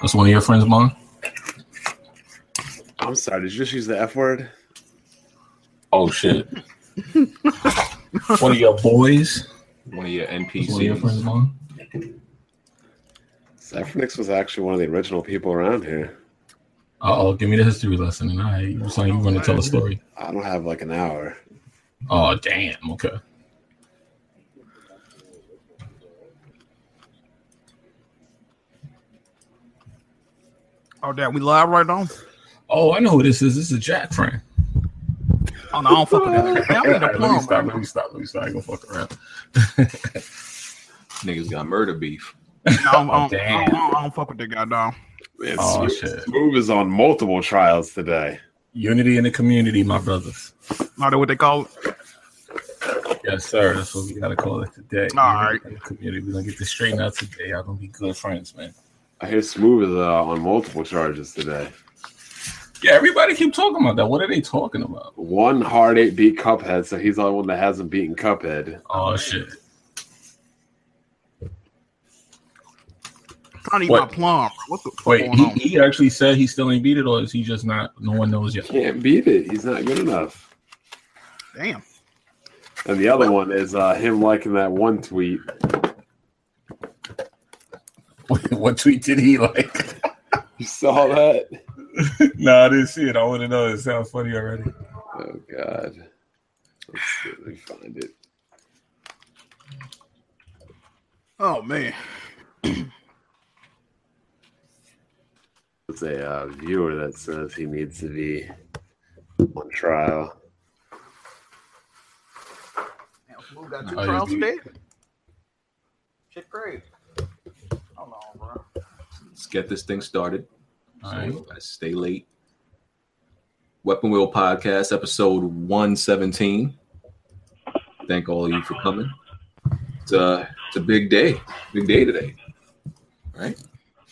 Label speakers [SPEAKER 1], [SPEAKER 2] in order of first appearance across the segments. [SPEAKER 1] That's one of your friends, mom.
[SPEAKER 2] I'm sorry. Did you just use the F word?
[SPEAKER 3] Oh shit!
[SPEAKER 1] One of your boys.
[SPEAKER 3] One of your
[SPEAKER 1] That's one of your friends,
[SPEAKER 3] NPCs.
[SPEAKER 1] mom.
[SPEAKER 2] Zephyrnix was actually one of the original people around here.
[SPEAKER 1] Uh oh, give me the history lesson, and I you sound like you want to tell a story.
[SPEAKER 2] I don't have like an hour.
[SPEAKER 1] Oh damn. Okay.
[SPEAKER 4] Oh, damn, we live right now?
[SPEAKER 1] Oh, I know who this is. This is Jack friend.
[SPEAKER 4] Oh, no, I don't fuck with that. Man, I need a
[SPEAKER 1] let me
[SPEAKER 4] plum,
[SPEAKER 1] stop.
[SPEAKER 4] bro.
[SPEAKER 1] Let me stop. Let me stop. I go fuck around.
[SPEAKER 3] Niggas got murder beef.
[SPEAKER 4] No, I don't- I don't- I
[SPEAKER 1] Oh, Damn.
[SPEAKER 4] don't I don't fuck with that goddamn.
[SPEAKER 2] Man,
[SPEAKER 1] Oh,
[SPEAKER 2] Smooth-
[SPEAKER 1] shit.
[SPEAKER 2] Smooth is on multiple trials today.
[SPEAKER 1] Unity in the community, my brothers.
[SPEAKER 4] Not what they call it.
[SPEAKER 1] Yes, sir. That's what we gotta call it today.
[SPEAKER 4] All right.
[SPEAKER 1] In the community, we're gonna get this straightened out today. Y'all gonna be good friends, man.
[SPEAKER 2] I hear Smooth is uh, on multiple charges today.
[SPEAKER 1] Yeah, everybody keep talking about that. What are they talking about?
[SPEAKER 2] One hard eight beat Cuphead, so he's the only one that hasn't beaten Cuphead.
[SPEAKER 1] Oh shit.
[SPEAKER 4] I need
[SPEAKER 1] What?
[SPEAKER 4] my plum. bro. What the fuck
[SPEAKER 1] Wait,
[SPEAKER 4] going
[SPEAKER 1] he,
[SPEAKER 4] on?
[SPEAKER 1] he actually said he still ain't beat it, or is he just not? No one knows yet.
[SPEAKER 2] Can't beat it. He's not good enough.
[SPEAKER 4] Damn.
[SPEAKER 2] And the other one is uh, him liking that one tweet.
[SPEAKER 1] what tweet did he like?
[SPEAKER 2] You saw that?
[SPEAKER 1] nah, I didn't see it. I want to know. It sounds funny already.
[SPEAKER 2] Oh God. Let's see if we find it.
[SPEAKER 4] Oh, man.
[SPEAKER 2] It's a uh, viewer that says he needs to be on trial.
[SPEAKER 4] Damn, Smooth got two
[SPEAKER 1] Oh, yeah,
[SPEAKER 4] trials
[SPEAKER 1] dude.
[SPEAKER 4] today? Shit, great. Hold on, bro.
[SPEAKER 3] Let's get this thing started.
[SPEAKER 1] All right.
[SPEAKER 3] So, let's stay late. Weapon Wheel Podcast, episode 117. Thank all of you for coming. It's a, it's a big day. Big day today. Right?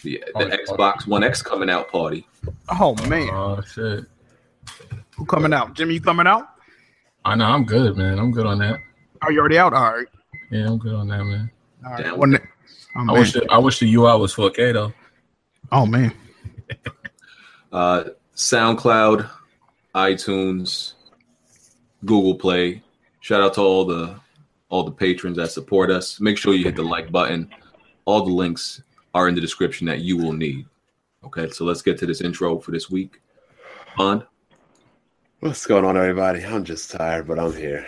[SPEAKER 3] The, the
[SPEAKER 1] Party,
[SPEAKER 3] Xbox One X coming out party.
[SPEAKER 4] Oh, man.
[SPEAKER 1] Oh shit.
[SPEAKER 4] Who coming out? Jimmy, you coming out?
[SPEAKER 1] I know. I'm good, man. I'm good on that.
[SPEAKER 4] Are you already out? All right.
[SPEAKER 1] Yeah, I'm good on that, man.
[SPEAKER 4] All right.
[SPEAKER 3] Damn.
[SPEAKER 4] Well, ne- oh,
[SPEAKER 1] I wish
[SPEAKER 4] man.
[SPEAKER 1] the, I wish the UI was 4K though.
[SPEAKER 4] Oh, man.
[SPEAKER 3] uh, SoundCloud, iTunes, Google Play. Shout out to all the all the patrons that support us. Make sure you hit the like button. All the links are in the description that you will need. Okay, so let's get to this intro for this week. On
[SPEAKER 2] What's going on, everybody? I'm just tired, but I'm here.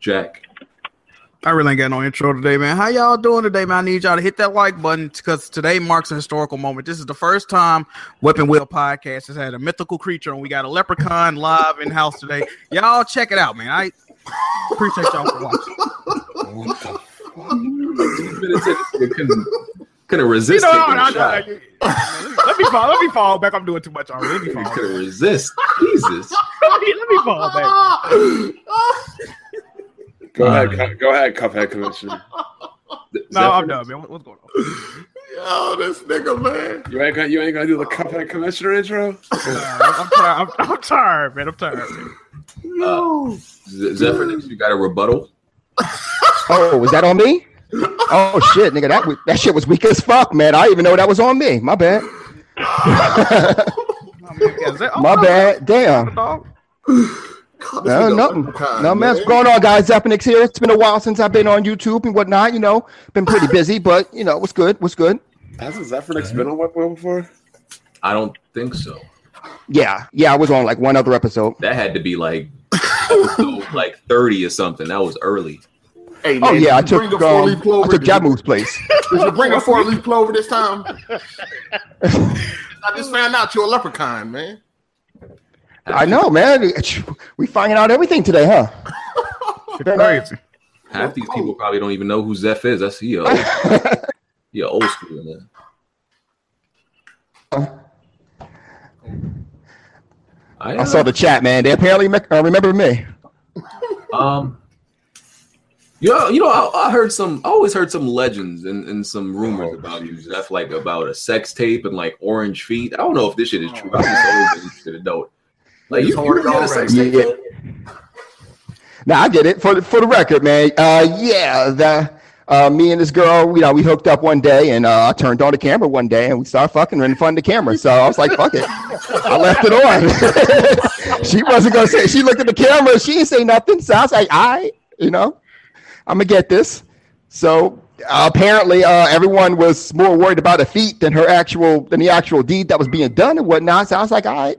[SPEAKER 3] Jack,
[SPEAKER 4] I really ain't got no intro today, man. How y'all doing today, man? I need y'all to hit that like button because today marks a historical moment. This is the first time Weapon Wheel Podcast has had a mythical creature, and we got a leprechaun live in house today. Y'all check it out, man. I appreciate y'all for watching.
[SPEAKER 3] couldn't, couldn't
[SPEAKER 4] You
[SPEAKER 3] resist.
[SPEAKER 4] know,
[SPEAKER 3] taking a
[SPEAKER 4] I- I-
[SPEAKER 3] shot.
[SPEAKER 4] I- I- let me fall. Let me fall back. I'm doing too much already. Let me fall.
[SPEAKER 3] couldn't resist. Jesus,
[SPEAKER 4] Let me, let me fall back.
[SPEAKER 2] Go
[SPEAKER 1] Uh,
[SPEAKER 2] ahead, Cu- go ahead, Cuphead Commissioner.
[SPEAKER 4] No, I'm done, man. What- what's going on?
[SPEAKER 5] Yo, this nigga, man.
[SPEAKER 2] You ain't gonna, you ain't gonna do the Cuphead Commissioner intro?
[SPEAKER 4] I'm tired. I'm, tired. I'm, I'm tired, man. I'm tired. man.
[SPEAKER 6] Uh,
[SPEAKER 5] Yo.
[SPEAKER 3] Ze- Zephyr, you got a rebuttal?
[SPEAKER 6] Oh, was that on me? Oh shit, nigga, that wa- that shit was weak as fuck, man. I didn't even know that was on me. My bad.
[SPEAKER 4] Oh, man, yeah, is that- oh,
[SPEAKER 6] My
[SPEAKER 4] no,
[SPEAKER 6] bad. Damn.
[SPEAKER 4] dog.
[SPEAKER 5] God, this
[SPEAKER 6] No,
[SPEAKER 5] nigga
[SPEAKER 6] nothing.
[SPEAKER 5] leprechaun,
[SPEAKER 6] No man, what's going on, guys? Zephynix here. It's been a while since I've been on YouTube and whatnot. You know, been pretty busy, but you know, what's good? What's good?
[SPEAKER 2] Hasn't Zephyrnix been on Wet Wheel before?
[SPEAKER 3] I don't think so.
[SPEAKER 6] Yeah, yeah, I was on like one other episode.
[SPEAKER 3] That had to be like episode, like thirty or something. That was early.
[SPEAKER 5] Hey,
[SPEAKER 6] Oh
[SPEAKER 5] man,
[SPEAKER 6] yeah, I
[SPEAKER 5] did you
[SPEAKER 6] took
[SPEAKER 5] bring a four
[SPEAKER 6] um,
[SPEAKER 5] leaf clover.
[SPEAKER 6] I took
[SPEAKER 5] Did you-
[SPEAKER 6] Jamu's place.
[SPEAKER 5] Did you bring a four leaf clover this time? I just found out you're a leprechaun, man.
[SPEAKER 6] I know, man. We finding out everything today, huh?
[SPEAKER 4] Shit Crazy.
[SPEAKER 3] Half these
[SPEAKER 5] Oh.
[SPEAKER 3] people probably don't even know who Zeph is. That's he. a Old, he a old school man. I,
[SPEAKER 6] I saw the chat, man. They apparently me- uh, remember me.
[SPEAKER 3] um. You know, you know I, I heard some. I always heard some legends and, and some rumors
[SPEAKER 2] Oh,
[SPEAKER 3] about you, Zeph, like about a sex tape and like orange feet. I don't know if this shit is true. I just
[SPEAKER 2] Oh.
[SPEAKER 3] always been interested to know it. Like you,
[SPEAKER 5] It's
[SPEAKER 3] you really had a sex tape?
[SPEAKER 6] Yeah. Now I get it for the, for the record, man. Uh, yeah, the Uh, me and this girl, you know, we hooked up one day, and uh, I turned on the camera one day, and we started fucking right in front of the camera. So I was like, "Fuck it," I left it on. she wasn't gonna say. She looked at the camera. She didn't say nothing. So I was like, "I, you know, I'm gonna get this." So uh, apparently, uh, everyone was more worried about the feet than her actual than the actual deed that was being done and whatnot. So I was like, "All right,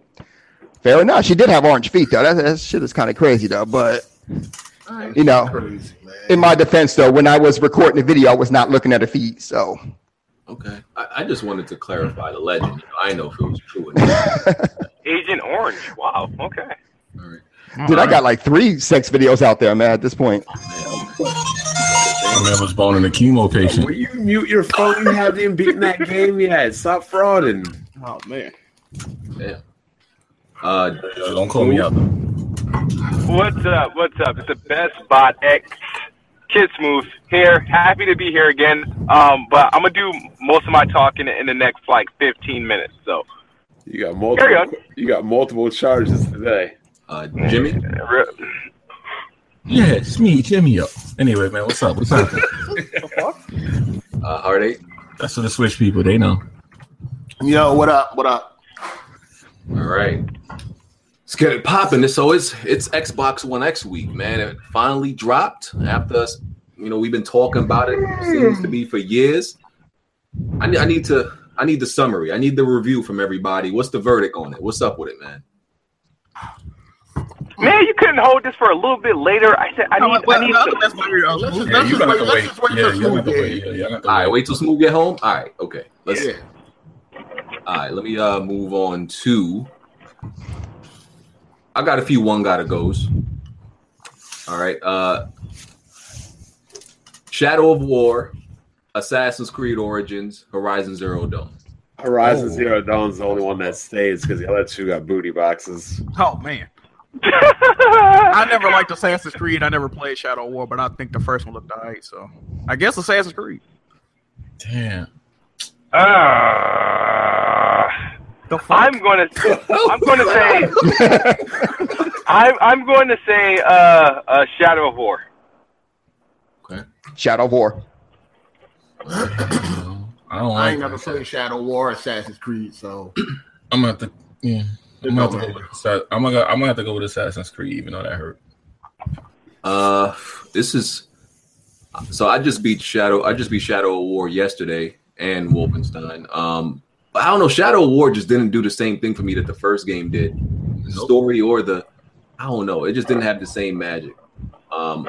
[SPEAKER 6] fair enough." She did have orange feet though. That, that shit is kind of crazy though, but. You know,
[SPEAKER 5] Crazy, man.
[SPEAKER 6] in my defense, though, when I was recording the video, I was not looking at her feet. So,
[SPEAKER 3] Okay. I, I just wanted to clarify the legend. You know, I didn't know if it was true or not.
[SPEAKER 7] Agent Orange. Wow. Okay.
[SPEAKER 3] All right.
[SPEAKER 6] dude, I got like three sex videos out there, man. At this point,
[SPEAKER 1] My man was born in a chemo patient.
[SPEAKER 2] Will you mute your phone? You haven't even beaten that game yet. Stop frauding.
[SPEAKER 4] Oh man.
[SPEAKER 3] Uh,
[SPEAKER 7] Oh,
[SPEAKER 1] Don't call me out.
[SPEAKER 7] What's up? What's up? It's the best bot X Kids Moves here. Happy to be here again. Um, but I'm gonna do most of my talking in the next like 15 minutes. So
[SPEAKER 2] You got
[SPEAKER 7] Carry
[SPEAKER 2] multiple.
[SPEAKER 7] on.
[SPEAKER 2] You got multiple charges today.
[SPEAKER 3] uh, Jimmy,
[SPEAKER 1] Yeah, it's me, Jimmy. Up. Anyway, man, what's up? What's happening?
[SPEAKER 3] uh, Heartache.
[SPEAKER 1] That's for the switch people. They know.
[SPEAKER 5] Yo, what up? What up?
[SPEAKER 3] All right. Let's get it popping. So it's it's Xbox One X week, man. It finally dropped after us. You know, we've been talking about it. Seems to be for years. I need, I need to. I need the summary. I need the review from everybody. What's the verdict on it? What's up with it, man?
[SPEAKER 7] man, you couldn't hold this for a little bit later. I said I
[SPEAKER 4] No, wait,
[SPEAKER 7] need.
[SPEAKER 4] wait,
[SPEAKER 7] I need
[SPEAKER 4] no,
[SPEAKER 7] some-
[SPEAKER 4] that's my- uh, let's just-
[SPEAKER 1] Yeah,
[SPEAKER 5] Let's
[SPEAKER 1] you
[SPEAKER 5] just
[SPEAKER 1] gonna have
[SPEAKER 5] wait-
[SPEAKER 1] to
[SPEAKER 5] let's
[SPEAKER 1] wait.
[SPEAKER 5] just wait
[SPEAKER 1] Yeah,
[SPEAKER 5] for
[SPEAKER 1] you have to
[SPEAKER 5] Smooth,
[SPEAKER 1] wait. Yeah, yeah, I got to
[SPEAKER 3] All right,
[SPEAKER 1] wait.
[SPEAKER 3] wait till Smooth get home. All right, okay. Let's.
[SPEAKER 5] Yeah.
[SPEAKER 3] All right, let me uh move on to. I got a few one gotta goes. All right, uh, Shadow of War, Assassin's Creed Origins, Horizon Zero Dawn.
[SPEAKER 2] Horizon
[SPEAKER 1] Oh.
[SPEAKER 2] Zero Dawn's the only one that stays because the other two got booty boxes.
[SPEAKER 4] Oh man. I never liked Assassin's Creed. I never played Shadow War, but I think the first one looked alright. So I guess Assassin's Creed.
[SPEAKER 1] Damn.
[SPEAKER 7] Ah.
[SPEAKER 4] The fuck?
[SPEAKER 7] I'm gonna. I'm gonna say. I'm. I'm going to say. Uh, uh, Shadow of War.
[SPEAKER 6] Shadow of War.
[SPEAKER 1] All right, well, I don't
[SPEAKER 5] I
[SPEAKER 1] like
[SPEAKER 5] ain't never played Shadow War, Assassin's Creed, so
[SPEAKER 1] I'm gonna have to. Yeah. I'm gonna have to go with Assassin- I'm gonna, I'm gonna have to go with Assassin's Creed, even though that hurt.
[SPEAKER 3] Uh, this is so I just beat Shadow. I just beat Shadow of War yesterday and Wolfenstein. Um, but I don't know. Shadow of War just didn't do the same thing for me that the first game did. The
[SPEAKER 1] Nope.
[SPEAKER 3] story or the, I don't know. It just didn't have the same magic. Um,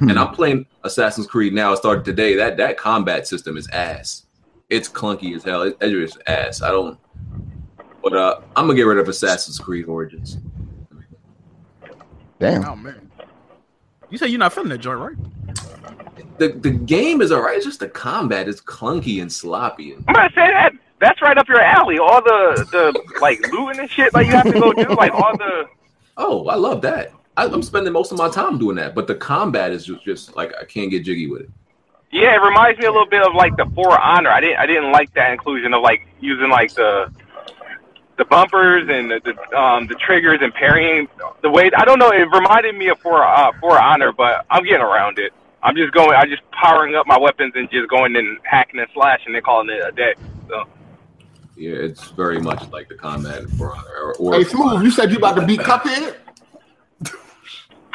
[SPEAKER 3] and I'm playing Assassin's Creed now. I started today. That that combat system is ass. It's clunky as hell. It, it's just ass. I don't. But uh, I'm gonna get rid of Assassin's Creed Origins.
[SPEAKER 6] Damn.
[SPEAKER 4] Oh man. You said you're not feeling that joint, right?
[SPEAKER 3] The the game is alright. It's just the combat is clunky and sloppy. And
[SPEAKER 7] I'm gonna say that. That's right up your alley. All the the like looting and shit like you have to go do. Like all the.
[SPEAKER 3] Oh, I love that. I, I'm spending most of my time doing that, but the combat is just, just like I can't get jiggy with it.
[SPEAKER 7] Yeah, it reminds me a little bit of like the For Honor. I didn't. I didn't like that inclusion of like using like the. The bumpers and the, the um the triggers and parrying the way I don't know it reminded me of for uh, for honor but I'm getting around it I'm just going I'm just powering up my weapons and just going and hacking and slashing and calling it a day so
[SPEAKER 3] Yeah, it's very much like the combat for honor. Or, or
[SPEAKER 5] hey, Smooth, you said you about to beat Cuphead?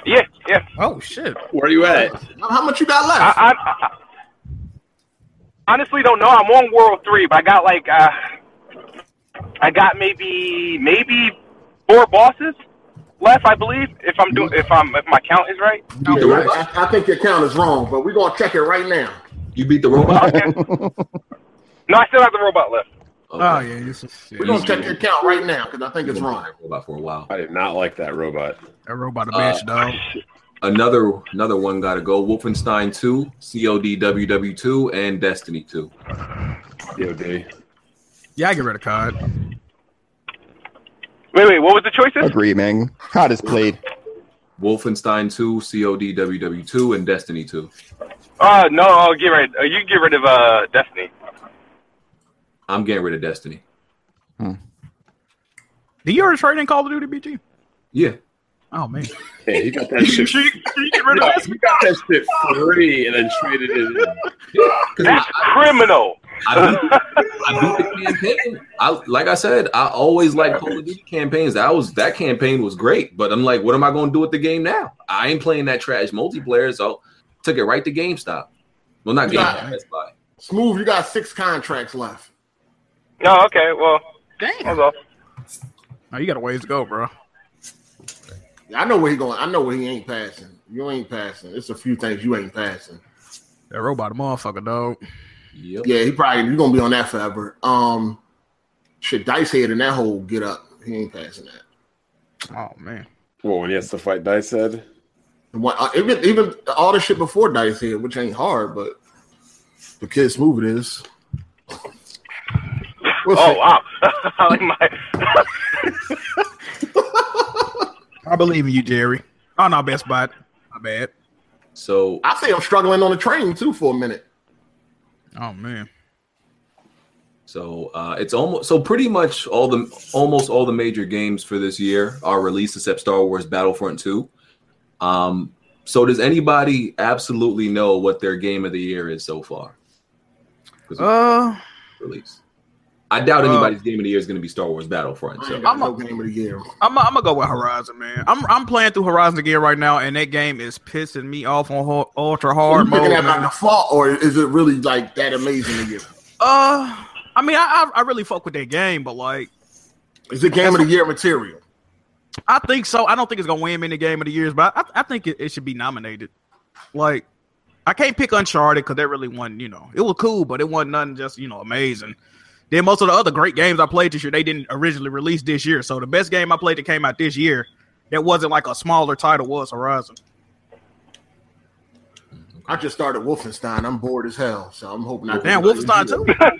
[SPEAKER 7] yeah yeah
[SPEAKER 4] Oh shit.
[SPEAKER 2] Where are you at?
[SPEAKER 5] How much you got left?
[SPEAKER 7] I, I, I honestly don't know. I'm on World Three, but I got like uh, I got maybe maybe four bosses left, I believe. If I'm doing if I'm if my count is right.
[SPEAKER 5] Yeah,
[SPEAKER 3] beat the
[SPEAKER 5] right.
[SPEAKER 3] robot.
[SPEAKER 5] I, I think your count is wrong, but we're gonna check it right now.
[SPEAKER 3] You beat the robot.
[SPEAKER 7] Okay. no, I still have the robot left.
[SPEAKER 3] Okay.
[SPEAKER 4] Oh yeah, this is shit.
[SPEAKER 5] We're gonna check your count right now because I think
[SPEAKER 3] You've
[SPEAKER 5] it's
[SPEAKER 3] been
[SPEAKER 5] wrong.
[SPEAKER 3] playing Robot for a while.
[SPEAKER 2] I did not like that robot.
[SPEAKER 4] That robot a
[SPEAKER 3] Uh,
[SPEAKER 4] bitch, dog.
[SPEAKER 3] Another another one got to go. Wolfenstein Two, CODWW Two, and Destiny Two.
[SPEAKER 2] DOD.
[SPEAKER 4] Yeah, I get rid of COD.
[SPEAKER 7] Wait, wait, what was the choices?
[SPEAKER 6] Agree, man. How this played.
[SPEAKER 3] Wolfenstein Two, CODWW Two, and Destiny Two.
[SPEAKER 7] Uh no, I'll get rid. Uh, you get rid of uh Destiny.
[SPEAKER 3] I'm getting rid of Destiny.
[SPEAKER 4] Do you already trade in Call of Duty BG?
[SPEAKER 3] Yeah,
[SPEAKER 4] Oh man,
[SPEAKER 2] Hey, he got that shit.
[SPEAKER 4] you get rid
[SPEAKER 2] No, he got that shit free and then traded it. In.
[SPEAKER 3] I,
[SPEAKER 7] That's criminal.
[SPEAKER 3] I, beat, I beat the campaign. I like I said, I always like Call of Duty campaigns. That was that campaign was great, but I'm like, what am I going to do with the game now? I ain't playing that trash multiplayer, so took it right to GameStop. Well, not
[SPEAKER 5] Yeah.
[SPEAKER 3] GameStop, Best Buy.
[SPEAKER 5] Smooth, you got six contracts left.
[SPEAKER 7] No, okay, well,
[SPEAKER 4] Damn.
[SPEAKER 7] hold on.
[SPEAKER 4] Oh, you got a ways to go, bro.
[SPEAKER 5] I know where he going. I know where he ain't passing. You ain't passing. It's a few things you ain't passing.
[SPEAKER 4] That robot, a motherfucker, dog.
[SPEAKER 3] Yep.
[SPEAKER 5] Yeah, he probably you're gonna be on that forever. Um, shit, Dice Head and that whole get up. He ain't passing that.
[SPEAKER 4] Oh man.
[SPEAKER 2] Well, when he has to fight Dice Head.
[SPEAKER 5] And What, uh, even even all the shit before Dice Head, which ain't hard, but the kid Smooth it is. We'll
[SPEAKER 7] Oh,
[SPEAKER 5] see.
[SPEAKER 7] wow. I like my-
[SPEAKER 4] I believe in you, Jerry. Oh no, Best Buy. My bad.
[SPEAKER 3] So
[SPEAKER 5] I say I'm struggling on the train too for a minute.
[SPEAKER 4] Oh man.
[SPEAKER 3] So uh, it's almost so pretty much all the almost all the major games for this year are released except Star Wars Battlefront Two. Um, so does anybody absolutely know what their game of the year is so far? Because
[SPEAKER 4] Uh,
[SPEAKER 3] release, I doubt
[SPEAKER 4] uh,
[SPEAKER 3] anybody's game of the year is going to be Star Wars Battlefront.
[SPEAKER 5] I ain't
[SPEAKER 3] So
[SPEAKER 5] got
[SPEAKER 4] I'm
[SPEAKER 5] no game of the year.
[SPEAKER 4] I'm I'm gonna go with Horizon, man. I'm I'm playing through Horizon again right now, and that game is pissing me off on ho- ultra
[SPEAKER 5] Are
[SPEAKER 4] hard
[SPEAKER 5] you picking
[SPEAKER 4] mode.
[SPEAKER 5] that by
[SPEAKER 4] man.
[SPEAKER 5] default, or is it really like that amazing to you?
[SPEAKER 4] Uh, I mean, I I I really fuck with that game, but like,
[SPEAKER 5] Is it game of the year material?
[SPEAKER 4] I think so. I don't think it's gonna win many game of the years, but I I think it, it should be nominated. Like, I can't pick Uncharted because that really wasn't you know it was cool, but it wasn't nothing just you know amazing. Then most of the other great games I played this year, they didn't originally release this year. So the best game I played that came out this year, that wasn't like a smaller title was Horizon.
[SPEAKER 5] I just started Wolfenstein. I'm bored as hell, so I'm hoping I can-
[SPEAKER 4] Damn, Wolfenstein too.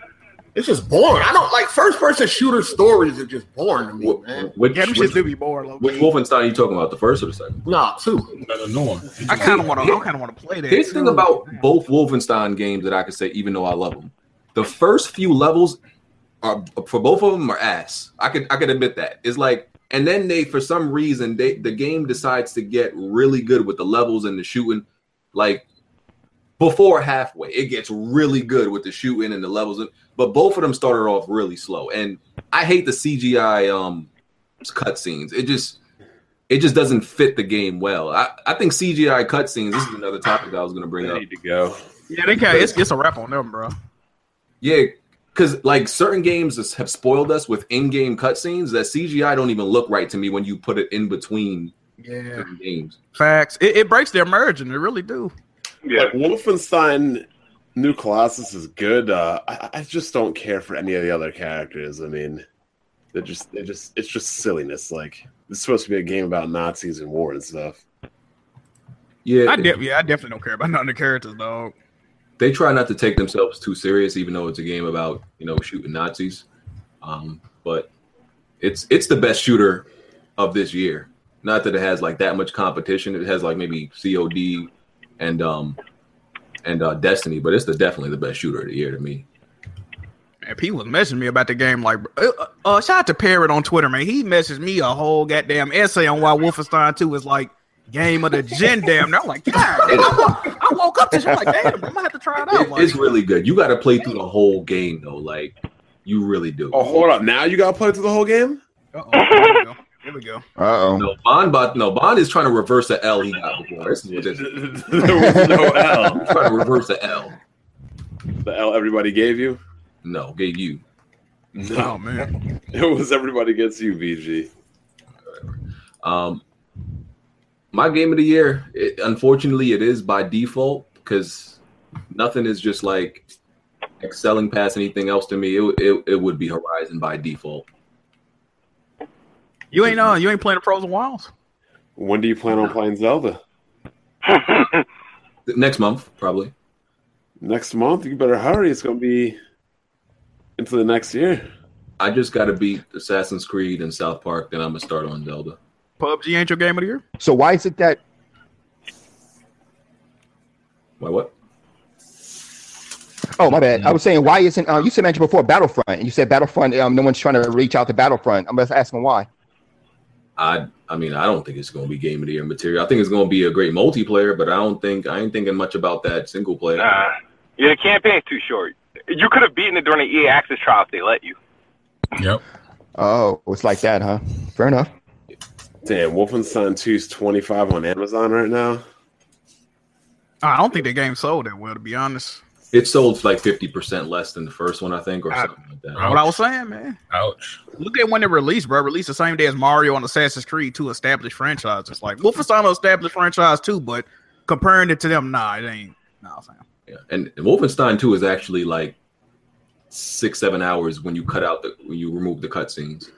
[SPEAKER 5] It's just boring. I don't like first person shooter stories are just boring to me,
[SPEAKER 3] wh-
[SPEAKER 5] man.
[SPEAKER 3] which,
[SPEAKER 4] Yeah, them
[SPEAKER 3] which,
[SPEAKER 4] shits do be boring. low-key.
[SPEAKER 3] which Wolfenstein are you talking about? The first or the second?
[SPEAKER 5] No, too.
[SPEAKER 1] Better know him.
[SPEAKER 4] I kind of want to. I kind of want to play that.
[SPEAKER 3] Here's the thing
[SPEAKER 4] too.
[SPEAKER 3] about both Wolfenstein games that I could say, even though I love them, the first few levels are for both of them are ass. I could I could admit that. It's like, and then they for some reason they the game decides to get really good with the levels and the shooting, like before halfway it gets really good with the shooting and the levels. But both of them started off really slow, and I hate the CGI um cutscenes. It just it just doesn't fit the game well. I, I think CGI cutscenes. This is another topic I was going to bring
[SPEAKER 2] I
[SPEAKER 3] up.
[SPEAKER 2] need to go.
[SPEAKER 4] yeah, they can it's, it's a wrap on them, bro.
[SPEAKER 3] Yeah, because like certain games has- have spoiled us with in-game cutscenes that CGI don't even look right to me when you put it in between
[SPEAKER 4] Yeah,
[SPEAKER 3] certain games.
[SPEAKER 4] facts. It, it breaks their merge, and they really do.
[SPEAKER 7] Yeah.
[SPEAKER 2] Like Wolfenstein New Colossus is good. Uh, I, I just don't care for any of the other characters. I mean, they're just they just it's just silliness. Like it's supposed to be a game about Nazis and war and stuff.
[SPEAKER 3] Yeah,
[SPEAKER 4] I de- yeah, I definitely don't care about none of the characters, dog.
[SPEAKER 3] they try not to take themselves too serious, even though it's a game about you know shooting Nazis. Um, but it's it's the best shooter of this year. Not that it has like that much competition. It has like maybe COD and um and uh, Destiny, but it's the definitely the best shooter of the year to me.
[SPEAKER 4] Man, people was messaging me about the game. Like, uh, uh, shout out to Parrot on Twitter, man. He messaged me a whole goddamn essay on why Wolfenstein Two is like game of the gen. Damn, and I'm like, God, man, I, woke, I woke up to shit. I'm like, damn, I'm gonna have to try it out.
[SPEAKER 3] It-
[SPEAKER 4] Like,
[SPEAKER 3] it's really good. You got to play through the whole game though. Like you really do.
[SPEAKER 2] Oh, hold up! Now you got to play through the whole game.
[SPEAKER 4] uh-oh, here we go. Here we go.
[SPEAKER 6] Uh oh.
[SPEAKER 3] No, Bond, but no, Bond is trying to reverse the L he got before. This is what
[SPEAKER 2] there
[SPEAKER 3] this-
[SPEAKER 2] was no L.
[SPEAKER 3] he's trying to reverse the L.
[SPEAKER 2] The L everybody gave you.
[SPEAKER 3] No, gave you.
[SPEAKER 2] No,
[SPEAKER 4] Oh man,
[SPEAKER 2] it was everybody gets you, BG.
[SPEAKER 3] Um, my game of the year, it, unfortunately, it is by default because nothing is just like excelling past anything else to me. It, would- it, it would be Horizon by default.
[SPEAKER 4] you ain't uh, you ain't playing the pros and wilds.
[SPEAKER 2] When do you plan on playing Zelda?
[SPEAKER 3] Next month, probably.
[SPEAKER 2] Next month? You better hurry. It's going to be into the next year.
[SPEAKER 3] I just got to beat Assassin's Creed and South Park, then I'm gonna start on Zelda.
[SPEAKER 4] PUBG ain't your game of the year.
[SPEAKER 6] So why is it that
[SPEAKER 3] Why what?
[SPEAKER 6] Oh, my bad. I was saying, why isn't uh, you said mentioned before Battlefront, and you said Battlefront. Um, no one's trying to reach out to Battlefront. I'm just asking why.
[SPEAKER 3] I I mean, I don't think it's going to be game of the year material. I think it's going to be a great multiplayer, but I don't think I ain't thinking much about that single player.
[SPEAKER 7] Nah. Yeah, the campaign's too short. You could have beaten it during the EA Access trial if they let you.
[SPEAKER 1] Yep.
[SPEAKER 6] Oh, it's like that, huh? Fair enough.
[SPEAKER 2] Damn, Wolfenstein 2's 25 on Amazon right now.
[SPEAKER 4] I don't think the game sold that well, to be honest.
[SPEAKER 3] It sold like fifty percent less than the first one, I think, or
[SPEAKER 7] Ah.
[SPEAKER 4] I-
[SPEAKER 3] something like
[SPEAKER 1] I-
[SPEAKER 3] that.
[SPEAKER 4] What I was saying, man.
[SPEAKER 1] Ouch.
[SPEAKER 4] Look at when it released, bro. Released the same day as Mario on Assassin's Creed, two established franchises. Like Wolfenstein, an established franchise too, but comparing it to them, nah, it ain't. Nah, fam.
[SPEAKER 3] Yeah. And, and Wolfenstein Two is actually like six, seven hours when you cut out the when you remove the cutscenes.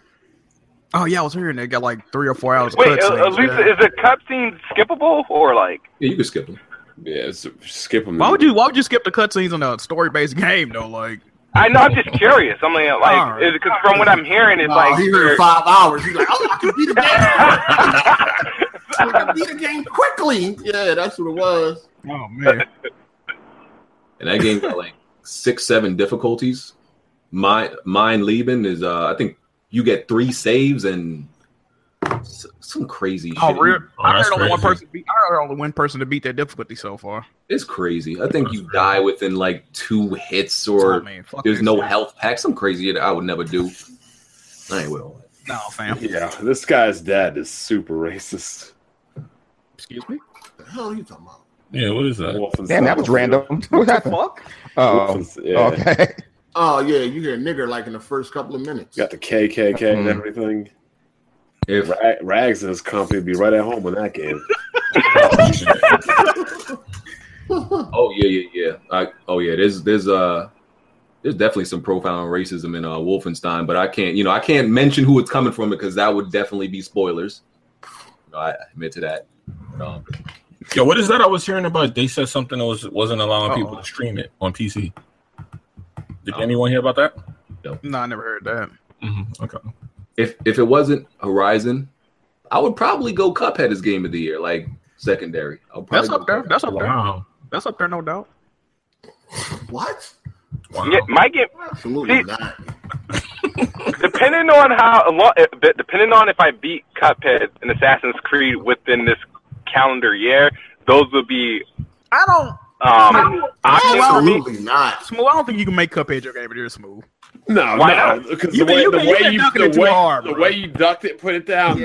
[SPEAKER 4] Oh yeah, I was hearing they got like three or four hours. of
[SPEAKER 7] Wait,
[SPEAKER 4] cutscenes,
[SPEAKER 7] uh, Elisa,
[SPEAKER 4] yeah.
[SPEAKER 7] is the cutscene skippable or like?
[SPEAKER 3] Yeah, you can skip them.
[SPEAKER 2] Yeah, it's, skip them.
[SPEAKER 4] Why would you? Why would you skip the cutscenes on a story-based game though? Like,
[SPEAKER 7] I know. I'm just curious. I'm like,
[SPEAKER 4] All
[SPEAKER 7] like,
[SPEAKER 4] right.
[SPEAKER 7] because from what I'm hearing, it's
[SPEAKER 5] Nah,
[SPEAKER 7] like
[SPEAKER 5] Oh, he heard five hours. He's like, oh, I can beat the game. I can beat the game quickly. Yeah, that's what it was.
[SPEAKER 4] oh man,
[SPEAKER 3] And that game got like six, seven difficulties. My mine leaving is uh I think you get three saves and s- some crazy
[SPEAKER 4] oh
[SPEAKER 3] shit.
[SPEAKER 4] real.
[SPEAKER 1] Oh,
[SPEAKER 4] I
[SPEAKER 1] that's
[SPEAKER 4] heard only one
[SPEAKER 1] crazy.
[SPEAKER 4] person. Beat, I heard only one person to beat that difficulty so far.
[SPEAKER 3] It's crazy. I think you
[SPEAKER 1] That's
[SPEAKER 3] die within like two hits
[SPEAKER 4] So,
[SPEAKER 3] or
[SPEAKER 4] I mean, fuck
[SPEAKER 3] there's
[SPEAKER 4] that
[SPEAKER 3] no
[SPEAKER 4] shit.
[SPEAKER 3] health pack. Some crazy shit I would never do. I ain't with all that.
[SPEAKER 4] No, fam.
[SPEAKER 2] Yeah, this guy's dad is super racist.
[SPEAKER 4] Excuse me.
[SPEAKER 5] What the hell are you talking about?
[SPEAKER 1] Yeah, what is that?
[SPEAKER 2] Wolfenstein.
[SPEAKER 6] Damn, that was random. What happened?
[SPEAKER 4] Fuck.
[SPEAKER 6] Oh,
[SPEAKER 2] Wolfens- yeah.
[SPEAKER 6] okay.
[SPEAKER 5] Oh yeah, you hear nigger like in the first couple of minutes.
[SPEAKER 2] Got the KKK and
[SPEAKER 6] Mhm.
[SPEAKER 2] everything.
[SPEAKER 3] If
[SPEAKER 2] Ra- Rags and his company be right at home with that game.
[SPEAKER 3] oh yeah yeah yeah I, oh yeah there's there's uh there's definitely some profound racism in uh, Wolfenstein but I can't you know I can't mention who it's coming from because that would definitely be spoilers. You know, I admit to that. But, um,
[SPEAKER 1] Yo, what is that I was hearing about? They said something that was wasn't allowing people
[SPEAKER 4] Uh-oh.
[SPEAKER 1] to stream it on PC. Did
[SPEAKER 3] Oh.
[SPEAKER 1] anyone hear about that?
[SPEAKER 4] No, I never heard that.
[SPEAKER 1] Mm-hmm. Okay.
[SPEAKER 3] if if it wasn't Horizon, I would probably go Cuphead as game of the year like secondary. I'll probably
[SPEAKER 4] That's up
[SPEAKER 3] go
[SPEAKER 4] there.
[SPEAKER 3] Cuphead.
[SPEAKER 4] That's up there.
[SPEAKER 1] Wow.
[SPEAKER 4] That's up there, no doubt.
[SPEAKER 5] What?
[SPEAKER 1] Wow.
[SPEAKER 7] yeah, my game.
[SPEAKER 5] Absolutely not.
[SPEAKER 7] Depending on how lo- eh, de- depending on if I beat Cuphead and Assassin's Creed within this calendar year, those would be
[SPEAKER 4] I don't.
[SPEAKER 7] um options for me.
[SPEAKER 5] Absolutely not.
[SPEAKER 4] Smooth. I don't think you can make Cuphead your game of the year, Smooth.
[SPEAKER 2] No,
[SPEAKER 7] Why
[SPEAKER 2] no,
[SPEAKER 7] not?
[SPEAKER 2] because
[SPEAKER 4] You
[SPEAKER 2] the
[SPEAKER 4] can-
[SPEAKER 2] way
[SPEAKER 4] you
[SPEAKER 2] the
[SPEAKER 4] can- you
[SPEAKER 2] way
[SPEAKER 4] can
[SPEAKER 2] you
[SPEAKER 4] knock it
[SPEAKER 2] the
[SPEAKER 4] too
[SPEAKER 2] way
[SPEAKER 4] hard,
[SPEAKER 2] the
[SPEAKER 4] bro.
[SPEAKER 2] way you ducked it, put it down.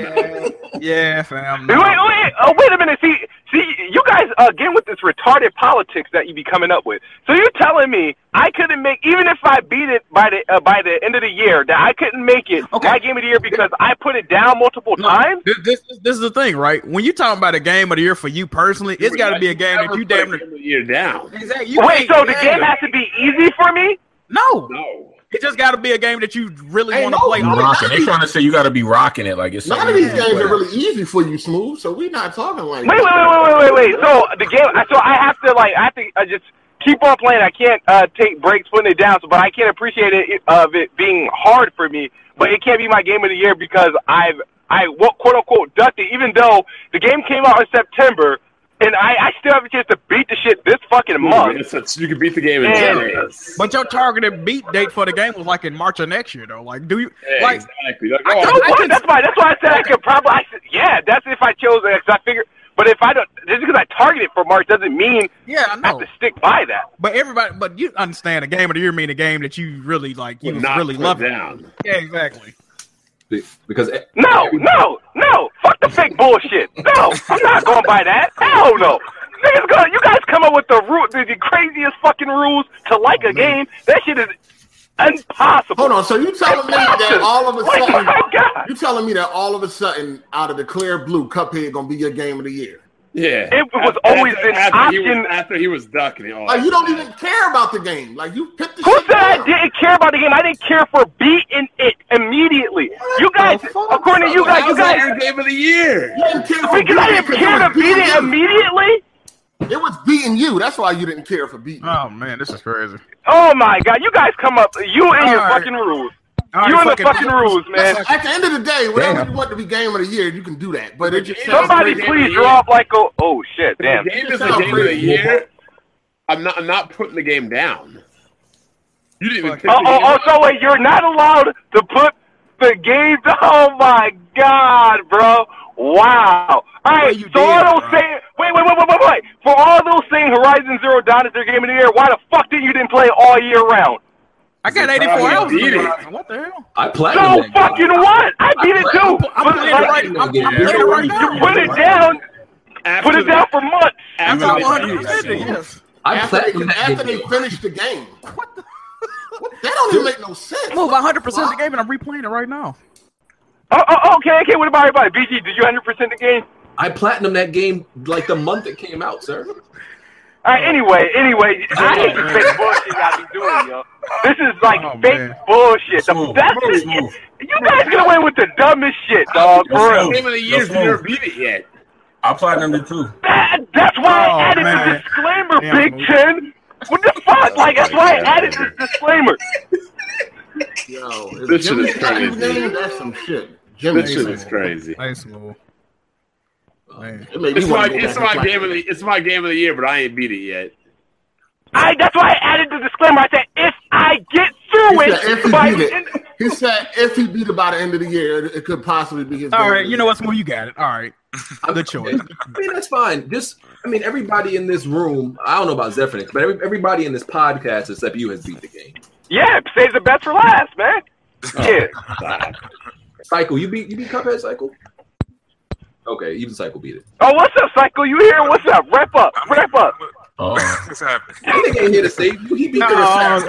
[SPEAKER 4] Yeah, fam.
[SPEAKER 7] Wait,
[SPEAKER 4] no.
[SPEAKER 7] wait, wait. Oh, wait a minute. See, see, you guys uh, again with this retarded politics that you be coming up with. So you're telling me I couldn't make even if I beat it by the uh, by the end of the year that I couldn't make it
[SPEAKER 4] Okay.
[SPEAKER 7] my game of the year because I put it down multiple
[SPEAKER 4] No,
[SPEAKER 7] times.
[SPEAKER 4] This, this, this is the thing, right? When you're talking about a game of the year for you personally, it's got to be a game that
[SPEAKER 2] Never
[SPEAKER 4] you
[SPEAKER 2] put
[SPEAKER 4] damn
[SPEAKER 2] a
[SPEAKER 4] near.
[SPEAKER 2] game of the year down.
[SPEAKER 4] Exactly. you
[SPEAKER 7] Wait,
[SPEAKER 4] can't-
[SPEAKER 7] so the
[SPEAKER 4] yeah.
[SPEAKER 7] game has to be easy for me?
[SPEAKER 4] no.
[SPEAKER 2] No,
[SPEAKER 4] It just got to be a game that you really
[SPEAKER 5] Ain't
[SPEAKER 4] want to
[SPEAKER 5] no
[SPEAKER 4] play.
[SPEAKER 5] None of
[SPEAKER 1] Rocking. They
[SPEAKER 5] these-
[SPEAKER 1] trying to say you got to be rocking it like it's
[SPEAKER 5] None of
[SPEAKER 1] something
[SPEAKER 5] these
[SPEAKER 1] you
[SPEAKER 5] games are
[SPEAKER 1] play.
[SPEAKER 5] really easy for you, smooth. So we're not talking like.
[SPEAKER 7] Wait, wait, wait, wait, wait, wait, wait. So the game, so I have to like, I have to uh, just keep on playing. I can't uh, take breaks putting it down, so, but I can't appreciate it of it being hard for me. But it can't be my game of the year because I've I well, quote unquote ducked it. Even though the game came out in September, and I, I still have a chance to beat the shit this fucking month.
[SPEAKER 2] It's- it's- you can beat the game in
[SPEAKER 7] Yeah.
[SPEAKER 2] ten days.
[SPEAKER 4] But your targeted beat date for the game was like in March of next year, though. Like, do you
[SPEAKER 2] Yeah,
[SPEAKER 4] like?
[SPEAKER 2] exactly. Like,
[SPEAKER 4] I
[SPEAKER 2] oh,
[SPEAKER 7] You know
[SPEAKER 4] don't-
[SPEAKER 7] what? That's why. That's why I said I could probably. I said, yeah, that's if I chose it. 'cause I figured. But if I don't, just because I targeted for March doesn't mean
[SPEAKER 4] Yeah, I
[SPEAKER 7] I have
[SPEAKER 4] know.
[SPEAKER 7] to stick by that.
[SPEAKER 4] But everybody, but you understand a game of the year mean a game that you really like. You
[SPEAKER 2] would
[SPEAKER 4] was
[SPEAKER 2] not
[SPEAKER 4] really
[SPEAKER 2] put
[SPEAKER 4] love it.
[SPEAKER 2] down.
[SPEAKER 4] Yeah, exactly.
[SPEAKER 3] Be- because
[SPEAKER 7] No, no, no. Fuck the fake bullshit. No, I'm not going by that. Hell no. Niggas gonna, you guys come up with the, ru- the the craziest fucking rules to like a game. That shit is impossible.
[SPEAKER 5] Hold on. So you telling me that all of a
[SPEAKER 7] Wait,
[SPEAKER 5] sudden
[SPEAKER 7] my God.
[SPEAKER 5] you telling me that all of a sudden out of the clear blue, Cuphead gonna be your game of the year?
[SPEAKER 2] Yeah,
[SPEAKER 7] It was always an
[SPEAKER 2] He was,
[SPEAKER 7] option.
[SPEAKER 2] after he was ducking it. all
[SPEAKER 5] Like you don't even care about the game. Like you picked the
[SPEAKER 7] Who
[SPEAKER 5] shit
[SPEAKER 7] said I
[SPEAKER 5] down.
[SPEAKER 7] didn't care about the game? I didn't care for beating it immediately. You guys,
[SPEAKER 5] the fuck?
[SPEAKER 7] according to you guys,
[SPEAKER 2] That
[SPEAKER 7] you
[SPEAKER 2] was
[SPEAKER 7] guys,
[SPEAKER 2] your game of the year.
[SPEAKER 5] You didn't care for
[SPEAKER 7] because I didn't
[SPEAKER 5] beating
[SPEAKER 7] care to beat
[SPEAKER 5] it.
[SPEAKER 7] it
[SPEAKER 5] was beating you.
[SPEAKER 7] immediately.
[SPEAKER 5] It was beating you. That's why you didn't care for beating.
[SPEAKER 4] Oh man, this is crazy.
[SPEAKER 7] Oh my god, you guys come up, you and your
[SPEAKER 4] All right.
[SPEAKER 7] fucking rules.
[SPEAKER 4] All right,
[SPEAKER 7] You and the
[SPEAKER 4] fucking-
[SPEAKER 7] fucking rules, man.
[SPEAKER 5] Listen, at the end of the day, whatever
[SPEAKER 6] Damn.
[SPEAKER 5] you want to be game of the year, you can do that. But it just sounds
[SPEAKER 7] Somebody
[SPEAKER 5] pretty-
[SPEAKER 7] please draw up like a. Oh shit, damn.
[SPEAKER 2] The game is the game of the year. I'm not. I'm not putting the game down. You didn't even.
[SPEAKER 4] Fuck.
[SPEAKER 2] pick
[SPEAKER 7] Oh,
[SPEAKER 2] the game.
[SPEAKER 7] oh, oh, so wait, you're not allowed to put the game. Oh my God, bro! Wow. All right.
[SPEAKER 4] you
[SPEAKER 7] so
[SPEAKER 4] did,
[SPEAKER 7] all those
[SPEAKER 4] bro.
[SPEAKER 7] same wait, wait, wait, wait, wait, wait. For all those same Horizon Zero Dawn as their game of the year, why the fuck did you didn't play all year round?
[SPEAKER 4] I got 84 hours.
[SPEAKER 2] beat it.
[SPEAKER 4] Horizon. What the hell?
[SPEAKER 3] I
[SPEAKER 7] So
[SPEAKER 3] platinum. that game.
[SPEAKER 7] fucking what? I beat it
[SPEAKER 3] I-
[SPEAKER 7] too.
[SPEAKER 4] I'm
[SPEAKER 7] But,
[SPEAKER 4] playing it
[SPEAKER 7] like,
[SPEAKER 4] right. I'm, I'm playing it right now.
[SPEAKER 7] you put it down.
[SPEAKER 2] After
[SPEAKER 7] Put it
[SPEAKER 2] the-
[SPEAKER 7] down for months.
[SPEAKER 4] That's
[SPEAKER 2] after
[SPEAKER 4] how
[SPEAKER 2] the-
[SPEAKER 4] 100 percent yes.
[SPEAKER 3] I
[SPEAKER 5] after they,
[SPEAKER 3] platinum that
[SPEAKER 5] after
[SPEAKER 3] game.
[SPEAKER 5] they finish the game. What the? What, that don't even make no sense.
[SPEAKER 4] Move 100 percent the game, and I'm replaying it right now.
[SPEAKER 7] Oh, oh, okay, okay. What about everybody? BG, did you 100% the game?
[SPEAKER 3] I platinum that game like the month it came out, sir.
[SPEAKER 7] All right, anyway, anyway, I hate this fake bullshit y'all be doing, yo. This is like
[SPEAKER 4] Oh,
[SPEAKER 7] fake
[SPEAKER 4] man.
[SPEAKER 7] bullshit. The-
[SPEAKER 1] Smooth,
[SPEAKER 7] that's
[SPEAKER 1] smooth,
[SPEAKER 7] just-
[SPEAKER 1] smooth.
[SPEAKER 7] You guys get away with the dumbest shit, dog. For real.
[SPEAKER 1] Game of the year, never beat it yet. I platinum it too.
[SPEAKER 7] That, that's why
[SPEAKER 4] Oh,
[SPEAKER 7] I added
[SPEAKER 4] man.
[SPEAKER 7] the disclaimer,
[SPEAKER 4] Damn,
[SPEAKER 7] Big
[SPEAKER 4] Moose.
[SPEAKER 7] Ten. What the fuck? Like, that's why I added this disclaimer.
[SPEAKER 5] Yo, is
[SPEAKER 2] This shit
[SPEAKER 5] Jimmy
[SPEAKER 2] is
[SPEAKER 5] got
[SPEAKER 2] crazy.
[SPEAKER 5] his name? That's some shit. Jimmy,
[SPEAKER 2] This shit is crazy.
[SPEAKER 4] Nice move.
[SPEAKER 2] Oh,
[SPEAKER 4] Man.
[SPEAKER 5] It made me
[SPEAKER 2] It's my
[SPEAKER 5] wanna go
[SPEAKER 2] it's
[SPEAKER 5] back and
[SPEAKER 2] my
[SPEAKER 5] play.
[SPEAKER 2] game of the it's my game of the year, but I ain't beat it yet.
[SPEAKER 7] I, that's why I added the disclaimer. I said, if I get through
[SPEAKER 5] He
[SPEAKER 7] it,
[SPEAKER 5] said, if he
[SPEAKER 7] by
[SPEAKER 5] beat
[SPEAKER 7] the
[SPEAKER 5] it,
[SPEAKER 7] end-
[SPEAKER 5] he said if he beat it by the end of the year, it, it could possibly be his.
[SPEAKER 4] All
[SPEAKER 5] game.
[SPEAKER 4] right, you know what, Smooth? You got it. All right, good choice.
[SPEAKER 3] I mean, that's fine. Just, I mean, everybody in this room, I don't know about Zephyrnix, but every, everybody in this podcast except you has beat the game. Oh.
[SPEAKER 7] yeah, save the best for last, man. Yeah.
[SPEAKER 3] Cycle, you beat you beat Cuphead Cycle? Okay, even Cycle beat it.
[SPEAKER 7] Oh, what's up, Psycho? You here? What's up? Wrap up. Wrap up.
[SPEAKER 1] Oh,
[SPEAKER 8] What's happening?
[SPEAKER 3] I think ain't here to save you. He beat the
[SPEAKER 4] Oh,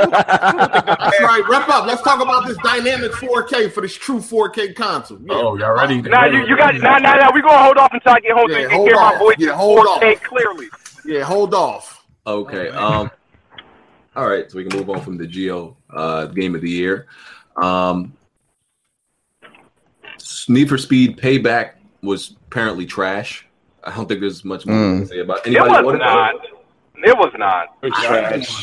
[SPEAKER 5] That's right. Wrap up. Let's talk about this dynamic 4K for this true 4K console. Yeah.
[SPEAKER 1] oh, y'all ready?
[SPEAKER 7] Nah, you, you got nah, nah, nah. We gonna hold off until I get home so
[SPEAKER 5] Yeah,
[SPEAKER 7] you can
[SPEAKER 5] hold
[SPEAKER 7] hear my
[SPEAKER 5] off.
[SPEAKER 7] voice.
[SPEAKER 5] Yeah, hold off.
[SPEAKER 7] okay, clearly.
[SPEAKER 5] Yeah, hold off.
[SPEAKER 3] Okay. Um. All right, so we can move on from the Geo uh, game of the year. Um, Need for Speed Payback was apparently trash. I don't think there's much more to
[SPEAKER 6] Mm.
[SPEAKER 3] say about
[SPEAKER 7] It
[SPEAKER 3] anybody.
[SPEAKER 7] was
[SPEAKER 3] want to-
[SPEAKER 7] not. It was not.
[SPEAKER 2] Trash.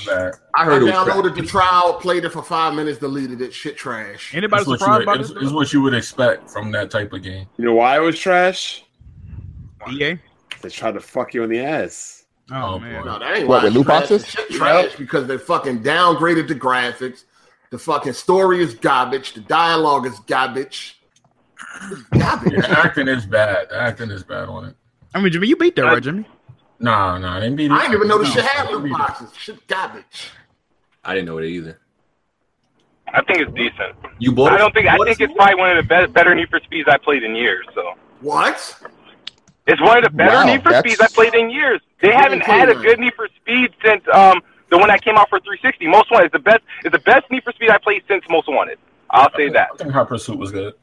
[SPEAKER 3] I
[SPEAKER 5] I
[SPEAKER 3] heard it was trash.
[SPEAKER 5] downloaded the trial, played it for five minutes, deleted it. Shit trash.
[SPEAKER 4] Anybody
[SPEAKER 1] It's what,
[SPEAKER 4] surprised
[SPEAKER 1] you,
[SPEAKER 4] by
[SPEAKER 1] it's,
[SPEAKER 4] this?
[SPEAKER 1] it's what you would expect from that type of game.
[SPEAKER 2] You know why it was trash?
[SPEAKER 4] EA.
[SPEAKER 2] They tried to fuck you in the ass.
[SPEAKER 4] Oh
[SPEAKER 1] Oh,
[SPEAKER 4] man.
[SPEAKER 1] boy.
[SPEAKER 5] No, that ain't
[SPEAKER 6] What,
[SPEAKER 5] why
[SPEAKER 6] with
[SPEAKER 5] it's
[SPEAKER 6] loot
[SPEAKER 5] trash.
[SPEAKER 6] boxes?
[SPEAKER 5] It's Shit trash because they fucking downgraded the graphics. The fucking story is garbage. The dialogue is garbage. It's garbage.
[SPEAKER 1] Yeah, the acting is bad. The acting is bad on it.
[SPEAKER 4] I mean, Jimmy, you beat that, right, Jimmy?
[SPEAKER 1] Nah, nah, they beat it.
[SPEAKER 5] I didn't even know this
[SPEAKER 1] No,
[SPEAKER 5] shit had
[SPEAKER 1] they
[SPEAKER 5] loot
[SPEAKER 1] beat it.
[SPEAKER 5] boxes. Shit garbage.
[SPEAKER 3] I didn't know it either.
[SPEAKER 7] I think it's decent.
[SPEAKER 3] You bought?
[SPEAKER 7] I don't think. I
[SPEAKER 3] bought
[SPEAKER 7] think
[SPEAKER 3] it?
[SPEAKER 7] it's probably one of the best, better Need for Speeds I played in years. So
[SPEAKER 5] What?
[SPEAKER 7] it's one of the better
[SPEAKER 6] Wow,
[SPEAKER 7] Need for
[SPEAKER 6] that's-
[SPEAKER 7] Speeds I played in years. They haven't had a good Need for Speed since um the one that came out for 360. Most Wanted is the best. Is the best Need for Speed I played since Most Wanted. I'll say that.
[SPEAKER 1] I think Hot Pursuit was good.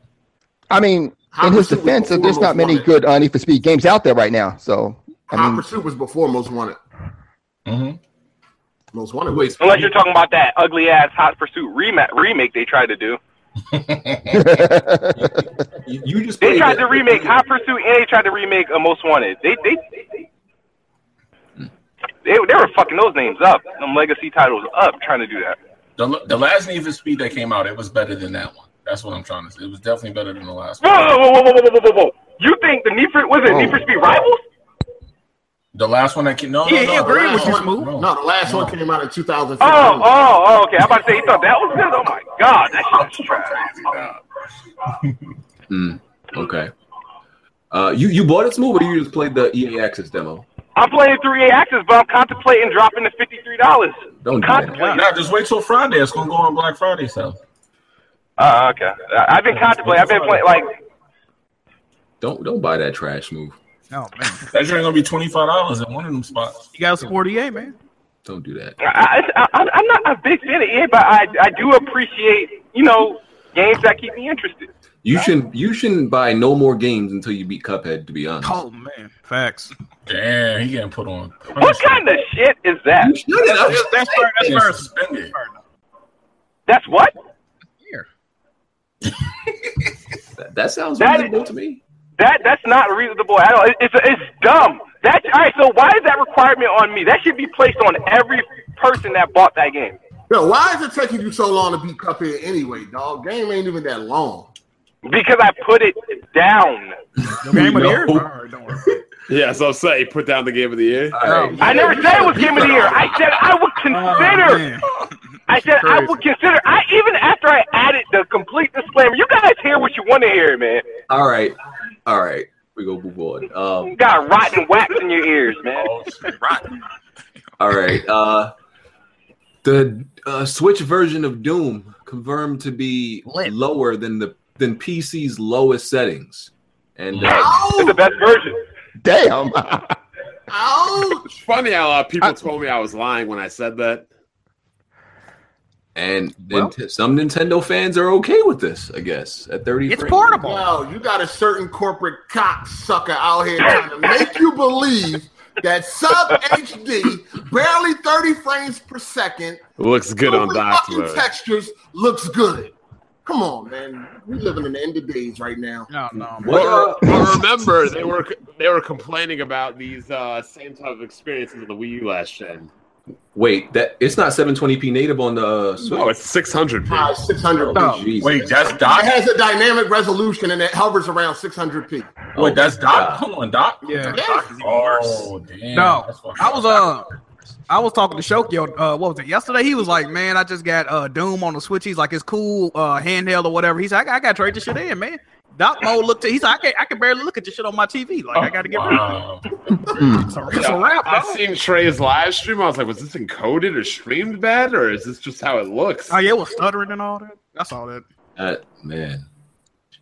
[SPEAKER 6] I mean, in his defense, there's not many good uh, Need for Speed games out there right now. So,
[SPEAKER 5] Hot
[SPEAKER 6] I mean,
[SPEAKER 5] Pursuit was before Most Wanted.
[SPEAKER 1] Mm-hmm.
[SPEAKER 5] Most Wanted.
[SPEAKER 3] Wait,
[SPEAKER 5] was
[SPEAKER 7] Unless you're talking about that ugly ass Hot Pursuit remake remake they tried to do.
[SPEAKER 3] you, you just
[SPEAKER 7] They
[SPEAKER 3] played
[SPEAKER 7] tried to
[SPEAKER 3] that-
[SPEAKER 7] remake Hot Pursuit and they tried to remake a Most Wanted. They they they, they were fucking those names up, them legacy titles up, trying to do that.
[SPEAKER 1] The, the last Need for Speed that came out, it was better than that one. That's what I'm trying to say. It was definitely better than the last
[SPEAKER 7] Whoa,
[SPEAKER 1] one. Oh.
[SPEAKER 7] whoa, whoa, whoa, whoa, whoa, whoa, whoa! You think the Need for was it Need for Speed Rivals?
[SPEAKER 1] The last one that came, no,
[SPEAKER 4] Yeah,
[SPEAKER 1] no,
[SPEAKER 4] he
[SPEAKER 1] no, the
[SPEAKER 4] agreed
[SPEAKER 1] last
[SPEAKER 4] with you,
[SPEAKER 1] one-
[SPEAKER 4] Smooth.
[SPEAKER 5] No, the last one came out in 2015.
[SPEAKER 7] Oh, oh, oh, okay. I'm about to say you thought that was good. Oh my god, that shit was trash.
[SPEAKER 3] Mm, okay. Uh, you you bought it smooth, or you just played the EA Access demo?
[SPEAKER 7] I'm playing through EA Access, but I'm contemplating dropping the fifty three dollars.
[SPEAKER 3] Don't do that.
[SPEAKER 7] Contemplating.
[SPEAKER 1] Nah, just wait till Friday. It's gonna go on Black Friday, so
[SPEAKER 7] Uh, okay. I- I've been contemplating. I've been playing like
[SPEAKER 3] Don't don't buy that trash move.
[SPEAKER 4] No Oh, man.
[SPEAKER 1] that shit ain't gonna be twenty five dollars in one of them spots.
[SPEAKER 4] You got us 48, man.
[SPEAKER 3] Don't do that.
[SPEAKER 7] I, I, I- I'm not a big fan of EA, but I, I do appreciate, you know, games that keep me interested.
[SPEAKER 3] You shouldn't you shouldn't buy no more games until you beat Cuphead. To be honest,
[SPEAKER 4] Oh man, facts.
[SPEAKER 1] Damn, he getting put on.
[SPEAKER 7] What kind of shit is that?
[SPEAKER 3] You shouldn't. I'm just-
[SPEAKER 4] That's fair. That's
[SPEAKER 1] Getting
[SPEAKER 4] fair.
[SPEAKER 1] suspended.
[SPEAKER 7] That's what?
[SPEAKER 4] Here.
[SPEAKER 3] that, that sounds
[SPEAKER 7] That is-
[SPEAKER 3] reasonable to me.
[SPEAKER 7] That that's not reasonable at all. It, it's it's dumb. That's all right. So why is that requirement on me? That should be placed on every person that bought that game.
[SPEAKER 5] Yo, why is it taking you so long to beat Cuphead anyway, dog? Game ain't even that long.
[SPEAKER 7] Because I put it down.
[SPEAKER 4] Game of the
[SPEAKER 1] No.
[SPEAKER 4] year. All right, don't worry.
[SPEAKER 2] Yeah, so I'm saying, put down the game of the year.
[SPEAKER 3] All right.
[SPEAKER 7] I never said it was game of the year. I said I would consider. I said I would consider. I even after I added the complete disclaimer, you guys hear what you want to hear, man.
[SPEAKER 3] All right. All right. We go move on.
[SPEAKER 7] You
[SPEAKER 3] Um,
[SPEAKER 7] got rotten wax in your ears, man.
[SPEAKER 1] Oh, shit.
[SPEAKER 8] Rotten.
[SPEAKER 3] all right. Uh, the uh, Switch version of Doom confirmed to be
[SPEAKER 4] Lit.
[SPEAKER 3] lower than the than PC's lowest settings, and uh,
[SPEAKER 7] It's the
[SPEAKER 5] Ow!
[SPEAKER 7] best version.
[SPEAKER 6] Damn.
[SPEAKER 5] Ow!
[SPEAKER 2] It's funny how uh, people told me I was lying when I said that.
[SPEAKER 3] and
[SPEAKER 4] Well.
[SPEAKER 3] Nint- some Nintendo fans are okay with this, I guess. At thirty,
[SPEAKER 4] It's
[SPEAKER 3] frames.
[SPEAKER 4] portable.
[SPEAKER 5] Wow, you got a certain corporate cocksucker out here trying to make you believe that sub HD, barely 30 frames per second,
[SPEAKER 2] Looks good on
[SPEAKER 5] Stupid
[SPEAKER 2] docs
[SPEAKER 5] fucking
[SPEAKER 2] mode.
[SPEAKER 5] textures looks good. Come on, man. We living in the end of days right now.
[SPEAKER 4] No, no, man.
[SPEAKER 3] What? Uh,
[SPEAKER 2] Well, remember they were they were complaining about these uh, same type of experiences on the Wii U last gen.
[SPEAKER 3] wait, that it's not 720p native on the uh, Switch.
[SPEAKER 2] No, it's 600. p
[SPEAKER 5] Uh, 600.
[SPEAKER 4] No.
[SPEAKER 5] It
[SPEAKER 3] Oh, Jesus.
[SPEAKER 1] Wait, that's Doc.
[SPEAKER 5] has a dynamic resolution and it hovers around 600p.
[SPEAKER 3] Oh,
[SPEAKER 1] Wait, that's
[SPEAKER 3] God.
[SPEAKER 1] Doc. Come on, Doc.
[SPEAKER 4] Yeah.
[SPEAKER 8] Doc is even worse.
[SPEAKER 1] Oh, damn.
[SPEAKER 4] No,
[SPEAKER 1] That's fucking-
[SPEAKER 4] I was uh, I was talking to Shokyo. Uh, what was it yesterday? He was like, "Man, I just got uh Doom on the Switch." He's like, "It's cool, uh, handheld or whatever." He's like, "I, I got to trade this shit in, man." Doc mode looked. He's like, "I can I can barely look at this shit on my TV. Like, I got to get rid of it.
[SPEAKER 1] Oh, wow.
[SPEAKER 4] It's a, it's a wrap,
[SPEAKER 2] I
[SPEAKER 4] dog.
[SPEAKER 2] seen Trey's live stream. I was like, was this encoded or streamed bad, or is this just how it looks?
[SPEAKER 4] Oh yeah, it was stuttering and all that. That's all that.
[SPEAKER 3] that- man.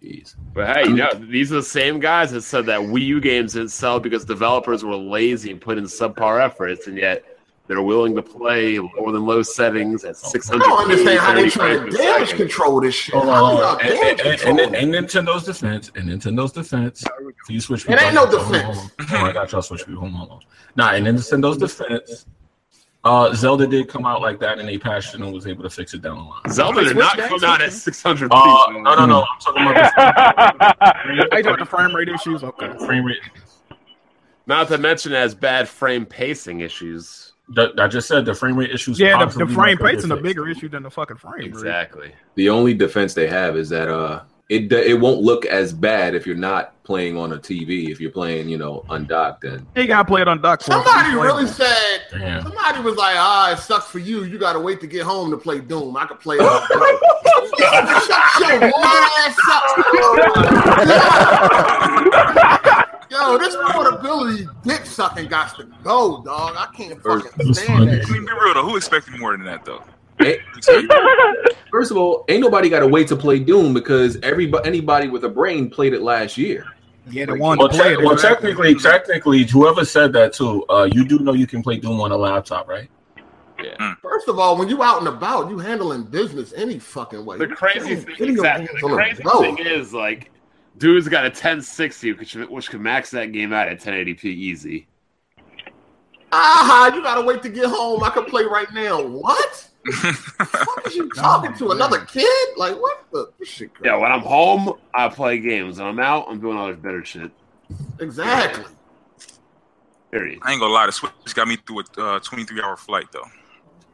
[SPEAKER 3] Jeez.
[SPEAKER 2] But hey, you know, these are the same guys that said that Wii U games didn't sell because developers were lazy and put in subpar efforts, and yet they're willing to play lower than low settings at 600.
[SPEAKER 5] I don't understand how they trying to damage control this shit.
[SPEAKER 1] Hold on,
[SPEAKER 5] How
[SPEAKER 1] hold
[SPEAKER 5] y'all
[SPEAKER 1] on. And,
[SPEAKER 5] damage
[SPEAKER 1] and, and,
[SPEAKER 5] control
[SPEAKER 1] and,
[SPEAKER 5] it?
[SPEAKER 1] and Nintendo's defense, in Nintendo's defense, so you switch.
[SPEAKER 5] It ain't no
[SPEAKER 1] people. Hold on,
[SPEAKER 5] defense.
[SPEAKER 1] hold on. Hold on, I got y'all switch people. Hold on, hold on. Nah, in Nintendo's defense, uh, Zelda did come out like that, and they patched it and was able to fix it down the line.
[SPEAKER 2] Zelda did not come out at 600.
[SPEAKER 1] Uh,
[SPEAKER 2] feet, man.
[SPEAKER 1] no, no, no. I'm talking about
[SPEAKER 4] I talking about the frame rate issues. Okay.
[SPEAKER 1] the frame rate.
[SPEAKER 2] Not to mention it has bad frame pacing issues.
[SPEAKER 1] The, I just said the frame rate issues.
[SPEAKER 4] Yeah, the, the
[SPEAKER 1] possibly
[SPEAKER 4] frame
[SPEAKER 1] might get
[SPEAKER 4] rate's a
[SPEAKER 1] fixed.
[SPEAKER 4] bigger issue than the fucking frame. rate.
[SPEAKER 2] Exactly.
[SPEAKER 3] The only defense they have is that uh, it it won't look as bad if you're not playing on a TV. If you're playing, you know, undocked, and
[SPEAKER 4] You gotta play it on Doc. for it.
[SPEAKER 5] Somebody
[SPEAKER 4] Play it.
[SPEAKER 5] really said
[SPEAKER 1] Damn.
[SPEAKER 5] Somebody was like, "Ah, it sucks for you. You gotta wait to get home to play Doom. I could play it." on Doom." Shut your lame ass up. Yo, this portability dick sucking got to go, dog. I can't fucking stand
[SPEAKER 8] I mean,
[SPEAKER 5] that.
[SPEAKER 8] be real though. Who expected more than that though?
[SPEAKER 3] Eh,
[SPEAKER 8] Expect-
[SPEAKER 3] first of all, ain't nobody got to wait to play Doom because everybody anybody with a brain played it last year.
[SPEAKER 4] Yeah, the one.
[SPEAKER 1] Well,
[SPEAKER 4] to play
[SPEAKER 1] te-
[SPEAKER 4] it,
[SPEAKER 1] well,
[SPEAKER 4] exactly.
[SPEAKER 1] technically, technically, whoever said that too, uh, you do know you can play Doom on a laptop, right?
[SPEAKER 4] Hmm.
[SPEAKER 5] First of all, when you out and about, you handling business any fucking way.
[SPEAKER 2] The crazy
[SPEAKER 5] Video
[SPEAKER 2] thing,
[SPEAKER 5] games
[SPEAKER 2] exactly. The
[SPEAKER 5] on the
[SPEAKER 2] crazy
[SPEAKER 5] road.
[SPEAKER 2] thing is, like, dude's got a 1060, which, which can max that game out at 1080p easy.
[SPEAKER 5] Ah, you gotta wait to get home. I could play right now. What? the fuck is you talking to another kid? Like what the this shit? Crazy.
[SPEAKER 2] Yeah, when I'm home, I play games. When I'm out, I'm doing all this better shit.
[SPEAKER 5] Exactly.
[SPEAKER 2] Period.
[SPEAKER 8] I ain't gonna lie. The Switch got me through a uh, 23 hour flight though.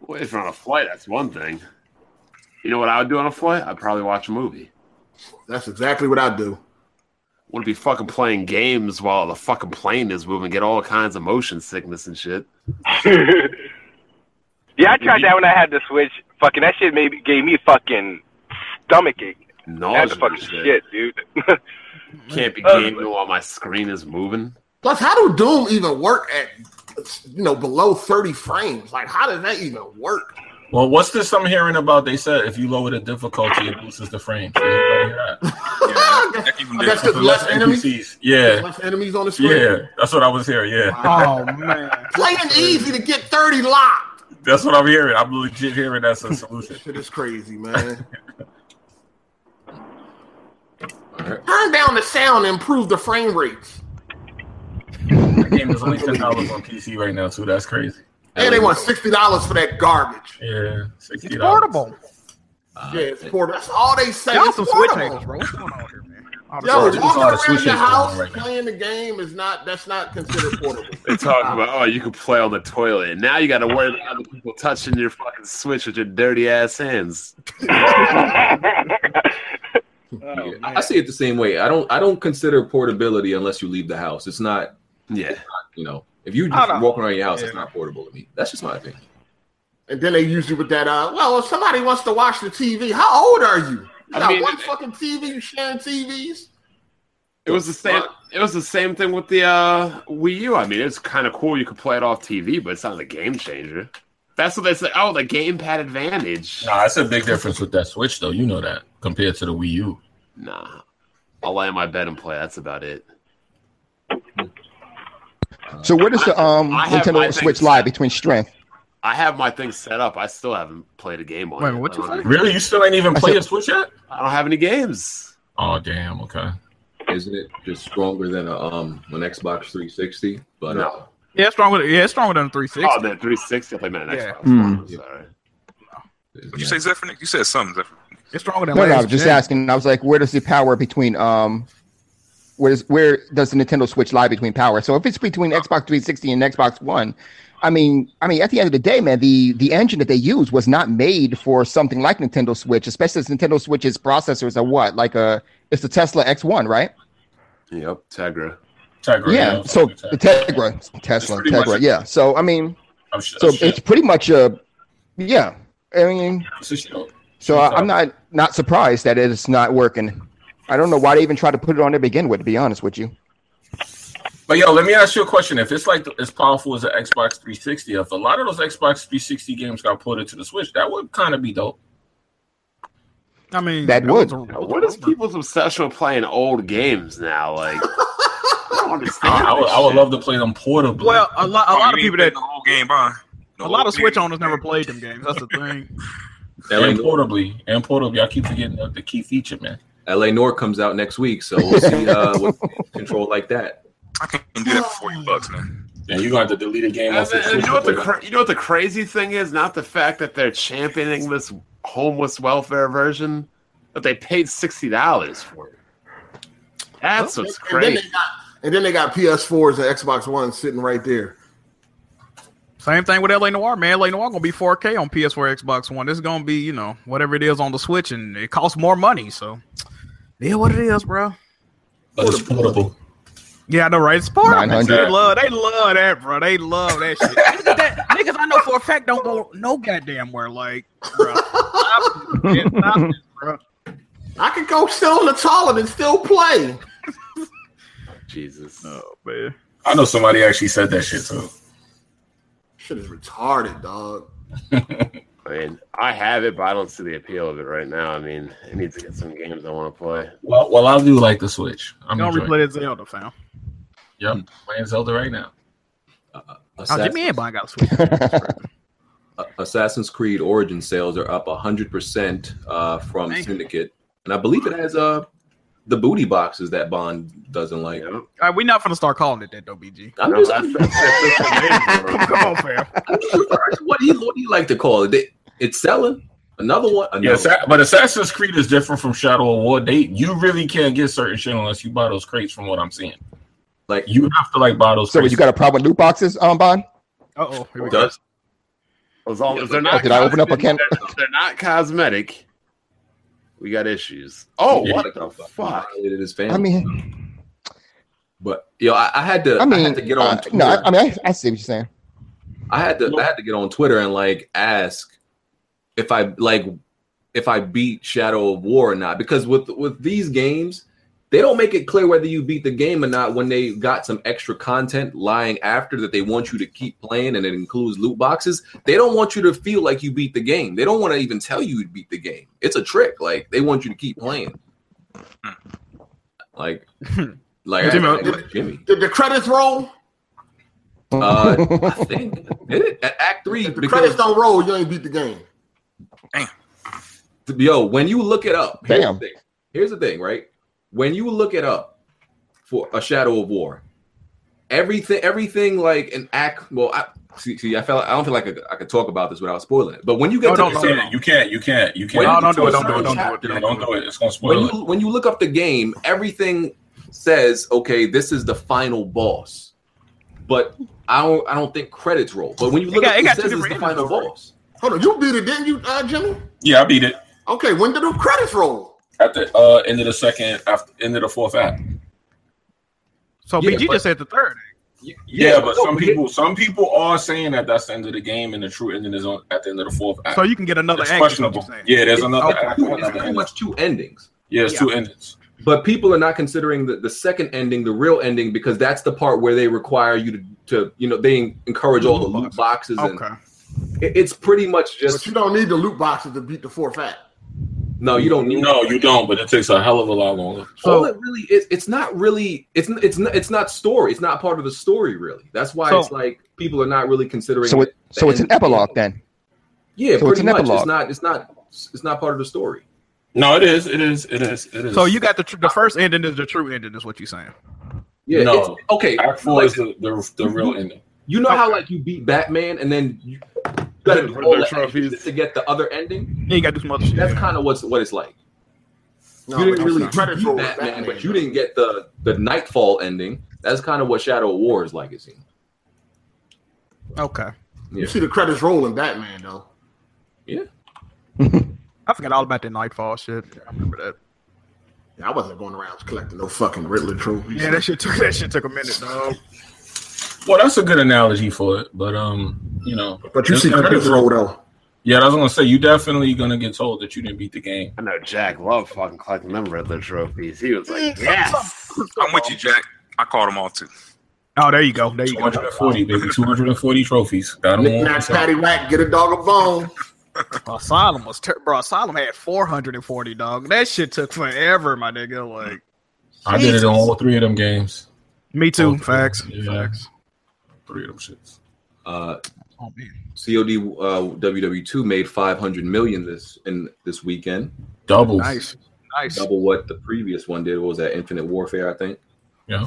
[SPEAKER 2] Well, if you're on a flight, that's one thing. You know what I would do on a flight? I'd probably watch a movie.
[SPEAKER 5] That's exactly what I do.
[SPEAKER 2] Wouldn't be fucking playing games while the fucking plane is moving, get all kinds of motion sickness and shit.
[SPEAKER 7] yeah, I tried that when I had the Switch. Fucking that shit made, gave me fucking stomach ache.
[SPEAKER 2] Nausea
[SPEAKER 7] That's
[SPEAKER 2] and
[SPEAKER 7] fucking
[SPEAKER 2] shit.
[SPEAKER 7] shit, dude.
[SPEAKER 2] Can't be
[SPEAKER 7] Uh,
[SPEAKER 2] gaming while my screen is moving.
[SPEAKER 5] Plus, how do Doom even work at you know below thirty frames? Like, how does that even work?
[SPEAKER 1] Well, what's this I'm hearing about? They said if you lower the difficulty, it boosts the frame. So everybody hear that.
[SPEAKER 8] Yeah, that came from
[SPEAKER 5] I guess
[SPEAKER 8] Disney.
[SPEAKER 5] because less enemies,
[SPEAKER 1] NPCs. Yeah,
[SPEAKER 5] less enemies on the screen.
[SPEAKER 1] yeah. That's what I was hearing. Yeah,
[SPEAKER 4] Oh man.
[SPEAKER 5] Playing easy to get thirty locked.
[SPEAKER 1] that's what I'm hearing. I'm legit hearing that's a solution.
[SPEAKER 5] This shit is crazy, man.
[SPEAKER 3] All right.
[SPEAKER 5] Turn down the sound and improve the frame rates.
[SPEAKER 1] That game is only ten dollars on PC right now too. That's crazy.
[SPEAKER 5] And they want sixty dollars for that garbage.
[SPEAKER 1] Yeah, sixty.
[SPEAKER 4] It's portable.
[SPEAKER 3] Uh,
[SPEAKER 5] Yeah, it's portable. That's all they say.
[SPEAKER 4] Y'all
[SPEAKER 5] It's
[SPEAKER 4] some Switch
[SPEAKER 5] portable.
[SPEAKER 4] haters, bro. What's going on here, man? All the
[SPEAKER 5] Yo,
[SPEAKER 1] Sorry,
[SPEAKER 5] walking
[SPEAKER 1] there's a lot of
[SPEAKER 5] around
[SPEAKER 1] Switch
[SPEAKER 5] your
[SPEAKER 1] haters going on
[SPEAKER 5] house
[SPEAKER 1] right now.
[SPEAKER 5] playing the game is not that's not considered portable.
[SPEAKER 2] They talk about, oh, you can play on the toilet. And now you got to worry about other people touching your fucking Switch with your dirty ass hands.
[SPEAKER 3] yeah. I see it the same way. I don't I don't consider portability unless you leave the house. It's not
[SPEAKER 2] Yeah.
[SPEAKER 3] You know, if you
[SPEAKER 4] I don't-
[SPEAKER 3] just walking around your house, that's
[SPEAKER 4] Yeah.
[SPEAKER 3] not portable to me. That's just my opinion.
[SPEAKER 5] And then they use you with that, uh, well, if somebody wants to watch the TV, how old are you? You
[SPEAKER 2] I
[SPEAKER 5] got
[SPEAKER 2] mean-
[SPEAKER 5] one fucking TV, you sharing TVs?
[SPEAKER 2] It was the same. It was the same thing with the uh, Wii U. I mean, it's kind of cool. You could play it off TV, but it's not a game changer. That's what they say. Oh, the gamepad advantage.
[SPEAKER 1] Nah, it's a big difference with that Switch though. You know that compared to the Wii U.
[SPEAKER 2] Nah, I'll lay in my bed and play. That's about it.
[SPEAKER 6] So where does the um
[SPEAKER 2] I have my
[SPEAKER 6] Nintendo
[SPEAKER 2] thing.
[SPEAKER 6] Switch lie between strength?
[SPEAKER 2] I have my thing set up. I still haven't played a game on
[SPEAKER 4] Wait,
[SPEAKER 2] it.
[SPEAKER 4] what
[SPEAKER 2] I
[SPEAKER 4] you
[SPEAKER 2] don't-
[SPEAKER 4] say?
[SPEAKER 1] Really, you still ain't even played a Switch yet?
[SPEAKER 2] I don't have any games.
[SPEAKER 1] Oh damn. Okay.
[SPEAKER 3] Isn't it just stronger than a, um an Xbox 360? But uh,
[SPEAKER 2] No.
[SPEAKER 4] Yeah, it's stronger. Yeah, it's stronger than three sixty.
[SPEAKER 2] Oh, man, 360. I played Man
[SPEAKER 4] Yeah.
[SPEAKER 2] Xbox.
[SPEAKER 6] Hmm.
[SPEAKER 2] Sorry.
[SPEAKER 8] Did you say Zephyrnic? You said something, Zephyr.
[SPEAKER 4] it's stronger than.
[SPEAKER 6] No, no, I
[SPEAKER 4] last
[SPEAKER 6] was just
[SPEAKER 4] gen.
[SPEAKER 6] asking. I was like, where does the power between um where is where does the Nintendo Switch lie between power? So if it's between Xbox 360 and Xbox One, I mean, I mean, at the end of the day, man, the the engine that they used was not made for something like Nintendo Switch, especially since Nintendo Switch's processors are what like a it's the Tesla X1, right?
[SPEAKER 2] Yep, Tegra.
[SPEAKER 1] Tegra.
[SPEAKER 6] yeah. So
[SPEAKER 1] Tegra.
[SPEAKER 6] the Tegra, Tesla,
[SPEAKER 1] pretty much Oh,
[SPEAKER 6] Tegra.
[SPEAKER 1] it.
[SPEAKER 6] Yeah. So I mean,
[SPEAKER 1] I'm sh-
[SPEAKER 6] so
[SPEAKER 1] I'm
[SPEAKER 6] it's pretty much a yeah. I mean,
[SPEAKER 1] sh-
[SPEAKER 6] so I, I'm not not surprised that it's not working. I don't know why they even tried to put it on to begin with. To be honest with you,
[SPEAKER 1] But yo, let me ask you a question. If it's like as powerful as an Xbox 360, if a lot of those Xbox 360 games got ported to the Switch, that would kind of be dope.
[SPEAKER 4] I mean,
[SPEAKER 6] That would.
[SPEAKER 4] was a- that was a
[SPEAKER 2] What is
[SPEAKER 4] rumor.
[SPEAKER 2] people's obsession with playing old games now? Like, I don't understand.
[SPEAKER 1] I, I would,
[SPEAKER 2] this
[SPEAKER 1] I would
[SPEAKER 2] shit.
[SPEAKER 1] love to play them portably.
[SPEAKER 4] Well, a lot, a
[SPEAKER 8] Oh,
[SPEAKER 4] lot
[SPEAKER 8] you
[SPEAKER 4] of
[SPEAKER 8] ain't
[SPEAKER 4] people
[SPEAKER 8] played
[SPEAKER 4] that
[SPEAKER 8] the whole game, huh?
[SPEAKER 4] a
[SPEAKER 8] The
[SPEAKER 4] lot
[SPEAKER 8] whole
[SPEAKER 4] of Switch
[SPEAKER 8] game.
[SPEAKER 4] owners never played them games. That's the thing.
[SPEAKER 3] LA,
[SPEAKER 1] and
[SPEAKER 3] Nor-
[SPEAKER 1] portably, and portably. I keep forgetting the, the key feature, man.
[SPEAKER 3] LA Nord comes out next week, so we'll see uh, what control like that.
[SPEAKER 8] I can do that for 40 bucks, man.
[SPEAKER 1] Yeah, you're gonna have to delete a game.
[SPEAKER 2] And,
[SPEAKER 1] off the
[SPEAKER 2] and
[SPEAKER 1] Switch
[SPEAKER 2] you know what the
[SPEAKER 1] to play
[SPEAKER 2] cra- you know what the crazy thing is? Not the fact that they're championing this homeless welfare version, but they paid sixty dollars for it. That's what's
[SPEAKER 5] and, then
[SPEAKER 2] crazy.
[SPEAKER 5] they got, and then they got PS4s and Xbox One sitting right there.
[SPEAKER 4] Same thing with LA Noir, man. LA Noir gonna be 4K on PS4, Xbox One. This is gonna be, you know, whatever it is on the Switch, and it costs more money. So, yeah, what it is, bro.
[SPEAKER 1] But it's portable.
[SPEAKER 4] Yeah, I know, right? It's portable.
[SPEAKER 6] 900.
[SPEAKER 4] They love, they love that, bro. They love that shit. niggas, that, niggas I know for a fact don't go no goddamn where, like, bro. Stop it, stop it, bro.
[SPEAKER 5] I could go sit on the toilet and still play.
[SPEAKER 2] Jesus.
[SPEAKER 4] Oh, man.
[SPEAKER 1] I know somebody actually said that shit too.
[SPEAKER 5] Shit is retarded, dog.
[SPEAKER 2] I mean, I have it, but I don't see the appeal of it right now. I mean, I need to get some games I want to play.
[SPEAKER 1] Well, well, I do like the Switch. I'm
[SPEAKER 4] Don't
[SPEAKER 1] enjoying.
[SPEAKER 4] replay that Zelda, fam.
[SPEAKER 1] it. Yep, playing Zelda right now.
[SPEAKER 2] Uh,
[SPEAKER 4] Oh,
[SPEAKER 3] Assassin's,
[SPEAKER 4] Jimmy and Bond got a Switch.
[SPEAKER 3] uh, Assassin's Creed Origin sales are up 100% uh, from
[SPEAKER 4] Dang.
[SPEAKER 3] Syndicate. And I believe it has uh, the booty boxes that Bond doesn't like.
[SPEAKER 2] You know?
[SPEAKER 4] All right, we not finna start calling it that, though, BG.
[SPEAKER 3] I'm
[SPEAKER 2] No,
[SPEAKER 3] just,
[SPEAKER 2] that's- that's- that's just amazing, bro.
[SPEAKER 4] Come on, fam.
[SPEAKER 3] what, do you, what do you like to call it? They- It's selling. Another one. Another
[SPEAKER 1] Yes, but Assassin's Creed is different from Shadow of War. They you really can't get certain shit unless you buy those crates. From what I'm seeing,
[SPEAKER 3] Like
[SPEAKER 1] you have to like buy those.
[SPEAKER 6] so
[SPEAKER 1] crates.
[SPEAKER 6] you got a problem with loot boxes, um, Bond?
[SPEAKER 4] Uh oh, here we go.
[SPEAKER 3] does
[SPEAKER 2] As long as they're not
[SPEAKER 6] Did I open up a can?
[SPEAKER 2] if they're not cosmetic, we got issues. Oh, what the fuck?
[SPEAKER 3] violated his family.
[SPEAKER 6] I mean,
[SPEAKER 3] but yo, I, I had to.
[SPEAKER 6] I
[SPEAKER 3] I
[SPEAKER 6] mean,
[SPEAKER 3] had to get on.
[SPEAKER 6] uh,
[SPEAKER 3] Twitter.
[SPEAKER 6] no, I, I mean, I, I see what you're saying.
[SPEAKER 3] I had to. I had to get on Twitter and like ask if I like if I beat Shadow of War or not because with with these games. They don't make it clear whether you beat the game or not when they got some extra content lying after that they want you to keep playing and it includes loot boxes. They don't want you to feel like you beat the game. They don't want to even tell you you beat the game. It's a trick. Like they want you to keep playing.
[SPEAKER 5] Hmm.
[SPEAKER 3] Like, like,
[SPEAKER 4] Jimmy,
[SPEAKER 3] I- like Jimmy.
[SPEAKER 5] Did the credits roll?
[SPEAKER 3] Uh, I think did it at Act Three
[SPEAKER 5] If the credits
[SPEAKER 3] because
[SPEAKER 5] don't roll, you ain't beat the game.
[SPEAKER 3] yo, when you look it up, here's
[SPEAKER 6] Damn.
[SPEAKER 3] the thing. Here's the thing, right? When you look it up for a Shadow of War, everything, everything like an act. Well, I see. see I felt I don't feel like I, could- I could talk about this without spoiling it. But when you get
[SPEAKER 4] No,
[SPEAKER 3] to
[SPEAKER 4] don't,
[SPEAKER 3] the-
[SPEAKER 4] don't,
[SPEAKER 1] Yeah, you can't. You can't. You can't.
[SPEAKER 3] No,
[SPEAKER 4] don't do it, don't do it,
[SPEAKER 1] Don't
[SPEAKER 4] don't do it, don't do
[SPEAKER 1] do it. It's gonna
[SPEAKER 3] when
[SPEAKER 1] spoil it.
[SPEAKER 3] you when you look up the game, everything says, okay, this is the final boss. But I don't I don't think credits roll. But when you
[SPEAKER 4] It
[SPEAKER 3] look
[SPEAKER 4] got-
[SPEAKER 3] up,
[SPEAKER 4] it
[SPEAKER 3] it,
[SPEAKER 4] got two
[SPEAKER 3] says it's the
[SPEAKER 4] different
[SPEAKER 3] final
[SPEAKER 4] endings, right?
[SPEAKER 3] boss.
[SPEAKER 5] Hold on, you beat it, didn't you, uh, Jimmy?
[SPEAKER 1] Yeah, I beat it
[SPEAKER 5] Okay, when did the credits roll?
[SPEAKER 1] at the uh, end of the second, after end of the fourth act.
[SPEAKER 4] So
[SPEAKER 3] Yeah,
[SPEAKER 4] BG
[SPEAKER 3] but-
[SPEAKER 4] just said the third.
[SPEAKER 1] Yeah, but some people, some people are saying that that's the end of the game, and the true ending is on, at the end of the fourth act.
[SPEAKER 4] So you can get another
[SPEAKER 1] it's
[SPEAKER 4] act, is what you're
[SPEAKER 1] questionable.
[SPEAKER 4] saying.
[SPEAKER 1] Yeah, there's another
[SPEAKER 4] okay.
[SPEAKER 1] act.
[SPEAKER 3] It's
[SPEAKER 1] Another
[SPEAKER 3] pretty
[SPEAKER 1] ending.
[SPEAKER 3] much two endings.
[SPEAKER 1] Yeah, it's
[SPEAKER 4] Yeah.
[SPEAKER 1] two endings.
[SPEAKER 3] But people are not considering the, the second ending, the real ending, because that's the part where they require you to, to you know, they encourage all the loot boxes. And
[SPEAKER 4] Okay.
[SPEAKER 3] it- it's pretty much
[SPEAKER 5] But
[SPEAKER 3] just,
[SPEAKER 5] you don't need the loot boxes to beat the fourth act.
[SPEAKER 3] no, you don't need
[SPEAKER 1] No, you don't. But it takes a hell of a lot longer.
[SPEAKER 3] all
[SPEAKER 4] So
[SPEAKER 3] it really is it's not really it's n- it's not, it's not story it's not part of the story really that's why
[SPEAKER 4] So-
[SPEAKER 3] it's like people are not really considering
[SPEAKER 6] So it,
[SPEAKER 3] it the
[SPEAKER 6] so it's
[SPEAKER 3] end
[SPEAKER 6] an
[SPEAKER 3] of the game.
[SPEAKER 6] epilogue then.
[SPEAKER 3] yeah
[SPEAKER 6] so
[SPEAKER 3] pretty
[SPEAKER 6] it's an
[SPEAKER 3] much it's
[SPEAKER 6] epilogue.
[SPEAKER 3] not it's not it's not part of the story
[SPEAKER 1] No, it is. It is. It is. It is.
[SPEAKER 4] so you got the tr- the first ending is the true ending is what you're saying.
[SPEAKER 3] yeah
[SPEAKER 1] No.
[SPEAKER 3] it's- okay
[SPEAKER 1] act four
[SPEAKER 3] like,
[SPEAKER 1] is the, the the real ending.
[SPEAKER 3] you know how like you beat batman and then you gotta do
[SPEAKER 2] For
[SPEAKER 3] all
[SPEAKER 2] their
[SPEAKER 3] the
[SPEAKER 2] trophies.
[SPEAKER 3] trophies to get the other ending
[SPEAKER 4] You ain't got this mother shit.
[SPEAKER 3] that's kind of what's what it's like
[SPEAKER 5] No,
[SPEAKER 3] you didn't
[SPEAKER 5] but
[SPEAKER 3] really
[SPEAKER 5] the credits
[SPEAKER 3] beat
[SPEAKER 5] roll
[SPEAKER 3] batman,
[SPEAKER 5] Batman,
[SPEAKER 3] but you didn't get the the nightfall ending that's kind of what shadow of war is like it seems
[SPEAKER 4] Okay.
[SPEAKER 5] You see the credits roll in Batman though.
[SPEAKER 4] I forgot all about the Nightfall shit. I remember that.
[SPEAKER 5] Yeah, I wasn't going around collecting no fucking Riddler trophies.
[SPEAKER 4] Yeah, that shit took that shit took a minute, dog.
[SPEAKER 1] Well, that's a good analogy for it, but um, you know,
[SPEAKER 5] but you see credits roll though.
[SPEAKER 1] Yeah, that's what I was gonna say. You definitely gonna get told that you didn't beat the game.
[SPEAKER 2] I know Jack loved fucking collecting them Riddler trophies. He was like, yes.
[SPEAKER 8] I'm with you, Jack. I called them all too.
[SPEAKER 4] Oh, there you go. There you
[SPEAKER 1] Two
[SPEAKER 4] go.
[SPEAKER 1] hundred and forty, baby. Two hundred and forty trophies. Got them all.
[SPEAKER 5] Knick-knack, patty whack, get a dog a bone.
[SPEAKER 4] Asylum was ter- bro. Asylum had 440 dog. That shit took forever, my nigga. Like
[SPEAKER 1] I did it in all three of them games.
[SPEAKER 4] me too.
[SPEAKER 1] Okay.
[SPEAKER 4] Facts.
[SPEAKER 1] Yeah.
[SPEAKER 4] Facts.
[SPEAKER 1] Three of them shits.
[SPEAKER 3] uh
[SPEAKER 4] Oh man.
[SPEAKER 3] COD uh, WW2 made 500 million this in this weekend,
[SPEAKER 1] Doubles.
[SPEAKER 4] Nice. Nice.
[SPEAKER 3] double what the previous one did. What was that? Infinite Warfare, I think.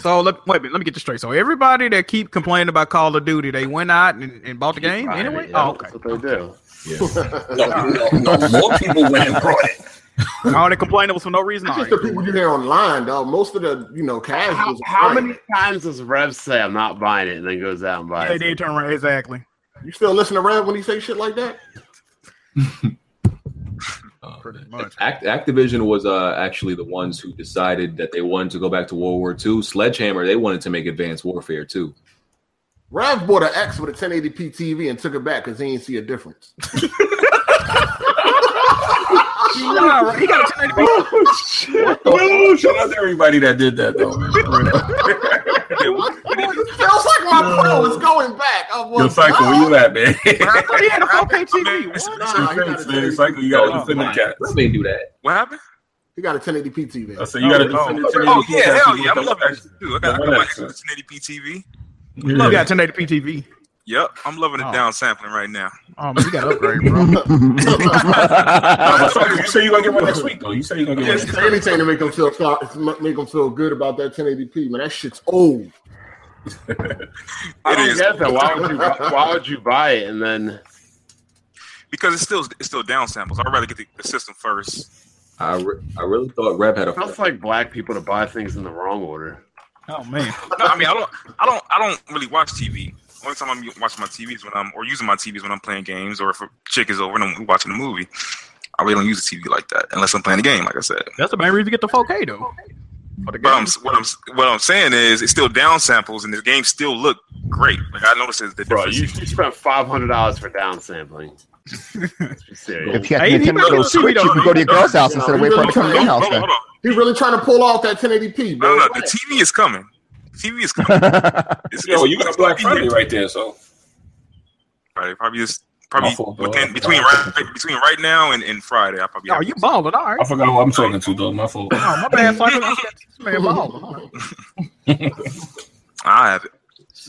[SPEAKER 4] So let wait a minute, let me get this straight. So everybody that keep complaining about Call of Duty, they went out and, and bought the game
[SPEAKER 2] Right,
[SPEAKER 4] anyway.
[SPEAKER 2] yeah,
[SPEAKER 4] Oh, okay.
[SPEAKER 2] That's what they do.
[SPEAKER 1] No, no, no, more people went and brought it.
[SPEAKER 4] All they complaining was for no reason. All
[SPEAKER 5] Just
[SPEAKER 4] right.
[SPEAKER 5] the people you hear online, dog. Most of the you know
[SPEAKER 2] How,
[SPEAKER 5] casuals.
[SPEAKER 2] how
[SPEAKER 5] are playing
[SPEAKER 2] many
[SPEAKER 5] it.
[SPEAKER 2] times does Rev say I'm not buying it and then goes out and buys
[SPEAKER 4] They
[SPEAKER 2] it?
[SPEAKER 4] did turn around exactly.
[SPEAKER 5] You still listen to Rev when he say shit like that?
[SPEAKER 3] Uh,
[SPEAKER 4] Pretty much.
[SPEAKER 3] Act- Activision was uh, actually the ones who decided that they wanted to go back to World War II. Sledgehammer, they wanted to make Advanced Warfare too.
[SPEAKER 5] Rev bought an X with a 1080p TV and took it back because he didn't see a difference.
[SPEAKER 4] Nah, right. He got a 1080p. Oh,
[SPEAKER 1] Woo! Shout out to everybody that did that though. man.
[SPEAKER 5] It feels like my pro is going back. I was,
[SPEAKER 1] Uh, Yo, Psycho, where you at, man?
[SPEAKER 4] I thought he had a 4K
[SPEAKER 8] Man,
[SPEAKER 4] TV.
[SPEAKER 8] it's-
[SPEAKER 4] What?
[SPEAKER 8] it's-
[SPEAKER 5] Nah,
[SPEAKER 1] Defense,
[SPEAKER 5] he gotta
[SPEAKER 1] man.
[SPEAKER 5] say-
[SPEAKER 1] Psycho, you gotta defend them
[SPEAKER 3] Let
[SPEAKER 1] cats.
[SPEAKER 3] me do that.
[SPEAKER 8] What happened?
[SPEAKER 5] He got a 1080p TV.
[SPEAKER 1] I said Oh, you gotta defend the
[SPEAKER 8] Oh
[SPEAKER 1] 1080p
[SPEAKER 8] yeah,
[SPEAKER 1] cats
[SPEAKER 8] hell
[SPEAKER 1] with
[SPEAKER 8] yeah. I'm
[SPEAKER 1] those
[SPEAKER 8] loving
[SPEAKER 1] extras.
[SPEAKER 8] this too. I got, I got my extra 1080p TV.
[SPEAKER 4] You
[SPEAKER 1] Yeah.
[SPEAKER 4] got 1080p TV.
[SPEAKER 8] Yep, I'm loving the
[SPEAKER 4] Oh.
[SPEAKER 8] down sampling right now.
[SPEAKER 4] Oh man, you got to upgrade, bro.
[SPEAKER 1] Nah, Psycho, You say you're gonna get one next week though. You say you're gonna get one.
[SPEAKER 5] Yes,
[SPEAKER 1] next
[SPEAKER 5] say anything to make him feel sorry, make him feel good about that 1080p, man. That shit's old.
[SPEAKER 2] I
[SPEAKER 8] It
[SPEAKER 2] don't
[SPEAKER 8] is
[SPEAKER 2] get that. Why would, you, why would you buy it and then
[SPEAKER 8] because it's still it's still down samples. I'd rather get the, the system first.
[SPEAKER 3] I, re- I really thought Rev had a.
[SPEAKER 2] That's like black people to buy things in the wrong order.
[SPEAKER 4] Oh man.
[SPEAKER 8] No, I mean I don't I don't I don't really watch TV. Only time I'm watching my TV is when I'm or using my TV is when I'm playing games or if a chick is over and I'm watching a movie. I really don't use the TV like that unless I'm playing a game, like I said.
[SPEAKER 4] That's the main reason to get the 4K though. For the
[SPEAKER 8] But I'm,
[SPEAKER 4] game.
[SPEAKER 8] what I'm what I'm saying is it's still down samples and the game still look great. Like I noticed the
[SPEAKER 2] Bro,
[SPEAKER 8] difference.
[SPEAKER 2] you, you spent five hundred dollars for downsampling. Let's be serious.
[SPEAKER 6] If you had
[SPEAKER 4] Hey,
[SPEAKER 6] a
[SPEAKER 4] he
[SPEAKER 6] Nintendo
[SPEAKER 4] better-
[SPEAKER 6] Switch, you could go to your girl's house instead of waiting for her to come to your
[SPEAKER 8] hold on,
[SPEAKER 6] house.
[SPEAKER 8] hold on,
[SPEAKER 6] man.
[SPEAKER 8] hold on.
[SPEAKER 5] He really trying to pull off that 1080p,
[SPEAKER 8] No,
[SPEAKER 5] bro.
[SPEAKER 8] no, no, the TV is coming. TV is coming. It's-
[SPEAKER 1] Yo,
[SPEAKER 8] it's-
[SPEAKER 1] you got
[SPEAKER 8] it's
[SPEAKER 1] Black
[SPEAKER 8] gonna be
[SPEAKER 1] Friday
[SPEAKER 8] here
[SPEAKER 1] right there, so
[SPEAKER 8] Friday. Probably just
[SPEAKER 1] My
[SPEAKER 8] probably
[SPEAKER 1] fault, bro.
[SPEAKER 8] within, between right between right now and, and Friday. I probably
[SPEAKER 4] Oh, you balling? All right.
[SPEAKER 1] I forgot who I'm talking to though. My fault.
[SPEAKER 4] Oh, my bad. Cycle. This man balling. All right.
[SPEAKER 8] I have it.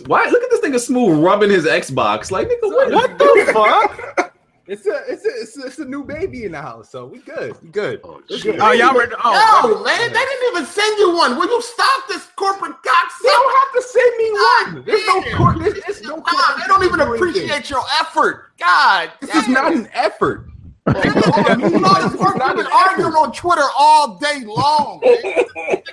[SPEAKER 3] Why? Look at this nigga smooth rubbing his Xbox. Like nigga, what, what the fuck?
[SPEAKER 9] It's a, it's a it's a it's a new baby in the house, so we good. We good.
[SPEAKER 2] Oh,
[SPEAKER 9] We're
[SPEAKER 2] shit.
[SPEAKER 9] good.
[SPEAKER 4] Oh, y'all ready? Oh,
[SPEAKER 5] No, man, they didn't even send you one. Will you stop this corporate
[SPEAKER 9] They
[SPEAKER 5] cocksucker?
[SPEAKER 9] don't have to send me
[SPEAKER 5] God
[SPEAKER 9] one. There's no
[SPEAKER 5] damn.
[SPEAKER 9] court. There's, there's no
[SPEAKER 5] God,
[SPEAKER 9] corporate
[SPEAKER 5] they don't even
[SPEAKER 9] doing anything.
[SPEAKER 5] appreciate your effort. God,
[SPEAKER 9] This is not an effort.
[SPEAKER 5] damn. You know, this corporate been arguing on Twitter all day long. man.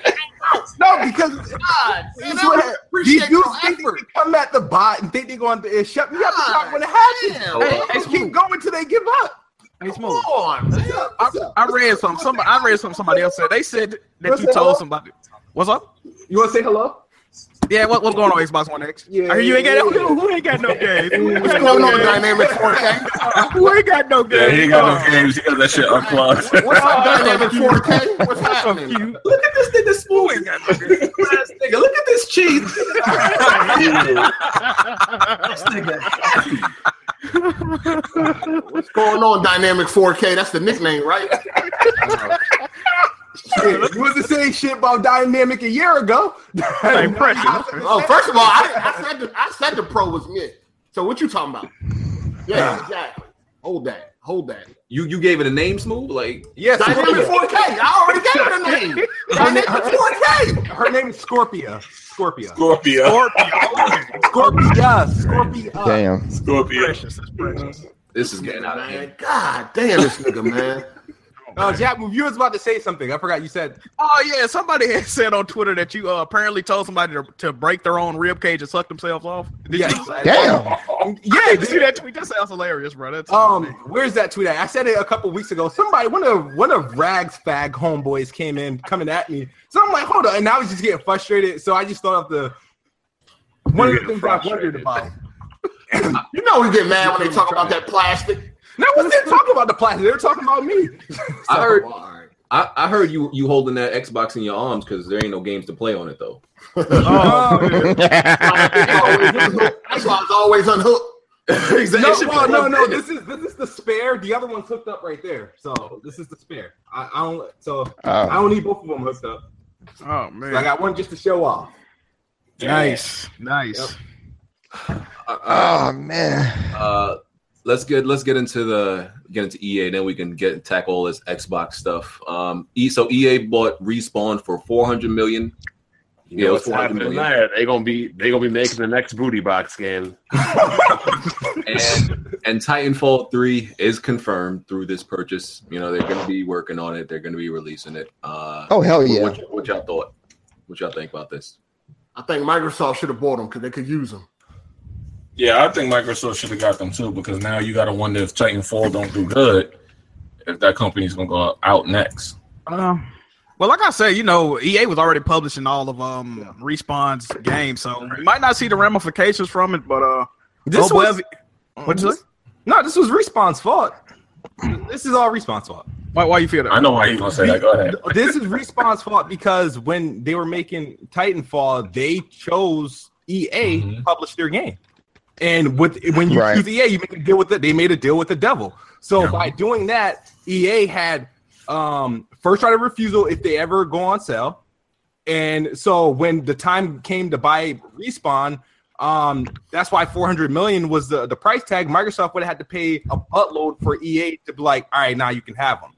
[SPEAKER 9] No, because
[SPEAKER 5] God,
[SPEAKER 9] This
[SPEAKER 5] man,
[SPEAKER 9] is
[SPEAKER 5] they
[SPEAKER 9] what-
[SPEAKER 5] don't appreciate
[SPEAKER 9] these
[SPEAKER 5] your
[SPEAKER 9] dudes think they
[SPEAKER 5] effort.
[SPEAKER 9] can come at the bot and think they're going to and shut me up. It's not going to happen.
[SPEAKER 5] Damn,
[SPEAKER 9] They-
[SPEAKER 5] man.
[SPEAKER 9] They keep going till they give up.
[SPEAKER 4] hey,
[SPEAKER 5] Come
[SPEAKER 4] smooth.
[SPEAKER 5] on, man.
[SPEAKER 9] What's up?
[SPEAKER 4] I,
[SPEAKER 9] What's up?
[SPEAKER 4] I read some. Somebody, I read something. Somebody else said they said that you told somebody. What's up?
[SPEAKER 9] You want to say hello?
[SPEAKER 4] Yeah, what, what's going on Xbox One X?
[SPEAKER 9] Yeah,
[SPEAKER 4] I hear you ain't got
[SPEAKER 9] yeah, yeah.
[SPEAKER 4] who, who ain't got no games. What's
[SPEAKER 5] What's
[SPEAKER 4] going on,
[SPEAKER 5] Dynamic 4K?
[SPEAKER 4] Who
[SPEAKER 9] Oh,
[SPEAKER 4] ain't got no
[SPEAKER 1] Yeah,
[SPEAKER 4] games?
[SPEAKER 1] he ain't got no games. He got that shit unplugged.
[SPEAKER 5] What's up, Dynamic 4K? What's happening?
[SPEAKER 3] Look at this nigga smooth. Ass nigga, Look at this cheese. This nigga.
[SPEAKER 5] What's going on, Dynamic 4K? That's the nickname, right?
[SPEAKER 9] Shit, you wasn't saying shit about dynamic a year ago.
[SPEAKER 5] Oh, first of all, I, I said the, I said the pro was mid. So what you talking about? Ah. Yeah, exactly. Hold that. Hold that.
[SPEAKER 3] You you gave it a name, smooth. Like
[SPEAKER 9] yes,
[SPEAKER 5] Dynamic
[SPEAKER 9] Scorpia.
[SPEAKER 5] 4K. I already gave it a name. Dynamic 4K.
[SPEAKER 9] her name is Scorpia. Scorpia.
[SPEAKER 1] Scorpio.
[SPEAKER 9] Scorpia. Scorpia.
[SPEAKER 6] Damn.
[SPEAKER 1] Scorpio.
[SPEAKER 4] Precious, that's precious.
[SPEAKER 3] this is getting out of hand.
[SPEAKER 5] Man, God damn this nigga, man.
[SPEAKER 9] Oh, Jack, you was about to say something. I forgot you said.
[SPEAKER 4] Oh yeah, somebody had said on Twitter that you uh, apparently told somebody to, to break their own rib cage and suck themselves off. Did
[SPEAKER 9] Yes.
[SPEAKER 4] you?
[SPEAKER 6] Damn.
[SPEAKER 4] Yeah, did you see that tweet? That sounds hilarious, bro. That's
[SPEAKER 9] Um, where's that tweet at? I said it a couple weeks ago. Somebody, one of one of Rags fag homeboys came in coming at me. So I'm like, hold on, and I was just getting frustrated. So I just thought of the one of the
[SPEAKER 8] You're
[SPEAKER 9] things I wondered
[SPEAKER 8] frustrated.
[SPEAKER 9] about.
[SPEAKER 5] You know we get mad when they talk about that plastic.
[SPEAKER 9] No, was they talking about the plastic? They were talking about me.
[SPEAKER 3] I heard
[SPEAKER 5] Oh, all right.
[SPEAKER 3] I, I heard you you holding that Xbox in your arms because there ain't no games to play on it though.
[SPEAKER 9] Oh,
[SPEAKER 8] Oh,
[SPEAKER 5] That's why I was always unhooked.
[SPEAKER 9] no,
[SPEAKER 3] Exactly.
[SPEAKER 9] well, no, no. This is this is the spare. The other one's hooked up right there. So this is the spare. I, I don't. So I
[SPEAKER 6] Oh.
[SPEAKER 9] don't need both of them hooked up.
[SPEAKER 4] oh
[SPEAKER 9] I
[SPEAKER 4] man,
[SPEAKER 9] got one just to show off.
[SPEAKER 4] nice, nice.
[SPEAKER 9] Yep.
[SPEAKER 6] oh man.
[SPEAKER 3] Uh, let's get let's get into the get into EA, then we can get tackle all this Xbox stuff. Um, e, so EA bought Respawn for four hundred million.
[SPEAKER 2] You know
[SPEAKER 3] Yeah,
[SPEAKER 2] what's
[SPEAKER 3] it's 400
[SPEAKER 2] happening
[SPEAKER 3] million.
[SPEAKER 2] there? They gonna be they gonna be making the next booty box game.
[SPEAKER 3] and and Titanfall three is confirmed through this purchase. You know they're going to be working on it. They're going to be releasing it. Uh,
[SPEAKER 6] Oh hell yeah.
[SPEAKER 3] what, what y'all thought? What y'all think about this?
[SPEAKER 5] I think Microsoft should have bought them because they could use them.
[SPEAKER 1] Yeah, I think Microsoft should have got them too because now you got to wonder if Titanfall don't do good, if that company's gonna go out next.
[SPEAKER 4] Uh, well, like I said, you know, EA was already publishing all of um Respawn's games, so we might not see the ramifications from it. But uh,
[SPEAKER 9] This
[SPEAKER 4] oh,
[SPEAKER 9] was Mm-hmm.
[SPEAKER 4] well, what'd you say?
[SPEAKER 9] no. This was response fault. This is all response fault.
[SPEAKER 4] Why, why you feel that?
[SPEAKER 1] I know why you gonna say that. Go ahead.
[SPEAKER 9] this is respawn's fault because when they were making Titanfall, they chose EA to
[SPEAKER 1] Mhm.
[SPEAKER 9] publish their game. And with when you
[SPEAKER 6] Right.
[SPEAKER 9] choose EA, you make a deal with it. They made a deal with the devil. So by doing that, EA had um, first right of refusal if they ever go on sale. And so when the time came to buy respawn, um, that's why 400 million was the, the price tag. Microsoft would have had to pay a buttload for EA to be like, all right, now you can have them.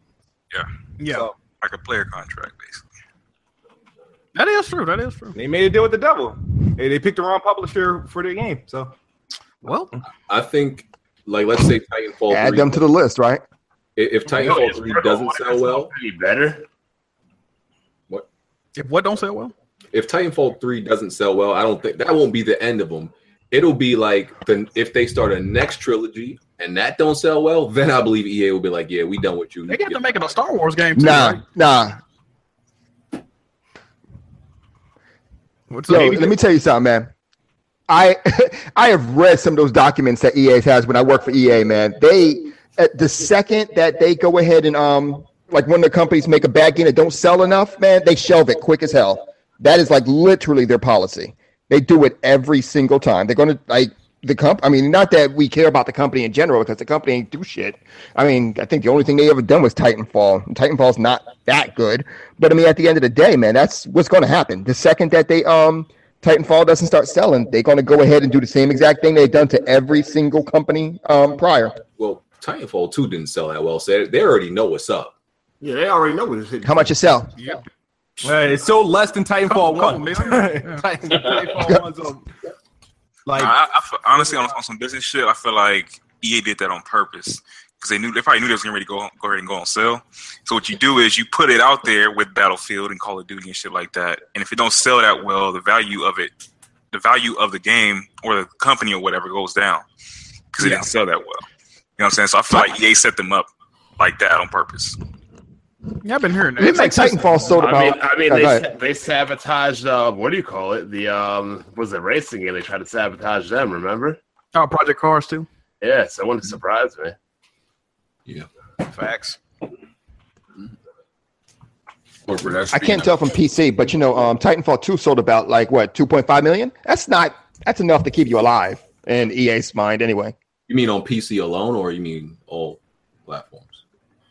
[SPEAKER 4] Yeah,
[SPEAKER 9] So
[SPEAKER 8] Like a player contract, basically.
[SPEAKER 4] that is true. That is true.
[SPEAKER 9] They made a deal with the devil. They, they picked the wrong publisher for their game. So
[SPEAKER 4] Well,
[SPEAKER 3] I think like let's say Titanfall
[SPEAKER 6] Add
[SPEAKER 3] three.
[SPEAKER 6] them to the list, right?
[SPEAKER 3] i- if Titanfall three doesn't sell well,
[SPEAKER 2] Any better?
[SPEAKER 4] if what don't sell well,
[SPEAKER 3] if Titanfall three doesn't sell well, I don't think that won't be the end of them. It'll be like the, if they start a next trilogy and that don't sell well, then I believe EA will be like, yeah, we done with you.
[SPEAKER 4] they got to make it a Star Wars game too.
[SPEAKER 6] Nah,
[SPEAKER 4] right?
[SPEAKER 6] nah.
[SPEAKER 4] What's
[SPEAKER 6] Yo,
[SPEAKER 4] up?
[SPEAKER 6] let me tell you something, man. I I have read some of those documents that EA has when I work for EA, man. They at the second that they go ahead and um like one of the companies make a bad game that don't sell enough, man, they shelve it quick as hell. That is like literally their policy. They do it every single time. They're gonna like the comp. I mean, not that we care about the company in general because the company ain't do shit. I mean, I think the only thing they ever done was Titanfall. And Titanfall's not that good, but I mean, at the end of the day, man, that's what's going to happen. The second that they um Titanfall doesn't start selling, they're going to go ahead and do the same exact thing they've done to every single company um prior.
[SPEAKER 3] Well, Titanfall two didn't sell that well, so they already know what's up.
[SPEAKER 5] Yeah, they already know what it's hitting.
[SPEAKER 6] How much you sell?
[SPEAKER 9] Hey, it's so less than
[SPEAKER 4] Couple-
[SPEAKER 9] Titanfall
[SPEAKER 4] couple
[SPEAKER 9] One.
[SPEAKER 4] million.
[SPEAKER 9] Titan- Titanfall One's a- like
[SPEAKER 8] I, I- I feel- honestly, on, on some business shit, I feel like EA did that on purpose because they knew they probably knew they was getting ready to go go ahead and go on sale. So what you do is you put it out there with Battlefield and Call of Duty and shit like that, and if it don't sell that well, the value of it, the value of the game or the company or whatever goes down because E it didn't sell that well. You know what I'm saying? So I feel like EA set them up like that on purpose.
[SPEAKER 4] Yeah, I've been hearing
[SPEAKER 6] It looks
[SPEAKER 4] that.
[SPEAKER 6] like Titanfall sold
[SPEAKER 2] I mean,
[SPEAKER 6] about.
[SPEAKER 2] I mean,
[SPEAKER 6] Oh,
[SPEAKER 2] they,
[SPEAKER 6] go
[SPEAKER 2] sa- they sabotaged. Uh, what do you call it? The um, was it racing game? They tried to sabotage them. Remember?
[SPEAKER 4] Oh, Project Cars too.
[SPEAKER 2] Yeah, so it wouldn't surprise me.
[SPEAKER 4] Facts.
[SPEAKER 1] Corporate
[SPEAKER 6] I
[SPEAKER 1] XP
[SPEAKER 6] can't tell from PC, but you know, um, Titanfall 2 sold about like what 2.5 million. That's not. That's enough to keep you alive in EA's mind, anyway.
[SPEAKER 3] You mean on PC alone, or you mean all platforms?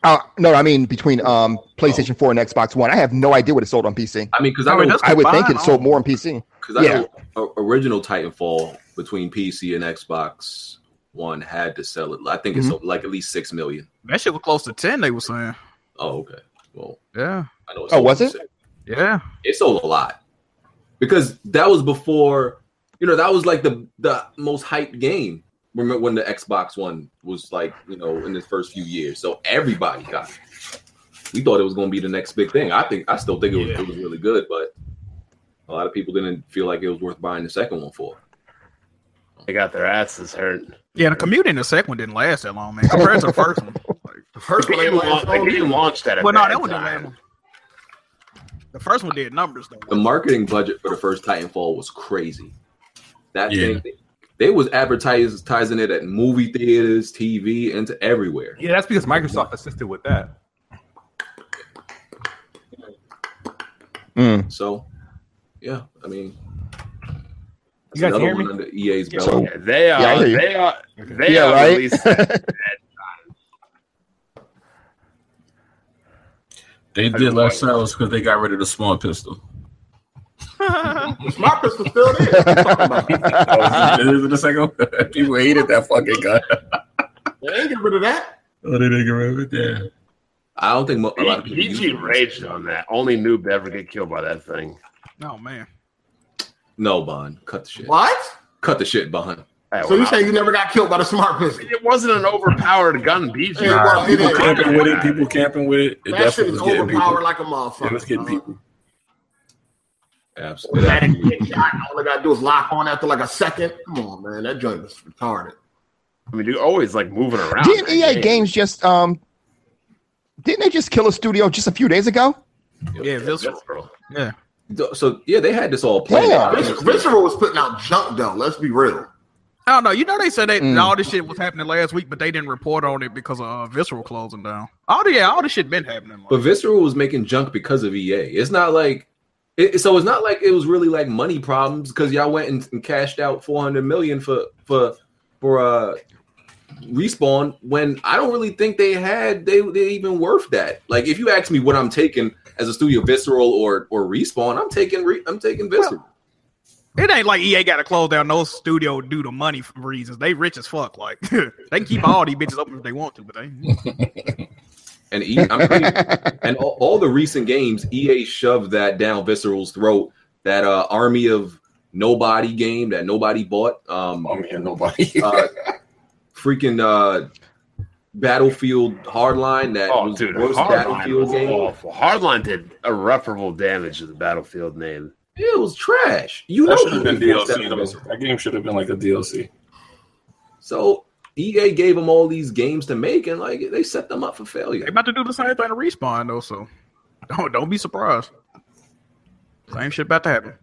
[SPEAKER 6] Uh, no, I mean between um, PlayStation 4 and Xbox One. I have no idea what it sold on PC.
[SPEAKER 3] I mean, because
[SPEAKER 4] I
[SPEAKER 3] I
[SPEAKER 4] mean,
[SPEAKER 3] know,
[SPEAKER 4] that's-
[SPEAKER 6] I would think it
[SPEAKER 4] Combined,
[SPEAKER 6] sold more on PC.
[SPEAKER 3] because I
[SPEAKER 6] yeah.
[SPEAKER 3] know o- original Titanfall between PC and Xbox One had to sell it. I think it's like at least six million.
[SPEAKER 4] That shit was close to ten. They were saying.
[SPEAKER 3] Oh, okay. Well,
[SPEAKER 4] Yeah.
[SPEAKER 3] I know. It
[SPEAKER 6] Oh, was
[SPEAKER 3] sold-
[SPEAKER 6] it?
[SPEAKER 4] Yeah.
[SPEAKER 3] It sold a lot because that was before. You know, that was like the the most hyped game. Remember when the Xbox One was like, you know, in its first few years, so everybody got it. We thought it was going to be the next big thing. I think I still think it was, it was really good, but a lot of people didn't feel like it was worth buying the second one for.
[SPEAKER 2] They got their asses hurt.
[SPEAKER 4] Yeah. The commute in the second one didn't last that long, man. Compared to the first one.
[SPEAKER 5] The
[SPEAKER 2] The
[SPEAKER 5] first one they
[SPEAKER 2] game, la-
[SPEAKER 5] launched
[SPEAKER 2] the
[SPEAKER 5] on
[SPEAKER 2] game launched at a
[SPEAKER 4] Well, no,
[SPEAKER 2] bad
[SPEAKER 4] that one didn't last.
[SPEAKER 2] time.
[SPEAKER 4] long. The first one did numbers though.
[SPEAKER 3] the marketing budget for the first Titanfall was crazy. That
[SPEAKER 1] Yeah.
[SPEAKER 3] thing, they was advertising it at movie theaters, TV, and to everywhere.
[SPEAKER 9] Yeah, that's because Microsoft assisted with that.
[SPEAKER 6] Mm.
[SPEAKER 3] So, yeah, I mean,
[SPEAKER 9] You guys
[SPEAKER 3] another
[SPEAKER 9] hear
[SPEAKER 3] one
[SPEAKER 9] me?
[SPEAKER 3] under EA's belt.
[SPEAKER 6] So-
[SPEAKER 2] They are.
[SPEAKER 6] Yeah, I hear you.
[SPEAKER 2] they are. They
[SPEAKER 6] Yeah,
[SPEAKER 2] are
[SPEAKER 6] right?
[SPEAKER 2] released at
[SPEAKER 1] They did less sales because they got rid of the small pistol.
[SPEAKER 5] Is my pistol still there? What you talking about?
[SPEAKER 1] Is it the second one? People hated that fucking gun.
[SPEAKER 5] They ain't get rid of that.
[SPEAKER 1] Oh, they didn't get rid of it. Yeah.
[SPEAKER 3] I don't think mo- a lot of people. use
[SPEAKER 2] PG
[SPEAKER 3] it.
[SPEAKER 2] raged on that. Only noob ever get killed by that thing.
[SPEAKER 4] Oh man.
[SPEAKER 3] No, Bond, cut the shit.
[SPEAKER 5] What?
[SPEAKER 3] Cut the shit, Bond.
[SPEAKER 2] Hey,
[SPEAKER 5] So you
[SPEAKER 2] wow.
[SPEAKER 5] say you never got killed by the smart pistol?
[SPEAKER 2] it wasn't an overpowered gun, BG.
[SPEAKER 5] Yeah, well, it
[SPEAKER 1] People
[SPEAKER 5] is.
[SPEAKER 1] camping with it. People camping with it. It
[SPEAKER 5] That shit
[SPEAKER 1] definitely was
[SPEAKER 5] is
[SPEAKER 1] getting people.
[SPEAKER 5] overpowered like a motherfucker.
[SPEAKER 1] It was getting
[SPEAKER 5] dog.
[SPEAKER 1] people.
[SPEAKER 3] Absolutely.
[SPEAKER 5] Automatic kick shot, All I gotta do is lock on after like a second. Come on, man, that joint is retarded.
[SPEAKER 2] I mean, you're always like moving around.
[SPEAKER 6] Didn't
[SPEAKER 2] in
[SPEAKER 6] EA
[SPEAKER 2] that game.
[SPEAKER 6] Games just um? Didn't they just kill a studio just a few days ago?
[SPEAKER 4] Yeah. Visceral.
[SPEAKER 2] Visceral.
[SPEAKER 4] Yeah.
[SPEAKER 3] So yeah, they had this all planned.
[SPEAKER 6] Yeah.
[SPEAKER 5] Vis- Visceral was putting out junk though. Let's be real.
[SPEAKER 4] I don't know. You know they said that
[SPEAKER 6] Mm.
[SPEAKER 4] all this shit was happening last week, but they didn't report on it because of uh, visceral closing down. All the yeah, all this shit been happening. Like,
[SPEAKER 3] But Visceral was making junk because of EA. It's not like it, so. It's not like it was really like money problems because y'all went and, and cashed out four hundred million for for for uh respawn. When I don't really think they had they they even worth that. Like if you ask me what I'm taking as a studio, Visceral or or respawn, I'm taking re, I'm taking Visceral.
[SPEAKER 4] it ain't like EA got to close down no studio due to money f- reasons. They rich as fuck. Like they can keep all these bitches open if they want to, but they
[SPEAKER 3] And E I'm pretty- and all, all the recent games, EA shoved that down Visceral's throat. That uh, army of nobody game that nobody bought. Um,
[SPEAKER 1] I'm here, nobody.
[SPEAKER 3] uh, freaking uh, Battlefield Hardline that
[SPEAKER 2] Oh,
[SPEAKER 3] was
[SPEAKER 2] dude,
[SPEAKER 3] the worst
[SPEAKER 2] Hardline
[SPEAKER 3] Battlefield
[SPEAKER 2] was
[SPEAKER 3] game.
[SPEAKER 2] awful. Hardline did irreparable damage to the Battlefield name.
[SPEAKER 3] Yeah, It was trash. You
[SPEAKER 1] that
[SPEAKER 3] know,
[SPEAKER 1] should have been
[SPEAKER 3] people forced
[SPEAKER 1] DLC.
[SPEAKER 3] that
[SPEAKER 1] though.
[SPEAKER 3] to-
[SPEAKER 1] That game should have been like a DLC.
[SPEAKER 3] so EA gave them all these games to make, and like they set them up for
[SPEAKER 4] they
[SPEAKER 3] failure.
[SPEAKER 4] about to do the same thing to respawn though. So don't don't be surprised. Same shit about to happen.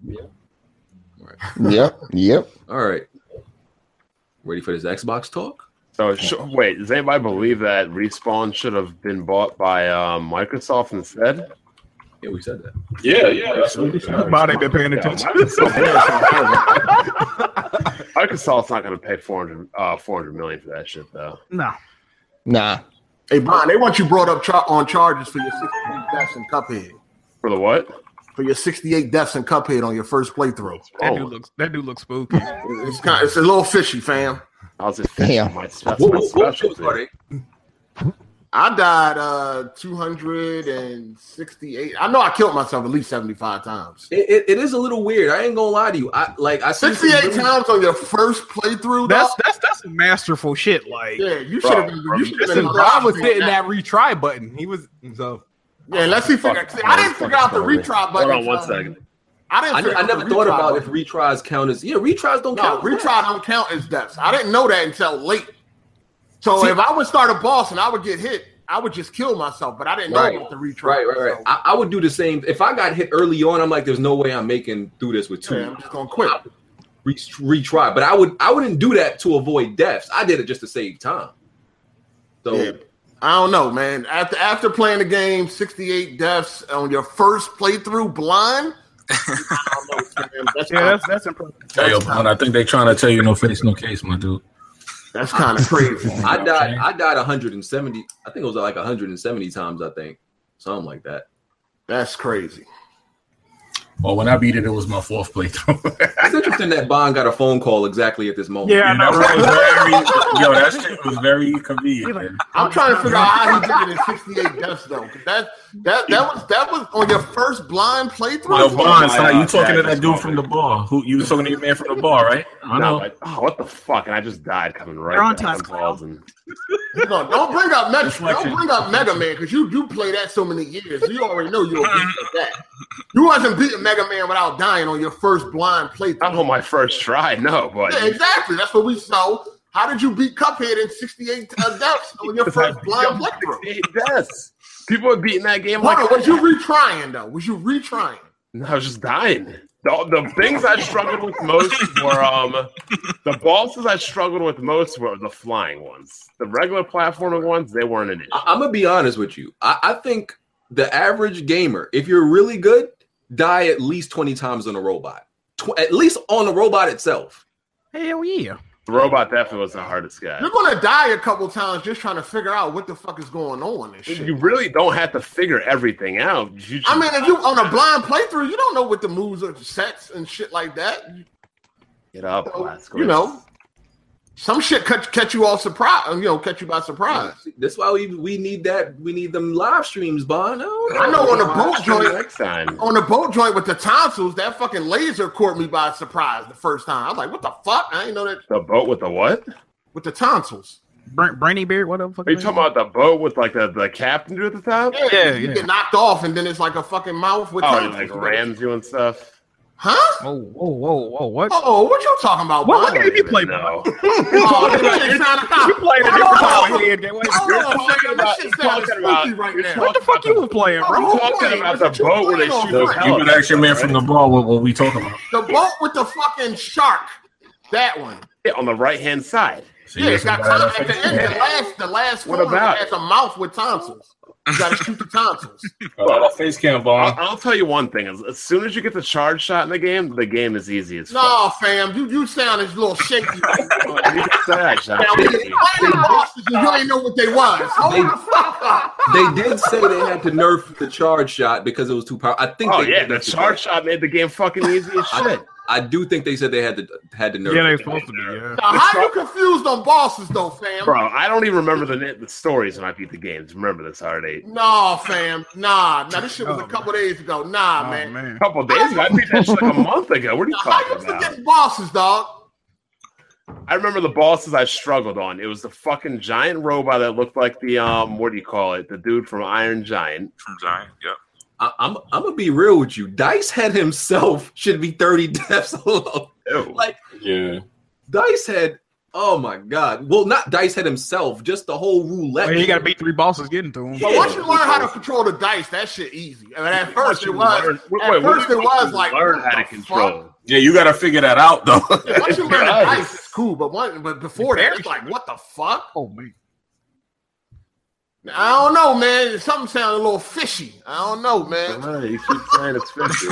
[SPEAKER 6] Yep. Yep.
[SPEAKER 3] All right, ready for this Xbox talk?
[SPEAKER 2] So sh- wait, does anybody believe that Respawn should have been bought by um, Microsoft instead?
[SPEAKER 3] Yeah, we said that.
[SPEAKER 1] Yeah, yeah. That's what
[SPEAKER 4] Why they been paying
[SPEAKER 2] Yeah,
[SPEAKER 4] attention?
[SPEAKER 2] Microsoft. Microsoft's not going to pay 400, uh, 400 million for that shit though.
[SPEAKER 4] No.
[SPEAKER 6] Nah.
[SPEAKER 5] Hey, Brian, they want you brought up char- on charges for your 68 deaths in Cuphead.
[SPEAKER 2] For the what?
[SPEAKER 5] For your 68 deaths in Cuphead on your first playthrough.
[SPEAKER 4] That
[SPEAKER 2] Oh,
[SPEAKER 4] dude looks that dude looks spooky.
[SPEAKER 5] It's kind it's a little fishy, fam.
[SPEAKER 2] how's it?
[SPEAKER 6] Damn.
[SPEAKER 2] My, that's
[SPEAKER 3] What-
[SPEAKER 2] my
[SPEAKER 3] what- what
[SPEAKER 2] specialty.
[SPEAKER 3] shows are they?
[SPEAKER 5] I died uh 268. I know I killed myself at least 75 times.
[SPEAKER 3] It, it, it is a little weird. I ain't gonna lie to you. I like I see some
[SPEAKER 5] 68
[SPEAKER 3] really-
[SPEAKER 5] times on your first playthrough.
[SPEAKER 4] That's
[SPEAKER 5] dog?
[SPEAKER 4] that's that's some masterful shit. Like
[SPEAKER 5] yeah, you should have been. You should have
[SPEAKER 9] Listen,
[SPEAKER 5] been.
[SPEAKER 9] Rob was
[SPEAKER 5] alive
[SPEAKER 9] hitting
[SPEAKER 5] doing
[SPEAKER 9] that retry button. He was so.
[SPEAKER 5] Yeah, let's see. Figure, see I didn't figure out the retry button.
[SPEAKER 2] Hold on one
[SPEAKER 5] fam.
[SPEAKER 2] second.
[SPEAKER 5] I didn't.
[SPEAKER 3] I,
[SPEAKER 5] figure
[SPEAKER 3] I
[SPEAKER 5] out
[SPEAKER 3] never
[SPEAKER 5] the
[SPEAKER 3] thought
[SPEAKER 5] retry
[SPEAKER 3] about if
[SPEAKER 5] button.
[SPEAKER 3] retries count as yeah retries don't
[SPEAKER 5] No,
[SPEAKER 3] count.
[SPEAKER 5] retry don't count as deaths. I didn't know that until late. So
[SPEAKER 3] See-
[SPEAKER 5] if I would start a boss and I would get hit, I would just kill myself, but I didn't
[SPEAKER 3] Right.
[SPEAKER 5] know about the retry.
[SPEAKER 3] Right, right, right.
[SPEAKER 5] so,
[SPEAKER 3] I, I would do the same. If I got hit early on, I'm like, there's no way I'm making through this with two.
[SPEAKER 5] yeah, I'm just gonna quit.
[SPEAKER 3] Re- retry, but I would I wouldn't do that to avoid deaths. I did it just to save time. So
[SPEAKER 5] Yeah. I don't know, man. After after playing the game, 68 deaths on your first playthrough blind. I don't know, man. That's
[SPEAKER 4] Yeah, that's that's impressive.
[SPEAKER 1] Hey, yo, Bond, I think they trying to tell you no face, no case, my dude.
[SPEAKER 5] that's kind of crazy.
[SPEAKER 3] I
[SPEAKER 1] Okay.
[SPEAKER 3] died. I died 170. I think it was like 170 times. I think something like that.
[SPEAKER 5] That's crazy.
[SPEAKER 1] Well, when I beat it, it was my fourth playthrough.
[SPEAKER 3] It's interesting that Bond got a phone call exactly at this moment.
[SPEAKER 4] Yeah, I
[SPEAKER 1] Yeah, that
[SPEAKER 4] know.
[SPEAKER 1] was
[SPEAKER 4] right?
[SPEAKER 1] very, yo, that shit was very convenient. man.
[SPEAKER 5] I'm trying to figure out how he did it in 68 deaths though. 'cause That that that was that was on your first blind
[SPEAKER 1] Yo,
[SPEAKER 5] playthrough.
[SPEAKER 1] Bond, son, you
[SPEAKER 2] God,
[SPEAKER 1] talking to
[SPEAKER 2] that is
[SPEAKER 1] that dude from the bar? Who you was talking to your man from the bar, right? I
[SPEAKER 2] No,
[SPEAKER 1] know.
[SPEAKER 2] like, oh, what the fuck? And I just died coming right
[SPEAKER 4] You're on
[SPEAKER 2] back
[SPEAKER 4] time,
[SPEAKER 2] on
[SPEAKER 4] Kyle.
[SPEAKER 2] balls and
[SPEAKER 5] No, don't bring up Mega.
[SPEAKER 1] Reflection.
[SPEAKER 5] Don't bring up Mega Man because you you play that so many years. You already know you're a beast at that. You wasn't beating Mega Man without dying on your first blind
[SPEAKER 2] not
[SPEAKER 5] playthrough.
[SPEAKER 2] on my first try. No, but
[SPEAKER 5] Yeah, exactly. That's what we saw. How did you beat Cuphead in 68 uh, deaths on your first blind playthrough?
[SPEAKER 2] It does. People are beating that game
[SPEAKER 5] Hold
[SPEAKER 2] like
[SPEAKER 5] on, was you retrying though? Was you retrying?
[SPEAKER 2] No, I was just dying. The, the things I struggled with most were um the bosses I struggled with most were the flying ones. The regular platforming ones, they weren't an issue.
[SPEAKER 3] I, am gonna be honest with you. I, I think the average gamer, if you're really good, die at least 20 times on a robot. Tw- at least on the robot itself.
[SPEAKER 4] Hell yeah.
[SPEAKER 2] The robot definitely was the hardest guy.
[SPEAKER 5] You're gonna die a couple times just trying to figure out what the fuck is going on and shit.
[SPEAKER 2] You really don't have to figure everything out. You just,
[SPEAKER 5] I mean, if you on a blind playthrough, you don't know what the moves are, sets and shit like that.
[SPEAKER 2] get up,
[SPEAKER 5] So,
[SPEAKER 2] Blazkowicz.
[SPEAKER 5] you know, some shit catch catch you off surprise. You know, catch you by surprise.
[SPEAKER 3] That's why we, we need that. We need them live streams, Bond. I, don't
[SPEAKER 5] I know on the boat joint,
[SPEAKER 2] next time.
[SPEAKER 5] on the boat joint with the tonsils, that fucking laser caught me by surprise the first time. I was like, "What the fuck? I didn't know that."
[SPEAKER 2] The boat with the what?
[SPEAKER 5] With the tonsils,
[SPEAKER 4] Br- Brainy Beard, whatever. the fuck
[SPEAKER 2] Are you
[SPEAKER 4] his
[SPEAKER 2] talking
[SPEAKER 4] name
[SPEAKER 2] about the boat with like the, the captain dude at the top?
[SPEAKER 5] yeah,
[SPEAKER 4] Yeah,
[SPEAKER 5] you
[SPEAKER 4] yeah.
[SPEAKER 5] get knocked off, and then it's like a fucking mouth with
[SPEAKER 2] Oh, and,
[SPEAKER 5] tonsils,
[SPEAKER 2] like rams you and stuff.
[SPEAKER 5] huh?
[SPEAKER 4] is? Whoa, whoa, whoa, whoa. What?
[SPEAKER 5] Oh, what you talking about?
[SPEAKER 4] What- what
[SPEAKER 5] Brian?
[SPEAKER 4] game you play,
[SPEAKER 2] No.
[SPEAKER 5] Oh, this shit sound-
[SPEAKER 4] You playing a
[SPEAKER 5] Hold
[SPEAKER 4] different
[SPEAKER 5] on.
[SPEAKER 4] type of head game. What
[SPEAKER 5] Hold
[SPEAKER 2] You're
[SPEAKER 5] on,
[SPEAKER 2] talking
[SPEAKER 5] Brian,
[SPEAKER 2] about-
[SPEAKER 5] This shit
[SPEAKER 2] you're
[SPEAKER 5] sounds
[SPEAKER 2] talking about-
[SPEAKER 5] spooky right
[SPEAKER 2] you're
[SPEAKER 5] now.
[SPEAKER 2] talking
[SPEAKER 4] the fuck you was playing,
[SPEAKER 5] Oh,
[SPEAKER 4] bro?
[SPEAKER 5] who
[SPEAKER 2] You're talking
[SPEAKER 5] playing?
[SPEAKER 2] about
[SPEAKER 5] What
[SPEAKER 2] the
[SPEAKER 5] you
[SPEAKER 2] boat where they
[SPEAKER 5] playing on
[SPEAKER 2] shoot the
[SPEAKER 5] front?
[SPEAKER 2] hell
[SPEAKER 1] You could ask your man from the bar what, what we talking about.
[SPEAKER 5] The boat with the fucking shark. That one.
[SPEAKER 2] Yeah, on the right hand side.
[SPEAKER 1] See,
[SPEAKER 5] Yeah, it's
[SPEAKER 1] that's
[SPEAKER 5] got
[SPEAKER 1] a bad
[SPEAKER 5] tonsils. At the
[SPEAKER 1] effect.
[SPEAKER 5] end, the last, the last
[SPEAKER 2] What
[SPEAKER 5] corner
[SPEAKER 2] about
[SPEAKER 5] has a mouth with tonsils. You gotta shoot the tonsils.
[SPEAKER 1] A lot of face cam
[SPEAKER 2] I'll,
[SPEAKER 1] bomb.
[SPEAKER 2] I'll tell you one thing: as, as soon as you get the charge shot in the game, the game is easy as fuck.
[SPEAKER 5] No, fam, you you sound as little shaky. right now.
[SPEAKER 2] You get the charge shot.
[SPEAKER 5] Now, we been playing the bosses and you ain't know what they was. Hold
[SPEAKER 3] They-
[SPEAKER 5] the fuck up.
[SPEAKER 3] They did say they had to nerf the charge shot because it was too powerful. I think.
[SPEAKER 2] Oh
[SPEAKER 3] they
[SPEAKER 2] yeah, the
[SPEAKER 3] nerfed it.
[SPEAKER 2] charge shot made the game fucking easy as
[SPEAKER 3] I,
[SPEAKER 2] shit.
[SPEAKER 3] I do think they said they had to had to nerf.
[SPEAKER 4] Yeah,
[SPEAKER 3] it.
[SPEAKER 4] they supposed to be. Yeah.
[SPEAKER 5] Now, how you confused on bosses though, fam?
[SPEAKER 2] Bro, I don't even remember the na- the stories when I beat the games. Remember this hard eight.
[SPEAKER 5] No, fam. Nah, nah, this shit was
[SPEAKER 4] Oh,
[SPEAKER 5] a couple days ago. Nah,
[SPEAKER 4] Oh,
[SPEAKER 5] man.
[SPEAKER 2] A couple days ago, I beat that shit like a month ago. What are you
[SPEAKER 5] Now, how you
[SPEAKER 2] talking about?
[SPEAKER 5] forget bosses, dog?
[SPEAKER 2] I remember the bosses I struggled on. It was the fucking giant robot that looked like the um, what do you call it? The dude from Iron Giant.
[SPEAKER 8] from Giant. Yep.
[SPEAKER 3] I, I'm I'm gonna be real with you. Dice Head himself should be 30 deaths alone.
[SPEAKER 2] Ew.
[SPEAKER 3] Like
[SPEAKER 1] Yeah.
[SPEAKER 3] Dice Head, oh my god. Well, not Dice Head himself, just the whole roulette.
[SPEAKER 4] Well, you got to beat three bosses getting to him.
[SPEAKER 3] Yeah.
[SPEAKER 5] But once you learn how to control the dice, that shit easy. I mean, at first it
[SPEAKER 2] You
[SPEAKER 5] was.
[SPEAKER 2] learn- wait,
[SPEAKER 5] at
[SPEAKER 2] wait,
[SPEAKER 5] first
[SPEAKER 2] what-
[SPEAKER 5] it was like,
[SPEAKER 2] learn
[SPEAKER 5] what
[SPEAKER 2] how to
[SPEAKER 5] the
[SPEAKER 2] control.
[SPEAKER 5] fuck?
[SPEAKER 1] Yeah, you got to figure that out though.
[SPEAKER 5] Yeah, once you learn the
[SPEAKER 2] Nice.
[SPEAKER 5] dice, it's cool. But one, but before that, it's like, what the fuck?
[SPEAKER 4] Oh, man.
[SPEAKER 5] I don't know, man. Something sounded a little fishy. I don't know, man.
[SPEAKER 2] Alright, you keep saying it's fishy.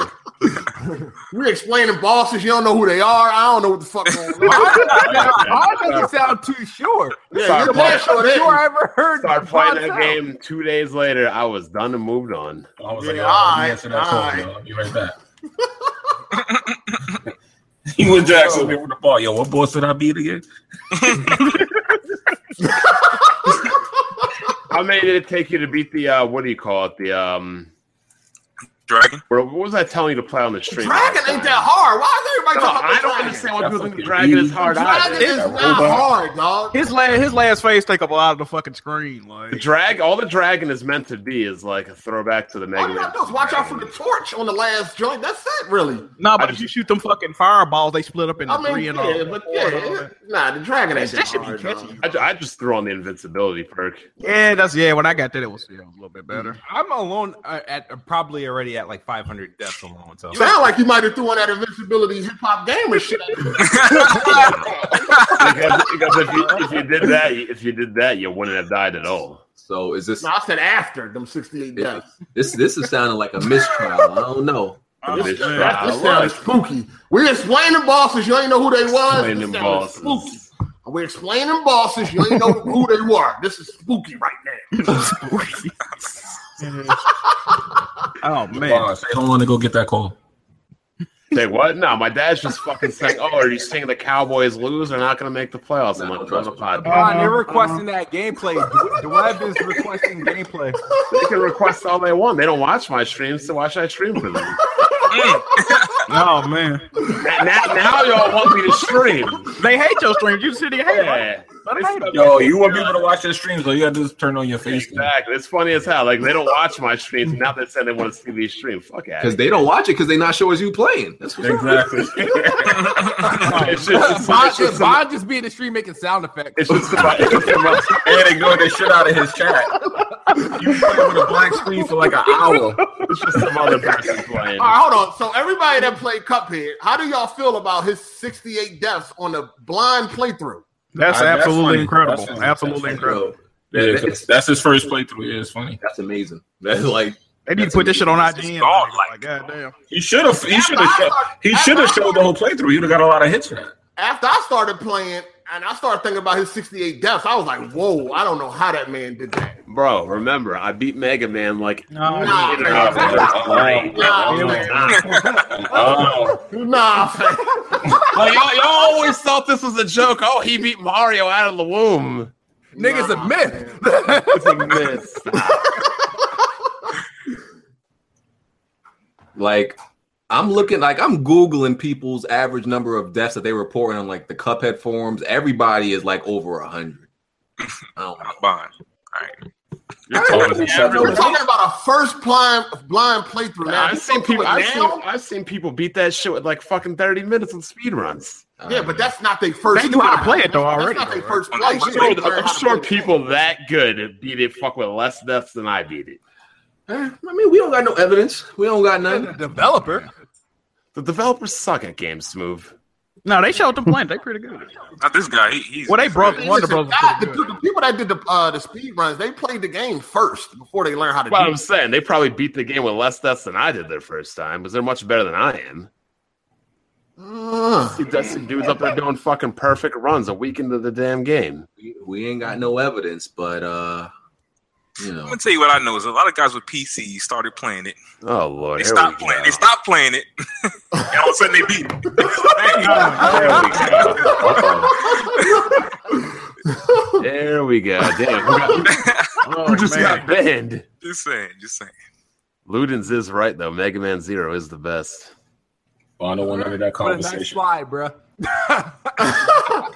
[SPEAKER 5] We're explaining bosses. You don't know who they are. I don't know what the fuck going on.
[SPEAKER 9] Bond doesn't sound too sure.
[SPEAKER 5] yeah,
[SPEAKER 2] Sorry,
[SPEAKER 5] you're
[SPEAKER 2] bro.
[SPEAKER 5] damn sure
[SPEAKER 9] Sure, I
[SPEAKER 5] that.
[SPEAKER 9] ever heard.
[SPEAKER 2] Started playing
[SPEAKER 9] Bond
[SPEAKER 2] that
[SPEAKER 9] sound.
[SPEAKER 2] game two days later. I was done and moved on.
[SPEAKER 1] I was
[SPEAKER 5] Yeah,
[SPEAKER 1] like,
[SPEAKER 5] all
[SPEAKER 1] oh, all
[SPEAKER 5] right,
[SPEAKER 1] right, answer that
[SPEAKER 5] all
[SPEAKER 1] call,
[SPEAKER 5] right.
[SPEAKER 1] yo. I'll be right back. he went to ask me with the ball. Yo, what boss did I beat again?
[SPEAKER 2] How many did it take you to beat the uh, what do you call it? The um,
[SPEAKER 8] Dragon?
[SPEAKER 2] Bro, what was I telling you to play on the stream?
[SPEAKER 5] Dragon ain't that hard. Why is everybody
[SPEAKER 2] No,
[SPEAKER 5] talking about
[SPEAKER 2] I
[SPEAKER 5] the
[SPEAKER 2] don't
[SPEAKER 5] dragon?
[SPEAKER 2] understand why
[SPEAKER 1] That's
[SPEAKER 2] people think the
[SPEAKER 1] okay.
[SPEAKER 2] dragon is hard.
[SPEAKER 5] Dragon
[SPEAKER 2] either.
[SPEAKER 5] is not hard, dog.
[SPEAKER 4] His last his last phase take up a lot of the fucking screen.
[SPEAKER 2] The
[SPEAKER 4] Like
[SPEAKER 2] drag, all the dragon is meant to be is like a throwback to the
[SPEAKER 5] All
[SPEAKER 2] Mega
[SPEAKER 5] you
[SPEAKER 2] Man.
[SPEAKER 5] gotta do is watch out for the torch on the last joint. That's it, really.
[SPEAKER 4] nah, but if
[SPEAKER 2] I just-
[SPEAKER 4] you shoot them fucking fireballs, they split up into
[SPEAKER 5] I
[SPEAKER 4] three
[SPEAKER 5] mean,
[SPEAKER 4] and
[SPEAKER 5] yeah,
[SPEAKER 4] all.
[SPEAKER 5] but yeah, it- nah, the dragon ain't
[SPEAKER 4] That
[SPEAKER 5] that
[SPEAKER 4] should be
[SPEAKER 5] hard.
[SPEAKER 4] catchy.
[SPEAKER 5] dog.
[SPEAKER 2] I, ju- I just threw on the invincibility perk.
[SPEAKER 4] Yeah, that's yeah. When I got that, it was, yeah, a little bit better.
[SPEAKER 9] I'm alone uh, at probably already at like 500 deaths alone. So
[SPEAKER 5] Sound like you might have threw on that invincibility hip hop gamer shit.
[SPEAKER 2] Because, because if, you, if you did that, you- if you did that, you wouldn't have died at all.
[SPEAKER 3] So is this
[SPEAKER 5] No, I said after them 68
[SPEAKER 3] Yeah.
[SPEAKER 5] deaths.
[SPEAKER 3] this this is sounding like a mistrial? I don't know.
[SPEAKER 2] It is
[SPEAKER 8] man.
[SPEAKER 2] trial.
[SPEAKER 5] That sounds spooky. We explaining bosses, you ain't know who they was.
[SPEAKER 2] Explaining
[SPEAKER 5] This sounded
[SPEAKER 2] bosses.
[SPEAKER 5] Spooky. We're explaining bosses, you ain't know who they were. This is spooky right now.
[SPEAKER 4] Oh man,
[SPEAKER 1] Boss, They don't want to go get that call.
[SPEAKER 2] Say what? No, my dad's just fucking saying, "Oh, are you saying the Cowboys lose? They're not going to make the playoffs." I'm like, "Run the podcast."
[SPEAKER 9] Ron, you're requesting that gameplay. Dw- Dweb is requesting gameplay.
[SPEAKER 2] They can request all they want. They don't watch my streams, so why should I stream for them?
[SPEAKER 4] oh man,
[SPEAKER 2] now, now, now y'all want me to stream?
[SPEAKER 4] they hate your stream. You sitting here, hating.
[SPEAKER 2] Yeah.
[SPEAKER 1] Yo, you want people to watch their streams, though. You got to just turn on your face.
[SPEAKER 2] Exactly. It's funny as hell. Like they don't watch my streams. Now they said they want to see me stream. Fuck yeah.
[SPEAKER 3] Because they don't watch it because they not sure as you playing. That's what's up.
[SPEAKER 1] Exactly.
[SPEAKER 2] It's just,
[SPEAKER 9] Bond just,
[SPEAKER 2] it's just,
[SPEAKER 9] Bond just being the stream making sound effects.
[SPEAKER 2] it's just about, it's just about
[SPEAKER 1] and they go the shit out of his chat. You play with a black screen for like an hour.
[SPEAKER 2] it's just some other person playing.
[SPEAKER 5] All right, hold on. So everybody that played Cuphead, how do y'all feel about his 68 deaths on the blind playthrough?
[SPEAKER 4] That's
[SPEAKER 1] Nah, that's
[SPEAKER 4] absolutely
[SPEAKER 1] funny.
[SPEAKER 4] incredible.
[SPEAKER 1] That's-
[SPEAKER 4] absolutely
[SPEAKER 1] that's-
[SPEAKER 4] incredible.
[SPEAKER 3] Bro,
[SPEAKER 1] Yeah, 'cause that's his first playthrough. Yeah, it's funny.
[SPEAKER 3] that's amazing. That's like
[SPEAKER 4] They need to
[SPEAKER 3] That's
[SPEAKER 4] put this shit on
[SPEAKER 8] It's
[SPEAKER 4] IGN.
[SPEAKER 8] gone,
[SPEAKER 4] Like,
[SPEAKER 8] like-
[SPEAKER 4] God damn.
[SPEAKER 1] He should have. He should have. He should have showed the whole playthrough. You'd have got a lot of hits. Man.
[SPEAKER 5] After I started playing and I started thinking about his 68 deaths, I was like, whoa, I don't know how that man did that.
[SPEAKER 2] Bro, remember, I beat Mega Man like
[SPEAKER 5] Nah,
[SPEAKER 2] in an hour.
[SPEAKER 5] man.
[SPEAKER 2] That's great.
[SPEAKER 5] Nah, man.
[SPEAKER 2] Oh.
[SPEAKER 5] Nah, fam.
[SPEAKER 2] Like, y'all, y'all always thought this was a joke. Oh, he beat Mario out of the womb.
[SPEAKER 9] Niggas
[SPEAKER 5] Nah,
[SPEAKER 9] a myth.
[SPEAKER 2] It's a miss.
[SPEAKER 3] like I'm looking like I'm googling people's average number of deaths that they report on like the Cuphead forums. Everybody is like over a hundred. I don't know.
[SPEAKER 8] Bond.
[SPEAKER 5] We're talking about a first blind blind playthrough. Now,
[SPEAKER 2] I've
[SPEAKER 5] You
[SPEAKER 2] seen
[SPEAKER 5] go through
[SPEAKER 2] people.
[SPEAKER 5] it
[SPEAKER 2] I've seen,
[SPEAKER 5] now?
[SPEAKER 2] I've seen people beat that shit with like fucking thirty minutes on speedruns.
[SPEAKER 5] Yeah, but that's not their first.
[SPEAKER 4] They knew how to
[SPEAKER 5] try.
[SPEAKER 4] play it, though, already,
[SPEAKER 5] That's not their
[SPEAKER 4] though,
[SPEAKER 5] first
[SPEAKER 8] right?
[SPEAKER 5] play.
[SPEAKER 2] I'm sure, I'm sure people that good beat it fuck with less deaths than I beat it.
[SPEAKER 3] Eh, I mean, we don't got no evidence. We don't got
[SPEAKER 9] And the
[SPEAKER 3] nothing.
[SPEAKER 9] developer.
[SPEAKER 2] The developers suck at game smooth.
[SPEAKER 4] No, they showed them playing. They pretty good.
[SPEAKER 8] Not this guy. He, he's
[SPEAKER 4] Well, they broke
[SPEAKER 5] Listen,
[SPEAKER 4] Wonder Brothers.
[SPEAKER 5] God, the,
[SPEAKER 4] pretty
[SPEAKER 5] the
[SPEAKER 4] good.
[SPEAKER 5] people that did the uh, the speed runs, they played the game first before they learned how to
[SPEAKER 2] That's what
[SPEAKER 5] do
[SPEAKER 2] I'm
[SPEAKER 5] it.
[SPEAKER 2] saying. They probably beat the game with less deaths than I did their first time because they're much better than I am.
[SPEAKER 5] Ugh.
[SPEAKER 2] See, that's some dudes up there doing fucking perfect runs a week into the damn game.
[SPEAKER 3] We, we ain't got no evidence, but uh, you know,
[SPEAKER 8] I'm gonna tell you what I know is a lot of guys with PCs started playing it.
[SPEAKER 2] Oh lord,
[SPEAKER 8] They
[SPEAKER 2] here
[SPEAKER 8] stopped
[SPEAKER 2] we
[SPEAKER 8] playing.
[SPEAKER 2] go.
[SPEAKER 8] They stopped playing it, and all of a sudden they beat. It.
[SPEAKER 3] uh-oh.
[SPEAKER 2] There we go. Damn, who got, who just got banned?
[SPEAKER 8] Just saying. Just saying.
[SPEAKER 2] Ludens is right though. Mega Man Zero is the best.
[SPEAKER 1] Bond don't want none of that
[SPEAKER 9] What a nice
[SPEAKER 1] conversation.
[SPEAKER 9] slide, bro.
[SPEAKER 5] I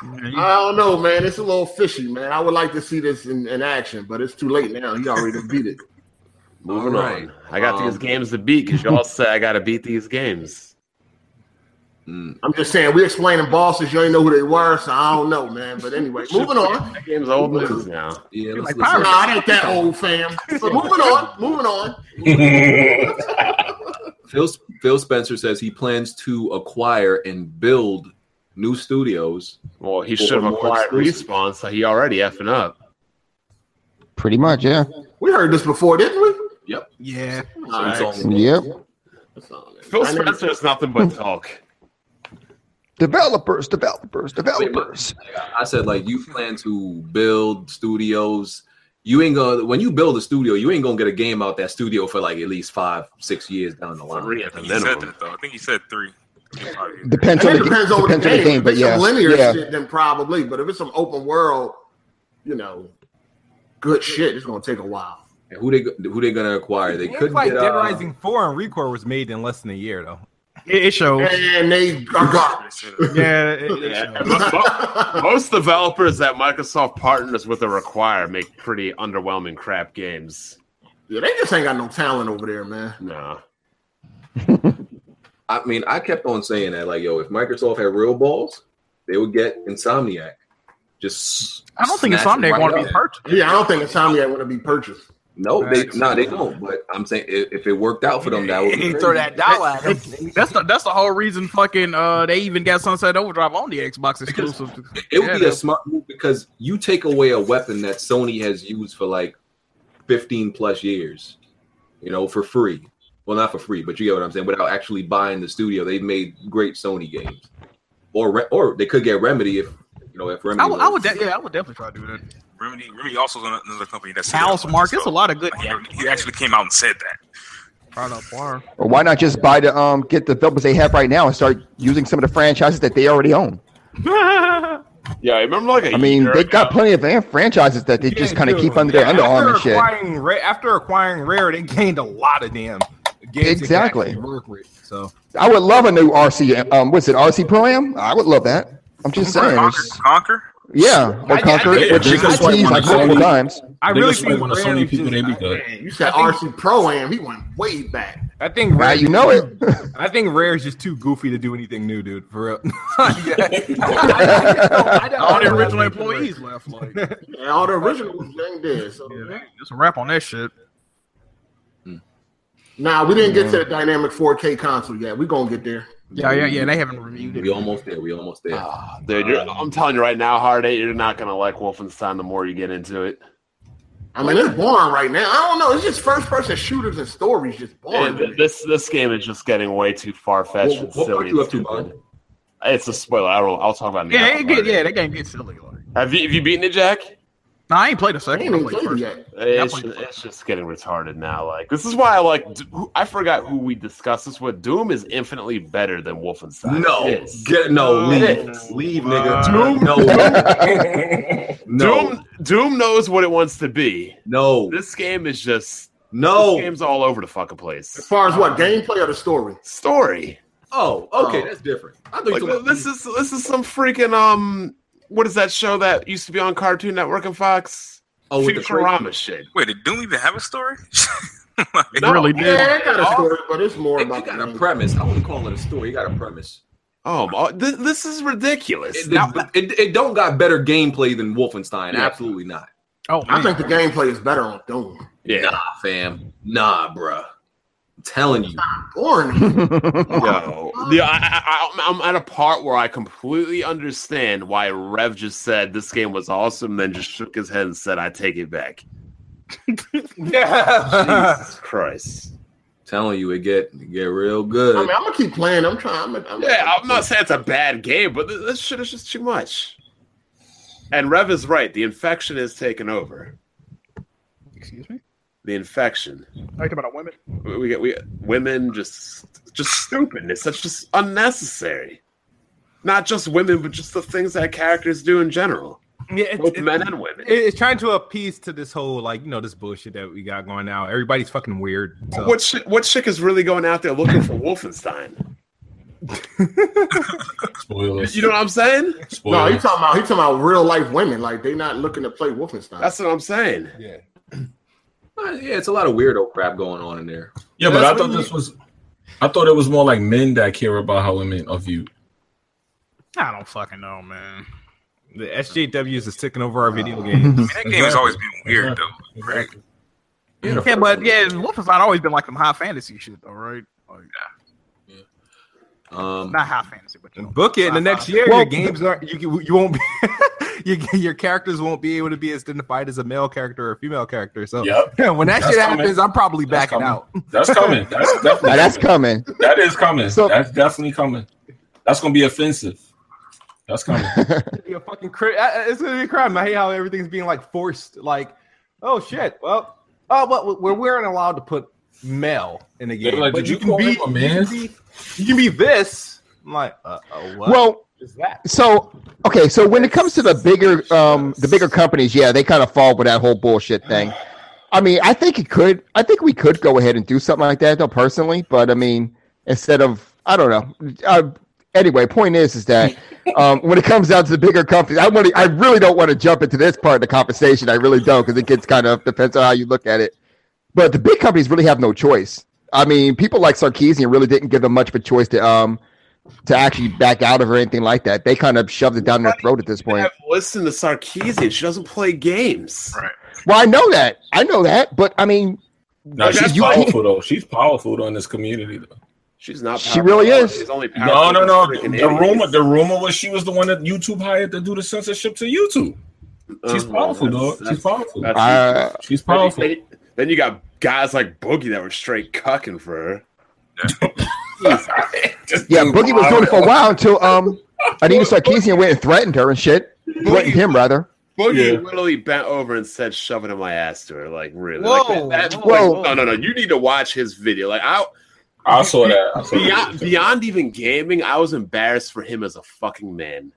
[SPEAKER 5] don't know, man. It's a little fishy, man. I would like to see this in, in action, but it's too late now. You already done beat it.
[SPEAKER 2] Moving
[SPEAKER 3] All right.
[SPEAKER 2] on. I got
[SPEAKER 3] Um,
[SPEAKER 2] these games to beat because y'all said I got to beat these games.
[SPEAKER 3] Mm.
[SPEAKER 5] I'm just saying, we're explaining bosses. You ain't know who they were, so I don't know, man. But anyway, moving on.
[SPEAKER 2] That game's old news now.
[SPEAKER 3] Yeah, let's,
[SPEAKER 4] like
[SPEAKER 3] let's-
[SPEAKER 5] Nah, it ain't that old, fam. But moving on, moving on.
[SPEAKER 3] Phil Phil Spencer says he plans to acquire and build new studios.
[SPEAKER 2] Well, he
[SPEAKER 3] Or
[SPEAKER 2] should have
[SPEAKER 3] more
[SPEAKER 2] acquired
[SPEAKER 3] exclusive.
[SPEAKER 2] respawn, so he already effing up.
[SPEAKER 6] Pretty much, yeah.
[SPEAKER 5] We heard this before, didn't we?
[SPEAKER 3] Yep.
[SPEAKER 4] Yeah.
[SPEAKER 5] All
[SPEAKER 3] It's
[SPEAKER 5] right.
[SPEAKER 3] on-
[SPEAKER 6] Yep.
[SPEAKER 5] That's all, man.
[SPEAKER 2] Phil
[SPEAKER 5] I never-
[SPEAKER 2] Spencer is nothing but talk.
[SPEAKER 6] Developers, developers, developers.
[SPEAKER 3] I said like you plan to build studios. You ain't gonna when you build a studio, you ain't gonna get a game out that studio for like at least five, six years down the line.
[SPEAKER 2] Three at the
[SPEAKER 8] He said
[SPEAKER 2] minimum.
[SPEAKER 8] that though. I think he said three.
[SPEAKER 6] Depends
[SPEAKER 5] I
[SPEAKER 6] on
[SPEAKER 5] mean,
[SPEAKER 6] the,
[SPEAKER 5] it depends
[SPEAKER 6] ga-
[SPEAKER 5] on
[SPEAKER 6] depends
[SPEAKER 5] the
[SPEAKER 6] on
[SPEAKER 5] game.
[SPEAKER 6] the game, but
[SPEAKER 5] if it's
[SPEAKER 6] yeah,
[SPEAKER 5] some linear
[SPEAKER 6] yeah.
[SPEAKER 5] shit, then probably. But if it's some open world, you know, good shit, it's gonna take a while.
[SPEAKER 3] Who they who they gonna acquire? They
[SPEAKER 9] Games
[SPEAKER 3] could
[SPEAKER 9] like
[SPEAKER 3] get
[SPEAKER 9] Dead
[SPEAKER 3] uh,
[SPEAKER 9] Rising Four and Recore was made in less than a year though.
[SPEAKER 4] It, it shows.
[SPEAKER 5] and they are garbage.
[SPEAKER 4] Yeah, it, it
[SPEAKER 2] Yeah.
[SPEAKER 4] shows.
[SPEAKER 2] Mo- mo- Most developers that Microsoft partners with or require make pretty underwhelming crap games.
[SPEAKER 5] Yeah, they just ain't got no talent over there, man.
[SPEAKER 2] No.
[SPEAKER 3] I mean, I kept on saying that, like, yo, if Microsoft had real balls, they would get Insomniac. Just
[SPEAKER 4] I don't think
[SPEAKER 3] snatch
[SPEAKER 4] Insomniac
[SPEAKER 3] right
[SPEAKER 4] want to
[SPEAKER 3] up.
[SPEAKER 4] be purchased.
[SPEAKER 5] Yeah, I don't think Insomniac want to be purchased.
[SPEAKER 3] No, they
[SPEAKER 4] Facts.
[SPEAKER 3] no, they don't. But I'm saying if, if it worked out for them, that would be
[SPEAKER 10] You
[SPEAKER 3] crazy.
[SPEAKER 10] throw that dollar at him.
[SPEAKER 4] That's the that's the whole reason fucking uh they even got Sunset Overdrive on the Xbox
[SPEAKER 3] Because-
[SPEAKER 4] exclusive.
[SPEAKER 3] It would
[SPEAKER 4] Yeah,
[SPEAKER 3] be a
[SPEAKER 4] that-
[SPEAKER 3] smart move because you take away a weapon that Sony has used for like 15 plus years, you know, for free. Well, not for free, but you get what I'm saying. Without actually buying the studio, they've made great Sony games, or Re- or they could get Remedy if you know if Remedy.
[SPEAKER 4] I would, I would
[SPEAKER 3] was-
[SPEAKER 4] de- yeah, I would definitely try to do that.
[SPEAKER 8] Remedy, Remedy also is another company that's
[SPEAKER 4] House Mark, it's a lot of good.
[SPEAKER 8] He, he actually came out and said that.
[SPEAKER 4] product bar.
[SPEAKER 6] Or why not just buy the um get the developers they have right now and start using some of the franchises that they already own?
[SPEAKER 2] Yeah, I remember like a
[SPEAKER 6] I mean,
[SPEAKER 2] year
[SPEAKER 6] they've got
[SPEAKER 2] ago-
[SPEAKER 6] plenty of fran- franchises that they just
[SPEAKER 9] Yeah,
[SPEAKER 6] kind of
[SPEAKER 9] dude.
[SPEAKER 6] keep under their
[SPEAKER 9] Yeah,
[SPEAKER 6] underarm and
[SPEAKER 9] after
[SPEAKER 6] shit.
[SPEAKER 9] acquiring Ra- after acquiring Rare, they gained a lot of damn games.
[SPEAKER 6] Exactly.
[SPEAKER 9] They can actually work with. So
[SPEAKER 6] I would love a new RC. Um, what's it? RC Pro Am? I would love that. I'm just saying.
[SPEAKER 8] Conquer,
[SPEAKER 6] it's-
[SPEAKER 8] Conquer?
[SPEAKER 6] Yeah,
[SPEAKER 9] I- I
[SPEAKER 6] or Conquer,
[SPEAKER 9] think-
[SPEAKER 6] which is
[SPEAKER 1] I think-
[SPEAKER 6] teased like multiple times.
[SPEAKER 9] I
[SPEAKER 1] They
[SPEAKER 9] really
[SPEAKER 1] just
[SPEAKER 9] think
[SPEAKER 1] one of
[SPEAKER 9] Rare
[SPEAKER 1] so many
[SPEAKER 9] is
[SPEAKER 1] people. They
[SPEAKER 9] just-
[SPEAKER 1] be good.
[SPEAKER 5] Man, you said
[SPEAKER 9] I
[SPEAKER 5] RC Pro Am, he went way back.
[SPEAKER 9] I think
[SPEAKER 6] Now
[SPEAKER 9] Rare,
[SPEAKER 6] you know it.
[SPEAKER 9] I think Rare is just too goofy to do anything new, dude. For real. I don't-
[SPEAKER 4] All
[SPEAKER 9] I
[SPEAKER 4] the
[SPEAKER 9] don't
[SPEAKER 4] original
[SPEAKER 9] like
[SPEAKER 4] employees left. Like,
[SPEAKER 5] And all the originals ain't there. So
[SPEAKER 4] yeah, just a wrap on that shit.
[SPEAKER 5] Hmm. nah, we didn't get to the dynamic 4K console yet. We gonna get there.
[SPEAKER 4] Yeah, yeah, yeah. They haven't reviewed
[SPEAKER 3] We
[SPEAKER 4] it.
[SPEAKER 3] almost there. We almost there.
[SPEAKER 2] Ah, dude, you're, I'm telling you right now, Hard Eight, you're not gonna like Wolfenstein the more you get into it.
[SPEAKER 5] I mean, it's boring right now. I don't know. It's just first person shooters and stories, just boring.
[SPEAKER 2] And
[SPEAKER 5] to
[SPEAKER 2] th-
[SPEAKER 5] me.
[SPEAKER 2] this this game is just getting way too far
[SPEAKER 3] What-
[SPEAKER 2] fetched and
[SPEAKER 3] what
[SPEAKER 2] silly.
[SPEAKER 3] part you up
[SPEAKER 2] and
[SPEAKER 3] to,
[SPEAKER 2] stupid. It's a spoiler. I will, I'll talk about it.
[SPEAKER 4] Yeah,
[SPEAKER 2] now.
[SPEAKER 4] it get, yeah, that game gets silly. Like,
[SPEAKER 2] Have you have you beaten it, Jack?
[SPEAKER 4] no, I ain't played a
[SPEAKER 5] I
[SPEAKER 4] second.
[SPEAKER 5] ain't
[SPEAKER 4] I
[SPEAKER 5] even
[SPEAKER 4] played the
[SPEAKER 5] played it
[SPEAKER 4] first.
[SPEAKER 5] yet.
[SPEAKER 2] It's,
[SPEAKER 4] Definitely.
[SPEAKER 2] it's just getting retarded now. Like this is why I like. D- who- I forgot who we discussed this with. Doom is infinitely better than Wolfenstein.
[SPEAKER 3] No,
[SPEAKER 2] It is.
[SPEAKER 3] get
[SPEAKER 4] Oh,
[SPEAKER 3] no leave, leave,
[SPEAKER 2] Uh,
[SPEAKER 3] nigga. no,
[SPEAKER 2] Doom-
[SPEAKER 3] no,
[SPEAKER 2] Doom Doom knows what it wants to be.
[SPEAKER 3] no,
[SPEAKER 2] This game is just. This
[SPEAKER 3] no.
[SPEAKER 2] game's all over the
[SPEAKER 5] As
[SPEAKER 2] fucking place.
[SPEAKER 5] far as what gameplay or the story?
[SPEAKER 2] Story.
[SPEAKER 3] Oh, okay, that's different. I thought
[SPEAKER 2] Like
[SPEAKER 3] you were talking
[SPEAKER 2] this is this is some freaking um. What is that show that used to be on Cartoon Network and Fox?
[SPEAKER 3] oh, with the crazy-
[SPEAKER 2] Futurama shit.
[SPEAKER 8] Wait, did Doom even have a story?
[SPEAKER 4] It
[SPEAKER 2] No.
[SPEAKER 4] really did.
[SPEAKER 5] Yeah, it got a story, but it's more
[SPEAKER 3] It,
[SPEAKER 5] about
[SPEAKER 3] it got
[SPEAKER 5] the
[SPEAKER 3] a
[SPEAKER 5] game.
[SPEAKER 3] premise. I wouldn't call it a story. It got a premise.
[SPEAKER 2] Oh, my- th- this is ridiculous.
[SPEAKER 3] It, it, it- it don't got better gameplay than Wolfenstein.
[SPEAKER 5] Yeah.
[SPEAKER 3] Absolutely not.
[SPEAKER 4] Oh,
[SPEAKER 5] I
[SPEAKER 4] man.
[SPEAKER 5] think the gameplay is better on Doom.
[SPEAKER 2] yeah.
[SPEAKER 3] Nah, fam. Nah, bruh. I'm telling you.
[SPEAKER 5] Boring.
[SPEAKER 2] No. Yeah, I, I, I- I'm, I'm at a part where I completely understand why Rev just said this game was awesome, then just shook his head and said, "I take it back."
[SPEAKER 9] Yeah.
[SPEAKER 2] Jesus Christ.
[SPEAKER 3] telling you, it get it get real good.
[SPEAKER 5] I mean, I'm gonna keep playing. I'm trying. I'm, I'm,
[SPEAKER 2] Yeah, I'm not saying it's a bad game, but th- this shit is just too much. And Rev is right. The infection is taken over.
[SPEAKER 4] Excuse me.
[SPEAKER 2] The infection.
[SPEAKER 4] Talking about women.
[SPEAKER 2] We we get we women just just stupidness. That's just unnecessary. Not just women, but just the things that characters do in general,
[SPEAKER 9] Yeah, it's-
[SPEAKER 2] both
[SPEAKER 9] it's-
[SPEAKER 2] men and women.
[SPEAKER 9] It- It's trying to appease to this whole like you know this bullshit that we got going now. Everybody's fucking weird. So.
[SPEAKER 2] What chick, what chick is really going out there looking for Wolfenstein?
[SPEAKER 1] Spoilers.
[SPEAKER 2] You know what I'm saying?
[SPEAKER 5] No, he
[SPEAKER 1] Spoilers.
[SPEAKER 5] talking about he talking about real life women. Like they not looking to play Wolfenstein.
[SPEAKER 2] That's what I'm saying.
[SPEAKER 9] Yeah.
[SPEAKER 3] Uh, yeah, it's a lot of weirdo crap going on in there.
[SPEAKER 1] yeah, but
[SPEAKER 9] That's
[SPEAKER 1] I
[SPEAKER 9] what
[SPEAKER 1] thought
[SPEAKER 9] you-
[SPEAKER 1] this was. I thought it was more like men that care about how women are viewed.
[SPEAKER 4] I don't fucking know, man.
[SPEAKER 9] The SJWs is taking over our video games.
[SPEAKER 8] I mean, that game has always been weird, though. Right?
[SPEAKER 1] Exactly. Yeah, the
[SPEAKER 4] Yeah,
[SPEAKER 1] first
[SPEAKER 4] but
[SPEAKER 1] one.
[SPEAKER 4] yeah, Wolfenstein always been like some high fantasy shit, though, right? Like,
[SPEAKER 3] Um,
[SPEAKER 4] not high fantasy, but you know.
[SPEAKER 9] Book it in the next year.
[SPEAKER 4] Well-
[SPEAKER 9] your games aren't you. can- You won't be. your, your characters won't be able to be identified as a male character or a female character. So
[SPEAKER 1] Yep.
[SPEAKER 9] when that
[SPEAKER 1] That's
[SPEAKER 9] shit
[SPEAKER 1] coming.
[SPEAKER 9] happens, I'm probably
[SPEAKER 1] That's
[SPEAKER 9] backing
[SPEAKER 1] coming.
[SPEAKER 9] out.
[SPEAKER 1] That's coming. That's definitely
[SPEAKER 6] Now that's
[SPEAKER 1] coming.
[SPEAKER 6] coming.
[SPEAKER 1] That is coming.
[SPEAKER 6] So-
[SPEAKER 1] that's definitely coming. That's gonna be offensive. That's coming.
[SPEAKER 9] It'd be a fucking cri- I- I- it's gonna be a crime. I hate how everything's being like forced. Like, oh shit. Well, oh, but we're we aren't allowed to put male in the game.
[SPEAKER 1] like,
[SPEAKER 9] but
[SPEAKER 1] did you call him a man?
[SPEAKER 9] You can be, you can be this. I'm like, uh, uh, what
[SPEAKER 6] Well,
[SPEAKER 9] is that?
[SPEAKER 6] So okay, so when it comes to the bigger um the bigger companies, yeah, they kind of fall for that whole bullshit thing. I mean, I think it could. I think we could go ahead and do something like that, though, personally. But I mean, instead of, I don't know. Uh, anyway, point is, is that um, when it comes down to the bigger companies, I want. to. I really don't want to jump into this part of the conversation. I really don't, because it gets kind of depends on how you look at it. But the big companies really have no choice. I mean, people like Sarkeesian really didn't give them much of a choice to um to actually back out of or anything like that. They kind of shoved it down their throat at this point.
[SPEAKER 2] I've listened to Sarkeesian. She doesn't play games.
[SPEAKER 8] Right.
[SPEAKER 6] Well, I know that. I know that. But I mean,
[SPEAKER 1] No,
[SPEAKER 6] Like,
[SPEAKER 1] she's
[SPEAKER 6] you can't-
[SPEAKER 1] powerful though. She's powerful though in this community though.
[SPEAKER 2] She's not.
[SPEAKER 6] She really
[SPEAKER 2] powerful.
[SPEAKER 6] is.
[SPEAKER 2] She's only
[SPEAKER 1] No,
[SPEAKER 2] powerful
[SPEAKER 1] no,
[SPEAKER 2] to
[SPEAKER 1] no.
[SPEAKER 2] freaking
[SPEAKER 1] The
[SPEAKER 2] idiots.
[SPEAKER 1] rumor, the rumor was she was the one that YouTube hired to do the censorship to YouTube. She's
[SPEAKER 2] Uh-huh,
[SPEAKER 1] powerful,
[SPEAKER 2] that's-
[SPEAKER 1] dog. She's
[SPEAKER 2] that's-
[SPEAKER 1] powerful.
[SPEAKER 2] that's-
[SPEAKER 6] uh,
[SPEAKER 1] She's
[SPEAKER 2] then you-
[SPEAKER 1] powerful.
[SPEAKER 2] Then, you- then you got guys like Boogie that were straight cucking for her. Jesus.
[SPEAKER 6] yeah, Boogie was doing it for a while until um Anita Sarkeesian went and threatened her and shit, threatened him rather.
[SPEAKER 2] Boogie
[SPEAKER 1] Yeah.
[SPEAKER 2] literally bent over and said, "Shoving in my ass to her." Like really?
[SPEAKER 9] Whoa,
[SPEAKER 2] like, that, that-
[SPEAKER 6] whoa.
[SPEAKER 2] like, no, no, no. You need to watch his video. Like I.
[SPEAKER 1] I saw that. I saw
[SPEAKER 2] Beyond,
[SPEAKER 1] that.
[SPEAKER 2] beyond even gaming, I was embarrassed for him as a fucking man.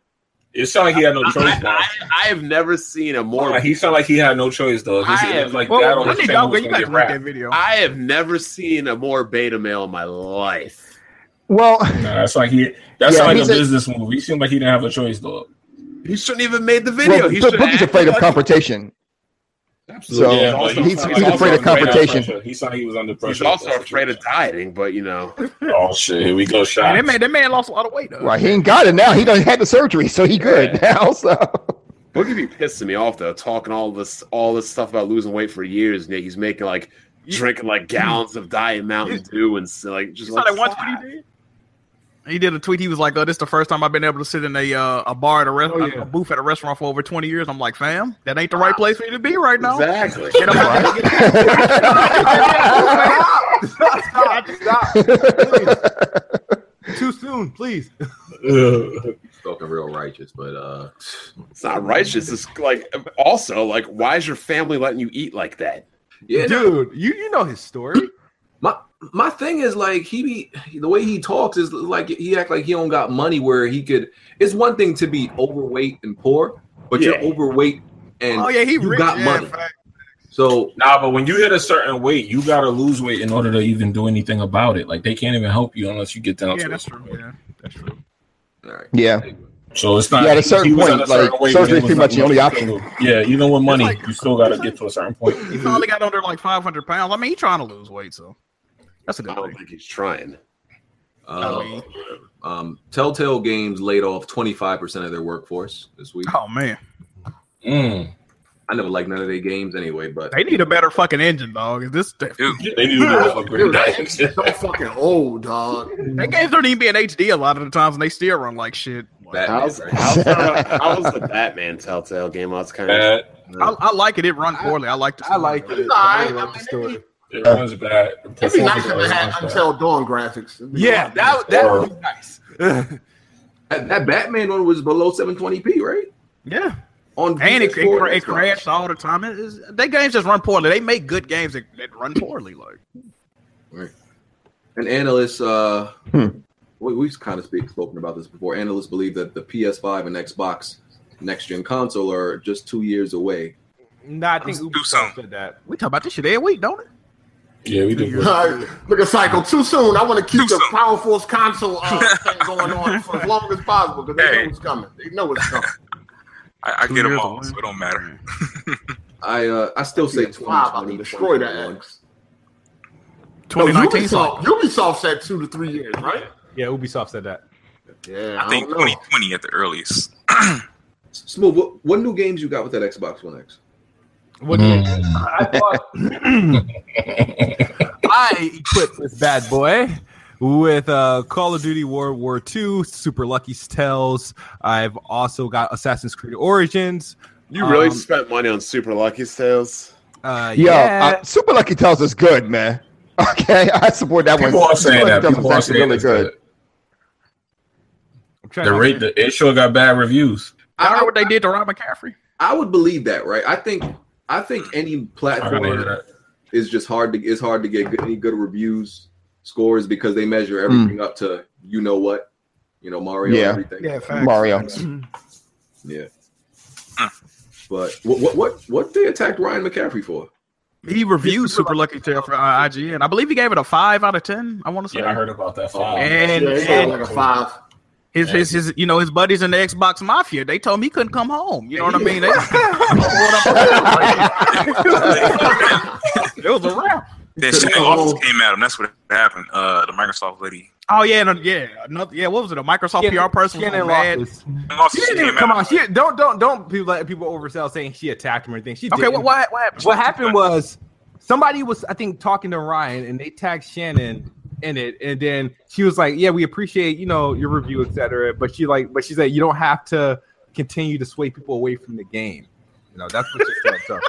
[SPEAKER 1] It sounded like he had no
[SPEAKER 2] I,
[SPEAKER 1] choice. Now.
[SPEAKER 2] I- I have never seen a more.
[SPEAKER 1] Like, he sounded like he had no choice though. It's-
[SPEAKER 2] I
[SPEAKER 1] it
[SPEAKER 2] am-
[SPEAKER 1] was like that
[SPEAKER 4] Well,
[SPEAKER 1] on
[SPEAKER 4] I
[SPEAKER 1] the
[SPEAKER 4] need
[SPEAKER 1] channel
[SPEAKER 4] y'all,
[SPEAKER 1] was
[SPEAKER 4] you
[SPEAKER 1] gonna
[SPEAKER 4] guys
[SPEAKER 1] get
[SPEAKER 4] link that
[SPEAKER 1] wrapped.
[SPEAKER 4] video.
[SPEAKER 2] I have never seen a more beta male in my life.
[SPEAKER 6] Well,
[SPEAKER 1] Nah, that's like he. That
[SPEAKER 6] Yeah,
[SPEAKER 1] sounded like
[SPEAKER 6] he's
[SPEAKER 1] a,
[SPEAKER 6] a-
[SPEAKER 1] business move. He seemed like he didn't have a choice though.
[SPEAKER 2] He shouldn't even made the video.
[SPEAKER 6] well
[SPEAKER 2] he
[SPEAKER 6] Bo-
[SPEAKER 2] should
[SPEAKER 6] Boogie's
[SPEAKER 2] act
[SPEAKER 6] afraid of
[SPEAKER 2] like-
[SPEAKER 6] confrontation. So
[SPEAKER 1] Yeah, but
[SPEAKER 2] he's-
[SPEAKER 1] he
[SPEAKER 2] he's-
[SPEAKER 1] sounded like he
[SPEAKER 2] he's afraid of
[SPEAKER 1] was under
[SPEAKER 6] confrontation.
[SPEAKER 1] pressure. He sounded he was under pressure.
[SPEAKER 2] He's also afraid of dieting, but you know,
[SPEAKER 1] Oh shit! Here we go.
[SPEAKER 4] Man,
[SPEAKER 1] Shot.
[SPEAKER 4] that man, that man lost a lot of weight though.
[SPEAKER 6] Right, he ain't got it now. He done had the surgery, so he good now. So
[SPEAKER 2] Boogie be pissing me off though, talking all this all this stuff about losing weight for years, and yet he's making like drinking like gallons of diet Mountain Dew and so, like just
[SPEAKER 4] You saw that one
[SPEAKER 2] like,
[SPEAKER 4] tweet he did. He did a tweet. He was like, "Oh, this is the first time I've been able to sit in a uh, a bar at a, rest-
[SPEAKER 9] Oh, yeah.
[SPEAKER 4] a booth at a restaurant for over twenty years." I'm like, "Fam, that ain't the right place for you to be right now."
[SPEAKER 2] exactly.
[SPEAKER 4] And I'm like,
[SPEAKER 9] stop, stop, stop. Too soon, please.
[SPEAKER 3] Talking real righteous, but uh,
[SPEAKER 2] It's not righteous. It's like also like why is your family letting you eat like that?
[SPEAKER 3] yeah, no,
[SPEAKER 9] Dude, you, you know his story.
[SPEAKER 3] My my thing is like he be the way he talks is like he act like he don't got money where he could. It's one thing to be overweight and poor, but
[SPEAKER 2] Yeah.
[SPEAKER 3] you're overweight and
[SPEAKER 4] "Oh yeah, he
[SPEAKER 3] you
[SPEAKER 4] rich,
[SPEAKER 3] got
[SPEAKER 4] yeah,
[SPEAKER 3] money.
[SPEAKER 4] fact.
[SPEAKER 3] So
[SPEAKER 1] Nah, but when you hit a certain weight, you gotta lose weight in order to even do anything about it. Like they can't even help you unless you get down
[SPEAKER 4] Yeah,
[SPEAKER 1] to
[SPEAKER 4] that's
[SPEAKER 1] it.
[SPEAKER 4] true. Yeah, that's true.
[SPEAKER 3] all right.
[SPEAKER 6] yeah,
[SPEAKER 1] So it's not.
[SPEAKER 6] Yeah, at a certain
[SPEAKER 1] he was
[SPEAKER 6] point,
[SPEAKER 1] at a certain
[SPEAKER 6] like,
[SPEAKER 1] weight when
[SPEAKER 6] surgery is
[SPEAKER 1] it
[SPEAKER 6] pretty
[SPEAKER 1] was
[SPEAKER 6] much the only
[SPEAKER 1] like-
[SPEAKER 6] option.
[SPEAKER 1] Yeah, even with money,
[SPEAKER 4] like-
[SPEAKER 1] you still gotta
[SPEAKER 4] it's like-
[SPEAKER 1] get to a certain point.
[SPEAKER 4] He finally got under like five hundred pounds. I mean, he trying to lose weight, so that's a
[SPEAKER 2] I
[SPEAKER 4] good
[SPEAKER 2] don't
[SPEAKER 4] thing.
[SPEAKER 2] think he's trying.
[SPEAKER 3] Uh,
[SPEAKER 4] mean-
[SPEAKER 3] um, Telltale Games laid off 25% of their workforce this week.
[SPEAKER 4] Oh man,
[SPEAKER 1] Mm.
[SPEAKER 3] I never liked none of their games anyway, but
[SPEAKER 4] they need a better fucking engine, dog. Is this that
[SPEAKER 1] They knew that was a great idea.
[SPEAKER 5] So fucking old, dog.
[SPEAKER 4] games don't even be in HD a lot of the times, and they still run like shit. Like,
[SPEAKER 3] Batman,
[SPEAKER 2] How's,
[SPEAKER 3] right?
[SPEAKER 2] how's, uh, how's the Batman Telltale game? I was kind of
[SPEAKER 1] Bad.
[SPEAKER 4] I, I like it. It run poorly. I like the
[SPEAKER 9] I like it.
[SPEAKER 5] It's all right.
[SPEAKER 9] I love the
[SPEAKER 5] I mean,
[SPEAKER 9] story.
[SPEAKER 1] It was bad. The
[SPEAKER 5] It'd be nice
[SPEAKER 1] performance
[SPEAKER 5] if
[SPEAKER 1] was
[SPEAKER 5] it had
[SPEAKER 1] bad.
[SPEAKER 5] Until Dawn graphics. It'd be
[SPEAKER 9] Yeah,
[SPEAKER 5] awesome.
[SPEAKER 9] that, that would be nice.
[SPEAKER 3] that, that Batman one was below 720p, right?
[SPEAKER 4] Yeah,
[SPEAKER 3] On
[SPEAKER 4] and it, it,
[SPEAKER 3] PS4
[SPEAKER 4] cra- it
[SPEAKER 3] Xbox.
[SPEAKER 4] crashed all the time. It is, they games just run poorly. They make good games that, that run poorly. Like
[SPEAKER 3] An analyst, uh,
[SPEAKER 6] Hmm.
[SPEAKER 3] we, we've kind of speak, spoken about this before. Analysts believe that the PS5 and Xbox next gen console are just two years away.
[SPEAKER 9] Nah, I think
[SPEAKER 8] Let's do
[SPEAKER 9] Ubisoft
[SPEAKER 8] something.
[SPEAKER 9] said that.
[SPEAKER 4] we talk about this shit every week, don't it?
[SPEAKER 1] Yeah, we did. good.
[SPEAKER 5] All right. Look at Cycle. Too soon. I want to keep
[SPEAKER 8] Too
[SPEAKER 5] the
[SPEAKER 8] soon.
[SPEAKER 5] Power Force console uh, thing going on for as long as possible because they
[SPEAKER 8] Hey.
[SPEAKER 5] know it's coming. They know it's coming.
[SPEAKER 8] I, I
[SPEAKER 4] Two
[SPEAKER 8] get them
[SPEAKER 4] years
[SPEAKER 8] all,
[SPEAKER 4] away.
[SPEAKER 8] so it don't matter.
[SPEAKER 3] I uh, I still say
[SPEAKER 5] Five, I
[SPEAKER 3] 2020.
[SPEAKER 5] mean, destroy that
[SPEAKER 3] 2021.
[SPEAKER 5] X. No,
[SPEAKER 4] 2019
[SPEAKER 5] Ubisoft, Ubisoft said two to three years, right?
[SPEAKER 9] Yeah, Ubisoft said that.
[SPEAKER 5] Yeah, I,
[SPEAKER 8] I think
[SPEAKER 5] don't know.
[SPEAKER 8] 2020 at the earliest.
[SPEAKER 3] Smooth. What, what new games you got with that Xbox One X?
[SPEAKER 9] What
[SPEAKER 3] Mm.
[SPEAKER 9] I, bought- I equipped this bad boy with uh, Call of Duty World War II, Super Lucky Tales. I've also got Assassin's Creed Origins.
[SPEAKER 2] You really
[SPEAKER 9] Um,
[SPEAKER 2] spent money on Super Lucky sales?
[SPEAKER 9] Uh,
[SPEAKER 6] yo,
[SPEAKER 9] yeah,
[SPEAKER 6] uh, Super Lucky tells us good, man. Okay, I support that
[SPEAKER 1] People
[SPEAKER 6] one.
[SPEAKER 1] are saying
[SPEAKER 6] Super
[SPEAKER 1] that.
[SPEAKER 6] Lucky Tells is
[SPEAKER 1] People are
[SPEAKER 6] actually
[SPEAKER 1] saying
[SPEAKER 6] really
[SPEAKER 1] that's good.
[SPEAKER 6] good.
[SPEAKER 9] I'm trying
[SPEAKER 1] The
[SPEAKER 9] to-
[SPEAKER 1] rate, the, it sure got bad reviews.
[SPEAKER 4] I
[SPEAKER 3] I,
[SPEAKER 4] know what they did to Ryan McCaffrey.
[SPEAKER 3] I would believe that, right? I think I think any
[SPEAKER 1] I gotta hear
[SPEAKER 3] platform
[SPEAKER 1] that.
[SPEAKER 3] is just hard to it's hard to get good, any good reviews scores because they measure everything up to you know what, you know Mario
[SPEAKER 6] Hmm. Yeah.
[SPEAKER 3] everything.
[SPEAKER 6] Mario.
[SPEAKER 3] Yeah. But what what what what they attacked Ryan McCaffrey for?
[SPEAKER 4] He reviewed Super Lucky Tail for uh, IGN. I believe he gave it a five out of ten. I want to say.
[SPEAKER 1] Yeah, I heard about that. Five.
[SPEAKER 4] And,
[SPEAKER 5] Yeah, it's
[SPEAKER 4] and
[SPEAKER 5] like a five.
[SPEAKER 4] his, his his you know his buddies in the Xbox Mafia. They told me he couldn't come home. You know what I mean? They, it was a wrap.
[SPEAKER 8] Then shit, the office came at him. That's what happened. Uh, the Microsoft lady.
[SPEAKER 4] Oh yeah, and, uh, yeah, another, yeah. What was it? A Microsoft PR person was
[SPEAKER 9] Shannon
[SPEAKER 4] mad.
[SPEAKER 9] lost this.
[SPEAKER 8] The office
[SPEAKER 9] She didn't
[SPEAKER 8] came
[SPEAKER 9] even
[SPEAKER 8] at
[SPEAKER 9] come
[SPEAKER 8] him.
[SPEAKER 9] on. She don't don't don't people let people oversell saying she attacked him or anything. She
[SPEAKER 4] Okay,
[SPEAKER 9] didn't.
[SPEAKER 4] what, what what happened?
[SPEAKER 9] What happened was somebody was I think talking to Ryan and they tagged Shannon in it, and then she was like, "Yeah, we appreciate you know your review, etc." But she like, but she said you don't have to continue to sway people away from the game. You know that's what she said. So.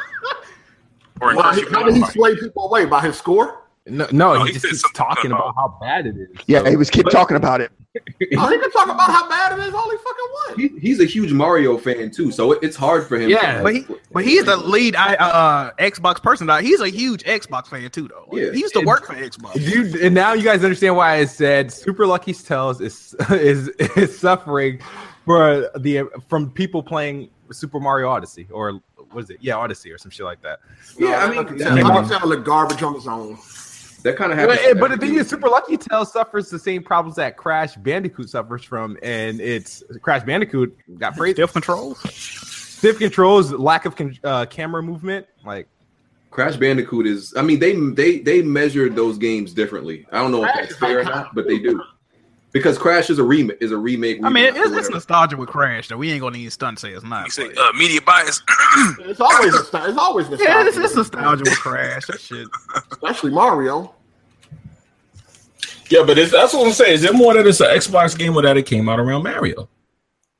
[SPEAKER 8] Or
[SPEAKER 5] Why,
[SPEAKER 8] encouraged
[SPEAKER 5] how
[SPEAKER 8] him
[SPEAKER 5] did
[SPEAKER 8] to
[SPEAKER 5] he
[SPEAKER 8] fight.
[SPEAKER 5] sway people away by his score?
[SPEAKER 9] No, no,
[SPEAKER 8] No, he
[SPEAKER 9] he, just
[SPEAKER 8] said
[SPEAKER 9] keeps
[SPEAKER 8] something
[SPEAKER 9] talking
[SPEAKER 8] about-
[SPEAKER 9] about how bad it is.
[SPEAKER 6] Yeah, he was keep
[SPEAKER 3] But-
[SPEAKER 6] talking about it.
[SPEAKER 5] Oh, he can talk about how bad it is all he fucking wants.
[SPEAKER 3] He, he's a huge Mario fan too, so it, it's hard for him.
[SPEAKER 9] Yeah,
[SPEAKER 3] to,
[SPEAKER 4] But he, but he's the lead I, uh, Xbox person. Like, He's a huge Xbox fan too, though.
[SPEAKER 3] Yeah.
[SPEAKER 4] He used to work for Xbox.
[SPEAKER 9] You, and now you guys understand why I said Super Lucky Tales is is is suffering for the from people playing Super Mario Odyssey or what is it? Yeah, Odyssey or some shit like that.
[SPEAKER 3] yeah, I
[SPEAKER 5] No,
[SPEAKER 3] mean,
[SPEAKER 5] fucking
[SPEAKER 3] that,
[SPEAKER 5] sound- fucking sound like garbage on his own.
[SPEAKER 3] that kind of
[SPEAKER 9] But,
[SPEAKER 3] happens. to
[SPEAKER 9] eh, but the thing
[SPEAKER 3] every
[SPEAKER 9] is, Super Lucky Tales suffers the same problems that Crash Bandicoot suffers from, and it's Crash Bandicoot got praised.
[SPEAKER 4] Stiff controls.
[SPEAKER 9] Stiff controls, lack of con- uh, camera movement, like
[SPEAKER 3] Crash Bandicoot is. I mean, they they they measured those games differently. I don't know if that's fair or not, but they do because Crash is a remake. Is a remake.
[SPEAKER 4] I mean, it,
[SPEAKER 3] remake,
[SPEAKER 4] it's,
[SPEAKER 3] or
[SPEAKER 4] it's
[SPEAKER 3] whatever.
[SPEAKER 4] nostalgia with Crash though. We ain't gonna need stunt say it's not.
[SPEAKER 8] He said,
[SPEAKER 4] but-
[SPEAKER 8] uh, media bias.
[SPEAKER 5] It's always a st- it's always the
[SPEAKER 4] yeah,
[SPEAKER 5] style,
[SPEAKER 4] it's, it's nostalgia with Crash. That shit.
[SPEAKER 5] especially Mario.
[SPEAKER 1] Yeah, but it's, that's what I'm saying. Is it more that it's an Xbox game or that it came out around Mario?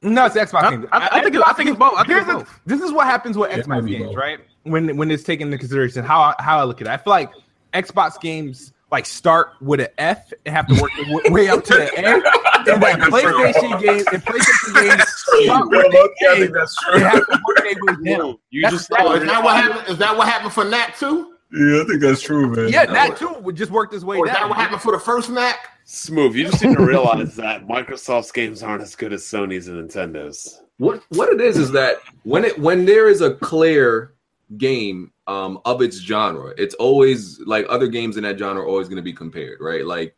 [SPEAKER 9] No, it's Xbox
[SPEAKER 4] I-
[SPEAKER 9] games.
[SPEAKER 4] I- I think it- I think it's both. I think
[SPEAKER 9] Here's
[SPEAKER 4] it's
[SPEAKER 9] the-
[SPEAKER 4] both.
[SPEAKER 9] this is what happens with
[SPEAKER 1] It might
[SPEAKER 9] Xbox
[SPEAKER 1] be
[SPEAKER 9] games,
[SPEAKER 1] both.
[SPEAKER 9] right? When when it's taken into consideration, how I, how I look at it, I feel like Xbox games like start with an F and have to work their wa- way up to the A, and like PlayStation games and PlayStation games start with an
[SPEAKER 1] Yeah, I
[SPEAKER 9] A
[SPEAKER 1] think that's
[SPEAKER 9] and
[SPEAKER 1] true.
[SPEAKER 9] have to work their way down.
[SPEAKER 2] You
[SPEAKER 9] That's-
[SPEAKER 2] just
[SPEAKER 5] Oh, is that what happened? Is that what happened for Nat too?
[SPEAKER 1] Yeah, I think that's true, man.
[SPEAKER 9] Yeah, that too would just work this way
[SPEAKER 5] Or is that
[SPEAKER 9] down.
[SPEAKER 5] what happened for the first Nat?
[SPEAKER 2] smooth. You just need to realize that Microsoft's games aren't as good as Sony's and Nintendo's.
[SPEAKER 3] what what it is is that when it when there is a clear game um of its genre, it's always like other games in that genre are always going to be compared, right? Like,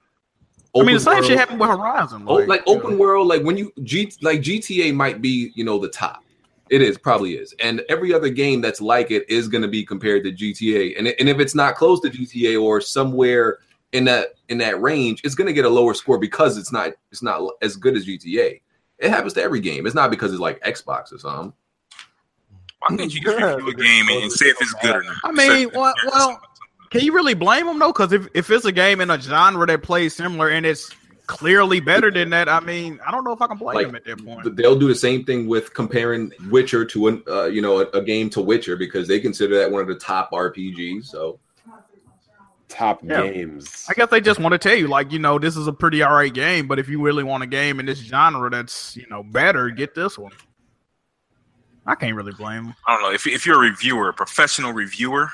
[SPEAKER 4] I mean, the same
[SPEAKER 3] world-
[SPEAKER 4] shit happened with Horizon.
[SPEAKER 3] Oh, like open world, like when you G, like GTA might be, you know, the top. It is probably is, and every other game that's like it is going to be compared to GTA. And it- and if it's not close to GTA or somewhere in that in that range, it's going to get a lower score because it's not it's not as good as GTA. It happens to every game. It's not because it's like Xbox or something.
[SPEAKER 8] Why can't you just review a game and, and say if it's good or not?
[SPEAKER 4] I mean,
[SPEAKER 8] Say-
[SPEAKER 4] well, well, can you really blame them though? Because if, if it's a game in a genre that plays similar and it's clearly better than that, I mean, I don't know if I can blame
[SPEAKER 3] Like,
[SPEAKER 4] them at that point.
[SPEAKER 3] But they'll do the same thing with comparing Witcher to an uh, you know a, a game to Witcher because they consider that one of the top RPGs. So
[SPEAKER 2] Top
[SPEAKER 4] Yeah.
[SPEAKER 2] games.
[SPEAKER 4] I guess they just want to tell you, like, you know, this is a pretty alright game, but if you really want a game in this genre that's, you know, better, get this one. I can't really blame them.
[SPEAKER 8] I don't know. If, if you're a reviewer, a professional reviewer,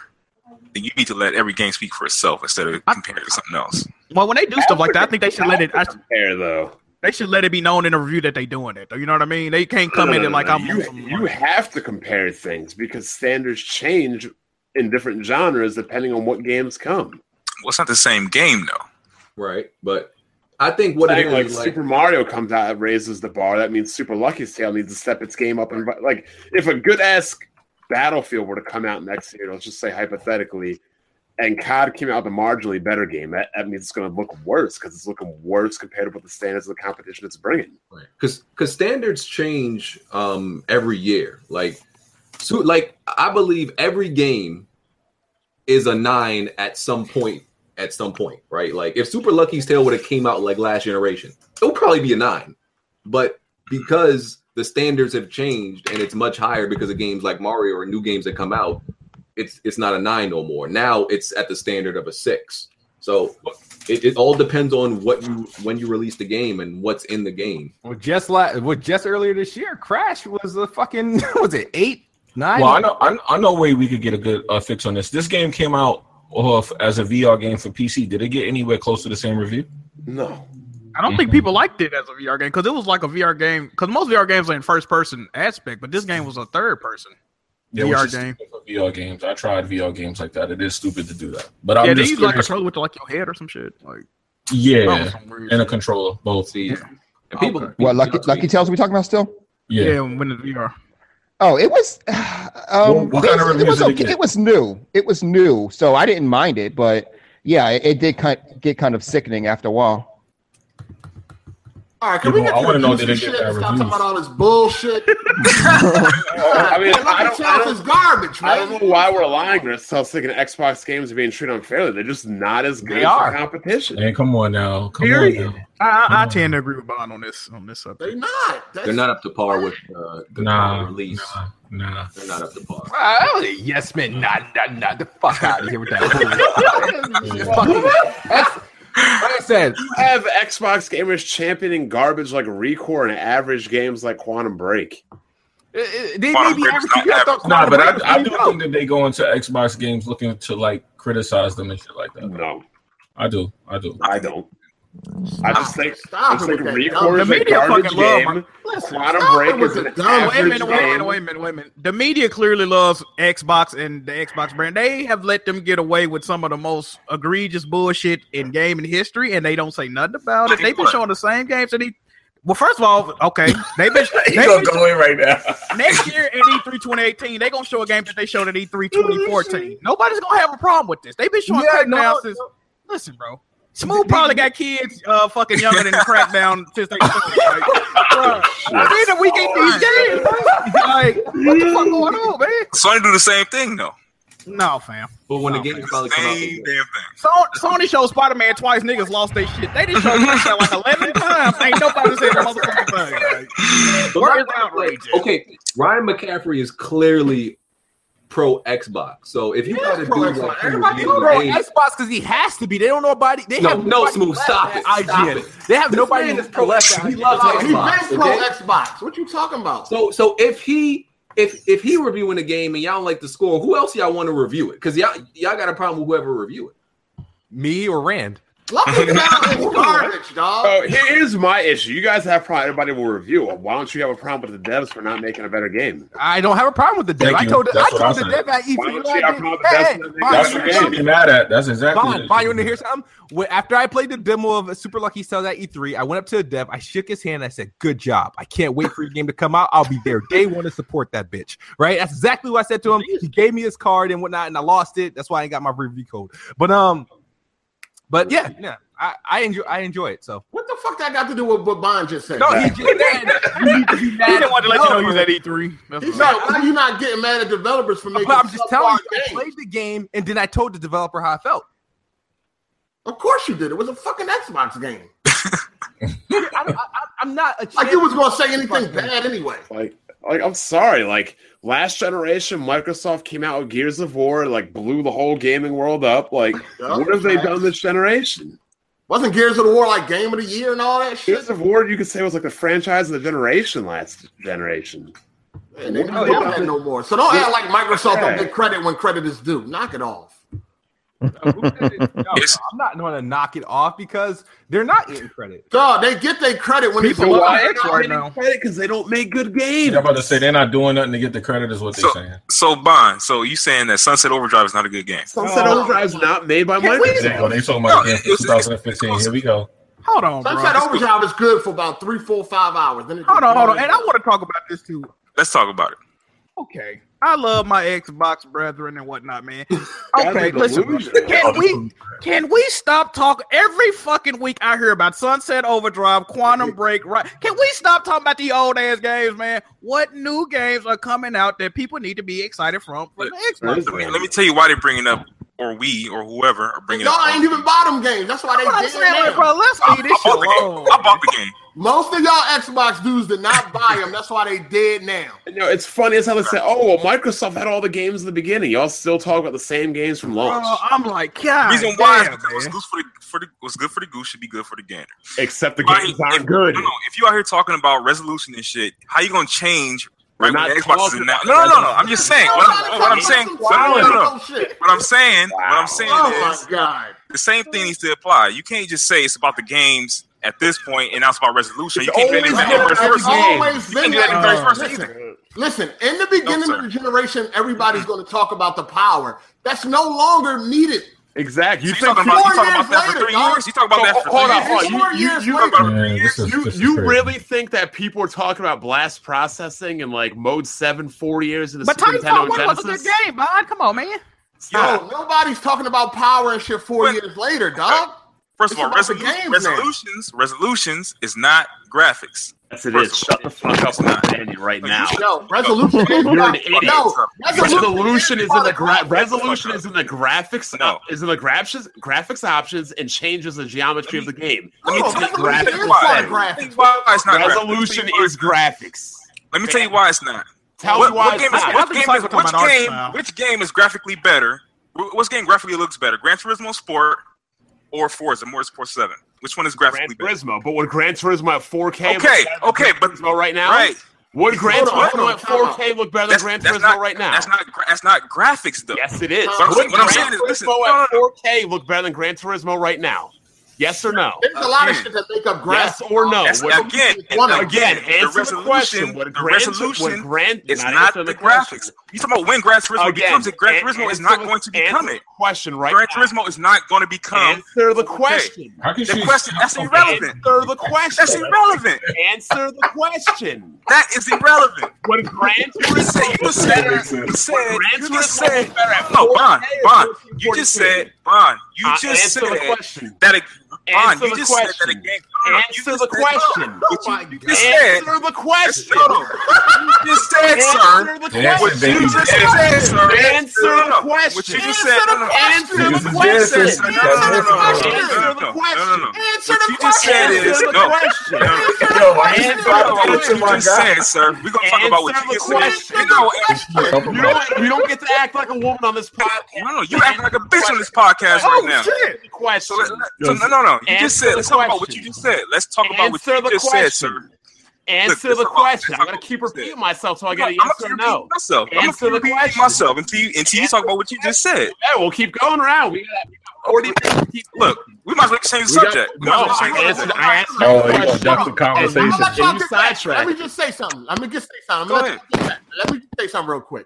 [SPEAKER 8] then you need to let every game speak for itself instead of
[SPEAKER 4] I-
[SPEAKER 8] comparing it to something else.
[SPEAKER 4] Well, when they do stuff like that, I think they should let it. I,
[SPEAKER 2] Fair though.
[SPEAKER 4] they should let it be known in a review that they doing it. Though, you know what I mean? They can't come
[SPEAKER 2] No,
[SPEAKER 4] in
[SPEAKER 2] no,
[SPEAKER 4] and
[SPEAKER 2] no,
[SPEAKER 4] like
[SPEAKER 2] no.
[SPEAKER 4] I'm.
[SPEAKER 2] you, you have to compare things because standards change in different genres depending on what games come.
[SPEAKER 8] Well, it's not the same game, though.
[SPEAKER 3] right, but I think what it
[SPEAKER 2] like,
[SPEAKER 3] is
[SPEAKER 2] like
[SPEAKER 3] is
[SPEAKER 2] Super Mario comes out and raises the bar. That means Super Lucky's Tale needs to step its game up. And like, if a good ass Battlefield were to come out next year, let's just say hypothetically, and COD came out with a marginally better game, that, that means it's going to look worse because it's looking worse compared to what the standards of the competition it's bringing.
[SPEAKER 3] because because standards change um every year like so like i believe every game is a nine at some point at some point right like if super lucky's tale would have came out like last generation it would probably be a nine but because the standards have changed and it's much higher because of games like mario or new games that come out it's it's not a nine no more now it's at the standard of a six so it, it all depends on what you when you release the game and what's in the game
[SPEAKER 9] Well, just la- well, just earlier this year, Crash was a fucking was it eight nine?
[SPEAKER 1] Well, I know, I, I know, a way we could get a good uh, fix on this. This game came out off as a VR game for PC. Did it get anywhere close to the same review?
[SPEAKER 2] No.
[SPEAKER 4] I don't think people liked it as a VR game because it was like a VR game because most VR games are in first person aspect, but this game was a third person.
[SPEAKER 1] It was
[SPEAKER 4] VR
[SPEAKER 1] just
[SPEAKER 4] game.
[SPEAKER 1] stupid for VR games. I tried VR games like that. It is stupid to do that. But I'm
[SPEAKER 4] yeah, they
[SPEAKER 1] just
[SPEAKER 4] use like a
[SPEAKER 1] curious.
[SPEAKER 4] controller with like your head or some shit. Like that was
[SPEAKER 1] yeah,
[SPEAKER 4] some weird
[SPEAKER 1] and a
[SPEAKER 4] shit.
[SPEAKER 1] controller, both.
[SPEAKER 3] See,
[SPEAKER 4] Yeah.
[SPEAKER 3] and people,
[SPEAKER 4] Okay.
[SPEAKER 6] What lucky lucky tales are we talking about still?
[SPEAKER 1] Yeah.
[SPEAKER 4] yeah, when the VR.
[SPEAKER 6] Oh, it was. Um,
[SPEAKER 1] what
[SPEAKER 6] it
[SPEAKER 1] kind of
[SPEAKER 6] was-
[SPEAKER 1] reviews
[SPEAKER 6] it was,
[SPEAKER 1] did it
[SPEAKER 6] okay.
[SPEAKER 1] get?
[SPEAKER 6] it was new. It was new, so I didn't mind it. But yeah, it, it did kind get kind of sickening after a while.
[SPEAKER 5] All right, can
[SPEAKER 1] Yeah,
[SPEAKER 5] we
[SPEAKER 1] but
[SPEAKER 5] get
[SPEAKER 1] I
[SPEAKER 5] to
[SPEAKER 1] wanna
[SPEAKER 5] the
[SPEAKER 1] know,
[SPEAKER 5] juicy
[SPEAKER 1] did it
[SPEAKER 5] shit?
[SPEAKER 1] get bad
[SPEAKER 5] Stop talking
[SPEAKER 1] reviews?
[SPEAKER 5] about all this bullshit.
[SPEAKER 2] I
[SPEAKER 5] Man,
[SPEAKER 2] mean,
[SPEAKER 5] look at
[SPEAKER 2] I don't, I
[SPEAKER 5] Charles
[SPEAKER 2] don't,
[SPEAKER 5] is garbage, man.
[SPEAKER 2] I don't know why we're lying. We're still thinking Xbox games are being treated unfairly. They're just not as good
[SPEAKER 9] They
[SPEAKER 2] as
[SPEAKER 9] are.
[SPEAKER 2] the competition.
[SPEAKER 1] Hey, come on now. Oh, Come
[SPEAKER 2] Period.
[SPEAKER 1] on now.
[SPEAKER 4] I, I, I
[SPEAKER 1] Mm.
[SPEAKER 4] tend to agree with Bond on this on this
[SPEAKER 5] They're
[SPEAKER 4] subject.
[SPEAKER 5] not. That's,
[SPEAKER 3] they're not up to par with uh, the
[SPEAKER 1] Nah,
[SPEAKER 3] release.
[SPEAKER 1] nah, nah.
[SPEAKER 3] They're not up to par.
[SPEAKER 9] Ah, yes, man. Nah, nah, nah. The fuck out of here with that. bullshit. Fucking- that's- like I said,
[SPEAKER 2] You have Xbox gamers championing garbage like Recore and average games like Quantum Break.
[SPEAKER 9] uh, uh, they may
[SPEAKER 8] Quantum
[SPEAKER 9] be
[SPEAKER 8] Break's
[SPEAKER 9] averaging.
[SPEAKER 8] not
[SPEAKER 9] you
[SPEAKER 8] average.
[SPEAKER 9] thought
[SPEAKER 1] Nah,
[SPEAKER 9] Quantum
[SPEAKER 1] but
[SPEAKER 9] Break was
[SPEAKER 1] I, I
[SPEAKER 9] pretty
[SPEAKER 1] do
[SPEAKER 9] dope.
[SPEAKER 1] think that they go into Xbox games looking to like criticize them and shit like that.
[SPEAKER 2] No,
[SPEAKER 1] I do. I do.
[SPEAKER 2] I don't. I just think I
[SPEAKER 5] Stop
[SPEAKER 2] just
[SPEAKER 5] it
[SPEAKER 2] think
[SPEAKER 5] with that dumb-
[SPEAKER 2] Recore is a
[SPEAKER 4] media fucking
[SPEAKER 2] garbage
[SPEAKER 4] love
[SPEAKER 2] game.
[SPEAKER 5] Listen, stop
[SPEAKER 2] Quantum
[SPEAKER 5] it
[SPEAKER 2] Break
[SPEAKER 5] with
[SPEAKER 2] is
[SPEAKER 5] the
[SPEAKER 2] an
[SPEAKER 5] dumb-
[SPEAKER 4] Wait a
[SPEAKER 2] average
[SPEAKER 4] minute, wait a minute,
[SPEAKER 2] game.
[SPEAKER 4] wait a minute, wait a minute. The media clearly loves Xbox and the Xbox brand. They have let them get away with some of the most egregious bullshit in gaming history, and they don't say nothing about it.
[SPEAKER 8] Like
[SPEAKER 4] They've been
[SPEAKER 8] what?
[SPEAKER 4] showing the same games and he well, first of all, okay, they've been, they've
[SPEAKER 1] He's gonna
[SPEAKER 4] been
[SPEAKER 1] go in right now.
[SPEAKER 4] next year E at E3 2018, they're gonna show a game that they showed E at E3 2014. Nobody's gonna have a problem with this. They've been showing
[SPEAKER 9] Yeah,
[SPEAKER 4] crackdown
[SPEAKER 9] no,
[SPEAKER 4] since. Listen, bro, Smooth probably got kids uh, fucking younger than crackdown since they. Started, like,
[SPEAKER 9] I mean, that we get these games.
[SPEAKER 4] like, what the fuck going on, man?
[SPEAKER 8] Sony do the same thing though.
[SPEAKER 4] No, fam.
[SPEAKER 3] But when
[SPEAKER 4] Oh,
[SPEAKER 3] the games
[SPEAKER 8] Same
[SPEAKER 3] finally come out, they
[SPEAKER 8] damn
[SPEAKER 3] will.
[SPEAKER 8] thing.
[SPEAKER 4] So, Sony showed Spider Man twice. Niggas lost their shit. They didn't show Crackdown like eleven times. Ain't nobody said the motherfucking thing. Like,
[SPEAKER 3] But
[SPEAKER 4] where is
[SPEAKER 3] Ryan-
[SPEAKER 4] outrage? at?
[SPEAKER 3] Okay, Ryan McCaffrey is clearly pro Xbox. So if you
[SPEAKER 5] He
[SPEAKER 3] got
[SPEAKER 5] is
[SPEAKER 3] to
[SPEAKER 5] pro
[SPEAKER 3] do
[SPEAKER 5] Xbox.
[SPEAKER 3] like
[SPEAKER 5] Everybody
[SPEAKER 3] reviews of
[SPEAKER 9] Bro,
[SPEAKER 3] games-
[SPEAKER 9] Xbox because he has to be. They don't know about it. They
[SPEAKER 3] No,
[SPEAKER 9] have
[SPEAKER 3] no,
[SPEAKER 9] nobody
[SPEAKER 3] Smooth,
[SPEAKER 9] left
[SPEAKER 3] stop
[SPEAKER 9] at
[SPEAKER 3] it. Stop
[SPEAKER 9] IGN.
[SPEAKER 3] it.
[SPEAKER 9] They have
[SPEAKER 3] This
[SPEAKER 9] nobody
[SPEAKER 3] man is
[SPEAKER 9] left out
[SPEAKER 3] pro- he
[SPEAKER 9] here.
[SPEAKER 3] loves
[SPEAKER 5] Nah, he
[SPEAKER 3] Xbox,
[SPEAKER 5] been pro
[SPEAKER 3] okay?
[SPEAKER 5] Xbox. What you talking about?
[SPEAKER 3] So so if he if if he reviewing a game and y'all don't like the score, who else y'all want to review it? Because y'all y'all got a problem with whoever review it.
[SPEAKER 9] Me or Rand?
[SPEAKER 5] Lucky Town is garbage, dog.
[SPEAKER 2] Oh, here- here's my issue. You guys have probably everybody will review it. Why don't you have a problem with the devs for not making a better game?
[SPEAKER 9] I don't have a problem with the dev.
[SPEAKER 1] Thank
[SPEAKER 9] I
[SPEAKER 1] you.
[SPEAKER 9] told, the- I
[SPEAKER 1] That's what
[SPEAKER 9] told
[SPEAKER 1] I
[SPEAKER 9] the
[SPEAKER 1] said.
[SPEAKER 9] dev at E3.
[SPEAKER 2] Why don't
[SPEAKER 9] like,
[SPEAKER 2] you have a problem with
[SPEAKER 9] hey,
[SPEAKER 2] devs
[SPEAKER 9] hey,
[SPEAKER 2] that
[SPEAKER 1] That's
[SPEAKER 9] Vaughn,
[SPEAKER 2] make better
[SPEAKER 9] you
[SPEAKER 1] what
[SPEAKER 9] wanna
[SPEAKER 1] you
[SPEAKER 2] games?
[SPEAKER 1] should be mad at. That's exactly. what
[SPEAKER 9] Vaughn,
[SPEAKER 1] it
[SPEAKER 9] Vaughn, you
[SPEAKER 1] should
[SPEAKER 9] want to
[SPEAKER 1] be.
[SPEAKER 9] hear something? When, after I played the demo of Super Lucky Cells at E3, I went up to a dev. I shook his hand. I said, "Good job. I can't wait for your game to come out. I'll be there day one to support that bitch." Right? That's exactly what I said to him. He gave me his card and whatnot, and I lost it. That's why I ain't got my review code. But um, but yeah, yeah, I, I enjoy I enjoy it. So
[SPEAKER 5] What the fuck that got to do with what Bond just said?
[SPEAKER 9] no, he just you need to
[SPEAKER 4] He
[SPEAKER 9] be mad
[SPEAKER 4] didn't want to let you know he was
[SPEAKER 9] developer.
[SPEAKER 4] at E E3. That's
[SPEAKER 5] He
[SPEAKER 4] what-
[SPEAKER 5] said, why you not getting mad at developers for making
[SPEAKER 9] But I'm just telling
[SPEAKER 5] subpar
[SPEAKER 9] you, I
[SPEAKER 5] games?
[SPEAKER 9] played the game and then I told the developer how I felt.
[SPEAKER 5] Of course you did. It was a fucking Xbox game.
[SPEAKER 9] I don't, I, I- I'm not a
[SPEAKER 5] Like you
[SPEAKER 9] champion.
[SPEAKER 5] was gonna say anything bad anyway.
[SPEAKER 2] Like, like I'm sorry. Like last generation, Microsoft came out with Gears of War, like blew the whole gaming world up. Like,
[SPEAKER 5] Yeah,
[SPEAKER 2] what have they
[SPEAKER 5] facts.
[SPEAKER 2] done this generation?
[SPEAKER 5] Wasn't Gears of the War like game of the year and all that shit?
[SPEAKER 2] Gears of War, you could say was like the franchise of the generation last generation.
[SPEAKER 5] Man, they
[SPEAKER 2] Oh,
[SPEAKER 5] don't
[SPEAKER 2] yeah.
[SPEAKER 5] want that no more. So don't act like Microsoft don't
[SPEAKER 2] Yeah.
[SPEAKER 5] get credit when credit is due. Knock it off.
[SPEAKER 9] No, who said it? No,
[SPEAKER 8] Yes.
[SPEAKER 9] I'm not going to knock it off because they're not getting credit.
[SPEAKER 5] Dog, they get their credit when
[SPEAKER 4] People
[SPEAKER 5] it's
[SPEAKER 4] want X right now.
[SPEAKER 2] Because they don't make good games.
[SPEAKER 1] I'm about to say they're not doing nothing to get the credit, is what they're
[SPEAKER 8] So-
[SPEAKER 1] saying.
[SPEAKER 8] So Bond, so you saying that Sunset Overdrive is not a good game?
[SPEAKER 2] Sunset
[SPEAKER 5] No.
[SPEAKER 2] Overdrive is not made by
[SPEAKER 4] Can we-
[SPEAKER 2] Microsoft.
[SPEAKER 1] There you go. They talking about
[SPEAKER 8] No,
[SPEAKER 1] the game
[SPEAKER 8] it's-
[SPEAKER 1] for 2015. Here we go.
[SPEAKER 4] Hold on, bro.
[SPEAKER 5] Sunset Overdrive is good for about three, four, five hours. Then it
[SPEAKER 4] Hold on, hold on. And I want to talk about this too.
[SPEAKER 8] Let's talk about it.
[SPEAKER 4] Okay. I love my Xbox brethren and whatnot, man.
[SPEAKER 2] Guys
[SPEAKER 4] Okay,
[SPEAKER 2] are
[SPEAKER 4] listen.
[SPEAKER 2] delusional.
[SPEAKER 4] Can we can we stop talking every fucking week I hear about Sunset Overdrive, Quantum Break, right? Can we stop talking about the old ass games, man? What new games are coming out that people need to be excited from from the
[SPEAKER 2] There
[SPEAKER 4] Xbox?
[SPEAKER 2] is
[SPEAKER 8] Let me,
[SPEAKER 2] one.
[SPEAKER 8] let me tell you why they're bringing up, or we, or whoever are bringing
[SPEAKER 5] Y'all
[SPEAKER 8] up.
[SPEAKER 5] ain't even bottom games. That's why
[SPEAKER 4] That's what I'm
[SPEAKER 5] they
[SPEAKER 4] saying, like,
[SPEAKER 5] did
[SPEAKER 4] bro, let's
[SPEAKER 8] I,
[SPEAKER 4] leave this shit
[SPEAKER 8] bought the game.
[SPEAKER 4] alone.
[SPEAKER 8] I bought the game.
[SPEAKER 5] Most of y'all Xbox dudes did not buy them. That's why they dead now.
[SPEAKER 2] You know, it's funny as how they say, "Oh, well, Microsoft had all the games in the beginning. Y'all still talk about the same games from launch,
[SPEAKER 4] Bro, I'm like, God,
[SPEAKER 8] Reason why is
[SPEAKER 4] damn,
[SPEAKER 8] because what's
[SPEAKER 4] man.
[SPEAKER 8] good for the, for the what's good for the goose should be good for the gander.
[SPEAKER 2] except the
[SPEAKER 8] Right.
[SPEAKER 2] games aren't good."
[SPEAKER 8] No, no, if you out here talking about resolution and shit, how you gonna change
[SPEAKER 2] We're
[SPEAKER 8] right when
[SPEAKER 2] not
[SPEAKER 8] the Xbox is
[SPEAKER 2] talking
[SPEAKER 8] now? No, no, no, no. I'm just saying. What I'm, what I'm saying. No, no, no, no.
[SPEAKER 5] Shit.
[SPEAKER 8] What I'm saying. What I'm saying
[SPEAKER 5] Oh
[SPEAKER 8] is
[SPEAKER 5] my god.
[SPEAKER 8] the same thing needs to apply. You can't just say it's about the games at this point and now it's about resolution. you can't do that in the
[SPEAKER 2] always been
[SPEAKER 8] inverse
[SPEAKER 2] about
[SPEAKER 8] person.
[SPEAKER 2] the
[SPEAKER 5] Always
[SPEAKER 8] You can't
[SPEAKER 5] been
[SPEAKER 8] do that in the
[SPEAKER 5] that
[SPEAKER 8] first person
[SPEAKER 5] Listen,
[SPEAKER 8] either.
[SPEAKER 5] Listen, in the beginning
[SPEAKER 8] sir.
[SPEAKER 5] of the generation, everybody's going to talk about the power. That's no longer needed.
[SPEAKER 2] Exactly.
[SPEAKER 8] You
[SPEAKER 2] You
[SPEAKER 8] talking
[SPEAKER 2] think
[SPEAKER 8] about you
[SPEAKER 5] four
[SPEAKER 8] talking
[SPEAKER 5] years
[SPEAKER 8] about that for
[SPEAKER 5] later,
[SPEAKER 8] three
[SPEAKER 5] dog.
[SPEAKER 8] years? You talking about
[SPEAKER 2] So,
[SPEAKER 8] that for
[SPEAKER 2] hold
[SPEAKER 8] three
[SPEAKER 2] on,
[SPEAKER 8] years?
[SPEAKER 2] hold on. You-
[SPEAKER 5] Four
[SPEAKER 2] you-
[SPEAKER 5] years
[SPEAKER 2] you-
[SPEAKER 5] later.
[SPEAKER 1] Man, this is-
[SPEAKER 2] you
[SPEAKER 1] this is
[SPEAKER 2] you
[SPEAKER 1] crazy.
[SPEAKER 2] really think that people are talking about blast processing and like mode 7 four years in the
[SPEAKER 4] But
[SPEAKER 2] Super
[SPEAKER 4] Titanfall
[SPEAKER 2] Nintendo
[SPEAKER 4] One
[SPEAKER 2] and
[SPEAKER 4] was a good
[SPEAKER 2] Genesis?
[SPEAKER 4] game, Bond. Come on, man.
[SPEAKER 8] Yeah.
[SPEAKER 5] Yo, nobody's talking about power and shit four
[SPEAKER 8] But-
[SPEAKER 5] years later, dog.
[SPEAKER 8] First of all,
[SPEAKER 5] It's about the
[SPEAKER 8] resolu-
[SPEAKER 5] games now.
[SPEAKER 8] resolutions resolutions is not graphics.
[SPEAKER 2] Yes, it is. Shut the fuck up and ban it right now.
[SPEAKER 5] No, resolution. is
[SPEAKER 2] You're
[SPEAKER 5] about-
[SPEAKER 2] an idiot.
[SPEAKER 5] No,
[SPEAKER 2] Resolution is in the gra-
[SPEAKER 5] graphic.
[SPEAKER 2] resolution is in the graphics
[SPEAKER 8] No.
[SPEAKER 2] is in the graphics graphics options and changes the geometry of the game.
[SPEAKER 8] Let me
[SPEAKER 5] No,
[SPEAKER 8] tell you
[SPEAKER 5] resolution
[SPEAKER 2] graphics
[SPEAKER 5] is
[SPEAKER 8] why.
[SPEAKER 5] part
[SPEAKER 2] why.
[SPEAKER 8] Let
[SPEAKER 5] of
[SPEAKER 8] me tell
[SPEAKER 5] graphics.
[SPEAKER 8] you why it's not graphics.
[SPEAKER 2] Resolution is graphics.
[SPEAKER 8] Let me tell you why it's not.
[SPEAKER 2] Tell
[SPEAKER 8] what,
[SPEAKER 2] me why
[SPEAKER 8] what
[SPEAKER 2] it's
[SPEAKER 8] game, is,
[SPEAKER 2] not.
[SPEAKER 8] which, game, is,
[SPEAKER 4] Talking
[SPEAKER 8] which,
[SPEAKER 4] about art
[SPEAKER 8] game,
[SPEAKER 4] style.
[SPEAKER 8] which game is graphically better? Wh- Which game graphically looks better? Gran Turismo Sport or Forza Motorsport 7? Which one is
[SPEAKER 2] Gran
[SPEAKER 8] graphically better?
[SPEAKER 2] Turismo, but would Gran Turismo at 4K? look
[SPEAKER 8] Okay,
[SPEAKER 2] better than
[SPEAKER 8] okay,
[SPEAKER 2] Gran
[SPEAKER 8] but-
[SPEAKER 2] Turismo right now,
[SPEAKER 8] Right.
[SPEAKER 2] Would Gran
[SPEAKER 5] Hold on,
[SPEAKER 2] Turismo at
[SPEAKER 5] hold on,
[SPEAKER 2] 4K look better than Gran Turismo
[SPEAKER 8] not,
[SPEAKER 2] right now?
[SPEAKER 8] That's not, gra- that's not graphics, though.
[SPEAKER 2] Yes, it is.
[SPEAKER 5] What I'm-
[SPEAKER 2] Would
[SPEAKER 8] what I'm
[SPEAKER 2] Gran
[SPEAKER 8] saying is, listen,
[SPEAKER 2] Turismo
[SPEAKER 8] no, no,
[SPEAKER 2] at
[SPEAKER 8] no.
[SPEAKER 2] 4K look better than Gran Turismo right now? Yes or no?
[SPEAKER 5] There's a lot of
[SPEAKER 8] Again.
[SPEAKER 5] shit that make up graphics.
[SPEAKER 2] Yes or no?
[SPEAKER 8] That's,
[SPEAKER 2] Would-
[SPEAKER 5] what-
[SPEAKER 8] again,
[SPEAKER 5] One of-
[SPEAKER 2] Again,
[SPEAKER 8] again, the
[SPEAKER 2] answer the question.
[SPEAKER 8] resolution,
[SPEAKER 2] Would
[SPEAKER 8] the
[SPEAKER 2] Gran-
[SPEAKER 8] resolution
[SPEAKER 2] would Gran-
[SPEAKER 8] It's
[SPEAKER 2] not
[SPEAKER 8] not
[SPEAKER 2] answer
[SPEAKER 8] the,
[SPEAKER 2] the question.
[SPEAKER 8] graphics. You talking about when Gran Turismo
[SPEAKER 2] Again,
[SPEAKER 8] becomes it? Gran
[SPEAKER 2] an-
[SPEAKER 8] Turismo is
[SPEAKER 2] answer
[SPEAKER 8] not
[SPEAKER 2] the-
[SPEAKER 8] going to
[SPEAKER 2] answer
[SPEAKER 8] become
[SPEAKER 2] the
[SPEAKER 8] it.
[SPEAKER 2] Question right
[SPEAKER 8] Gran
[SPEAKER 2] now.
[SPEAKER 8] Turismo is not going to become.
[SPEAKER 2] Answer the question.
[SPEAKER 1] How can
[SPEAKER 8] The
[SPEAKER 1] she-
[SPEAKER 8] question- that's
[SPEAKER 1] how-
[SPEAKER 8] irrelevant.
[SPEAKER 2] Answer the
[SPEAKER 8] That's
[SPEAKER 2] question.
[SPEAKER 8] irrelevant.
[SPEAKER 2] Answer the question.
[SPEAKER 8] That is irrelevant.
[SPEAKER 2] Would Gran
[SPEAKER 8] You just said. You
[SPEAKER 2] Turismo
[SPEAKER 8] just said.
[SPEAKER 1] Makes sense.
[SPEAKER 8] You said.
[SPEAKER 2] Gran
[SPEAKER 8] You just
[SPEAKER 2] Turismo is
[SPEAKER 8] said.
[SPEAKER 2] better at
[SPEAKER 8] No,
[SPEAKER 2] 4K
[SPEAKER 8] Bond.
[SPEAKER 2] or
[SPEAKER 8] Bond. You just
[SPEAKER 2] 1440p?
[SPEAKER 8] said. Bond. You
[SPEAKER 2] Uh,
[SPEAKER 8] just
[SPEAKER 2] answer
[SPEAKER 8] said
[SPEAKER 2] the question.
[SPEAKER 8] that. A, Bond.
[SPEAKER 2] Answer
[SPEAKER 8] You
[SPEAKER 2] the
[SPEAKER 8] just said that a
[SPEAKER 2] question.
[SPEAKER 8] game. you
[SPEAKER 2] Answer
[SPEAKER 8] just
[SPEAKER 2] the
[SPEAKER 8] said- no,
[SPEAKER 2] question.
[SPEAKER 5] Oh my
[SPEAKER 8] You
[SPEAKER 5] God.
[SPEAKER 8] just said.
[SPEAKER 2] Answer the question.
[SPEAKER 8] You just said, sir.
[SPEAKER 2] Answer the
[SPEAKER 1] Yes,
[SPEAKER 2] question.
[SPEAKER 1] baby.
[SPEAKER 8] You just said, sir.
[SPEAKER 2] Answer
[SPEAKER 8] No, no,
[SPEAKER 2] the
[SPEAKER 8] no. What you
[SPEAKER 2] question.
[SPEAKER 8] just said. no, no, no.
[SPEAKER 2] Answer
[SPEAKER 1] This
[SPEAKER 2] the
[SPEAKER 1] is
[SPEAKER 2] question.
[SPEAKER 1] business.
[SPEAKER 8] No, no, no, no, no,
[SPEAKER 2] Answer
[SPEAKER 8] no, no, no,
[SPEAKER 2] the
[SPEAKER 8] no,
[SPEAKER 2] question.
[SPEAKER 8] no, no, no.
[SPEAKER 5] Answer
[SPEAKER 8] What
[SPEAKER 5] the
[SPEAKER 8] you just said
[SPEAKER 5] question.
[SPEAKER 8] is
[SPEAKER 2] Answer the
[SPEAKER 8] no.
[SPEAKER 2] question.
[SPEAKER 8] no.
[SPEAKER 1] Yo, why you
[SPEAKER 2] Answer
[SPEAKER 1] trying to
[SPEAKER 8] Talk about
[SPEAKER 1] go
[SPEAKER 8] what
[SPEAKER 1] to
[SPEAKER 8] you
[SPEAKER 1] my
[SPEAKER 8] just
[SPEAKER 1] guy?
[SPEAKER 8] said, sir. We're gonna talk about what you
[SPEAKER 2] Answer the
[SPEAKER 8] just
[SPEAKER 2] question.
[SPEAKER 8] said. You know,
[SPEAKER 1] Talking
[SPEAKER 2] You
[SPEAKER 1] about-
[SPEAKER 2] don't, you don't get to act like a woman on this podcast.
[SPEAKER 8] no, no, you acting like a bitch on this podcast right now.
[SPEAKER 2] Oh, Answer the
[SPEAKER 8] So,
[SPEAKER 2] question.
[SPEAKER 8] let's, so no, no, no. You just
[SPEAKER 2] Answer
[SPEAKER 8] said.
[SPEAKER 2] the
[SPEAKER 8] Let's talk about what
[SPEAKER 2] question.
[SPEAKER 8] you just said. Let's talk about what
[SPEAKER 2] Answer
[SPEAKER 8] you
[SPEAKER 2] the
[SPEAKER 8] just
[SPEAKER 2] question.
[SPEAKER 8] said, sir.
[SPEAKER 2] Answer
[SPEAKER 8] Look,
[SPEAKER 2] the
[SPEAKER 8] that's all-
[SPEAKER 2] question.
[SPEAKER 8] that's
[SPEAKER 2] I'm
[SPEAKER 8] all
[SPEAKER 2] gonna
[SPEAKER 8] you
[SPEAKER 2] keep
[SPEAKER 8] said.
[SPEAKER 2] repeating myself so I
[SPEAKER 8] I'm
[SPEAKER 2] get
[SPEAKER 8] gonna
[SPEAKER 2] an answer or
[SPEAKER 8] keep
[SPEAKER 2] no.
[SPEAKER 8] repeating myself. I'm
[SPEAKER 2] Answer the
[SPEAKER 8] gonna keep repeating
[SPEAKER 2] question.
[SPEAKER 8] myself until you until you talk about what you just said.
[SPEAKER 2] Yeah, we'll keep going around. We got, we got 40 minutes. to keep-
[SPEAKER 8] Look, we might as well change the
[SPEAKER 2] We got-
[SPEAKER 8] subject. We
[SPEAKER 2] No,
[SPEAKER 8] might as well
[SPEAKER 2] I
[SPEAKER 8] change the
[SPEAKER 2] answered.
[SPEAKER 8] subject.
[SPEAKER 2] I answered
[SPEAKER 1] Oh,
[SPEAKER 2] the
[SPEAKER 1] you gonna
[SPEAKER 2] question.
[SPEAKER 1] duck the
[SPEAKER 5] I'm
[SPEAKER 1] conversation.
[SPEAKER 5] not
[SPEAKER 2] Can
[SPEAKER 5] talking
[SPEAKER 2] you
[SPEAKER 5] about-
[SPEAKER 2] sidetrack?
[SPEAKER 5] Let me just say something. Let me just say something.
[SPEAKER 8] Go
[SPEAKER 5] Let me, just, let me just say something real quick.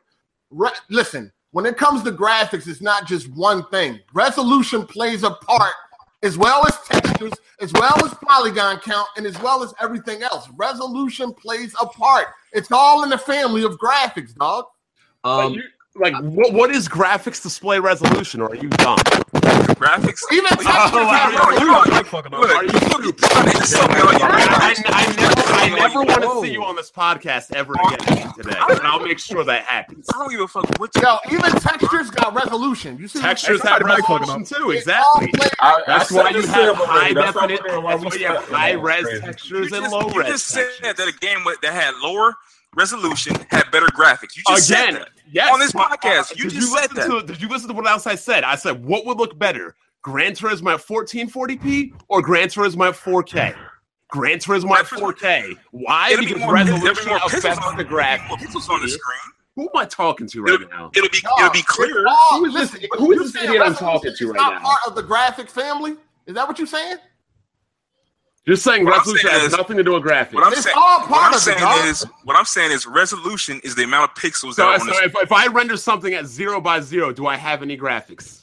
[SPEAKER 5] Re- Listen, when it comes to graphics, it's not just one thing. Resolution plays a part, as well as textures, as well as polygon count, and as well as everything else. Resolution plays a part. It's all in the family of graphics, dog.
[SPEAKER 2] Like,
[SPEAKER 3] Um,
[SPEAKER 2] you- like what, what is graphics display resolution? Or are you dumb?
[SPEAKER 8] Graphics.
[SPEAKER 5] Even
[SPEAKER 2] Oh,
[SPEAKER 8] Look,
[SPEAKER 5] textures have
[SPEAKER 2] wow.
[SPEAKER 5] resolution.
[SPEAKER 8] look, look, look, it's so good.
[SPEAKER 2] I, I never, I never want to see you on this podcast ever again today, and I'll make sure that happens.
[SPEAKER 8] I don't give a fuck what you
[SPEAKER 5] Yo, even textures got resolution. You see,
[SPEAKER 2] Textures have resolution too,
[SPEAKER 5] It all
[SPEAKER 2] exactly.
[SPEAKER 5] plays-
[SPEAKER 1] I- I
[SPEAKER 2] That's
[SPEAKER 1] said
[SPEAKER 2] why you
[SPEAKER 1] this
[SPEAKER 2] have
[SPEAKER 1] shit, but
[SPEAKER 2] high
[SPEAKER 1] that's not
[SPEAKER 2] definition.
[SPEAKER 1] why
[SPEAKER 2] That's
[SPEAKER 1] we
[SPEAKER 2] why you have
[SPEAKER 1] started.
[SPEAKER 2] high res
[SPEAKER 1] Crazy.
[SPEAKER 8] You
[SPEAKER 2] textures and
[SPEAKER 8] just,
[SPEAKER 2] low
[SPEAKER 8] you
[SPEAKER 2] res.
[SPEAKER 8] just said
[SPEAKER 2] textures.
[SPEAKER 8] that a game with- that had lower resolution had better graphics. You just
[SPEAKER 2] Again,
[SPEAKER 8] said that.
[SPEAKER 2] yes,
[SPEAKER 8] on this
[SPEAKER 2] my-
[SPEAKER 8] podcast, you
[SPEAKER 2] did
[SPEAKER 8] just said
[SPEAKER 2] listen
[SPEAKER 8] that.
[SPEAKER 2] To, did you listen to what else I said? I said what would look better, Gran Turismo at 1440p or Gran Turismo at 4K? Gran Turismo at
[SPEAKER 8] Gran Turismo-
[SPEAKER 2] 4K. Why?
[SPEAKER 8] It'll be
[SPEAKER 2] Because
[SPEAKER 8] more- it'll be
[SPEAKER 2] resolution
[SPEAKER 8] more pixels
[SPEAKER 2] affects
[SPEAKER 8] on-
[SPEAKER 2] the
[SPEAKER 8] Well,
[SPEAKER 2] graphics.
[SPEAKER 8] this was on the screen.
[SPEAKER 2] Who am I talking to right now?
[SPEAKER 8] It'll be it'll be clear.
[SPEAKER 5] It's all-
[SPEAKER 2] Who is this-
[SPEAKER 5] listen,
[SPEAKER 2] who is
[SPEAKER 5] you
[SPEAKER 2] this
[SPEAKER 5] saying
[SPEAKER 2] idiot I'm
[SPEAKER 5] resolution
[SPEAKER 2] talking to
[SPEAKER 5] is
[SPEAKER 2] right
[SPEAKER 5] not
[SPEAKER 2] now?
[SPEAKER 5] Part of the graphic family. Is that what you're saying?
[SPEAKER 2] You're saying
[SPEAKER 8] What I'm
[SPEAKER 2] resolution
[SPEAKER 8] saying
[SPEAKER 2] has
[SPEAKER 8] is-
[SPEAKER 2] nothing to do with graphics.
[SPEAKER 8] What I'm
[SPEAKER 5] It's
[SPEAKER 8] saying,
[SPEAKER 5] all
[SPEAKER 8] what
[SPEAKER 5] part
[SPEAKER 8] I'm
[SPEAKER 5] of it,
[SPEAKER 8] saying
[SPEAKER 5] dog.
[SPEAKER 8] is, what I'm saying is, resolution is the amount of pixels that
[SPEAKER 2] So,
[SPEAKER 8] are
[SPEAKER 2] so
[SPEAKER 8] on the screen.
[SPEAKER 2] if, if I render something at zero by zero, do I have any graphics?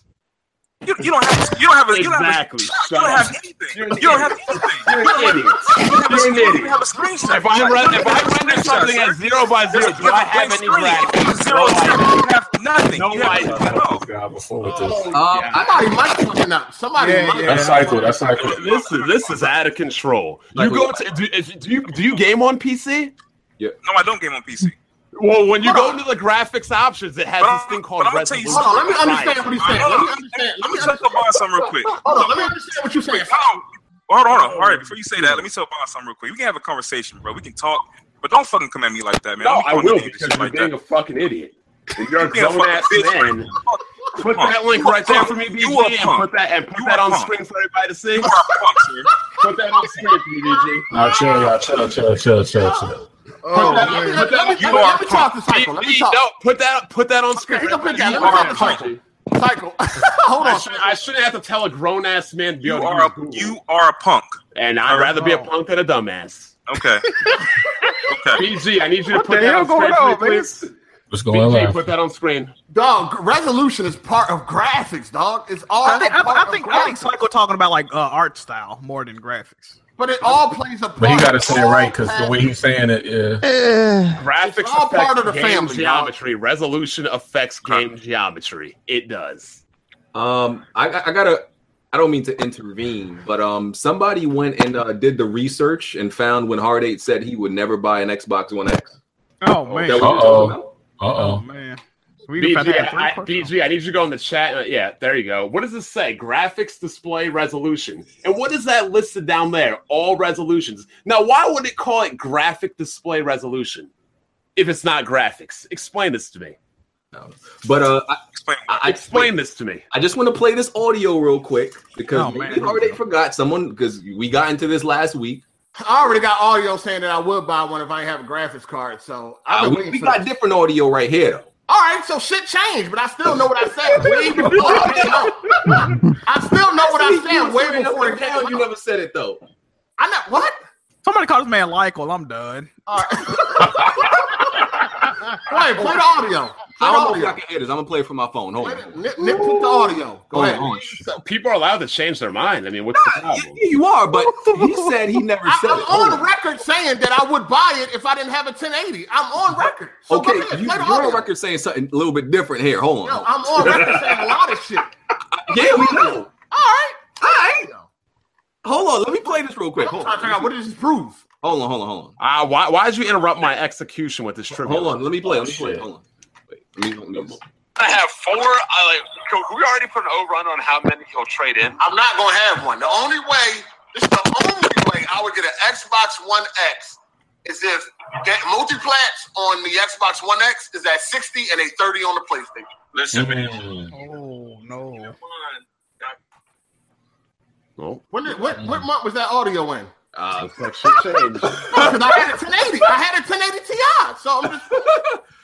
[SPEAKER 8] You, you don't have, you don't have, a, you don't have, a,
[SPEAKER 2] Exactly.
[SPEAKER 8] you don't have anything. You don't have anything.
[SPEAKER 2] You're an idiot. You're an
[SPEAKER 8] You don't even
[SPEAKER 2] idiot.
[SPEAKER 8] have a screenshot.
[SPEAKER 2] If I,
[SPEAKER 8] You don't
[SPEAKER 2] run,
[SPEAKER 8] even
[SPEAKER 2] if I
[SPEAKER 8] have a
[SPEAKER 2] render
[SPEAKER 8] screenshot,
[SPEAKER 2] something
[SPEAKER 8] sir.
[SPEAKER 2] at zero by
[SPEAKER 8] There's
[SPEAKER 2] zero,
[SPEAKER 8] a-
[SPEAKER 2] do
[SPEAKER 8] there's
[SPEAKER 2] I
[SPEAKER 8] a blank
[SPEAKER 2] have any
[SPEAKER 8] screen. If you
[SPEAKER 2] graphics?
[SPEAKER 8] have zero,
[SPEAKER 2] No,
[SPEAKER 8] zero, you
[SPEAKER 2] I-
[SPEAKER 8] have nothing.
[SPEAKER 2] No,
[SPEAKER 8] you have
[SPEAKER 2] I-
[SPEAKER 8] nothing
[SPEAKER 1] I've
[SPEAKER 8] at all.
[SPEAKER 1] talked to this guy before with this.
[SPEAKER 5] Oh,
[SPEAKER 3] um, I,
[SPEAKER 5] Somebody might fucking up. Somebody
[SPEAKER 4] Yeah,
[SPEAKER 5] might.
[SPEAKER 4] yeah.
[SPEAKER 1] That's cycle. That's cycle.
[SPEAKER 2] This is this is out of control. You
[SPEAKER 3] Like
[SPEAKER 2] go
[SPEAKER 3] what?
[SPEAKER 2] to do, if- do you do you game on PC?
[SPEAKER 8] No, I don't game on PC.
[SPEAKER 2] Well, when you go
[SPEAKER 5] Hold on.
[SPEAKER 2] into the graphics options, it has
[SPEAKER 8] But
[SPEAKER 2] this
[SPEAKER 8] I'm-
[SPEAKER 2] thing called
[SPEAKER 8] but I'm gonna tell you
[SPEAKER 2] resolution.
[SPEAKER 5] Hold on, let me understand what he's saying. Let me understand. Let
[SPEAKER 8] Let
[SPEAKER 5] me
[SPEAKER 8] me tell
[SPEAKER 5] understand.
[SPEAKER 8] Bond something real quick.
[SPEAKER 5] Hold on, let me understand what you're saying.
[SPEAKER 8] Hold on, hold on, hold on. All right, before you say that, let me tell Bond something real quick. We can have a conversation, bro. We can talk, but don't fucking come at me like that, man. Don't
[SPEAKER 2] No,
[SPEAKER 8] be
[SPEAKER 2] I
[SPEAKER 8] calling me
[SPEAKER 2] will
[SPEAKER 8] names and
[SPEAKER 2] because
[SPEAKER 8] shit
[SPEAKER 2] you're
[SPEAKER 8] like
[SPEAKER 2] being
[SPEAKER 8] that.
[SPEAKER 2] a fucking idiot. And you're a
[SPEAKER 8] You're being
[SPEAKER 2] grown
[SPEAKER 8] a
[SPEAKER 2] ass
[SPEAKER 8] fucking bitch.
[SPEAKER 2] man. Put that link right there for me, BG,
[SPEAKER 8] You a
[SPEAKER 2] and put
[SPEAKER 8] punk.
[SPEAKER 2] that and put
[SPEAKER 8] You
[SPEAKER 2] that
[SPEAKER 8] a
[SPEAKER 2] on
[SPEAKER 8] punk.
[SPEAKER 2] screen for everybody to see.
[SPEAKER 8] You are a punk, sir.
[SPEAKER 2] Put that on screen for me, BG.
[SPEAKER 1] Nah, chill, y'all. Chill, chill, chill, chill, chill.
[SPEAKER 5] Oh,
[SPEAKER 2] that-
[SPEAKER 5] man.
[SPEAKER 2] you
[SPEAKER 5] Let me- let me-
[SPEAKER 8] are
[SPEAKER 5] let me talk to
[SPEAKER 2] Hey,
[SPEAKER 5] Cycle. Let me
[SPEAKER 2] hey,
[SPEAKER 5] talk.
[SPEAKER 2] No, put that put that on screen.
[SPEAKER 5] he gonna put that-
[SPEAKER 2] You
[SPEAKER 5] let me
[SPEAKER 2] are
[SPEAKER 5] talk
[SPEAKER 2] a
[SPEAKER 5] to Michael.
[SPEAKER 2] country.
[SPEAKER 5] Cycle. Hold
[SPEAKER 2] I
[SPEAKER 5] on.
[SPEAKER 2] should- I shouldn't have to tell a grown ass man to be
[SPEAKER 8] You
[SPEAKER 2] able to
[SPEAKER 8] are
[SPEAKER 2] use
[SPEAKER 8] a
[SPEAKER 2] Google.
[SPEAKER 8] you are a punk.
[SPEAKER 2] and I'd rather be a punk than a dumbass.
[SPEAKER 8] Okay. okay.
[SPEAKER 2] BG, I need you to
[SPEAKER 9] What
[SPEAKER 2] put
[SPEAKER 9] the
[SPEAKER 2] that
[SPEAKER 9] hell
[SPEAKER 2] on
[SPEAKER 9] going
[SPEAKER 2] screen,
[SPEAKER 9] on,
[SPEAKER 2] for me, please.
[SPEAKER 1] What's going on?
[SPEAKER 2] BG, put that on screen.
[SPEAKER 5] Dog, resolution is part of graphics, dog. It's all
[SPEAKER 4] I think
[SPEAKER 5] a
[SPEAKER 4] I,
[SPEAKER 5] part
[SPEAKER 4] I
[SPEAKER 5] of
[SPEAKER 4] think I think
[SPEAKER 5] graphics.
[SPEAKER 4] Psycho talking about like uh, art style more than graphics.
[SPEAKER 5] but it all plays a part.
[SPEAKER 1] But he got to say it
[SPEAKER 5] All
[SPEAKER 1] right because the way he's saying it, yeah.
[SPEAKER 6] Eh,
[SPEAKER 2] Graphics
[SPEAKER 5] It's all
[SPEAKER 2] affect
[SPEAKER 5] part of the
[SPEAKER 2] game
[SPEAKER 5] family,
[SPEAKER 2] geometry. Resolution affects game geometry. It does.
[SPEAKER 3] Um, I, I I gotta. I don't mean to intervene, but um, somebody went and uh, did the research and found when Hard Eight said he would never buy an Xbox One X.
[SPEAKER 4] Oh man, oh,
[SPEAKER 3] Is that what you're
[SPEAKER 1] Uh-oh.
[SPEAKER 3] talking about?
[SPEAKER 2] Oh,
[SPEAKER 1] Uh
[SPEAKER 4] man, we done found
[SPEAKER 2] BG
[SPEAKER 4] out
[SPEAKER 2] I,
[SPEAKER 4] three parts.
[SPEAKER 2] BG, I need you to go in the chat. Uh, Yeah, there you go. What does this say? Graphics display resolution. And what is that listed down there? All resolutions. Now, why would it call it graphic display resolution if it's not graphics? Explain this to me.
[SPEAKER 3] But uh, I,
[SPEAKER 8] Explain.
[SPEAKER 3] I, I
[SPEAKER 2] Explain this to me.
[SPEAKER 3] I just want to play this audio real quick because
[SPEAKER 4] Oh, man.
[SPEAKER 3] maybe Hard Eight forgot someone because we got into this last week.
[SPEAKER 5] I already got audio saying that I would buy one if I didn't have a graphics card. So I've
[SPEAKER 3] Uh,
[SPEAKER 5] been
[SPEAKER 3] we,
[SPEAKER 5] waiting
[SPEAKER 3] we
[SPEAKER 5] for
[SPEAKER 3] got
[SPEAKER 5] this.
[SPEAKER 3] different audio right here though.
[SPEAKER 5] All right, so shit changed, but I still know what I said. Way before it came out. I still know what I said way before it came
[SPEAKER 3] You
[SPEAKER 5] out.
[SPEAKER 3] never said it though.
[SPEAKER 5] I know what?
[SPEAKER 4] Somebody call this man Lycal. I'm done.
[SPEAKER 5] All right. Wait, play the
[SPEAKER 3] I
[SPEAKER 5] audio. Play the
[SPEAKER 3] don't know if
[SPEAKER 5] audio.
[SPEAKER 3] y'all can hear this. I'm gonna play it from my phone. Hold
[SPEAKER 5] Play
[SPEAKER 3] on.
[SPEAKER 5] the- Nip, nip put the audio. Go
[SPEAKER 2] Oh,
[SPEAKER 3] Hold
[SPEAKER 5] ahead.
[SPEAKER 3] on.
[SPEAKER 2] People are allowed to change their mind. I mean, what's the problem?
[SPEAKER 3] oh, Yeah, you are, but he said he never
[SPEAKER 5] I,
[SPEAKER 3] said
[SPEAKER 5] I'm
[SPEAKER 3] it. Hold
[SPEAKER 5] on record saying that I would buy it if I didn't have a 1080. I'm on record. So
[SPEAKER 3] Okay,
[SPEAKER 5] go ahead,
[SPEAKER 3] you,
[SPEAKER 5] play the
[SPEAKER 3] you're
[SPEAKER 5] audio.
[SPEAKER 3] on record saying something a little bit different here. Hold on.
[SPEAKER 5] No, I'm on record saying a lot of shit. All
[SPEAKER 3] yeah, we know.
[SPEAKER 5] right.
[SPEAKER 3] All right,
[SPEAKER 5] No.
[SPEAKER 3] hold on. Let me play this real quick.
[SPEAKER 5] I'm
[SPEAKER 3] Hold
[SPEAKER 5] trying to figure out
[SPEAKER 3] on.
[SPEAKER 5] what does this prove.
[SPEAKER 3] Hold on, hold on, hold
[SPEAKER 2] Ah, why, why did you interrupt my execution with this
[SPEAKER 3] on.
[SPEAKER 2] trivia?
[SPEAKER 3] Hold on. Let me play.
[SPEAKER 2] Oh,
[SPEAKER 3] Let me play.
[SPEAKER 2] shit.
[SPEAKER 3] Hold on. Wait, let me, let me,
[SPEAKER 10] I have four. I like. Can we already put an overrun on how many he'll trade in?
[SPEAKER 5] I'm not gonna have one. The only way, this is the only way I would get an Xbox One X is if get multiplats on the Xbox One X is at 60 and a 30 on the PlayStation.
[SPEAKER 10] Listen,
[SPEAKER 1] oh.
[SPEAKER 4] Oh no.
[SPEAKER 2] Well,
[SPEAKER 5] When did, what, what month was that audio in?
[SPEAKER 3] uh,
[SPEAKER 2] looks like shit changed.
[SPEAKER 5] Because I had a 1080. I had a 1080 Ti. So I'm just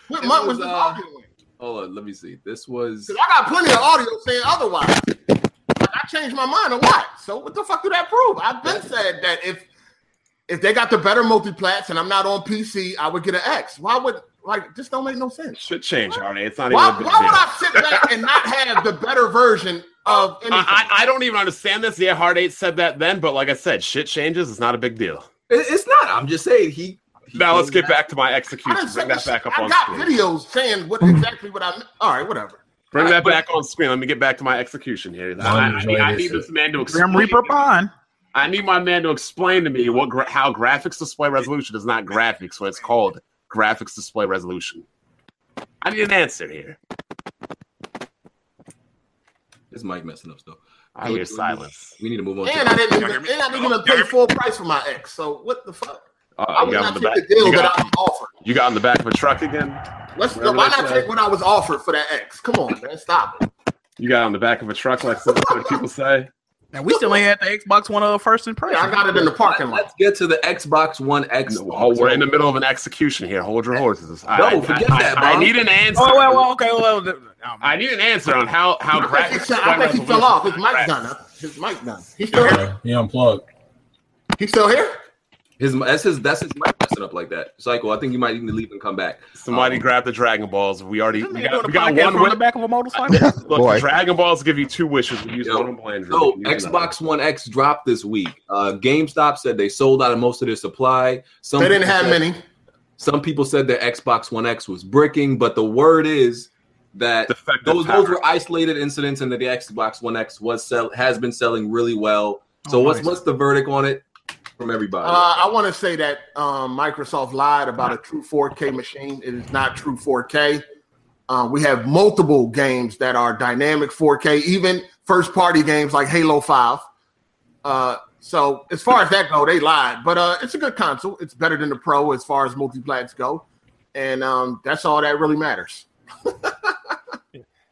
[SPEAKER 5] what
[SPEAKER 3] It
[SPEAKER 5] month
[SPEAKER 3] was,
[SPEAKER 5] was, this
[SPEAKER 3] uh,
[SPEAKER 5] audio in?
[SPEAKER 3] hold on. Let me see. This was.
[SPEAKER 5] Because I got plenty of audio saying otherwise. Like, I changed my mind a lot. So what the fuck do that prove? I've been said that if if they got the better multiplats and I'm not on PC, I would get an X. Why would like this don't make no sense?
[SPEAKER 2] Shit changed, Hardy. It's not
[SPEAKER 5] Why,
[SPEAKER 2] even a
[SPEAKER 5] why
[SPEAKER 2] big
[SPEAKER 5] would
[SPEAKER 2] deal.
[SPEAKER 5] I sit back and not have the better version of anything?
[SPEAKER 2] I, I I don't even understand this. Yeah, Hard Eight said that then, but like I said, shit changes. It's not a big deal.
[SPEAKER 3] It- it's not. I'm just saying he. he
[SPEAKER 2] Now let's get
[SPEAKER 3] came
[SPEAKER 2] back to my
[SPEAKER 5] I
[SPEAKER 2] execution.
[SPEAKER 5] didn't say
[SPEAKER 2] Bring
[SPEAKER 5] that
[SPEAKER 2] that back
[SPEAKER 5] shit.
[SPEAKER 2] up
[SPEAKER 5] I
[SPEAKER 2] on
[SPEAKER 5] got
[SPEAKER 2] screen.
[SPEAKER 5] videos saying what exactly what I meant. All right, whatever.
[SPEAKER 2] Bring that back on screen. Let me get back to my execution here. I, I- I need- I need this man
[SPEAKER 4] Grim
[SPEAKER 2] to explain.
[SPEAKER 4] Reaper Pine.
[SPEAKER 2] I need my man to explain to me what gra- how graphics display resolution is not graphics, so it's called graphics display resolution. I need an answer here.
[SPEAKER 3] This mic messing up stuff.
[SPEAKER 2] I hear silence.
[SPEAKER 3] We need to move on.
[SPEAKER 5] And I
[SPEAKER 3] To,
[SPEAKER 5] didn't
[SPEAKER 8] Y'all hear
[SPEAKER 5] even,
[SPEAKER 8] me?
[SPEAKER 5] and I didn't even
[SPEAKER 8] Y'all
[SPEAKER 5] pay
[SPEAKER 8] hear me?
[SPEAKER 5] full price for my X. So what the fuck?
[SPEAKER 2] Uh,
[SPEAKER 5] I
[SPEAKER 2] you,
[SPEAKER 5] would
[SPEAKER 2] got
[SPEAKER 5] not
[SPEAKER 2] in the
[SPEAKER 5] take
[SPEAKER 2] back,
[SPEAKER 5] the deal
[SPEAKER 2] you,
[SPEAKER 5] that
[SPEAKER 2] got,
[SPEAKER 5] I'm offered.
[SPEAKER 2] you got in the back of a truck again?
[SPEAKER 5] Let's
[SPEAKER 2] Remember
[SPEAKER 5] why
[SPEAKER 2] that
[SPEAKER 5] not
[SPEAKER 2] guy?
[SPEAKER 5] take what I was offered for that X? Come on, man, stop it.
[SPEAKER 2] You got on the back of a truck, like some some people say?
[SPEAKER 4] And we still ain't had the Xbox One uh, first impression.
[SPEAKER 5] Yeah, I got it in the parking lot.
[SPEAKER 3] let's get to the Xbox One X.
[SPEAKER 2] No, hold- we're in the middle of an execution here. Hold your horses. I,
[SPEAKER 3] No,
[SPEAKER 2] I-
[SPEAKER 3] forget
[SPEAKER 2] I-
[SPEAKER 3] that,
[SPEAKER 2] I, I
[SPEAKER 3] Bob.
[SPEAKER 2] need an answer.
[SPEAKER 4] Oh well, well okay, well, well, oh,
[SPEAKER 2] I need an answer on how how
[SPEAKER 5] I think
[SPEAKER 2] graphics.
[SPEAKER 5] he, I think he fell off. His mic done. His mic done. He's still here.
[SPEAKER 1] Yeah, he unplugged.
[SPEAKER 5] He's still here.
[SPEAKER 3] His that's his that's his mic messing up like that. Psycho. I think you might need to leave and come back. Um,
[SPEAKER 2] Somebody grab the Dragon Balls. We already
[SPEAKER 4] this
[SPEAKER 2] we
[SPEAKER 4] nigga
[SPEAKER 2] got,
[SPEAKER 4] doing
[SPEAKER 2] we
[SPEAKER 4] a
[SPEAKER 2] got
[SPEAKER 4] podcast
[SPEAKER 2] one
[SPEAKER 4] from the
[SPEAKER 2] win.
[SPEAKER 4] back of a motorcycle.
[SPEAKER 2] Look,
[SPEAKER 6] Boy.
[SPEAKER 2] Dragon Balls give you two wishes. We use
[SPEAKER 3] Yo,
[SPEAKER 2] one on Blandrew.
[SPEAKER 3] So
[SPEAKER 2] We use another.
[SPEAKER 3] Xbox One X dropped this week. Uh, GameStop said they sold out of most of their supply. Some
[SPEAKER 5] They didn't
[SPEAKER 3] people
[SPEAKER 5] have
[SPEAKER 3] said-
[SPEAKER 5] many.
[SPEAKER 3] Some people said their Xbox One X was bricking, but the word is that
[SPEAKER 2] Defective
[SPEAKER 3] those
[SPEAKER 2] power.
[SPEAKER 3] those were isolated incidents, and that the Xbox One X was sell has been selling really well. So
[SPEAKER 4] Oh,
[SPEAKER 3] what's
[SPEAKER 4] nice.
[SPEAKER 3] what's the verdict on it from everybody?
[SPEAKER 5] Uh, I want to say that um, Microsoft lied about a true 4K machine. It is not true 4K. Um, we have multiple games that are dynamic 4K, even first-party games like Halo Five. Uh, so as far as that go, they lied. But uh, it's a good console. It's better than the Pro as far as multiplats go, and um, that's all that really matters.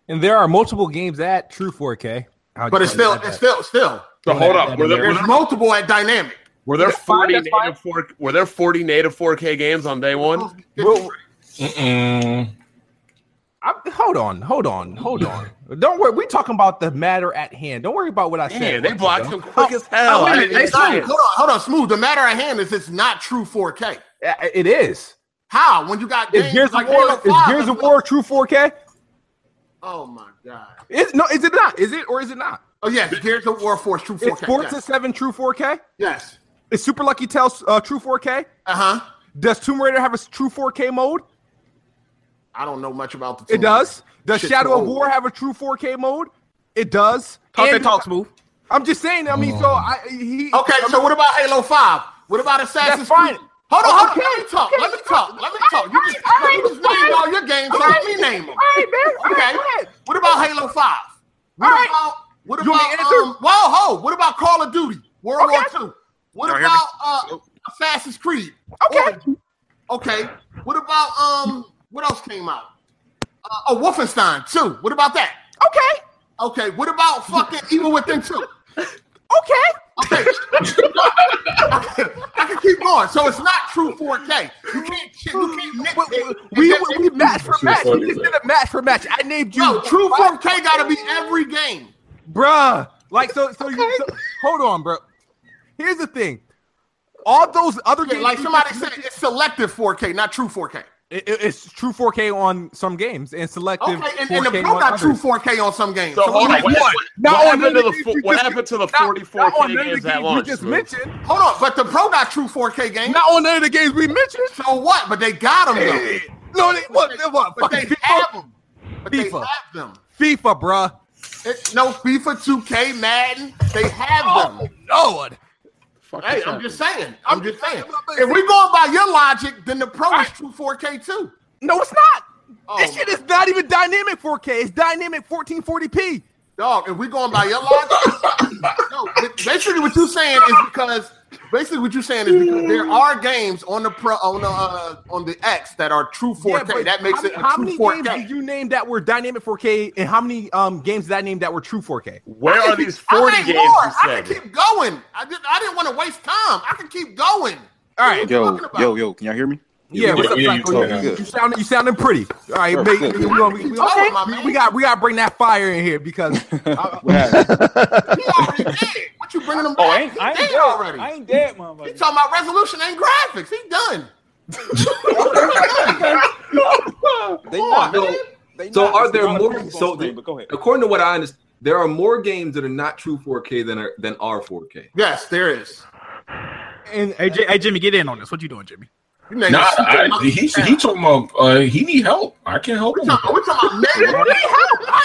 [SPEAKER 9] And there are multiple games at True 4K. I'll
[SPEAKER 5] But it's
[SPEAKER 9] just tell
[SPEAKER 5] still,
[SPEAKER 9] you that.
[SPEAKER 5] it's still, still.
[SPEAKER 2] So hold up. Were there, were
[SPEAKER 5] There's
[SPEAKER 2] there,
[SPEAKER 5] multiple at dynamic.
[SPEAKER 2] were there
[SPEAKER 9] That's fine,
[SPEAKER 2] forty
[SPEAKER 9] that's fine.
[SPEAKER 2] native four were there forty native four K games on day one?
[SPEAKER 5] Well,
[SPEAKER 1] Mm-mm.
[SPEAKER 9] I'm, hold on, hold on, hold on. Don't worry. We're talking about the matter at hand. Don't worry about what I
[SPEAKER 2] Yeah,
[SPEAKER 9] said.
[SPEAKER 2] they blocked him quick as hell.
[SPEAKER 5] Oh, wait a
[SPEAKER 2] I
[SPEAKER 5] minute.
[SPEAKER 2] didn't even
[SPEAKER 5] It's not-
[SPEAKER 2] see it.
[SPEAKER 5] hold on, hold on, smooth. The matter at hand is it's not true 4K.
[SPEAKER 9] Uh, It is.
[SPEAKER 5] How? When you got
[SPEAKER 9] Is
[SPEAKER 5] games
[SPEAKER 9] Gears
[SPEAKER 5] like
[SPEAKER 9] of War?
[SPEAKER 5] Halo
[SPEAKER 9] Is
[SPEAKER 5] 5,
[SPEAKER 9] Gears of War true 4K?
[SPEAKER 5] Oh my god.
[SPEAKER 9] Is no? Is it not? Is it or is it not?
[SPEAKER 5] Oh yes, Gears of War 4 is true 4K.
[SPEAKER 9] Is Forza
[SPEAKER 5] yes.
[SPEAKER 9] 7 true 4K?
[SPEAKER 5] yes.
[SPEAKER 9] Is Super Lucky Tales uh, true 4K?
[SPEAKER 5] Uh-huh.
[SPEAKER 9] Does Tomb Raider have a s- true 4K mode?
[SPEAKER 5] I don't know much about the
[SPEAKER 9] It does. Does
[SPEAKER 5] Shit,
[SPEAKER 9] Shadow of
[SPEAKER 5] cool.
[SPEAKER 9] War have a true 4K mode? It does.
[SPEAKER 4] Talk that
[SPEAKER 9] And-
[SPEAKER 4] talk, smooth.
[SPEAKER 9] I'm just saying. I mean, so I he
[SPEAKER 5] Okay, so what about Halo 5? What about Assassin's
[SPEAKER 9] That's fine.
[SPEAKER 5] Creed? Hold on, hold on.
[SPEAKER 9] Okay,
[SPEAKER 5] Let me talk.
[SPEAKER 9] okay,
[SPEAKER 5] Let me talk. Let me talk. You just,
[SPEAKER 9] all right,
[SPEAKER 5] you just
[SPEAKER 9] all right.
[SPEAKER 5] named all your games, so let me name them.
[SPEAKER 9] All right, man. All right,
[SPEAKER 5] Okay.
[SPEAKER 9] go ahead.
[SPEAKER 5] What about Halo 5? What
[SPEAKER 9] All right.
[SPEAKER 5] about what
[SPEAKER 9] You want me
[SPEAKER 5] about
[SPEAKER 9] to answer?
[SPEAKER 5] um, whoa ho? What about Call of Duty? World
[SPEAKER 9] Okay.
[SPEAKER 5] War II? What
[SPEAKER 8] Y'all hear me?
[SPEAKER 5] about uh, Assassin's Creed?
[SPEAKER 9] Okay.
[SPEAKER 5] Okay. What about um? What else came out? Uh, oh, Wolfenstein 2. What about that?
[SPEAKER 9] okay,
[SPEAKER 5] Okay. What about fucking Evil Within 2?
[SPEAKER 9] okay.
[SPEAKER 5] Okay. I can keep going. So it's not true 4K. You can't. You can't.
[SPEAKER 9] We,
[SPEAKER 5] nitpick.
[SPEAKER 9] we, we, we match for
[SPEAKER 2] She was
[SPEAKER 9] match.
[SPEAKER 2] funny,
[SPEAKER 9] We just
[SPEAKER 2] man.
[SPEAKER 9] did a match for match. I named you,
[SPEAKER 5] No, true 4K got to be every game.
[SPEAKER 9] bruh. Like so, so you so, hold on, bro. Here's the thing. All those other
[SPEAKER 5] Okay,
[SPEAKER 9] games,
[SPEAKER 5] like
[SPEAKER 9] you
[SPEAKER 5] somebody
[SPEAKER 9] just
[SPEAKER 5] said,
[SPEAKER 9] mentioned-
[SPEAKER 5] it's selective 4K, not true 4K.
[SPEAKER 9] It- it- it's true 4K on some games and
[SPEAKER 5] Okay,
[SPEAKER 9] selective.
[SPEAKER 5] and, and the
[SPEAKER 9] 4K
[SPEAKER 5] Pro
[SPEAKER 9] on
[SPEAKER 5] got
[SPEAKER 9] others.
[SPEAKER 5] true 4K on some games.
[SPEAKER 2] So
[SPEAKER 5] So
[SPEAKER 2] hold on.
[SPEAKER 5] like,
[SPEAKER 2] What,
[SPEAKER 8] what?
[SPEAKER 9] Not
[SPEAKER 2] what
[SPEAKER 9] on
[SPEAKER 2] happened to
[SPEAKER 9] none of
[SPEAKER 2] the
[SPEAKER 9] the
[SPEAKER 2] fo-
[SPEAKER 9] games you
[SPEAKER 2] what
[SPEAKER 9] just-
[SPEAKER 2] happened to the
[SPEAKER 9] Not-
[SPEAKER 2] forty four
[SPEAKER 9] not on
[SPEAKER 2] K
[SPEAKER 9] none of the
[SPEAKER 2] games that
[SPEAKER 9] games we
[SPEAKER 2] launched?
[SPEAKER 9] just
[SPEAKER 2] Smooth?
[SPEAKER 9] mentioned.
[SPEAKER 5] hold on, but the Pro got true 4K games.
[SPEAKER 9] Not on none of the games we mentioned.
[SPEAKER 5] So what? But they got them though.
[SPEAKER 9] No, they, what? They, what
[SPEAKER 5] But they
[SPEAKER 9] fucking
[SPEAKER 5] have
[SPEAKER 9] FIFA,
[SPEAKER 5] them. But they
[SPEAKER 9] FIFA.
[SPEAKER 5] have them.
[SPEAKER 9] FIFA, bruh.
[SPEAKER 5] It, no FIFA 2K Madden. They have
[SPEAKER 9] Oh
[SPEAKER 5] them.
[SPEAKER 9] Lord.
[SPEAKER 2] Fuck
[SPEAKER 5] Hey,
[SPEAKER 2] this
[SPEAKER 5] I'm
[SPEAKER 2] up.
[SPEAKER 5] just saying. I'm just saying.
[SPEAKER 9] but-
[SPEAKER 5] If we're going by your logic, then the Pro is true 4K too.
[SPEAKER 9] No, it's not.
[SPEAKER 5] Oh,
[SPEAKER 9] this shit is not even dynamic 4K. It's dynamic 1440p.
[SPEAKER 5] Dog, if we're going by your logic, no. it- Basically, what you're saying is because basically what you're saying is because there
[SPEAKER 9] Mm.
[SPEAKER 5] are games on the pro on the uh, on the X that are true 4K.
[SPEAKER 9] but
[SPEAKER 5] that makes
[SPEAKER 9] how,
[SPEAKER 5] it a
[SPEAKER 9] how
[SPEAKER 5] true
[SPEAKER 9] many
[SPEAKER 5] 4K.
[SPEAKER 9] games did you name that were dynamic 4K, and how many um games did I name that were true 4K?
[SPEAKER 2] Where
[SPEAKER 5] I
[SPEAKER 2] are
[SPEAKER 5] can-
[SPEAKER 2] these
[SPEAKER 5] I
[SPEAKER 2] forty
[SPEAKER 5] need
[SPEAKER 2] games?
[SPEAKER 5] more.
[SPEAKER 2] You
[SPEAKER 5] I
[SPEAKER 2] said.
[SPEAKER 5] can keep going. I didn't. I didn't want to waste time. I can keep going.
[SPEAKER 9] All right.
[SPEAKER 5] Yo,
[SPEAKER 8] Yo,
[SPEAKER 5] talking about? yo,
[SPEAKER 8] yo, yo, can y'all hear me?
[SPEAKER 9] Yeah, what's up,
[SPEAKER 1] yeah, you
[SPEAKER 9] Psycho? You,
[SPEAKER 8] talking.
[SPEAKER 9] you sound you sounding pretty. All right,
[SPEAKER 8] Sure,
[SPEAKER 9] mate,
[SPEAKER 8] good,
[SPEAKER 9] we,
[SPEAKER 8] good.
[SPEAKER 9] gonna- we- we-
[SPEAKER 5] Keep going, my
[SPEAKER 9] we-
[SPEAKER 5] man.
[SPEAKER 9] we got we got to bring that fire in here because I,
[SPEAKER 5] He already did. What you bringing him back?
[SPEAKER 11] Oh, I ain't,
[SPEAKER 5] He
[SPEAKER 11] I ain't
[SPEAKER 5] dead
[SPEAKER 11] dead.
[SPEAKER 5] already.
[SPEAKER 11] I ain't dead,
[SPEAKER 5] He
[SPEAKER 11] motherfucker.
[SPEAKER 5] talking about resolution ain't graphics. He done.
[SPEAKER 11] They
[SPEAKER 5] Come
[SPEAKER 11] not,
[SPEAKER 5] on,
[SPEAKER 3] no.
[SPEAKER 5] man.
[SPEAKER 11] they not.
[SPEAKER 3] So are
[SPEAKER 11] It's a
[SPEAKER 3] there
[SPEAKER 11] lot of
[SPEAKER 3] more-
[SPEAKER 11] people
[SPEAKER 3] so
[SPEAKER 11] on screen,
[SPEAKER 3] the-
[SPEAKER 11] but go ahead.
[SPEAKER 3] According to what I understand, there are more games that are not true 4K than are than are 4K.
[SPEAKER 5] Yes, there is.
[SPEAKER 9] and
[SPEAKER 4] Hey, J- hey, Jimmy, get in on this. What you doing, Jimmy?
[SPEAKER 5] You niggas-
[SPEAKER 1] Nah, I, he he talking about uh, he need help. I can't help
[SPEAKER 5] we
[SPEAKER 1] him.
[SPEAKER 5] talking, we talking about negative.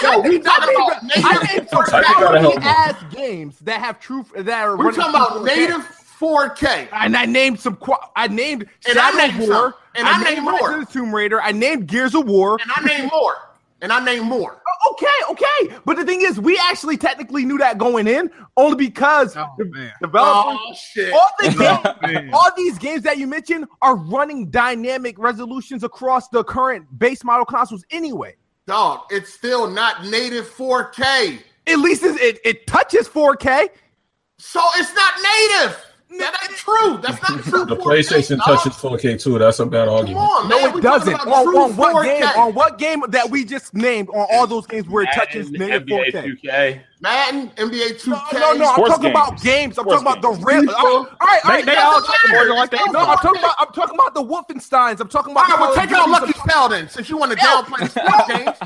[SPEAKER 5] Yo, we talking about
[SPEAKER 9] I
[SPEAKER 5] native.
[SPEAKER 9] named some
[SPEAKER 1] I think that'll help.
[SPEAKER 9] ass games that have true that are
[SPEAKER 5] We
[SPEAKER 9] running
[SPEAKER 5] talking about
[SPEAKER 9] true 4K.
[SPEAKER 5] native 4K.
[SPEAKER 9] And I named some. Qua- I named
[SPEAKER 5] And I
[SPEAKER 9] Shadow
[SPEAKER 5] named
[SPEAKER 9] War.
[SPEAKER 5] some. And I named more.
[SPEAKER 9] Rise of the Tomb Raider. I named Gears of War.
[SPEAKER 5] And I name more. And I name more.
[SPEAKER 9] O- Okay, okay. But the thing is, we actually technically knew that going in, only because
[SPEAKER 4] Oh
[SPEAKER 9] the
[SPEAKER 4] man.
[SPEAKER 9] developers.
[SPEAKER 5] Oh, shit.
[SPEAKER 9] All the games,
[SPEAKER 4] man.
[SPEAKER 9] all these games that you mentioned are running dynamic resolutions across the current base model consoles anyway.
[SPEAKER 5] Dog, it's still not native 4K.
[SPEAKER 9] At least it's- it, it touches 4K.
[SPEAKER 5] So it's not native. That ain't true. That's not true.
[SPEAKER 1] The
[SPEAKER 5] 4K,
[SPEAKER 1] PlayStation
[SPEAKER 5] dog.
[SPEAKER 1] touches 4K too. That's a bad
[SPEAKER 5] Come
[SPEAKER 1] argument.
[SPEAKER 5] on,
[SPEAKER 9] No,
[SPEAKER 5] man.
[SPEAKER 9] it
[SPEAKER 5] We talking
[SPEAKER 9] doesn't.
[SPEAKER 5] about
[SPEAKER 9] On,
[SPEAKER 5] true
[SPEAKER 9] on what
[SPEAKER 5] 4K.
[SPEAKER 9] game? On what game that we just named? On all those games where it touches
[SPEAKER 2] Madden,
[SPEAKER 9] native 4K.
[SPEAKER 2] NBA 2K.
[SPEAKER 5] Madden, NBA 2K.
[SPEAKER 9] No, no, no. I'm
[SPEAKER 11] Sports
[SPEAKER 9] talking
[SPEAKER 11] games.
[SPEAKER 9] about games. I'm
[SPEAKER 11] Sports
[SPEAKER 9] talking about the
[SPEAKER 11] games.
[SPEAKER 9] real. All right, all right. all
[SPEAKER 4] They,
[SPEAKER 9] right.
[SPEAKER 4] they all talking more like that.
[SPEAKER 9] no, I'm talking about. I'm talking about the Wolfenstein's. I'm talking
[SPEAKER 5] All
[SPEAKER 9] about.
[SPEAKER 5] right, well,
[SPEAKER 9] the
[SPEAKER 5] take out Lucky Tail then, since you want to downplay the sport games.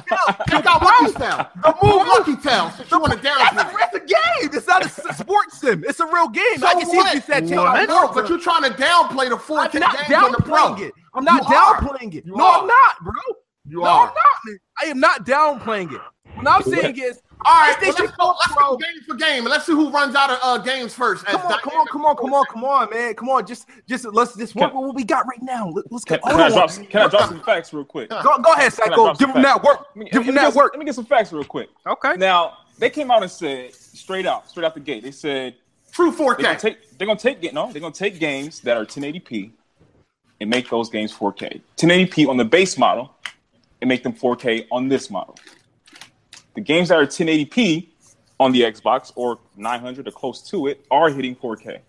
[SPEAKER 5] Take out Lucky Tail. Remove Lucky Tail, since you want to
[SPEAKER 9] That's a,
[SPEAKER 5] downplay. it.
[SPEAKER 9] that's a game. It's not a s- sports sim. It's a real game.
[SPEAKER 5] So
[SPEAKER 9] I can see
[SPEAKER 5] what?
[SPEAKER 9] if you said take
[SPEAKER 5] I
[SPEAKER 9] out
[SPEAKER 5] know,
[SPEAKER 9] Wolfenstein.
[SPEAKER 5] but you're trying to downplay the 4K
[SPEAKER 9] I'm not
[SPEAKER 5] games on the pro.
[SPEAKER 9] downplaying it. I'm not
[SPEAKER 5] You are.
[SPEAKER 9] downplaying it.
[SPEAKER 5] You
[SPEAKER 9] no,
[SPEAKER 5] are.
[SPEAKER 9] I'm not, bro.
[SPEAKER 5] You
[SPEAKER 9] no,
[SPEAKER 5] are.
[SPEAKER 9] I'm not. man. I am not downplaying it. What I'm saying is,
[SPEAKER 5] All right, well,
[SPEAKER 9] PlayStation
[SPEAKER 5] let's go. Let's
[SPEAKER 9] Pro-
[SPEAKER 5] go game for game, and let's see who runs out of uh, games first. as
[SPEAKER 9] Come on, come on,
[SPEAKER 5] dynamic
[SPEAKER 9] come on, come on,
[SPEAKER 5] 4K.
[SPEAKER 9] come on, man. Come on, just just let's just work with what we got right now. Let, us
[SPEAKER 11] Can,
[SPEAKER 9] get
[SPEAKER 11] can I
[SPEAKER 9] hold
[SPEAKER 11] drop,
[SPEAKER 9] on.
[SPEAKER 11] some- can I drop some facts real quick?
[SPEAKER 9] Go, go ahead,
[SPEAKER 11] Can I
[SPEAKER 9] Psycho.
[SPEAKER 11] drop some
[SPEAKER 9] Give him that
[SPEAKER 11] facts?
[SPEAKER 9] work.
[SPEAKER 11] Let me-
[SPEAKER 9] Give
[SPEAKER 11] let
[SPEAKER 9] him
[SPEAKER 11] me get
[SPEAKER 9] that
[SPEAKER 11] some-
[SPEAKER 9] work.
[SPEAKER 11] Let me get some facts real quick.
[SPEAKER 4] Okay.
[SPEAKER 11] Now they came out and said straight out, straight out the gate. They said
[SPEAKER 5] True
[SPEAKER 11] they're gonna
[SPEAKER 5] 4K.
[SPEAKER 11] take they're gonna take ga- no, they're gonna take games that are 1080p and make those games 4K. 1080p on the base model and make them 4K on this model. The games that are 1080p on the Xbox or 900 or close to it are hitting 4K.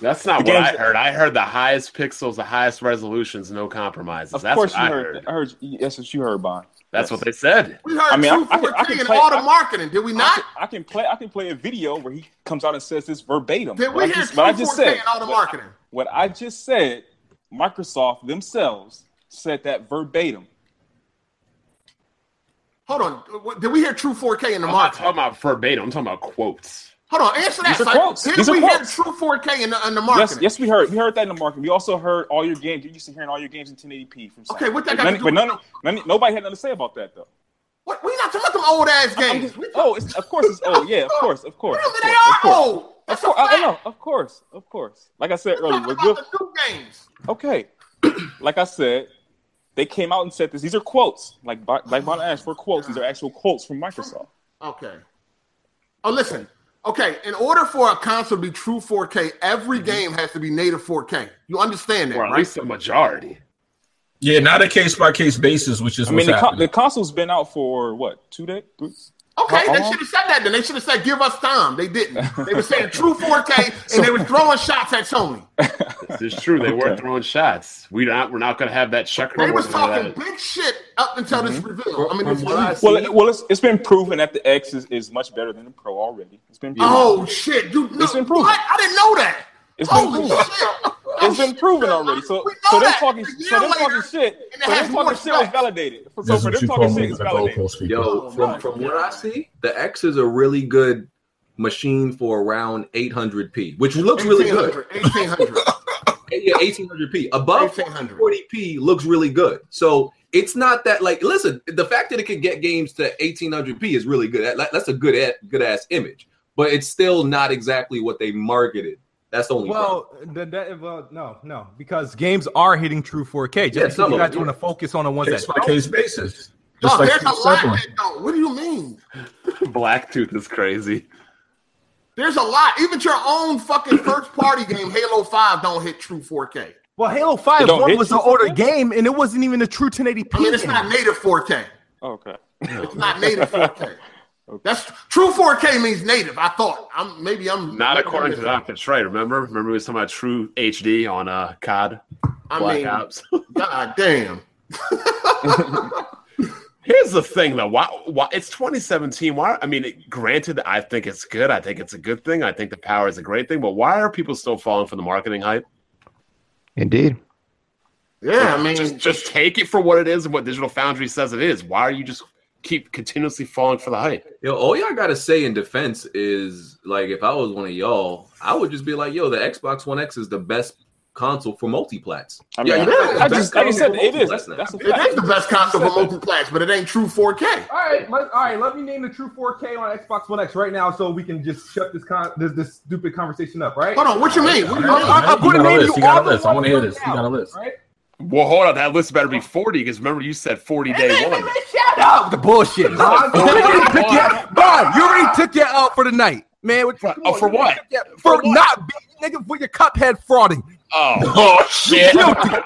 [SPEAKER 2] That's not
[SPEAKER 8] The
[SPEAKER 2] what I
[SPEAKER 8] game's-
[SPEAKER 2] heard. I heard the highest pixels, the highest resolutions, no compromises.
[SPEAKER 8] Of
[SPEAKER 2] That's
[SPEAKER 8] course,
[SPEAKER 2] what
[SPEAKER 8] you
[SPEAKER 2] I
[SPEAKER 8] heard.
[SPEAKER 2] heard.
[SPEAKER 8] I heard. That's what you heard, Bond.
[SPEAKER 2] That's what they said.
[SPEAKER 5] We heard
[SPEAKER 8] I mean, I-
[SPEAKER 5] two
[SPEAKER 8] I can-
[SPEAKER 5] for
[SPEAKER 8] I can
[SPEAKER 5] tea and
[SPEAKER 8] play-
[SPEAKER 5] all the
[SPEAKER 8] I-
[SPEAKER 5] marketing. Did we
[SPEAKER 8] I
[SPEAKER 5] not?
[SPEAKER 8] can, I can play. I can play a video where he comes out and says this verbatim.
[SPEAKER 5] Did
[SPEAKER 8] What
[SPEAKER 5] we
[SPEAKER 8] I
[SPEAKER 5] hear
[SPEAKER 8] just- what I
[SPEAKER 5] two
[SPEAKER 8] just
[SPEAKER 5] for tea
[SPEAKER 8] said.
[SPEAKER 5] and all the
[SPEAKER 8] what-
[SPEAKER 5] marketing?
[SPEAKER 8] What I just said, Microsoft themselves said that verbatim.
[SPEAKER 5] Hold on. What- Did we hear true 4K in the
[SPEAKER 2] I'm not
[SPEAKER 5] market?
[SPEAKER 2] talking about verbatim. I'm talking about quotes.
[SPEAKER 5] Hold on, answer that.
[SPEAKER 8] These are
[SPEAKER 5] Psych.
[SPEAKER 8] quotes.
[SPEAKER 5] Did
[SPEAKER 8] These are
[SPEAKER 5] we
[SPEAKER 8] quotes.
[SPEAKER 5] hear true 4K in the, in the market?
[SPEAKER 8] Yes, yes, we heard. We heard that in the market. We also heard all your games. You're used to hearing all your games in 1080p from. Sony.
[SPEAKER 5] Okay, what that
[SPEAKER 8] But
[SPEAKER 5] got
[SPEAKER 8] none-
[SPEAKER 5] to do
[SPEAKER 8] But
[SPEAKER 5] with-
[SPEAKER 8] none, none, nobody had nothing to say about that though.
[SPEAKER 5] What, we not talking about them old ass
[SPEAKER 8] I'm
[SPEAKER 5] games.
[SPEAKER 8] just-
[SPEAKER 5] we
[SPEAKER 8] oh, it's, of course it's old. Yeah, of course, of course, of
[SPEAKER 5] Really,
[SPEAKER 8] course,
[SPEAKER 5] they
[SPEAKER 8] of
[SPEAKER 5] are
[SPEAKER 8] course.
[SPEAKER 5] old.
[SPEAKER 8] Of
[SPEAKER 5] That's
[SPEAKER 8] course,
[SPEAKER 5] a
[SPEAKER 8] I, I
[SPEAKER 5] fact.
[SPEAKER 8] know, of course, of course. Like I said
[SPEAKER 5] We're
[SPEAKER 8] earlier,
[SPEAKER 5] talking
[SPEAKER 8] we're
[SPEAKER 5] about
[SPEAKER 8] good.
[SPEAKER 5] the new games.
[SPEAKER 8] Okay, like I said, they came out and said this. These are quotes. Like Bo- like Von asked for quotes. These are actual quotes from Microsoft.
[SPEAKER 5] Okay. Oh, listen. Okay, in order for a console to be true 4K, every game has to be native 4K. You understand that,
[SPEAKER 2] Or at
[SPEAKER 5] right?
[SPEAKER 2] least the majority.
[SPEAKER 1] Yeah, not a case by case basis, which is
[SPEAKER 8] I mean,
[SPEAKER 1] what's
[SPEAKER 8] the, co-
[SPEAKER 1] happening.
[SPEAKER 8] the console's been out for what two days? Three?
[SPEAKER 5] Okay,
[SPEAKER 8] How-
[SPEAKER 5] they
[SPEAKER 8] how long?
[SPEAKER 5] should have said that. Then they should have said, "Give us time." They didn't. They were saying true 4K, and they were throwing shots at Sony.
[SPEAKER 2] This is true. They were
[SPEAKER 8] Okay.
[SPEAKER 2] throwing shots. We're not. We're not going to have that checker.
[SPEAKER 5] They was
[SPEAKER 2] or
[SPEAKER 5] talking
[SPEAKER 2] that-
[SPEAKER 5] big shit up until
[SPEAKER 8] Mm-hmm.
[SPEAKER 5] this reveal. I mean,
[SPEAKER 2] From
[SPEAKER 5] this
[SPEAKER 2] what I
[SPEAKER 5] release.
[SPEAKER 8] Well, it, well, it's, it's been proven that the X is, is much better than the Pro already. It's been proven.
[SPEAKER 5] Oh shit! You know,
[SPEAKER 8] It's been proven.
[SPEAKER 5] What? I didn't know that.
[SPEAKER 8] It's been
[SPEAKER 5] Holy
[SPEAKER 8] proven.
[SPEAKER 5] shit!
[SPEAKER 8] It's been proven already. So,
[SPEAKER 5] We know
[SPEAKER 8] so they're
[SPEAKER 5] that.
[SPEAKER 8] talking,
[SPEAKER 5] A year
[SPEAKER 8] so they're talking
[SPEAKER 5] later,
[SPEAKER 8] shit.
[SPEAKER 5] and it
[SPEAKER 8] So they're
[SPEAKER 5] has more
[SPEAKER 8] talking shit was
[SPEAKER 5] specs.
[SPEAKER 8] validated. So,
[SPEAKER 1] This is
[SPEAKER 8] so
[SPEAKER 1] what
[SPEAKER 8] they're
[SPEAKER 1] you call
[SPEAKER 8] talking shit
[SPEAKER 1] moving
[SPEAKER 8] is
[SPEAKER 1] the
[SPEAKER 8] validated.
[SPEAKER 1] goalpost, people.
[SPEAKER 3] Yo, from from what I see, the X is a really good machine for around 800p, which looks really good.
[SPEAKER 5] 1800.
[SPEAKER 3] Yeah, 1800p above
[SPEAKER 5] 1800.
[SPEAKER 3] 40p looks really good. So it's not that like listen, the fact that it could get games to 1800p is really good. That, that's a good a- good ass image, but it's still not exactly what they marketed. That's the only problem.
[SPEAKER 9] Well, that, that, well, no, no, because games are hitting true 4K. Just
[SPEAKER 3] Yeah,
[SPEAKER 9] because
[SPEAKER 3] some
[SPEAKER 9] you
[SPEAKER 3] of
[SPEAKER 9] guys
[SPEAKER 3] them,
[SPEAKER 9] want to focus on the ones
[SPEAKER 1] Case
[SPEAKER 9] that
[SPEAKER 1] by case basis.
[SPEAKER 5] No,
[SPEAKER 1] Just like
[SPEAKER 5] there's a
[SPEAKER 1] Keith
[SPEAKER 5] lot
[SPEAKER 1] Sutherland.
[SPEAKER 5] that don't. What do you mean?
[SPEAKER 2] Blacktooth is crazy.
[SPEAKER 5] There's a lot. Even your own fucking first party game, Halo 5, don't hit true 4K.
[SPEAKER 9] well, Halo Five
[SPEAKER 8] It don't
[SPEAKER 9] one
[SPEAKER 8] hit
[SPEAKER 9] was
[SPEAKER 8] you
[SPEAKER 9] an older
[SPEAKER 8] sometimes?
[SPEAKER 9] game, and it wasn't even a true 1080p.
[SPEAKER 5] I mean, it's
[SPEAKER 9] game.
[SPEAKER 5] not native 4K.
[SPEAKER 8] Okay.
[SPEAKER 5] It's not native 4K. That's true 4K means native. I thought. I'm maybe I'm
[SPEAKER 2] Not according to Dr. Trey. Remember? Remember we was talking about true HD on uh, COD
[SPEAKER 5] I
[SPEAKER 2] Black
[SPEAKER 5] mean,
[SPEAKER 2] Ops.
[SPEAKER 5] god damn.
[SPEAKER 2] Here's the thing, though. Why? Why? It's 2017. Why? I mean, it, granted, I think it's good. I think it's a good thing. I think the power is a great thing. But why are people still falling for the marketing hype?
[SPEAKER 6] Indeed.
[SPEAKER 5] Yeah, I mean,
[SPEAKER 2] just just take it for what it is and what Digital Foundry says it is. Why are you just keep continuously falling for the hype?
[SPEAKER 3] Yo, all y'all gotta say in defense is like, if I was one of y'all, I would just be like, yo, the Xbox One X is the best console for multiplats.
[SPEAKER 8] I mean,
[SPEAKER 3] Yeah,
[SPEAKER 8] I,
[SPEAKER 3] you know,
[SPEAKER 8] I just, I just said it is.
[SPEAKER 3] That's not-
[SPEAKER 8] That's a
[SPEAKER 5] it is
[SPEAKER 8] fact.
[SPEAKER 5] the best console for multiplex, but it ain't true 4K.
[SPEAKER 9] All right, let, all right. Let me name the true 4K on Xbox One X right now, so we can just shut this con- this, this stupid conversation up. Right?
[SPEAKER 5] Hold on, what you mean? What do you mean?
[SPEAKER 9] I'm- I'm
[SPEAKER 1] You got
[SPEAKER 9] gonna
[SPEAKER 1] a
[SPEAKER 9] name
[SPEAKER 1] list.
[SPEAKER 9] you
[SPEAKER 1] You got
[SPEAKER 9] all
[SPEAKER 1] a
[SPEAKER 9] the
[SPEAKER 1] list. I want to hear this.
[SPEAKER 9] ones
[SPEAKER 1] You got a
[SPEAKER 9] right
[SPEAKER 1] list.
[SPEAKER 9] now, Right?
[SPEAKER 2] Well, hold on. That list better be 40 because remember you said 40 day one.
[SPEAKER 9] Shut up! The bullshit, Bond. You already took your Bond. You already took your out for the night, man. What,
[SPEAKER 2] For- oh, for
[SPEAKER 9] you
[SPEAKER 2] what?
[SPEAKER 9] took your- For, not being nigga for your cuphead frauding.
[SPEAKER 2] Oh, oh shit!
[SPEAKER 9] Guilty.
[SPEAKER 2] Like,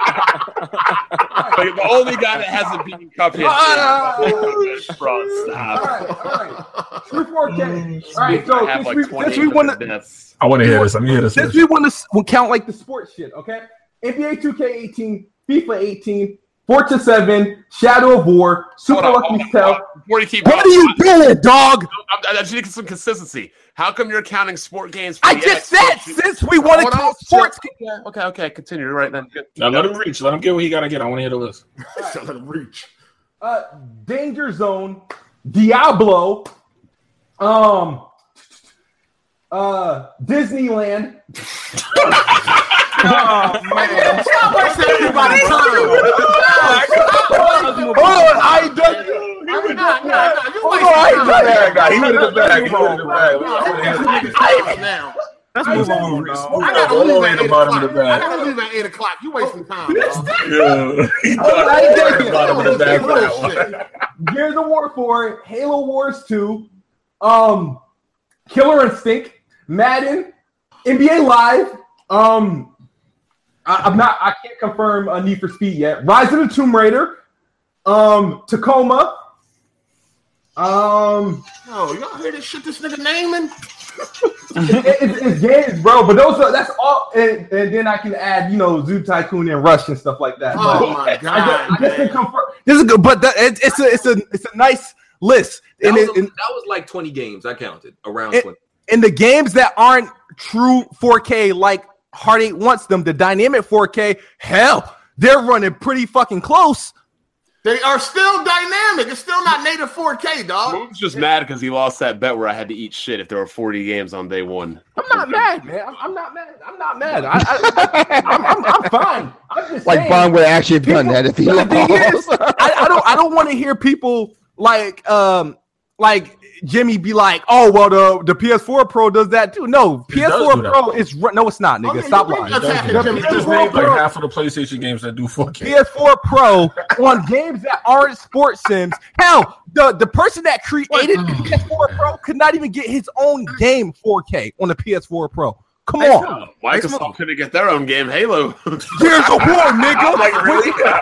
[SPEAKER 2] the only guy that hasn't beaten Cuphead.
[SPEAKER 9] Ah.
[SPEAKER 2] Bro,
[SPEAKER 9] All
[SPEAKER 2] stop.
[SPEAKER 9] right, all right. True 4K. All right, so
[SPEAKER 2] I Mm, have
[SPEAKER 9] since
[SPEAKER 2] like
[SPEAKER 9] we
[SPEAKER 2] 20
[SPEAKER 9] since we won the
[SPEAKER 2] deaths.
[SPEAKER 1] I want to hear this. I'm hear this.
[SPEAKER 9] since we won the we count like the sports shit, okay? NBA 2K18, FIFA 18, Forza 7, Shadow of War, Super
[SPEAKER 2] Hold on, hold
[SPEAKER 9] Lucky
[SPEAKER 2] on, hold on.
[SPEAKER 9] Tale.
[SPEAKER 2] Before you keep
[SPEAKER 9] What are
[SPEAKER 2] going,
[SPEAKER 9] you doing, dog?
[SPEAKER 2] I, I, I just need some consistency. How come you're counting sport games? For
[SPEAKER 9] I
[SPEAKER 2] the
[SPEAKER 9] just said
[SPEAKER 2] Xbox?
[SPEAKER 9] since we want to
[SPEAKER 2] Hold on,
[SPEAKER 9] count sports.
[SPEAKER 2] chill. Okay, okay, okay. Continue. You're right then. Good.
[SPEAKER 1] now let him reach. Let him get what he got to get. I want to hear the list.
[SPEAKER 5] So let him reach.
[SPEAKER 9] Uh, Danger Zone, Diablo, um, uh, Disneyland.
[SPEAKER 5] Oh man, Waste everybody's time.
[SPEAKER 9] Hold on, I ain't done.
[SPEAKER 5] Nah, nah, nah, you
[SPEAKER 9] Hold on,
[SPEAKER 5] wasting
[SPEAKER 9] Oh, I ain't
[SPEAKER 5] time.
[SPEAKER 9] done that.
[SPEAKER 1] he needed the bag. He needed the bag. I wanna hear this.
[SPEAKER 5] Now.
[SPEAKER 12] That's
[SPEAKER 9] I
[SPEAKER 12] move
[SPEAKER 9] said-
[SPEAKER 12] on,
[SPEAKER 1] Move
[SPEAKER 12] dog.
[SPEAKER 5] I gotta
[SPEAKER 1] on.
[SPEAKER 5] leave
[SPEAKER 1] Roll
[SPEAKER 5] at
[SPEAKER 1] in the
[SPEAKER 5] eight
[SPEAKER 1] bottom of
[SPEAKER 5] o'clock.
[SPEAKER 1] the
[SPEAKER 5] I
[SPEAKER 1] bag.
[SPEAKER 5] gotta leave at eight o'clock. You wasting time. dog.
[SPEAKER 9] Oh,
[SPEAKER 1] Yeah. He
[SPEAKER 9] Hold on, I
[SPEAKER 1] thought
[SPEAKER 9] ain't
[SPEAKER 1] he
[SPEAKER 9] done
[SPEAKER 1] was
[SPEAKER 9] yet.
[SPEAKER 1] bottom of the bag for that one.
[SPEAKER 5] Bullshit.
[SPEAKER 9] Oh, Gears of War 4, Halo Wars 2, um, Killer Instinct, Madden, NBA Live. Um, I, I'm not. I can't confirm a Need for Speed yet. Rise of the Tomb Raider, um, Tacoma. Um,
[SPEAKER 5] Yo, y'all hear this shit? This nigga naming.
[SPEAKER 9] It- it's, it's games, bro. But those are that's all, and, and then I can add, you know, Zoo Tycoon and Rush and stuff like that.
[SPEAKER 5] Oh
[SPEAKER 9] But
[SPEAKER 5] my
[SPEAKER 9] I just-
[SPEAKER 5] God,
[SPEAKER 9] I just can confirm. This is good, but that, it, it's a it's a it's a nice list,
[SPEAKER 3] That,
[SPEAKER 9] and,
[SPEAKER 3] was,
[SPEAKER 9] it,
[SPEAKER 3] a-
[SPEAKER 9] and
[SPEAKER 3] that was like 20 games. I counted around
[SPEAKER 9] It-
[SPEAKER 3] 20.
[SPEAKER 9] and the games that aren't true 4K like Heartache wants them, the dynamic 4K, hell, they're running pretty fucking close.
[SPEAKER 5] They are still dynamic. It's still not native 4K, dog.
[SPEAKER 2] Moon's just mad because he lost that bet where I had to eat shit if there were 40 games on day one.
[SPEAKER 9] I'm not mad, man. I'm, I'm not mad. I'm not mad. I, I, I'm, I'm, I'm fine. I'm just
[SPEAKER 6] Like
[SPEAKER 9] saying.
[SPEAKER 6] Von would actually have done that if he
[SPEAKER 9] But the thing is,
[SPEAKER 6] lost.
[SPEAKER 9] I, I don't I don't want to hear people like um like Jimmy be like, oh well the the PS4 Pro does that too. No,
[SPEAKER 1] does do
[SPEAKER 9] PS4
[SPEAKER 1] that.
[SPEAKER 9] Pro is ru- no, it's not, nigga.
[SPEAKER 5] Okay,
[SPEAKER 9] Stop
[SPEAKER 5] you
[SPEAKER 9] lying.
[SPEAKER 5] can attack it, Jimmy.
[SPEAKER 1] You just
[SPEAKER 9] Bro,
[SPEAKER 1] named like
[SPEAKER 9] bro.
[SPEAKER 1] half of the PlayStation games that do 4K.
[SPEAKER 9] PS4 Pro on games that aren't sports sims. Hell, the, the person that created the PS4 Pro could not even get his own game 4K on the PS4 Pro. Come on.
[SPEAKER 2] Microsoft couldn't get their own game, Halo.
[SPEAKER 9] Here's a war, nigga.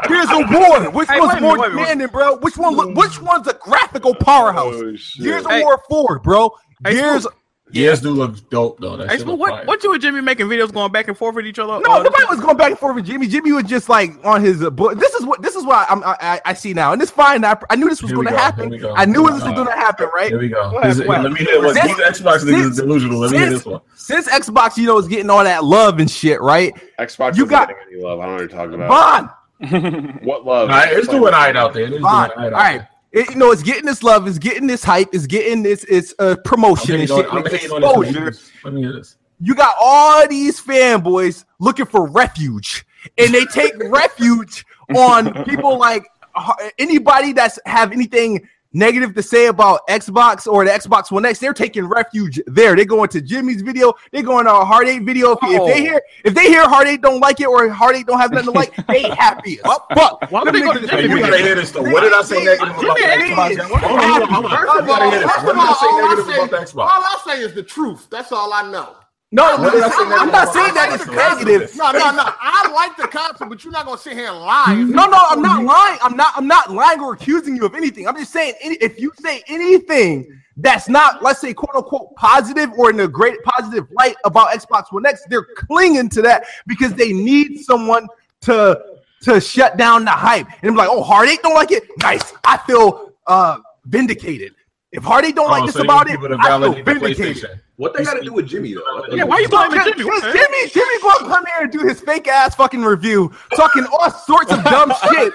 [SPEAKER 9] Here's a war. Which
[SPEAKER 11] Hey,
[SPEAKER 9] one's
[SPEAKER 11] wait a minute, wait a
[SPEAKER 9] more
[SPEAKER 11] minute.
[SPEAKER 9] demanding, bro? Which one? Look, which one's a graphical powerhouse?
[SPEAKER 2] Oh, shit.
[SPEAKER 9] Gears of
[SPEAKER 4] Hey.
[SPEAKER 9] War Four, bro.
[SPEAKER 4] Hey,
[SPEAKER 9] Gears.
[SPEAKER 1] Gears do look dope though. That
[SPEAKER 4] Hey,
[SPEAKER 1] shit
[SPEAKER 4] so
[SPEAKER 1] look
[SPEAKER 4] what
[SPEAKER 1] fire.
[SPEAKER 4] what you and Jimmy making videos going back and forth with each other? Uh,
[SPEAKER 9] No, nobody was going back and forth with Jimmy. Jimmy was just like on his. Uh, book. This is what. This is why I'm, I, I I see now, and it's fine. I, I knew this was
[SPEAKER 1] Here we
[SPEAKER 9] going to
[SPEAKER 1] go,
[SPEAKER 9] happen.
[SPEAKER 1] here we go.
[SPEAKER 9] I knew
[SPEAKER 1] Here we
[SPEAKER 9] this was
[SPEAKER 1] go.
[SPEAKER 9] going to happen, right?
[SPEAKER 1] Here we go.
[SPEAKER 9] ahead,
[SPEAKER 1] This-
[SPEAKER 9] go ahead.
[SPEAKER 1] let me hear what
[SPEAKER 9] This-
[SPEAKER 1] these Xbox niggas is delusional. Let me hear
[SPEAKER 9] Since,
[SPEAKER 1] this one.
[SPEAKER 9] since Xbox, you know, is getting all that love and shit, right?
[SPEAKER 2] Xbox
[SPEAKER 9] You
[SPEAKER 2] isn't
[SPEAKER 9] got-
[SPEAKER 2] getting any love. I don't know what you're talking about.
[SPEAKER 9] Bond,
[SPEAKER 2] What love?
[SPEAKER 1] All right, it's doing all right out there. It's doing all
[SPEAKER 9] Bond.
[SPEAKER 1] right.
[SPEAKER 9] All
[SPEAKER 1] out
[SPEAKER 9] right.
[SPEAKER 1] there.
[SPEAKER 9] It, you know, it's getting this love, it's getting this hype, it's getting this it's uh, promotion
[SPEAKER 1] I'm
[SPEAKER 9] and
[SPEAKER 1] hating on-
[SPEAKER 9] shit.
[SPEAKER 1] I'm
[SPEAKER 9] and
[SPEAKER 1] hating on this
[SPEAKER 9] exposure.
[SPEAKER 1] nigga. Let me hear this.
[SPEAKER 9] You got all these fanboys looking for refuge, and they take refuge on people like uh, anybody that's have anything negative to say about Xbox or the Xbox One X. They're taking refuge there. They're going to Jimmy's video. They're going to a Heartache video. If,
[SPEAKER 1] Oh.
[SPEAKER 9] if they hear if they hear Heartache don't like it or Heartache don't have nothing to like, they happy as fuck.
[SPEAKER 4] Why would
[SPEAKER 9] Them
[SPEAKER 4] they go to
[SPEAKER 9] niggas is
[SPEAKER 1] Hey, you
[SPEAKER 4] Jimmy?
[SPEAKER 1] gotta hear this though. What did I say negative about the
[SPEAKER 9] Jimmy,
[SPEAKER 1] Xbox?
[SPEAKER 9] Jimmy,
[SPEAKER 1] Hold on, hold on, hold on.
[SPEAKER 5] First of
[SPEAKER 1] You gotta
[SPEAKER 5] all,
[SPEAKER 1] hear this.
[SPEAKER 5] first
[SPEAKER 1] What
[SPEAKER 5] of
[SPEAKER 1] did I say
[SPEAKER 5] all, all I
[SPEAKER 1] negative
[SPEAKER 5] say,
[SPEAKER 1] about the
[SPEAKER 5] all
[SPEAKER 1] Xbox?
[SPEAKER 5] I say is the truth. That's all I know.
[SPEAKER 9] No,
[SPEAKER 1] What did I say
[SPEAKER 9] I'm, I'm not saying that it's negative.
[SPEAKER 5] No, no, no. I like the concept, but you're not gonna sit here and lie.
[SPEAKER 9] No, no, I'm not lying. I'm not. I'm not lying or accusing you of anything. I'm just saying any, if you say anything that's not, let's say, quote unquote, positive or in a great positive light about Xbox One X, they're clinging to that because they need someone to to shut down the hype. And I'm like, oh, heartache don't like it. Nice. I feel uh vindicated. If heartache don't like
[SPEAKER 1] Oh,
[SPEAKER 9] this
[SPEAKER 1] so you
[SPEAKER 9] about it,
[SPEAKER 1] people to
[SPEAKER 9] I feel
[SPEAKER 1] validate the
[SPEAKER 9] vindicated.
[SPEAKER 1] PlayStation.
[SPEAKER 3] What they got to do with Jimmy, though? I thought
[SPEAKER 4] Yeah,
[SPEAKER 3] you-
[SPEAKER 4] why you blaming Jimmy?
[SPEAKER 9] Because
[SPEAKER 4] What the
[SPEAKER 9] Jimmy, Jimmy gonna come here and do his fake ass fucking review, talking all sorts of dumb shit.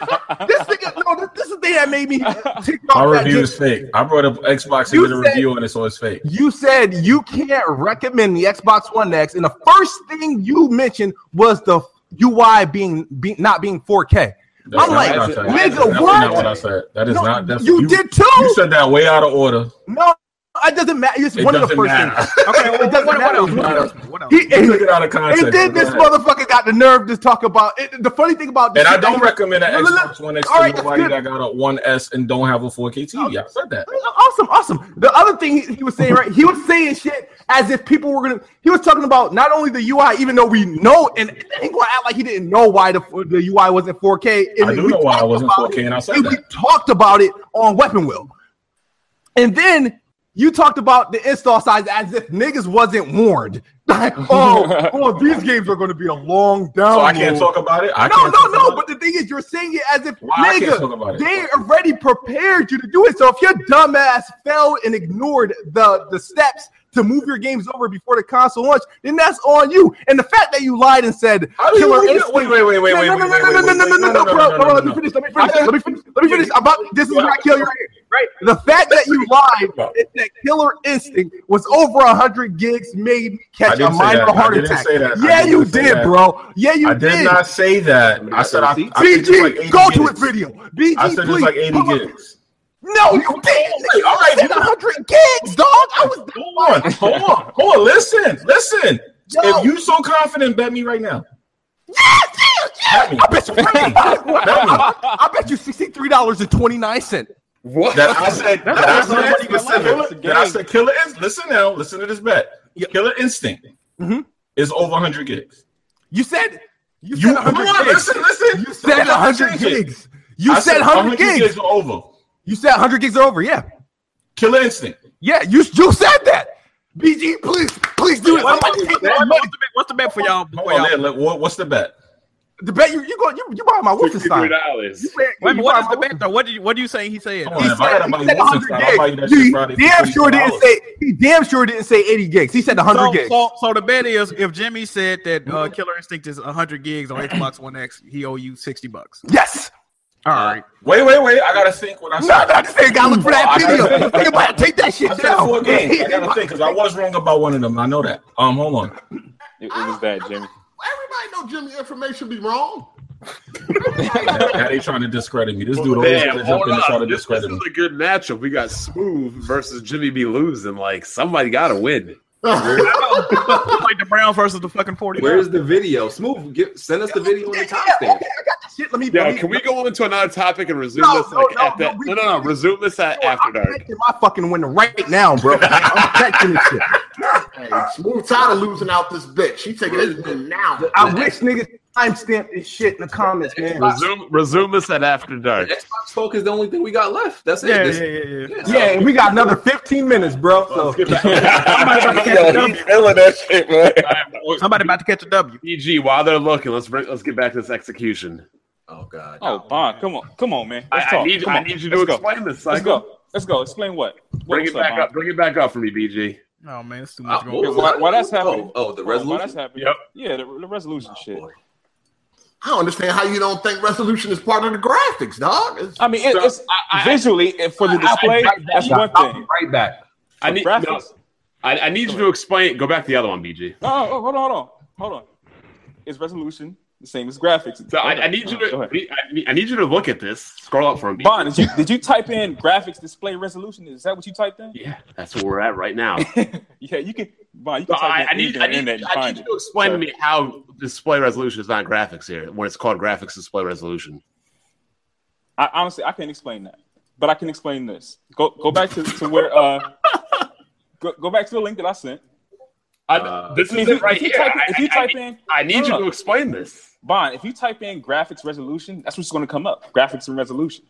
[SPEAKER 9] This nigga, no, this, this is the thing that made me tick
[SPEAKER 1] My
[SPEAKER 9] off. That
[SPEAKER 1] review
[SPEAKER 9] Jimmy-
[SPEAKER 1] is fake. I brought up Xbox
[SPEAKER 9] You
[SPEAKER 1] into the
[SPEAKER 9] said-
[SPEAKER 1] review and it's so it's fake.
[SPEAKER 9] you said you can't recommend the Xbox One X, and the first thing you mentioned was the UI being, be, not being 4K.
[SPEAKER 1] That's not
[SPEAKER 9] I'm like,
[SPEAKER 1] what I said.
[SPEAKER 9] nigga,
[SPEAKER 1] That's not
[SPEAKER 9] what?
[SPEAKER 1] what I said. That is
[SPEAKER 9] No,
[SPEAKER 1] not. That's
[SPEAKER 9] you did too.
[SPEAKER 1] You said that way out of order.
[SPEAKER 9] No, it doesn't matter. It's
[SPEAKER 1] It
[SPEAKER 9] one of the
[SPEAKER 1] doesn't
[SPEAKER 9] first
[SPEAKER 1] matter.
[SPEAKER 9] things. Okay, well, it doesn't
[SPEAKER 4] What, what
[SPEAKER 9] matter.
[SPEAKER 4] else?
[SPEAKER 9] It was one
[SPEAKER 4] What
[SPEAKER 9] of
[SPEAKER 4] else?
[SPEAKER 9] the-
[SPEAKER 4] What else?
[SPEAKER 9] He,
[SPEAKER 1] You took it out of context.
[SPEAKER 9] and then
[SPEAKER 1] Go
[SPEAKER 9] this
[SPEAKER 1] ahead.
[SPEAKER 9] motherfucker got the nerve to talk about it. The funny thing about this
[SPEAKER 1] And I
[SPEAKER 9] shit-
[SPEAKER 1] don't recommend an
[SPEAKER 9] No, no, no.
[SPEAKER 1] Xbox One X
[SPEAKER 9] All
[SPEAKER 1] to
[SPEAKER 9] right, that's
[SPEAKER 1] nobody
[SPEAKER 9] good.
[SPEAKER 1] that got a One S and don't have a 4K TV. I said that.
[SPEAKER 9] Awesome, awesome. The other thing he- he was saying, right? He was saying shit as if people were gonna. He was talking about not only the UI, even though we know, and he gonna act like he didn't know why the, the UI wasn't 4K. And
[SPEAKER 1] I do
[SPEAKER 9] we
[SPEAKER 1] know why it
[SPEAKER 9] talked
[SPEAKER 1] wasn't
[SPEAKER 9] about
[SPEAKER 1] 4K, and I said
[SPEAKER 9] and we
[SPEAKER 1] that.
[SPEAKER 9] talked about it on Weapon Wheel, and then you talked about the install size as if niggas wasn't warned. Like, oh, oh, these games are gonna be a long down.
[SPEAKER 1] So I can't talk about it. I
[SPEAKER 9] No,
[SPEAKER 1] can't
[SPEAKER 9] no,
[SPEAKER 1] talk about
[SPEAKER 9] no.
[SPEAKER 1] it?
[SPEAKER 9] But the thing is, you're saying it as if,
[SPEAKER 1] Why I can't talk about
[SPEAKER 9] nigga,
[SPEAKER 1] it?
[SPEAKER 9] they already prepared you to do it. So if your dumbass failed and ignored the the steps to move your games over before the console launch, then that's on you. And the fact that you lied and said,
[SPEAKER 1] How do you
[SPEAKER 9] Killer
[SPEAKER 1] know-
[SPEAKER 9] Instinct-
[SPEAKER 1] wait, wait, wait, wait,
[SPEAKER 9] no,
[SPEAKER 1] wait,
[SPEAKER 9] no,
[SPEAKER 1] wait,
[SPEAKER 9] no,
[SPEAKER 1] wait,
[SPEAKER 9] no,
[SPEAKER 1] wait,
[SPEAKER 9] no, no, no,
[SPEAKER 1] wait,
[SPEAKER 9] no, no, no,
[SPEAKER 1] no,
[SPEAKER 9] bro,
[SPEAKER 1] no,
[SPEAKER 9] bro,
[SPEAKER 1] no,
[SPEAKER 9] let me
[SPEAKER 1] no.
[SPEAKER 9] finish, let me finish, let me finish, let me finish. I'm about- this is where I kill you right here, right? The fact that you lied is that Killer Instinct was over 100 gigs made me
[SPEAKER 1] I
[SPEAKER 9] catch a
[SPEAKER 1] didn't say
[SPEAKER 9] minor
[SPEAKER 1] that. I
[SPEAKER 9] heart
[SPEAKER 1] didn't
[SPEAKER 9] attack.
[SPEAKER 1] say that. I
[SPEAKER 9] Yeah,
[SPEAKER 1] didn't
[SPEAKER 9] you
[SPEAKER 1] say
[SPEAKER 9] did,
[SPEAKER 1] that.
[SPEAKER 9] bro. Yeah, you
[SPEAKER 1] I did not say that. I said I. I said just like
[SPEAKER 9] BG,
[SPEAKER 1] 80
[SPEAKER 9] go to it
[SPEAKER 1] gigs.
[SPEAKER 9] video. BG,
[SPEAKER 1] I said
[SPEAKER 9] please.
[SPEAKER 1] just like 80
[SPEAKER 9] Hold on.
[SPEAKER 1] gigs.
[SPEAKER 9] No, you didn't. Wait, all right, you 100 gigs, dog. I was.
[SPEAKER 1] Hold on, hold on, hold on. Listen, listen.
[SPEAKER 9] Yo.
[SPEAKER 1] If you so confident, bet me right now.
[SPEAKER 9] Yes, yes, yes.
[SPEAKER 1] Bet me.
[SPEAKER 9] I bet you.
[SPEAKER 1] That
[SPEAKER 9] I bet you sixty-three dollars and twenty-nine cent.
[SPEAKER 2] What?
[SPEAKER 1] That I said. That I
[SPEAKER 11] That's
[SPEAKER 1] said.
[SPEAKER 11] what everybody
[SPEAKER 1] Listen,
[SPEAKER 11] got left. It's a
[SPEAKER 1] that I
[SPEAKER 11] game.
[SPEAKER 1] said. Killer is. Listen now. Listen to this bet.
[SPEAKER 9] Yep.
[SPEAKER 1] Killer instinct
[SPEAKER 9] Mhm.
[SPEAKER 1] is over 100 gigs.
[SPEAKER 9] You said. You
[SPEAKER 1] You
[SPEAKER 9] said
[SPEAKER 1] hold
[SPEAKER 9] hundred
[SPEAKER 1] on.
[SPEAKER 9] gigs.
[SPEAKER 1] Listen, listen.
[SPEAKER 9] You said
[SPEAKER 1] Don't
[SPEAKER 9] hundred
[SPEAKER 1] change it.
[SPEAKER 9] gigs. You
[SPEAKER 1] I
[SPEAKER 9] said hundred gigs.
[SPEAKER 1] are over.
[SPEAKER 9] You said hundred gigs are over. Yeah,
[SPEAKER 1] Killer instinct.
[SPEAKER 9] yeah. You you said that.
[SPEAKER 5] BG, please, please do it.
[SPEAKER 1] What's
[SPEAKER 5] Somebody
[SPEAKER 1] the
[SPEAKER 5] take
[SPEAKER 1] bet?
[SPEAKER 5] that money.
[SPEAKER 4] What's the bet for y'all?
[SPEAKER 1] Hold on, man. Look, what, what's the bet?
[SPEAKER 9] The bet you you go you you buying my Wolfenstein.
[SPEAKER 2] dollars.
[SPEAKER 9] You
[SPEAKER 4] Wait,
[SPEAKER 9] buying
[SPEAKER 4] what
[SPEAKER 9] my
[SPEAKER 4] is the bet though? What do you what do you say he said?
[SPEAKER 1] Come on, if I had to buy
[SPEAKER 9] He said
[SPEAKER 1] Wolfenstein, I'll buy you
[SPEAKER 9] 100
[SPEAKER 1] that
[SPEAKER 9] gigs.
[SPEAKER 1] shit
[SPEAKER 9] He
[SPEAKER 1] Friday. for
[SPEAKER 9] damn sure didn't
[SPEAKER 1] $24.
[SPEAKER 9] say. He damn sure didn't say 80 gigs. He said 100
[SPEAKER 4] So,
[SPEAKER 9] gigs.
[SPEAKER 4] so, so the bet is if Jimmy said that uh, Killer Instinct is 100 gigs on Xbox One X, he owe you 60 bucks.
[SPEAKER 9] yes.
[SPEAKER 4] All right.
[SPEAKER 1] Wait, wait, wait. I gotta think what I
[SPEAKER 9] No,
[SPEAKER 1] said.
[SPEAKER 9] no, this nigga gotta look for that
[SPEAKER 1] Oh, I-
[SPEAKER 9] video. This nigga about to take that
[SPEAKER 1] I
[SPEAKER 9] shit
[SPEAKER 1] said
[SPEAKER 9] down.
[SPEAKER 1] four games. I gotta think because I was wrong about one of them. I know that. Um, hold on.
[SPEAKER 8] It, it was bad, Jimmy.
[SPEAKER 5] Everybody know Jimmy information be wrong.
[SPEAKER 1] Now now they trying to discredit me. This dude always
[SPEAKER 2] Damn,
[SPEAKER 1] trying to jump
[SPEAKER 2] hold
[SPEAKER 1] in and try to
[SPEAKER 2] on. This, this
[SPEAKER 1] discredit me.
[SPEAKER 2] is a good matchup. We got Smooth versus Jimmy B. losing. Like somebody got to win.
[SPEAKER 4] like the Browns versus the fucking 40.
[SPEAKER 13] Where's the video? Smooth, give, send us the video in the
[SPEAKER 9] Yeah, okay, I
[SPEAKER 13] timestamp.
[SPEAKER 9] got that shit. Let me.
[SPEAKER 2] Yo,
[SPEAKER 9] let me-
[SPEAKER 2] can we go on to another topic and resume
[SPEAKER 9] No,
[SPEAKER 2] this?
[SPEAKER 9] no,
[SPEAKER 2] Like
[SPEAKER 9] no,
[SPEAKER 2] at
[SPEAKER 9] no,
[SPEAKER 2] that,
[SPEAKER 9] we-
[SPEAKER 2] no, no, no. Resume this at after
[SPEAKER 9] I'm
[SPEAKER 2] dark.
[SPEAKER 9] taking my fucking winner right now, bro. I'm taking this shit.
[SPEAKER 5] Hey, Smooth tired of losing out this bitch. She taking this win now.
[SPEAKER 9] I wish niggas timestamp this shit in the comments, man.
[SPEAKER 2] Resume, resume this at after dark.
[SPEAKER 13] Xbox Talk is the only thing we got left. That's it.
[SPEAKER 4] Yeah,
[SPEAKER 13] This-
[SPEAKER 4] yeah, yeah, yeah.
[SPEAKER 9] Yeah, and we got another 15 minutes, bro. So
[SPEAKER 4] Somebody about to catch a W.
[SPEAKER 2] EG, while they're looking, let's bring, let's get back to this execution.
[SPEAKER 13] Oh God.
[SPEAKER 8] Oh, Bond, come on, come on, man.
[SPEAKER 2] I,
[SPEAKER 8] Let's
[SPEAKER 2] I
[SPEAKER 8] talk.
[SPEAKER 2] need
[SPEAKER 8] Come
[SPEAKER 2] I
[SPEAKER 8] on.
[SPEAKER 2] need you to
[SPEAKER 8] Let's go.
[SPEAKER 2] explain this.
[SPEAKER 8] Let's
[SPEAKER 2] Psycho.
[SPEAKER 8] go. Let's go. Explain what. what
[SPEAKER 2] Bring
[SPEAKER 8] was
[SPEAKER 2] it
[SPEAKER 8] up,
[SPEAKER 2] back
[SPEAKER 8] Bond?
[SPEAKER 2] up. Ah, Bring it back up for me, BG.
[SPEAKER 4] Oh man, it's too
[SPEAKER 13] Uh,
[SPEAKER 4] much
[SPEAKER 13] what
[SPEAKER 4] going
[SPEAKER 13] was
[SPEAKER 4] on.
[SPEAKER 8] Why-
[SPEAKER 13] that?
[SPEAKER 8] why that's happening?
[SPEAKER 13] Oh, oh, the
[SPEAKER 8] Hold on, why
[SPEAKER 13] resolution.
[SPEAKER 8] that's happening.
[SPEAKER 2] Yep. Oh,
[SPEAKER 8] Yeah, the, the resolution shit.
[SPEAKER 13] Boy.
[SPEAKER 5] I don't understand how you don't think resolution is part of the graphics, dog. It's-
[SPEAKER 8] I mean, it,
[SPEAKER 2] So,
[SPEAKER 8] it's
[SPEAKER 2] I- I-
[SPEAKER 8] visually and for the display. that's one thing.
[SPEAKER 9] right back.
[SPEAKER 2] I need
[SPEAKER 8] graphics.
[SPEAKER 2] no, I, I need you to explain. Go back to the other one, BG.
[SPEAKER 8] No, oh, oh, hold on, hold on, hold on. Is resolution the same as graphics?
[SPEAKER 2] So I, I
[SPEAKER 8] Okay.
[SPEAKER 2] need you
[SPEAKER 8] Go
[SPEAKER 2] to
[SPEAKER 8] ahead.
[SPEAKER 2] I need, I need you to look at this. Scroll up for me.
[SPEAKER 8] Bond, did you, did you type in graphics display resolution? Is that what you typed in?
[SPEAKER 2] Yeah, that's where we're at right now.
[SPEAKER 8] yeah, you can. Bond, you
[SPEAKER 2] So
[SPEAKER 8] can type
[SPEAKER 2] I,
[SPEAKER 8] in
[SPEAKER 2] I need,
[SPEAKER 8] anything
[SPEAKER 2] I
[SPEAKER 8] on the
[SPEAKER 2] need,
[SPEAKER 8] internet and
[SPEAKER 2] I
[SPEAKER 8] find
[SPEAKER 2] need
[SPEAKER 8] it.
[SPEAKER 2] you to explain to
[SPEAKER 8] So-
[SPEAKER 2] me how display resolution is not graphics here when it's called graphics display resolution.
[SPEAKER 8] I honestly I can't explain that, but I can explain this. Go go back to, to where uh go, go back to the link that I sent.
[SPEAKER 2] I,
[SPEAKER 13] Uh,
[SPEAKER 2] this
[SPEAKER 8] I mean,
[SPEAKER 2] is
[SPEAKER 8] if you,
[SPEAKER 2] it right
[SPEAKER 8] if you
[SPEAKER 2] here.
[SPEAKER 8] type,
[SPEAKER 2] I,
[SPEAKER 8] if you
[SPEAKER 2] I-
[SPEAKER 8] type
[SPEAKER 2] I,
[SPEAKER 8] in
[SPEAKER 2] I
[SPEAKER 8] no,
[SPEAKER 2] need
[SPEAKER 8] no,
[SPEAKER 2] you to
[SPEAKER 8] no.
[SPEAKER 2] explain this.
[SPEAKER 8] Bond, if you type in graphics resolution, that's what's going to come up. Graphics and resolution.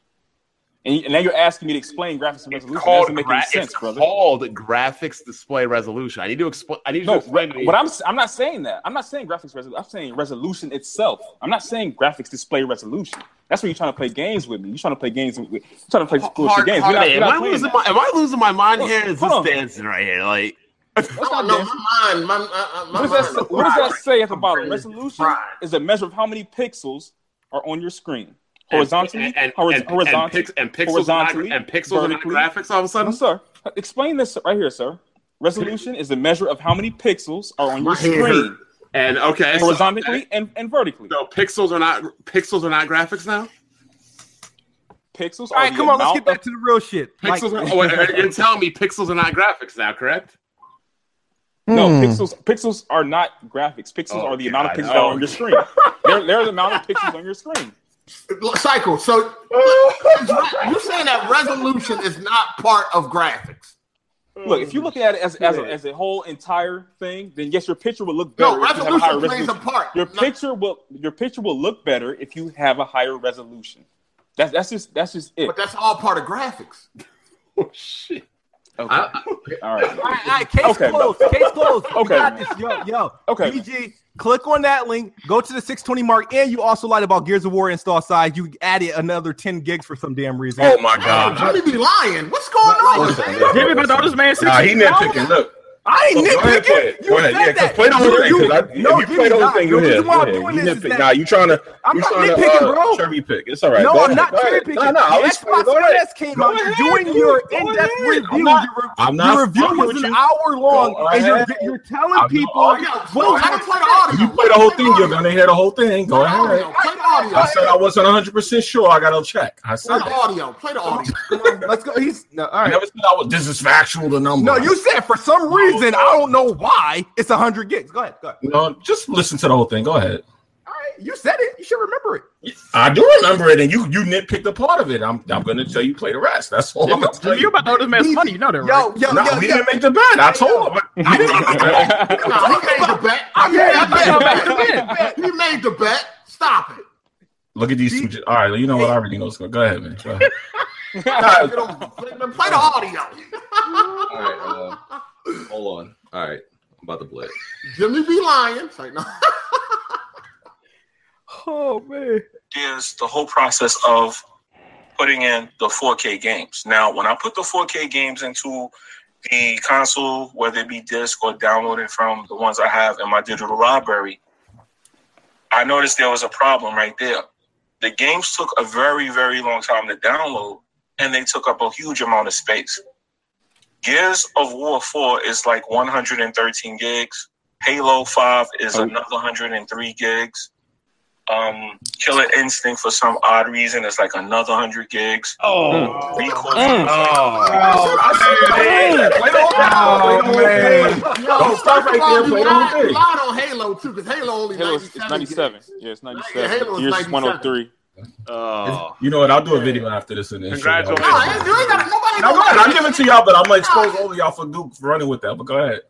[SPEAKER 8] And, you, and now you're asking me to explain graphics and resolution. That doesn't make
[SPEAKER 2] gra-
[SPEAKER 8] any
[SPEAKER 2] it's
[SPEAKER 8] sense, brother.
[SPEAKER 2] called graphics display resolution. I need to explain. I need you
[SPEAKER 8] No,
[SPEAKER 2] to explain to me.
[SPEAKER 8] what I'm s- I'm not saying that. I'm not saying graphics resolution. I'm saying resolution itself. I'm not saying graphics display resolution. That's where you're trying to play games with me. You're trying to play games. With, you're trying to play bullshit games. We're not-
[SPEAKER 2] Hey,
[SPEAKER 8] we're
[SPEAKER 2] am,
[SPEAKER 8] not
[SPEAKER 2] I
[SPEAKER 8] playing
[SPEAKER 2] losing
[SPEAKER 8] that.
[SPEAKER 2] my, am I losing my mind
[SPEAKER 8] Hold-
[SPEAKER 2] here? Is
[SPEAKER 8] hold
[SPEAKER 2] this
[SPEAKER 8] on.
[SPEAKER 2] dancing right here? Like,
[SPEAKER 8] That's
[SPEAKER 5] I
[SPEAKER 8] not
[SPEAKER 5] don't know.
[SPEAKER 8] dancing.
[SPEAKER 5] My mind, my, uh, my
[SPEAKER 8] What
[SPEAKER 5] mind
[SPEAKER 8] does,
[SPEAKER 5] is
[SPEAKER 8] that, what does that
[SPEAKER 5] fried.
[SPEAKER 8] say at the bottom?
[SPEAKER 5] Fried.
[SPEAKER 8] Resolution
[SPEAKER 5] Fried.
[SPEAKER 8] is a measure of how many pixels are on your screen.
[SPEAKER 2] and-
[SPEAKER 8] Horizontally,
[SPEAKER 2] and, and,
[SPEAKER 8] horiz-
[SPEAKER 2] and, and,
[SPEAKER 8] horizontally,
[SPEAKER 2] pix- and pixels, are not-
[SPEAKER 8] horizontally,
[SPEAKER 2] and pixels are not
[SPEAKER 8] vertically.
[SPEAKER 2] graphics. All of a
[SPEAKER 8] No,
[SPEAKER 2] sudden,
[SPEAKER 8] sir. Explain this right here, sir. Resolution is a measure of how many pixels are on your
[SPEAKER 5] My head
[SPEAKER 8] screen,
[SPEAKER 5] hurt.
[SPEAKER 2] and okay, so,
[SPEAKER 8] horizontally and, and vertically.
[SPEAKER 2] so pixels are not pixels are not graphics now.
[SPEAKER 8] Pixels
[SPEAKER 9] All
[SPEAKER 8] are
[SPEAKER 9] right,
[SPEAKER 8] the
[SPEAKER 9] come on, let's
[SPEAKER 8] amount
[SPEAKER 9] get back
[SPEAKER 8] of-
[SPEAKER 9] to the real shit. Like,
[SPEAKER 2] Oh, Pixels. are, oh, wait, you're telling me pixels are not graphics now, correct?
[SPEAKER 8] No,
[SPEAKER 14] Hmm.
[SPEAKER 8] pixels pixels are not graphics. Pixels
[SPEAKER 2] Oh,
[SPEAKER 8] are the amount
[SPEAKER 2] God.
[SPEAKER 8] of pixels that are on your screen. they're, they're the amount of pixels on your screen.
[SPEAKER 5] Cycle. So you're saying that resolution is not part of graphics.
[SPEAKER 8] Look, if you look at it as, as, a,
[SPEAKER 2] shit.
[SPEAKER 8] as a whole entire thing, then yes, your picture will look better.
[SPEAKER 5] No,
[SPEAKER 8] if you have a higher
[SPEAKER 5] resolution plays a
[SPEAKER 8] resolution.
[SPEAKER 5] part.
[SPEAKER 8] Your
[SPEAKER 5] No,
[SPEAKER 8] picture will your picture will look better if you have a higher resolution. That's that's just that's just it.
[SPEAKER 5] but that's all part of graphics.
[SPEAKER 2] Oh shit!
[SPEAKER 8] Okay.
[SPEAKER 13] I- I-
[SPEAKER 8] All right.
[SPEAKER 9] all right, all right, case
[SPEAKER 8] Okay.
[SPEAKER 9] closed. Case closed. We
[SPEAKER 8] Okay,
[SPEAKER 9] got
[SPEAKER 8] man.
[SPEAKER 9] this. Yo, yo.
[SPEAKER 8] Okay,
[SPEAKER 9] BG, click on that link. Go to the 620 mark, and you also lied about Gears of War install size. You added another 10 gigs for some damn reason.
[SPEAKER 1] Oh my
[SPEAKER 5] Oh,
[SPEAKER 1] god.
[SPEAKER 5] Jimmy be lying. What's going on?
[SPEAKER 13] listen,
[SPEAKER 5] man?
[SPEAKER 13] listen.
[SPEAKER 4] Jimmy about to owe this man
[SPEAKER 1] Nah, he
[SPEAKER 4] 60.
[SPEAKER 1] nitpicking. Look,
[SPEAKER 9] I ain't
[SPEAKER 1] Go ahead, play
[SPEAKER 9] nitpicking.
[SPEAKER 1] it.
[SPEAKER 9] You
[SPEAKER 1] Go ahead.
[SPEAKER 9] said
[SPEAKER 1] Yeah, 'cause
[SPEAKER 9] that.
[SPEAKER 1] play the whole
[SPEAKER 9] You-
[SPEAKER 1] thing, 'cause I-
[SPEAKER 9] you- No,
[SPEAKER 1] if you
[SPEAKER 9] give
[SPEAKER 1] play
[SPEAKER 9] me
[SPEAKER 1] the whole
[SPEAKER 9] not.
[SPEAKER 1] thing,
[SPEAKER 9] The
[SPEAKER 1] you
[SPEAKER 9] reason
[SPEAKER 1] hit.
[SPEAKER 9] why
[SPEAKER 1] Go
[SPEAKER 9] I'm
[SPEAKER 1] ahead.
[SPEAKER 9] doing
[SPEAKER 1] You
[SPEAKER 9] this is
[SPEAKER 1] nitpick.
[SPEAKER 9] that-
[SPEAKER 1] Nah, you trying to
[SPEAKER 9] I'm
[SPEAKER 1] you
[SPEAKER 9] not
[SPEAKER 1] trying to,
[SPEAKER 9] nitpicking,
[SPEAKER 1] uh,
[SPEAKER 9] bro.
[SPEAKER 1] Cherry pick. It's all right.
[SPEAKER 9] No,
[SPEAKER 1] Go
[SPEAKER 9] I'm
[SPEAKER 1] ahead.
[SPEAKER 9] not
[SPEAKER 1] Go ahead.
[SPEAKER 9] cherry picking.
[SPEAKER 1] Nah, nah. I'll
[SPEAKER 9] the
[SPEAKER 1] explain.
[SPEAKER 9] Xbox
[SPEAKER 1] Go
[SPEAKER 9] One
[SPEAKER 1] ahead.
[SPEAKER 9] S came
[SPEAKER 1] Go
[SPEAKER 9] out. You're
[SPEAKER 1] ahead,
[SPEAKER 9] doing
[SPEAKER 1] dude.
[SPEAKER 9] your
[SPEAKER 1] Go
[SPEAKER 9] in-depth
[SPEAKER 1] ahead.
[SPEAKER 9] review.
[SPEAKER 1] I'm not-
[SPEAKER 9] your, re-
[SPEAKER 1] I'm not
[SPEAKER 9] your review
[SPEAKER 1] fucking
[SPEAKER 9] was
[SPEAKER 1] with
[SPEAKER 9] an
[SPEAKER 1] you.
[SPEAKER 9] hour long,
[SPEAKER 1] Go
[SPEAKER 9] and you're,
[SPEAKER 1] ahead.
[SPEAKER 9] you're telling
[SPEAKER 1] I'm
[SPEAKER 9] people.
[SPEAKER 1] not-
[SPEAKER 5] Oh, yo, slow
[SPEAKER 9] what
[SPEAKER 5] down.
[SPEAKER 9] was-
[SPEAKER 5] Play the
[SPEAKER 1] You
[SPEAKER 5] audio.
[SPEAKER 1] play the whole thing. You're gonna hear the whole thing. Go
[SPEAKER 5] Play the audio.
[SPEAKER 1] ahead.
[SPEAKER 5] Play the audio.
[SPEAKER 1] I said I wasn't 100 percent sure. I gotta check. I
[SPEAKER 5] Play
[SPEAKER 1] said
[SPEAKER 5] the
[SPEAKER 1] that.
[SPEAKER 5] audio. Play the audio.
[SPEAKER 9] Let's go. He's no, all
[SPEAKER 1] I
[SPEAKER 9] right.
[SPEAKER 1] never said I was. This is factual. The number.
[SPEAKER 9] No, you said for some reason I don't know why it's hundred gigs. Go ahead. Go ahead.
[SPEAKER 1] No, just listen to the whole thing. Go ahead.
[SPEAKER 9] All right, you said it. You should remember it.
[SPEAKER 1] I do remember it, and you you nitpicked a part of it. I'm I'm gonna tell you play the rest. That's all I'm gonna tell
[SPEAKER 4] Jimmy, you
[SPEAKER 1] you.
[SPEAKER 4] about to owe this man money. You know that, right?
[SPEAKER 9] Yo, yo,
[SPEAKER 1] No,
[SPEAKER 9] yo,
[SPEAKER 1] we
[SPEAKER 9] yo.
[SPEAKER 1] didn't make the bet. I told him. I didn't-
[SPEAKER 5] No, he made the
[SPEAKER 9] made
[SPEAKER 5] bet. He
[SPEAKER 9] the bet. I made
[SPEAKER 5] made
[SPEAKER 9] the
[SPEAKER 5] the bet. He made the bet. Stop it.
[SPEAKER 1] Look at these two. j- All right, you know what? I already know what's going. Go ahead, man. Go ahead. All right,
[SPEAKER 5] Play the audio.
[SPEAKER 13] all right, uh, hold on.
[SPEAKER 3] All right, I'm about to play. it.
[SPEAKER 5] Jimmy be lying. Sorry, no.
[SPEAKER 4] oh man.
[SPEAKER 15] is the whole process of putting in the 4K games. Now, when I put the 4K games into the console, whether it be disc or downloading from the ones I have in my digital library, I noticed there was a problem right there. The games took a very, very long time to download, and they took up a huge amount of space. Gears of War 4 is like 113 gigs. Halo 5 is another 103 gigs. Um, Killer Instinct, for some odd reason, is like another 100 gigs.
[SPEAKER 16] Oh.
[SPEAKER 15] Recall
[SPEAKER 16] Mm.
[SPEAKER 15] is
[SPEAKER 5] Oh,
[SPEAKER 15] man.
[SPEAKER 5] Yo, stop right
[SPEAKER 15] play
[SPEAKER 5] there. Play
[SPEAKER 15] the whole thing.
[SPEAKER 5] Lied on Halo too, because Halo only
[SPEAKER 11] Halo is
[SPEAKER 5] 97.
[SPEAKER 11] 97. Yeah, it's 97.
[SPEAKER 5] Halo is
[SPEAKER 11] Gears is
[SPEAKER 5] 97.
[SPEAKER 11] 103. Uh,
[SPEAKER 16] Oh.
[SPEAKER 1] You know what? I'll do a video after this. And Congratulations.
[SPEAKER 5] No, ain't- you ain't got nobody.
[SPEAKER 1] Now, go ahead. I'll give it to y'all, but I'm going to expose all of y'all for Duke for running with that. But go ahead.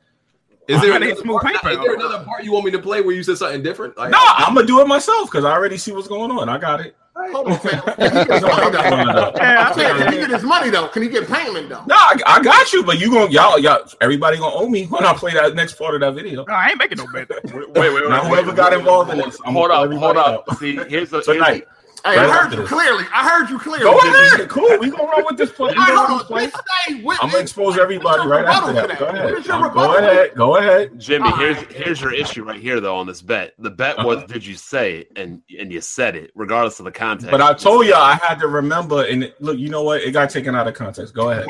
[SPEAKER 3] Is there,
[SPEAKER 1] I'm gonna
[SPEAKER 3] another
[SPEAKER 1] smooth
[SPEAKER 3] part,
[SPEAKER 1] paper.
[SPEAKER 3] is there another part you want me to play where you said something different? Like,
[SPEAKER 1] No, I'm going to do it myself because I already see what's going on. I got it.
[SPEAKER 5] Hold on, fam. Can he get his money though?
[SPEAKER 1] Yeah, I
[SPEAKER 5] Fam, Can he
[SPEAKER 1] figured.
[SPEAKER 5] get his money though? Can he get payment though?
[SPEAKER 1] No, I, I got you, but you going to, y'all, y'all, everybody going to owe me when I play that next part of that video.
[SPEAKER 4] No, I ain't making no bet.
[SPEAKER 1] Wait, wait, wait. Now, whoever got involved in this, I'm
[SPEAKER 16] Hold
[SPEAKER 1] gonna
[SPEAKER 16] up,
[SPEAKER 1] pull
[SPEAKER 16] hold
[SPEAKER 1] everybody
[SPEAKER 16] up. See, here's the.
[SPEAKER 1] out. Tonight.
[SPEAKER 5] Hey, I
[SPEAKER 1] Right
[SPEAKER 5] heard
[SPEAKER 1] after
[SPEAKER 5] you
[SPEAKER 1] this.
[SPEAKER 5] clearly. I heard you clearly.
[SPEAKER 1] Go
[SPEAKER 5] Jimmy.
[SPEAKER 1] ahead. Cool. We gonna run with this play. We
[SPEAKER 5] All right,
[SPEAKER 1] gonna run with
[SPEAKER 5] hold on.
[SPEAKER 1] this play.
[SPEAKER 5] Let's stay with
[SPEAKER 1] I'm gonna expose everybody right after that. Go ahead.
[SPEAKER 5] What's your
[SPEAKER 1] Um,
[SPEAKER 5] rebuttal?
[SPEAKER 1] Go ahead. Go ahead.
[SPEAKER 2] Jimmy, here's here's your issue right here though on this bet. The bet was did you say it? and and you said it regardless of the context.
[SPEAKER 1] But I told you I had to remember. And it- look, you know what? It got taken out of context. Go ahead.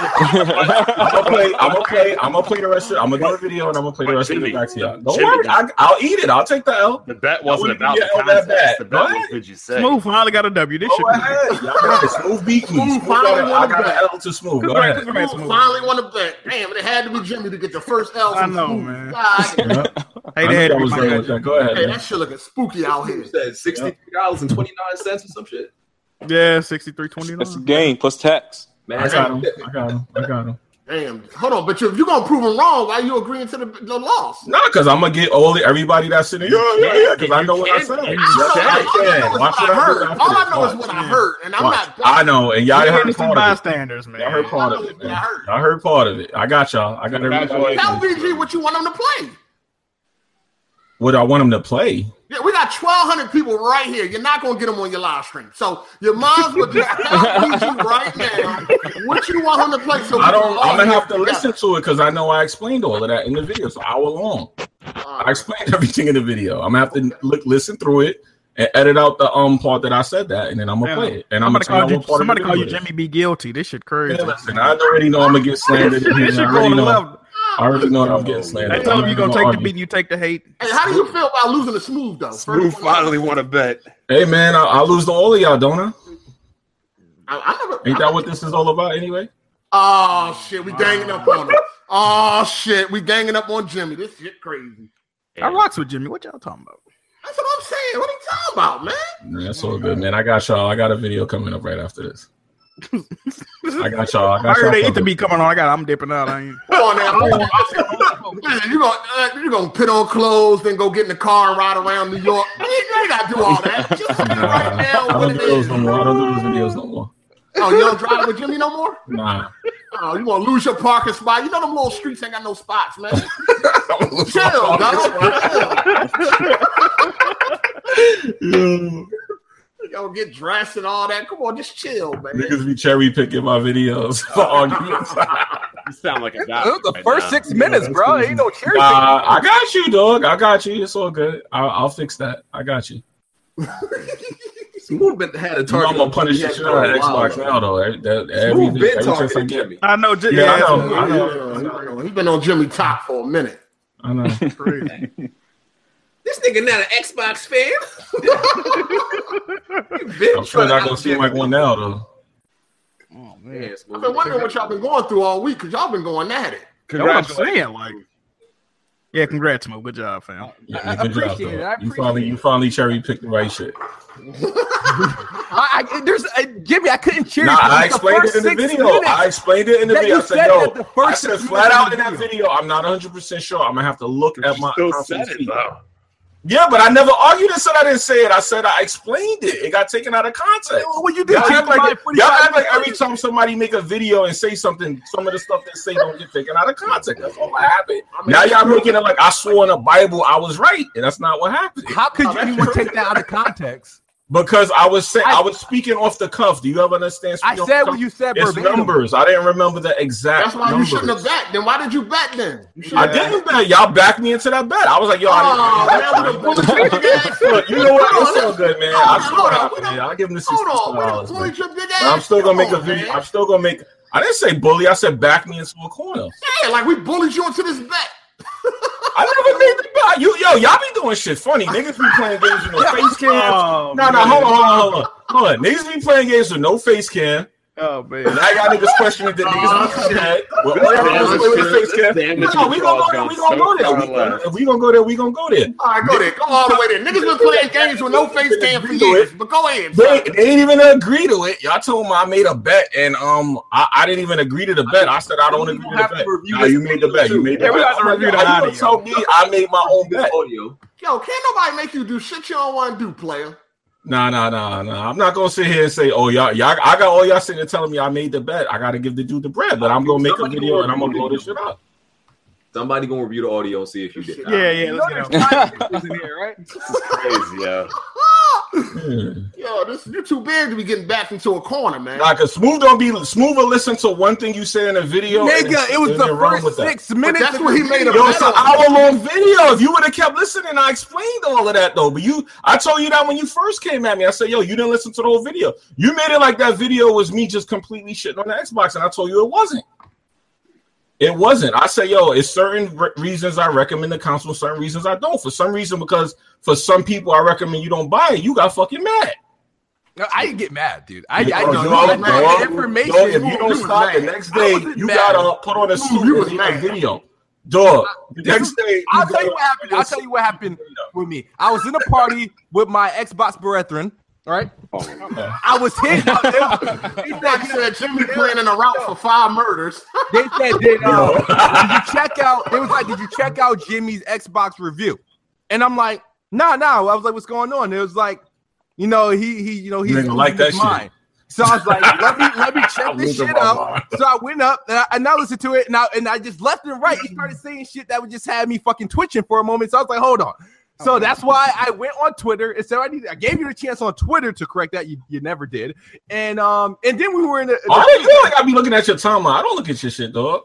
[SPEAKER 1] I'm gonna play. I'm gonna play. I'm gonna play the rest of. I'm gonna do a video and I'm gonna play the
[SPEAKER 2] But
[SPEAKER 1] rest
[SPEAKER 2] Jimmy,
[SPEAKER 1] of it back to y'all. Don't
[SPEAKER 2] Jimmy,
[SPEAKER 1] worry. I, I'll eat it. I'll take the L.
[SPEAKER 2] The bet wasn't
[SPEAKER 1] I
[SPEAKER 2] about
[SPEAKER 1] wouldn't
[SPEAKER 2] the
[SPEAKER 1] get L that
[SPEAKER 2] context.
[SPEAKER 1] bad.
[SPEAKER 2] The
[SPEAKER 1] Go
[SPEAKER 2] bet was
[SPEAKER 1] ahead.
[SPEAKER 2] did you say?
[SPEAKER 4] Smooth finally got a W. This
[SPEAKER 1] Go
[SPEAKER 4] should
[SPEAKER 1] ahead. Y'all got it. Smooth beat me. Smooth got it. I got an L to smooth. Go ahead.
[SPEAKER 5] Who finally won the bet. Damn, it had to be Jimmy to get the first L.
[SPEAKER 4] I
[SPEAKER 5] from
[SPEAKER 4] know,
[SPEAKER 5] Smooth.
[SPEAKER 4] man.
[SPEAKER 5] God,
[SPEAKER 4] Hey,
[SPEAKER 1] I knew
[SPEAKER 4] they had
[SPEAKER 1] y'all
[SPEAKER 4] to be
[SPEAKER 1] was
[SPEAKER 4] my
[SPEAKER 1] running with
[SPEAKER 4] guy.
[SPEAKER 1] that. Go ahead.
[SPEAKER 5] Hey,
[SPEAKER 1] man.
[SPEAKER 5] that shit looking spooky out here.
[SPEAKER 3] said sixty-three dollars and twenty-nine cents or some shit.
[SPEAKER 4] Yeah, sixty three twenty
[SPEAKER 11] That's a
[SPEAKER 4] nine.
[SPEAKER 11] game plus tax.
[SPEAKER 3] Man,
[SPEAKER 1] I got him. I got him. I got him.
[SPEAKER 5] Damn. Hold on, but you- if you're gonna prove him wrong, why you agreeing to the, the loss?
[SPEAKER 1] Nah, because I'm gonna get all the everybody that's sitting. Yeah, yeah, yeah. Because I know what I
[SPEAKER 2] You
[SPEAKER 1] said.
[SPEAKER 5] I
[SPEAKER 2] can't-
[SPEAKER 5] know, I, all I
[SPEAKER 1] Yeah,
[SPEAKER 5] know is
[SPEAKER 1] watch what I
[SPEAKER 5] what I
[SPEAKER 1] do
[SPEAKER 5] heard.
[SPEAKER 1] after
[SPEAKER 5] All I
[SPEAKER 1] this.
[SPEAKER 5] know is what I
[SPEAKER 4] Watch.
[SPEAKER 5] heard, and I'm
[SPEAKER 1] Watch.
[SPEAKER 5] not.
[SPEAKER 1] I know, and y'all heard
[SPEAKER 4] Innocent
[SPEAKER 1] part of it.
[SPEAKER 4] bystanders, man.
[SPEAKER 1] Y'all heard part of it, man. I heard part of it. I got y'all. I got everybody.
[SPEAKER 5] Tell VG what you want him to play.
[SPEAKER 1] What I want them to play.
[SPEAKER 5] Yeah, we got 1,200 people right here. You're not going to get them on your live stream. So you might as well just tell VG right now what you want him to play. So
[SPEAKER 1] I don't.
[SPEAKER 5] we can all
[SPEAKER 1] I'm gonna have to
[SPEAKER 5] hear together.
[SPEAKER 1] listen to it because I know I explained all of that in the video. It's an hour long.
[SPEAKER 5] All
[SPEAKER 1] I
[SPEAKER 5] right.
[SPEAKER 1] explained everything in the video. I'm gonna have to look, listen through it and edit out the um part that I said that, and then I'm gonna
[SPEAKER 4] Yeah.
[SPEAKER 1] play it. And I'm
[SPEAKER 4] Somebody
[SPEAKER 1] gonna tell
[SPEAKER 4] called
[SPEAKER 1] you
[SPEAKER 4] you.
[SPEAKER 1] what part
[SPEAKER 4] Somebody
[SPEAKER 1] of the
[SPEAKER 4] called you
[SPEAKER 1] video it is.
[SPEAKER 4] Jimmy B. Guilty. This shit crazy.
[SPEAKER 1] Yeah, listen, I already know I'm gonna get slandered. in here,
[SPEAKER 4] This
[SPEAKER 1] and I
[SPEAKER 4] shit
[SPEAKER 1] already
[SPEAKER 4] going
[SPEAKER 1] know.
[SPEAKER 4] left.
[SPEAKER 1] I already know that I'm getting slandered.
[SPEAKER 4] They tell
[SPEAKER 1] I'm
[SPEAKER 4] him you
[SPEAKER 1] not
[SPEAKER 4] gonna take the
[SPEAKER 1] argue.
[SPEAKER 4] beating, you take the hate.
[SPEAKER 5] Hey, how do you feel about losing the smooth though?
[SPEAKER 2] Smooth
[SPEAKER 5] First one-
[SPEAKER 2] finally won a bet.
[SPEAKER 1] Hey man, I, I lose to all of y'all, don't I?
[SPEAKER 5] I, I never.
[SPEAKER 1] Ain't that what this is all about anyway?
[SPEAKER 5] Oh shit, we ganging up on him. Oh shit, we ganging up on Jimmy. This shit crazy.
[SPEAKER 4] I rocks with Jimmy. What y'all talking about?
[SPEAKER 5] That's what I'm saying. What are you talking about, man?
[SPEAKER 1] Nah, That's
[SPEAKER 4] Oh,
[SPEAKER 1] all good, man. I got y'all. I got a video coming up right after this. I got y'all. I
[SPEAKER 4] I
[SPEAKER 1] got
[SPEAKER 4] heard they
[SPEAKER 1] y'all.
[SPEAKER 4] eat to be coming on. I got. I'm dipping out. I ain't.
[SPEAKER 5] Come on now. Listen, you gonna uh, you gonna put on clothes, then go get in the car and ride around New York. You ain't, you ain't gotta do all that. Just say
[SPEAKER 1] Nah,
[SPEAKER 5] right now
[SPEAKER 1] I
[SPEAKER 5] what
[SPEAKER 1] don't
[SPEAKER 5] it
[SPEAKER 1] do those
[SPEAKER 5] is.
[SPEAKER 1] no more. I don't do those videos no more.
[SPEAKER 5] Oh, you don't drive with Jimmy no more?
[SPEAKER 1] Nah.
[SPEAKER 5] Oh, you gonna lose your parking spot? You know them little streets ain't got no spots, man. Chill, dog. Chill. Yo, get dressed and all that. Come on, just chill, man.
[SPEAKER 1] Niggas be cherry picking my videos for arguments.
[SPEAKER 2] You sound like a
[SPEAKER 9] It was
[SPEAKER 2] doctor.
[SPEAKER 9] the
[SPEAKER 2] right
[SPEAKER 9] first
[SPEAKER 2] now.
[SPEAKER 9] six minutes, bro. Ain't no cherry
[SPEAKER 1] Nah, I got you, dog. I got you. It's all good. I, I'll fix that. I got you.
[SPEAKER 3] Smooth been- had a
[SPEAKER 1] You know
[SPEAKER 3] target.
[SPEAKER 1] I'm gonna punish the shit out of Xbox now, though. Every, that, every,
[SPEAKER 3] Smooth been
[SPEAKER 1] every chance I
[SPEAKER 3] targeting
[SPEAKER 1] get.
[SPEAKER 3] Jimmy.
[SPEAKER 4] I know. J-
[SPEAKER 1] Yeah,
[SPEAKER 4] yeah,
[SPEAKER 1] I know.
[SPEAKER 5] I know. He's been on Jimmy Top for a minute.
[SPEAKER 1] I know.
[SPEAKER 4] it's crazy.
[SPEAKER 3] This nigga not an Xbox fan.
[SPEAKER 1] I'm sure not gonna seem like one now, though.
[SPEAKER 4] oh man.
[SPEAKER 3] Yeah,
[SPEAKER 5] I've
[SPEAKER 3] Smooth.
[SPEAKER 5] been wondering what y'all been going through all week because y'all been going at it.
[SPEAKER 4] That's what I'm
[SPEAKER 2] Congratulations.
[SPEAKER 4] saying. Like. Yeah, congrats, Mo. Good job, fam.
[SPEAKER 1] Yeah,
[SPEAKER 9] I
[SPEAKER 1] good job,
[SPEAKER 9] appreciate it.
[SPEAKER 1] dog.
[SPEAKER 9] I
[SPEAKER 1] You finally,
[SPEAKER 9] appreciate
[SPEAKER 1] you finally cherry picked the right shit.
[SPEAKER 9] I, I, there's uh, Jimmy. I couldn't cheer.
[SPEAKER 1] Nah,
[SPEAKER 9] you.
[SPEAKER 1] I
[SPEAKER 9] It's the
[SPEAKER 1] explained
[SPEAKER 9] first
[SPEAKER 1] it in the
[SPEAKER 9] six
[SPEAKER 1] video.
[SPEAKER 9] minutes.
[SPEAKER 1] I explained it in the
[SPEAKER 9] That
[SPEAKER 1] video. I
[SPEAKER 9] you
[SPEAKER 1] said,
[SPEAKER 9] said
[SPEAKER 1] yo,
[SPEAKER 9] that the
[SPEAKER 1] I
[SPEAKER 9] first
[SPEAKER 1] said
[SPEAKER 9] six
[SPEAKER 1] flat
[SPEAKER 9] minutes
[SPEAKER 1] out
[SPEAKER 9] of
[SPEAKER 1] in
[SPEAKER 9] the
[SPEAKER 1] that video, I'm not 100% sure. I'm going to have to look
[SPEAKER 2] You
[SPEAKER 1] at my
[SPEAKER 2] still
[SPEAKER 1] console
[SPEAKER 2] said it
[SPEAKER 1] feed.
[SPEAKER 2] though.
[SPEAKER 1] Yeah, but I never argued and said I didn't say it. I said I explained it. It got taken out of context.
[SPEAKER 9] Well, you did
[SPEAKER 1] Y'all
[SPEAKER 9] take
[SPEAKER 1] act
[SPEAKER 9] it by
[SPEAKER 1] like,
[SPEAKER 9] 45
[SPEAKER 1] y'all act like every time somebody make a video and say something, some of the stuff they say don't get taken out of context. That's all that happened. Now y'all making it like I swore in the Bible I was right, and that's not what happened.
[SPEAKER 9] How could anyone take that out of context?
[SPEAKER 1] Because I was saying I was speaking off the cuff. Do you ever understand?
[SPEAKER 9] I
[SPEAKER 1] speaking off
[SPEAKER 9] said
[SPEAKER 1] the
[SPEAKER 9] what
[SPEAKER 1] cuff?
[SPEAKER 9] you said
[SPEAKER 1] It's
[SPEAKER 9] verbatim.
[SPEAKER 1] numbers. I didn't remember the exact.
[SPEAKER 5] That's why you
[SPEAKER 1] numbers.
[SPEAKER 5] shouldn't have bet. Then why did you bet then? You shouldn't
[SPEAKER 1] I
[SPEAKER 5] have
[SPEAKER 1] didn't bet. Y'all backed me into that bet. I was like, yo,
[SPEAKER 5] Oh,
[SPEAKER 1] I didn't- Look, you know what? It's all good, man. I see what happened, man. I'll give him the sixty dollars.
[SPEAKER 5] Point your big ass.
[SPEAKER 1] I'm still gonna make a video. I'm still gonna make. I didn't say bully. I said back me into a corner.
[SPEAKER 5] Yeah, like we bullied you into this bet.
[SPEAKER 1] I never made the bet. You yo, y'all be doing shit funny. Niggas be playing games with no face cam.
[SPEAKER 4] Oh,
[SPEAKER 1] no, no,
[SPEAKER 4] man.
[SPEAKER 1] hold on, hold on, hold on, hold on. Niggas be playing games with no face cam.
[SPEAKER 4] Oh man,
[SPEAKER 1] now y'all niggas questioning the
[SPEAKER 5] Oh,
[SPEAKER 1] niggas we had. Well, all y'all niggas play with the face cam. No, we gonna go there. We gonna go there. We gonna- If we gonna go there, we gonna go there.
[SPEAKER 5] All right, go there. Go all the way there. Niggas been playing games with no face cam for years. But go ahead.
[SPEAKER 1] They, they didn't even agree to it. Y'all told me I made a bet, and um, I, I didn't even agree to the bet. I said I don't agree to the bet. Nah, you made the bet. You made the
[SPEAKER 5] Yeah,
[SPEAKER 1] bet.
[SPEAKER 5] we got to
[SPEAKER 1] How
[SPEAKER 5] review
[SPEAKER 1] you
[SPEAKER 5] the
[SPEAKER 1] gonna
[SPEAKER 5] audio.
[SPEAKER 1] tell me I made my own bet?
[SPEAKER 3] Audio.
[SPEAKER 5] Yo, can't nobody make you do shit you don't want to do, player.
[SPEAKER 1] Nah, nah, nah, nah. I'm not gonna sit here and say, "Oh, y'all, y'all." I got all y'all sitting there telling me I made the bet. I gotta give the dude the bread, but I'm gonna make a
[SPEAKER 3] Somebody
[SPEAKER 1] video and I'm gonna
[SPEAKER 3] review
[SPEAKER 1] blow
[SPEAKER 3] the
[SPEAKER 1] this shit up.
[SPEAKER 3] Somebody gonna review the audio and see if you did.
[SPEAKER 4] Yeah, yeah, let's get out.
[SPEAKER 2] Crazy, yeah.
[SPEAKER 5] Yo, this you're too big to be getting back into a corner, man.
[SPEAKER 1] Nah, cause smooth don't be smooth. Will listen to one thing you said in a video. and
[SPEAKER 9] Nigga,
[SPEAKER 1] it's-
[SPEAKER 9] it was
[SPEAKER 1] and
[SPEAKER 9] the
[SPEAKER 1] you're wrong
[SPEAKER 9] first
[SPEAKER 1] with that.
[SPEAKER 9] six minutes
[SPEAKER 5] that's
[SPEAKER 9] of
[SPEAKER 5] what
[SPEAKER 9] the
[SPEAKER 5] he made
[SPEAKER 9] video.
[SPEAKER 5] a
[SPEAKER 1] Yo, it's an
[SPEAKER 5] bet on.
[SPEAKER 1] hour long video. If you would have kept listening, I explained all of that though. But you, I told you that when you first came at me, I said, "Yo, you didn't listen to the whole video. You made it like that video was me just completely shitting on the Xbox," and I told you it wasn't. It wasn't. I said, "Yo, it's certain re- reasons I recommend the console, certain reasons I don't. For some reason, because for some people, I recommend you don't buy it. You got fucking mad.
[SPEAKER 9] No, I didn't get mad, dude. I,
[SPEAKER 1] You
[SPEAKER 9] I
[SPEAKER 1] know,
[SPEAKER 9] know,
[SPEAKER 1] you
[SPEAKER 9] no,
[SPEAKER 1] all
[SPEAKER 9] I-
[SPEAKER 1] mad.
[SPEAKER 9] the information.
[SPEAKER 1] Yo, if you
[SPEAKER 9] You
[SPEAKER 1] don't
[SPEAKER 9] was
[SPEAKER 1] stop the
[SPEAKER 9] mad.
[SPEAKER 1] next
[SPEAKER 9] I
[SPEAKER 1] day,
[SPEAKER 9] wasn't
[SPEAKER 1] you
[SPEAKER 9] made.
[SPEAKER 1] gotta put on a suit
[SPEAKER 5] you was
[SPEAKER 1] and make a
[SPEAKER 5] mad.
[SPEAKER 1] video, dog. The next day, you
[SPEAKER 9] I'll tell you
[SPEAKER 1] gotta-
[SPEAKER 9] what happened. I'll tell you what happened with me. I was in a party with my Xbox brethren. All right.
[SPEAKER 1] Oh.
[SPEAKER 9] I was hit.
[SPEAKER 5] He said, he said Jimmy planning a route for five murders.
[SPEAKER 9] They said, did, uh, did you check out? They was like, did you check out Jimmy's Xbox review? And I'm like, nah, nah. I was like, what's going on? It was like, you know, he he, you know, he's
[SPEAKER 1] You ain't gonna like
[SPEAKER 9] losing his
[SPEAKER 1] that shit.
[SPEAKER 9] So I was like, let me let me check
[SPEAKER 1] I'm
[SPEAKER 9] this
[SPEAKER 1] losing
[SPEAKER 9] shit
[SPEAKER 1] my
[SPEAKER 9] out.
[SPEAKER 1] mind.
[SPEAKER 9] So I went up and I, and I listened to it and I and I just left and right. He started saying shit that would just have me fucking twitching for a moment. So I was like, hold on. So that's why I went on Twitter and said I need I gave you the chance on Twitter to correct that. You you never did. And um and then we were in the,
[SPEAKER 1] Oh, I don't feel like I be looking at your timeline. I don't look at your shit, dog.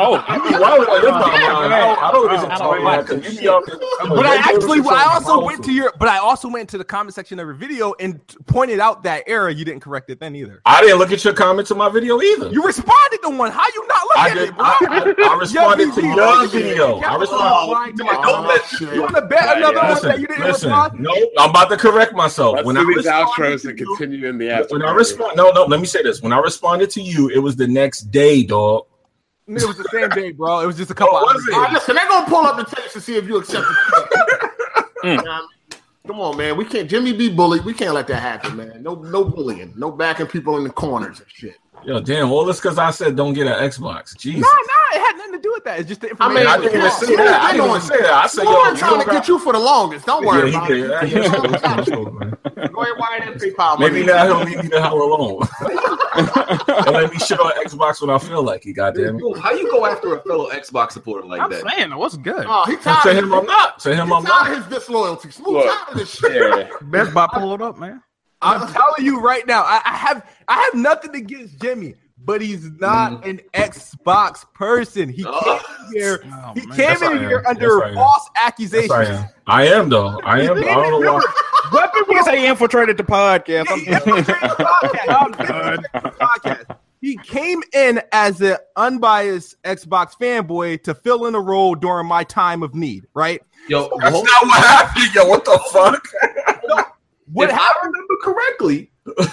[SPEAKER 11] Oh,
[SPEAKER 1] I be wild on your timeline. I don't- I don't look at your
[SPEAKER 11] I don't
[SPEAKER 1] timeline
[SPEAKER 11] watch
[SPEAKER 1] 'cause you be out there-
[SPEAKER 9] but I
[SPEAKER 1] Yo, they
[SPEAKER 9] actually,
[SPEAKER 1] doing shit
[SPEAKER 9] I
[SPEAKER 1] so
[SPEAKER 9] also went
[SPEAKER 1] powerful.
[SPEAKER 9] to your, but I also went to the comment section of your video and t- pointed out that error. You didn't correct it then either.
[SPEAKER 1] I didn't look at your comments in my video either.
[SPEAKER 9] You responded to one. How you not look
[SPEAKER 1] I
[SPEAKER 9] at
[SPEAKER 1] did.
[SPEAKER 9] it, bro?
[SPEAKER 1] I, I, I responded to
[SPEAKER 9] BG,
[SPEAKER 1] your
[SPEAKER 9] you
[SPEAKER 1] video. I
[SPEAKER 9] kept
[SPEAKER 1] responded.
[SPEAKER 9] replying to my
[SPEAKER 5] Oh,
[SPEAKER 9] comment.
[SPEAKER 5] shit.
[SPEAKER 9] You want to bet another
[SPEAKER 2] yeah.
[SPEAKER 9] one that
[SPEAKER 1] Listen,
[SPEAKER 9] you didn't
[SPEAKER 1] listen.
[SPEAKER 9] respond?
[SPEAKER 1] No, I'm about to correct myself.
[SPEAKER 2] Let's
[SPEAKER 1] when I
[SPEAKER 2] do these
[SPEAKER 1] responded
[SPEAKER 2] outros
[SPEAKER 1] to
[SPEAKER 2] and
[SPEAKER 1] you-
[SPEAKER 2] continue in the after.
[SPEAKER 1] when I respond, no, no. Let me say this. When I responded to you, it was the next day, dog.
[SPEAKER 9] It was the same day, bro. It was just a couple.
[SPEAKER 1] Oh,
[SPEAKER 9] hours.
[SPEAKER 1] was
[SPEAKER 9] later.
[SPEAKER 5] All right, listen, they're gonna pull up the tapes to see if you accept it.
[SPEAKER 4] Hmm.
[SPEAKER 5] Um, Come on, man. We can't Jimmy be bullied. We can't let that happen, man. No, no bullying. No backing people in the corners and shit.
[SPEAKER 1] Yo, damn. All this because I said don't get an Xbox. Jesus.
[SPEAKER 9] Nah, nah, it had nothing to do with that. It's just the
[SPEAKER 5] I
[SPEAKER 9] information.
[SPEAKER 5] mean,
[SPEAKER 1] I didn't even say that. I didn't even say that. I said, yo,
[SPEAKER 5] Lauren
[SPEAKER 1] you
[SPEAKER 5] trying
[SPEAKER 1] don't
[SPEAKER 5] to
[SPEAKER 1] got-
[SPEAKER 5] get you for the longest. Don't worry
[SPEAKER 1] Yeah,
[SPEAKER 5] about
[SPEAKER 1] he did. Yeah, yeah,
[SPEAKER 5] it.
[SPEAKER 1] it's cool, it's cool, man.
[SPEAKER 5] Go ahead, wire that PayPal. money.
[SPEAKER 1] Maybe now he'll leave me the hell alone. and let me shit on Xbox when I feel like it, goddamn.
[SPEAKER 3] Yo, How you go after a fellow Xbox supporter like
[SPEAKER 4] I'm
[SPEAKER 3] that?
[SPEAKER 4] saying what's good.
[SPEAKER 5] Oh, he
[SPEAKER 1] And to
[SPEAKER 5] tired.
[SPEAKER 1] him, I'm not. To him,
[SPEAKER 5] He
[SPEAKER 1] I'm
[SPEAKER 5] tired
[SPEAKER 1] not.
[SPEAKER 5] of his disloyalty. Smooth
[SPEAKER 2] Look.
[SPEAKER 5] tired of this shit.
[SPEAKER 2] Yeah.
[SPEAKER 4] Best Buy pulled up, man.
[SPEAKER 9] I'm telling you right now, I, I have I have nothing against Jimmy, but he's not
[SPEAKER 1] Mm-hmm.
[SPEAKER 9] an Xbox person. He
[SPEAKER 1] Uh,
[SPEAKER 3] Oh.
[SPEAKER 9] came in here.
[SPEAKER 4] Oh,
[SPEAKER 9] He
[SPEAKER 4] man.
[SPEAKER 1] Yes,
[SPEAKER 9] came
[SPEAKER 1] I
[SPEAKER 9] in
[SPEAKER 1] am.
[SPEAKER 9] here
[SPEAKER 1] Yes,
[SPEAKER 9] under
[SPEAKER 1] I am.
[SPEAKER 9] false
[SPEAKER 1] Yes,
[SPEAKER 9] accusations.
[SPEAKER 1] I am. I am though. I am. I don't know why.
[SPEAKER 4] Weapon will say he infiltrated the podcast. I'm-
[SPEAKER 9] podcast. I'm podcast. He came in as an unbiased Xbox fanboy to fill in a role during my time of need, right?
[SPEAKER 3] Yo,
[SPEAKER 1] That's
[SPEAKER 3] hold-
[SPEAKER 1] not what happened. Yo, what the fuck?
[SPEAKER 9] What
[SPEAKER 3] if
[SPEAKER 9] happened?
[SPEAKER 3] I remember correctly, when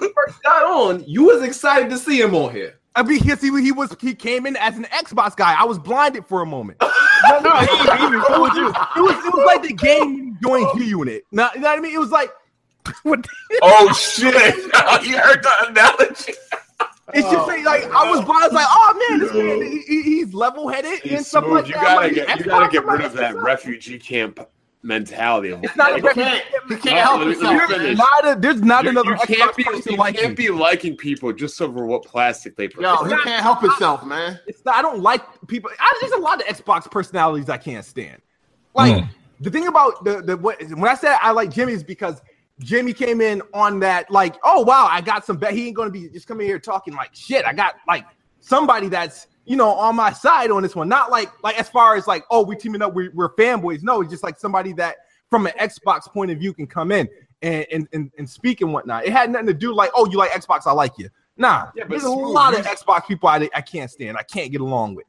[SPEAKER 3] he first got on, you was excited to see him on here.
[SPEAKER 9] I mean, because he, he was he came in as an Xbox guy. I was blinded for a moment.
[SPEAKER 4] No, no, he he even told you.
[SPEAKER 9] It was it was like the game doing G Unit. Now, you know what I mean? It was like
[SPEAKER 4] What-
[SPEAKER 1] Oh shit! you heard the analogy.
[SPEAKER 9] It's just like, like I was blind. I was like, oh man, this man, he, he- he's level headed
[SPEAKER 2] He's
[SPEAKER 9] and stuff
[SPEAKER 2] smooth.
[SPEAKER 9] like
[SPEAKER 2] You
[SPEAKER 9] that. I'm
[SPEAKER 2] gotta
[SPEAKER 9] like,
[SPEAKER 2] get you
[SPEAKER 9] Xbox,
[SPEAKER 2] gotta get
[SPEAKER 9] I'm like,
[SPEAKER 2] rid of that refugee camp mentality of
[SPEAKER 9] It's not a
[SPEAKER 2] Like,
[SPEAKER 5] He can't
[SPEAKER 2] No,
[SPEAKER 5] help
[SPEAKER 2] let me-
[SPEAKER 5] himself.
[SPEAKER 2] let me
[SPEAKER 9] There's
[SPEAKER 2] finish.
[SPEAKER 9] not a- there's not
[SPEAKER 2] You-
[SPEAKER 9] another
[SPEAKER 2] You can't,
[SPEAKER 9] Xbox
[SPEAKER 2] be,
[SPEAKER 9] person
[SPEAKER 2] you
[SPEAKER 9] like
[SPEAKER 2] can't be liking people just over what plastic they put.
[SPEAKER 5] Yo, he can't help himself, man.
[SPEAKER 9] It's not, I don't like people. I, there's a lot of Xbox personalities I can't stand. Like
[SPEAKER 2] Hmm.
[SPEAKER 9] the thing about the the what, when I said I like Jimmy is because Jimmy came in on that like, oh wow, I got some bet. He ain't gonna be just coming here talking like shit. I got like somebody that's you know on my side on this one. Not like like as far as like oh we teaming up, we, we're fanboys. No, it's just like somebody that from an Xbox point of view can come in and and and, and speak and whatnot. It had nothing to do like oh you like Xbox, I like you. Nah,
[SPEAKER 2] Yeah, but
[SPEAKER 9] there's a
[SPEAKER 2] Smooth,
[SPEAKER 9] lot of
[SPEAKER 2] you-
[SPEAKER 9] Xbox people I, I can't stand. I can't get along with.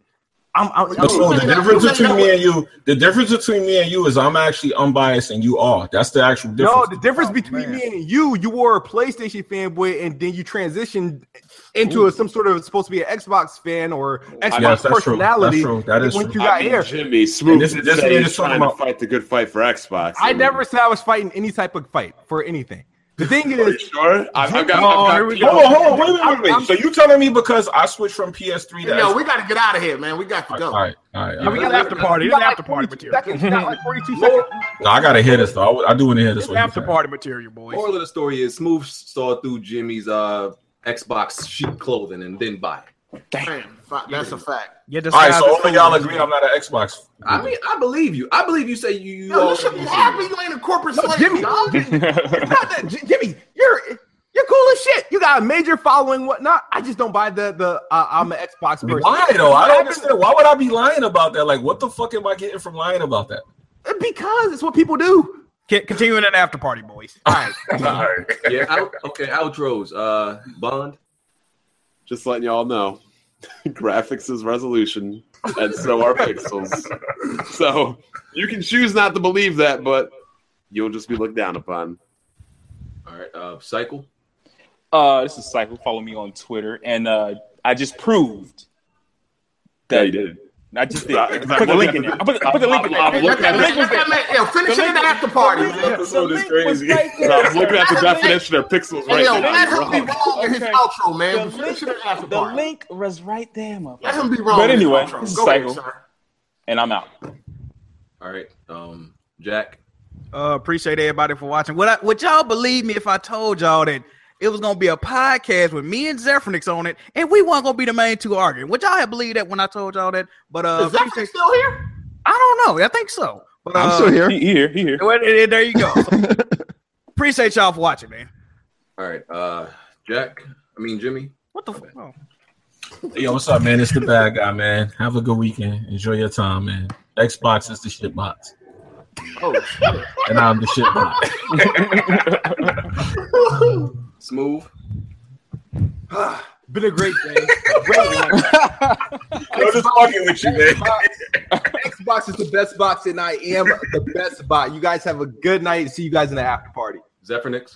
[SPEAKER 9] I'm, I'm,
[SPEAKER 1] No, so oh, the
[SPEAKER 9] I'm-
[SPEAKER 1] difference between me and you, the difference between me and you is I'm actually unbiased and you are. That's the actual
[SPEAKER 9] No,
[SPEAKER 1] difference.
[SPEAKER 9] the difference between me and you, you were a PlayStation fanboy, and then you transitioned into a, some sort of supposed to be an Xbox fan or Xbox
[SPEAKER 1] Yes, that's true. That's
[SPEAKER 9] personality.
[SPEAKER 1] true. That is
[SPEAKER 9] once
[SPEAKER 1] true.
[SPEAKER 9] you got
[SPEAKER 2] I mean,
[SPEAKER 9] here.
[SPEAKER 2] Jimmy Smooth
[SPEAKER 1] this-
[SPEAKER 2] did
[SPEAKER 1] this
[SPEAKER 2] say
[SPEAKER 1] man
[SPEAKER 2] he's
[SPEAKER 1] is talking
[SPEAKER 2] trying to
[SPEAKER 1] about-
[SPEAKER 2] fight the good fight for Xbox.
[SPEAKER 9] I
[SPEAKER 2] mean,
[SPEAKER 9] never said I was fighting any type of fight for anything. The thing
[SPEAKER 2] Are you
[SPEAKER 9] is,
[SPEAKER 2] sure? I've, I've got.
[SPEAKER 9] Oh,
[SPEAKER 2] I've got
[SPEAKER 9] here we
[SPEAKER 1] Hold
[SPEAKER 9] go.
[SPEAKER 1] on, hold on, wait, wait, wait, wait. So you telling me because I switched from PS3 to
[SPEAKER 5] Yo,
[SPEAKER 1] Xbox?
[SPEAKER 5] we got to get out of here, man. We got to
[SPEAKER 1] All
[SPEAKER 5] go.
[SPEAKER 1] right, all right, all
[SPEAKER 9] Yeah,
[SPEAKER 1] right.
[SPEAKER 9] we
[SPEAKER 4] It's after party.
[SPEAKER 9] you
[SPEAKER 4] It's
[SPEAKER 9] got like
[SPEAKER 4] after party
[SPEAKER 9] 42
[SPEAKER 4] material.
[SPEAKER 9] seconds. You got like 42 seconds.
[SPEAKER 1] No, I gotta hear this though. I, I do want to hear this.
[SPEAKER 4] It's
[SPEAKER 1] one.
[SPEAKER 4] after party material, boys.
[SPEAKER 3] Moral of the story is Smooth saw through Jimmy's uh, Xbox sheep clothing and didn't buy. it.
[SPEAKER 5] Damn, fa- that's a fact.
[SPEAKER 4] Yeah,
[SPEAKER 1] All right, so only y'all agree I'm not an Xbox.
[SPEAKER 3] I mean, I believe you. I believe you say you. you
[SPEAKER 5] Yo,
[SPEAKER 3] all-
[SPEAKER 5] you should be happy you ain't a corporate
[SPEAKER 9] No,
[SPEAKER 5] slave.
[SPEAKER 9] Jimmy,
[SPEAKER 5] dog.
[SPEAKER 9] It's not that- J- Jimmy, you're you're cool as shit. You got a major following, whatnot. I just don't buy the the uh, I'm an Xbox person.
[SPEAKER 1] Why though? I don't understand. Why would I be lying about that? Like, what the fuck am I getting from lying about that?
[SPEAKER 9] Because it's what people do.
[SPEAKER 4] Con- Continuing that after party, boys.
[SPEAKER 9] All right.
[SPEAKER 3] Yeah. Out, okay. Outros. Uh, Bond.
[SPEAKER 2] Just letting y'all know, graphics is resolution, and so are pixels. So you can choose not to believe that, but you'll just be looked down upon.
[SPEAKER 3] All right. Uh, Cycle.
[SPEAKER 11] Uh, this is Cycle. Follow me on Twitter, and uh, I just proved
[SPEAKER 2] Yeah,
[SPEAKER 11] that
[SPEAKER 2] you did.
[SPEAKER 11] I just did.
[SPEAKER 2] Yeah,
[SPEAKER 11] I
[SPEAKER 2] exactly.
[SPEAKER 11] put the link in there. I put, I put the link in there.
[SPEAKER 2] I'm
[SPEAKER 5] Hey, let
[SPEAKER 2] looking
[SPEAKER 5] that,
[SPEAKER 2] at
[SPEAKER 5] let that, man- yo, finish it in the after party, man.
[SPEAKER 2] episode is
[SPEAKER 11] link was
[SPEAKER 2] crazy.
[SPEAKER 11] right there.
[SPEAKER 2] I'm looking at the definition of pixels
[SPEAKER 5] Hey,
[SPEAKER 2] right
[SPEAKER 5] yo, let
[SPEAKER 2] now.
[SPEAKER 5] him be wrong in his
[SPEAKER 11] Okay.
[SPEAKER 5] outro, man.
[SPEAKER 11] The
[SPEAKER 5] Finish it in the after
[SPEAKER 11] The
[SPEAKER 5] party.
[SPEAKER 11] link was right there,
[SPEAKER 5] Let
[SPEAKER 11] motherfucker.
[SPEAKER 5] him be wrong.
[SPEAKER 11] But
[SPEAKER 5] in his
[SPEAKER 11] anyway,
[SPEAKER 5] outro.
[SPEAKER 11] this is
[SPEAKER 5] Go ahead,
[SPEAKER 11] Cycle.
[SPEAKER 5] sir.
[SPEAKER 11] And I'm out.
[SPEAKER 3] All right. Um, Jack.
[SPEAKER 4] Uh, appreciate everybody for watching. Would I, would y'all believe me if I told y'all that it was gonna be a podcast with me and Zephyrinix on it, and we weren't gonna be the main two arguing? Would y'all have believed that when I told y'all that? But uh,
[SPEAKER 5] Is that
[SPEAKER 4] appreciate-
[SPEAKER 5] still here?
[SPEAKER 4] I don't know. I think so. But,
[SPEAKER 6] I'm
[SPEAKER 4] uh,
[SPEAKER 6] still here.
[SPEAKER 11] He here, he here.
[SPEAKER 4] well, eh, eh, there you go. So, appreciate y'all for watching, man.
[SPEAKER 3] All right. Uh, Jack. I mean Jimmy.
[SPEAKER 4] What the fuck? Oh.
[SPEAKER 1] Yo, what's up, man? It's the bad guy, man. Have a good weekend. Enjoy your time, man. Xbox is the shit box. Oh, and I'm the shit box.
[SPEAKER 3] Smooth.
[SPEAKER 9] Been a great day.
[SPEAKER 2] I'm just fucking with you, man.
[SPEAKER 9] Xbox is the best box, and I am the best bot. You guys have a good night. See you guys in the after party.
[SPEAKER 3] Zephyrnix.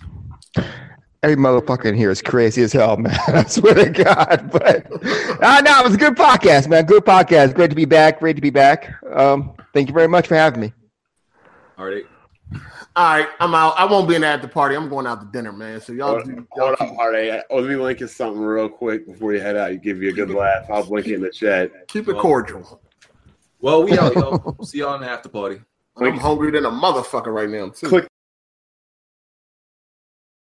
[SPEAKER 6] Every motherfucker in here is crazy as hell, man. I swear to God. But ah, no, it was a good podcast, man. Good podcast. Great to be back. Great to be back. Um, thank you very much for having me.
[SPEAKER 3] All right.
[SPEAKER 5] All right, I'm out. I won't be in the after party. I'm going out to dinner, man. So y'all,
[SPEAKER 2] Hold,
[SPEAKER 5] do- y'all
[SPEAKER 2] hold up, Hardy. Oh, let me link you something real quick before you head out. You give you a good laugh. I'll link it in the chat.
[SPEAKER 5] keep it cordial.
[SPEAKER 3] Well, we out, y'all. See y'all in the after party.
[SPEAKER 5] I'm hungry than a motherfucker right now, too.
[SPEAKER 2] Click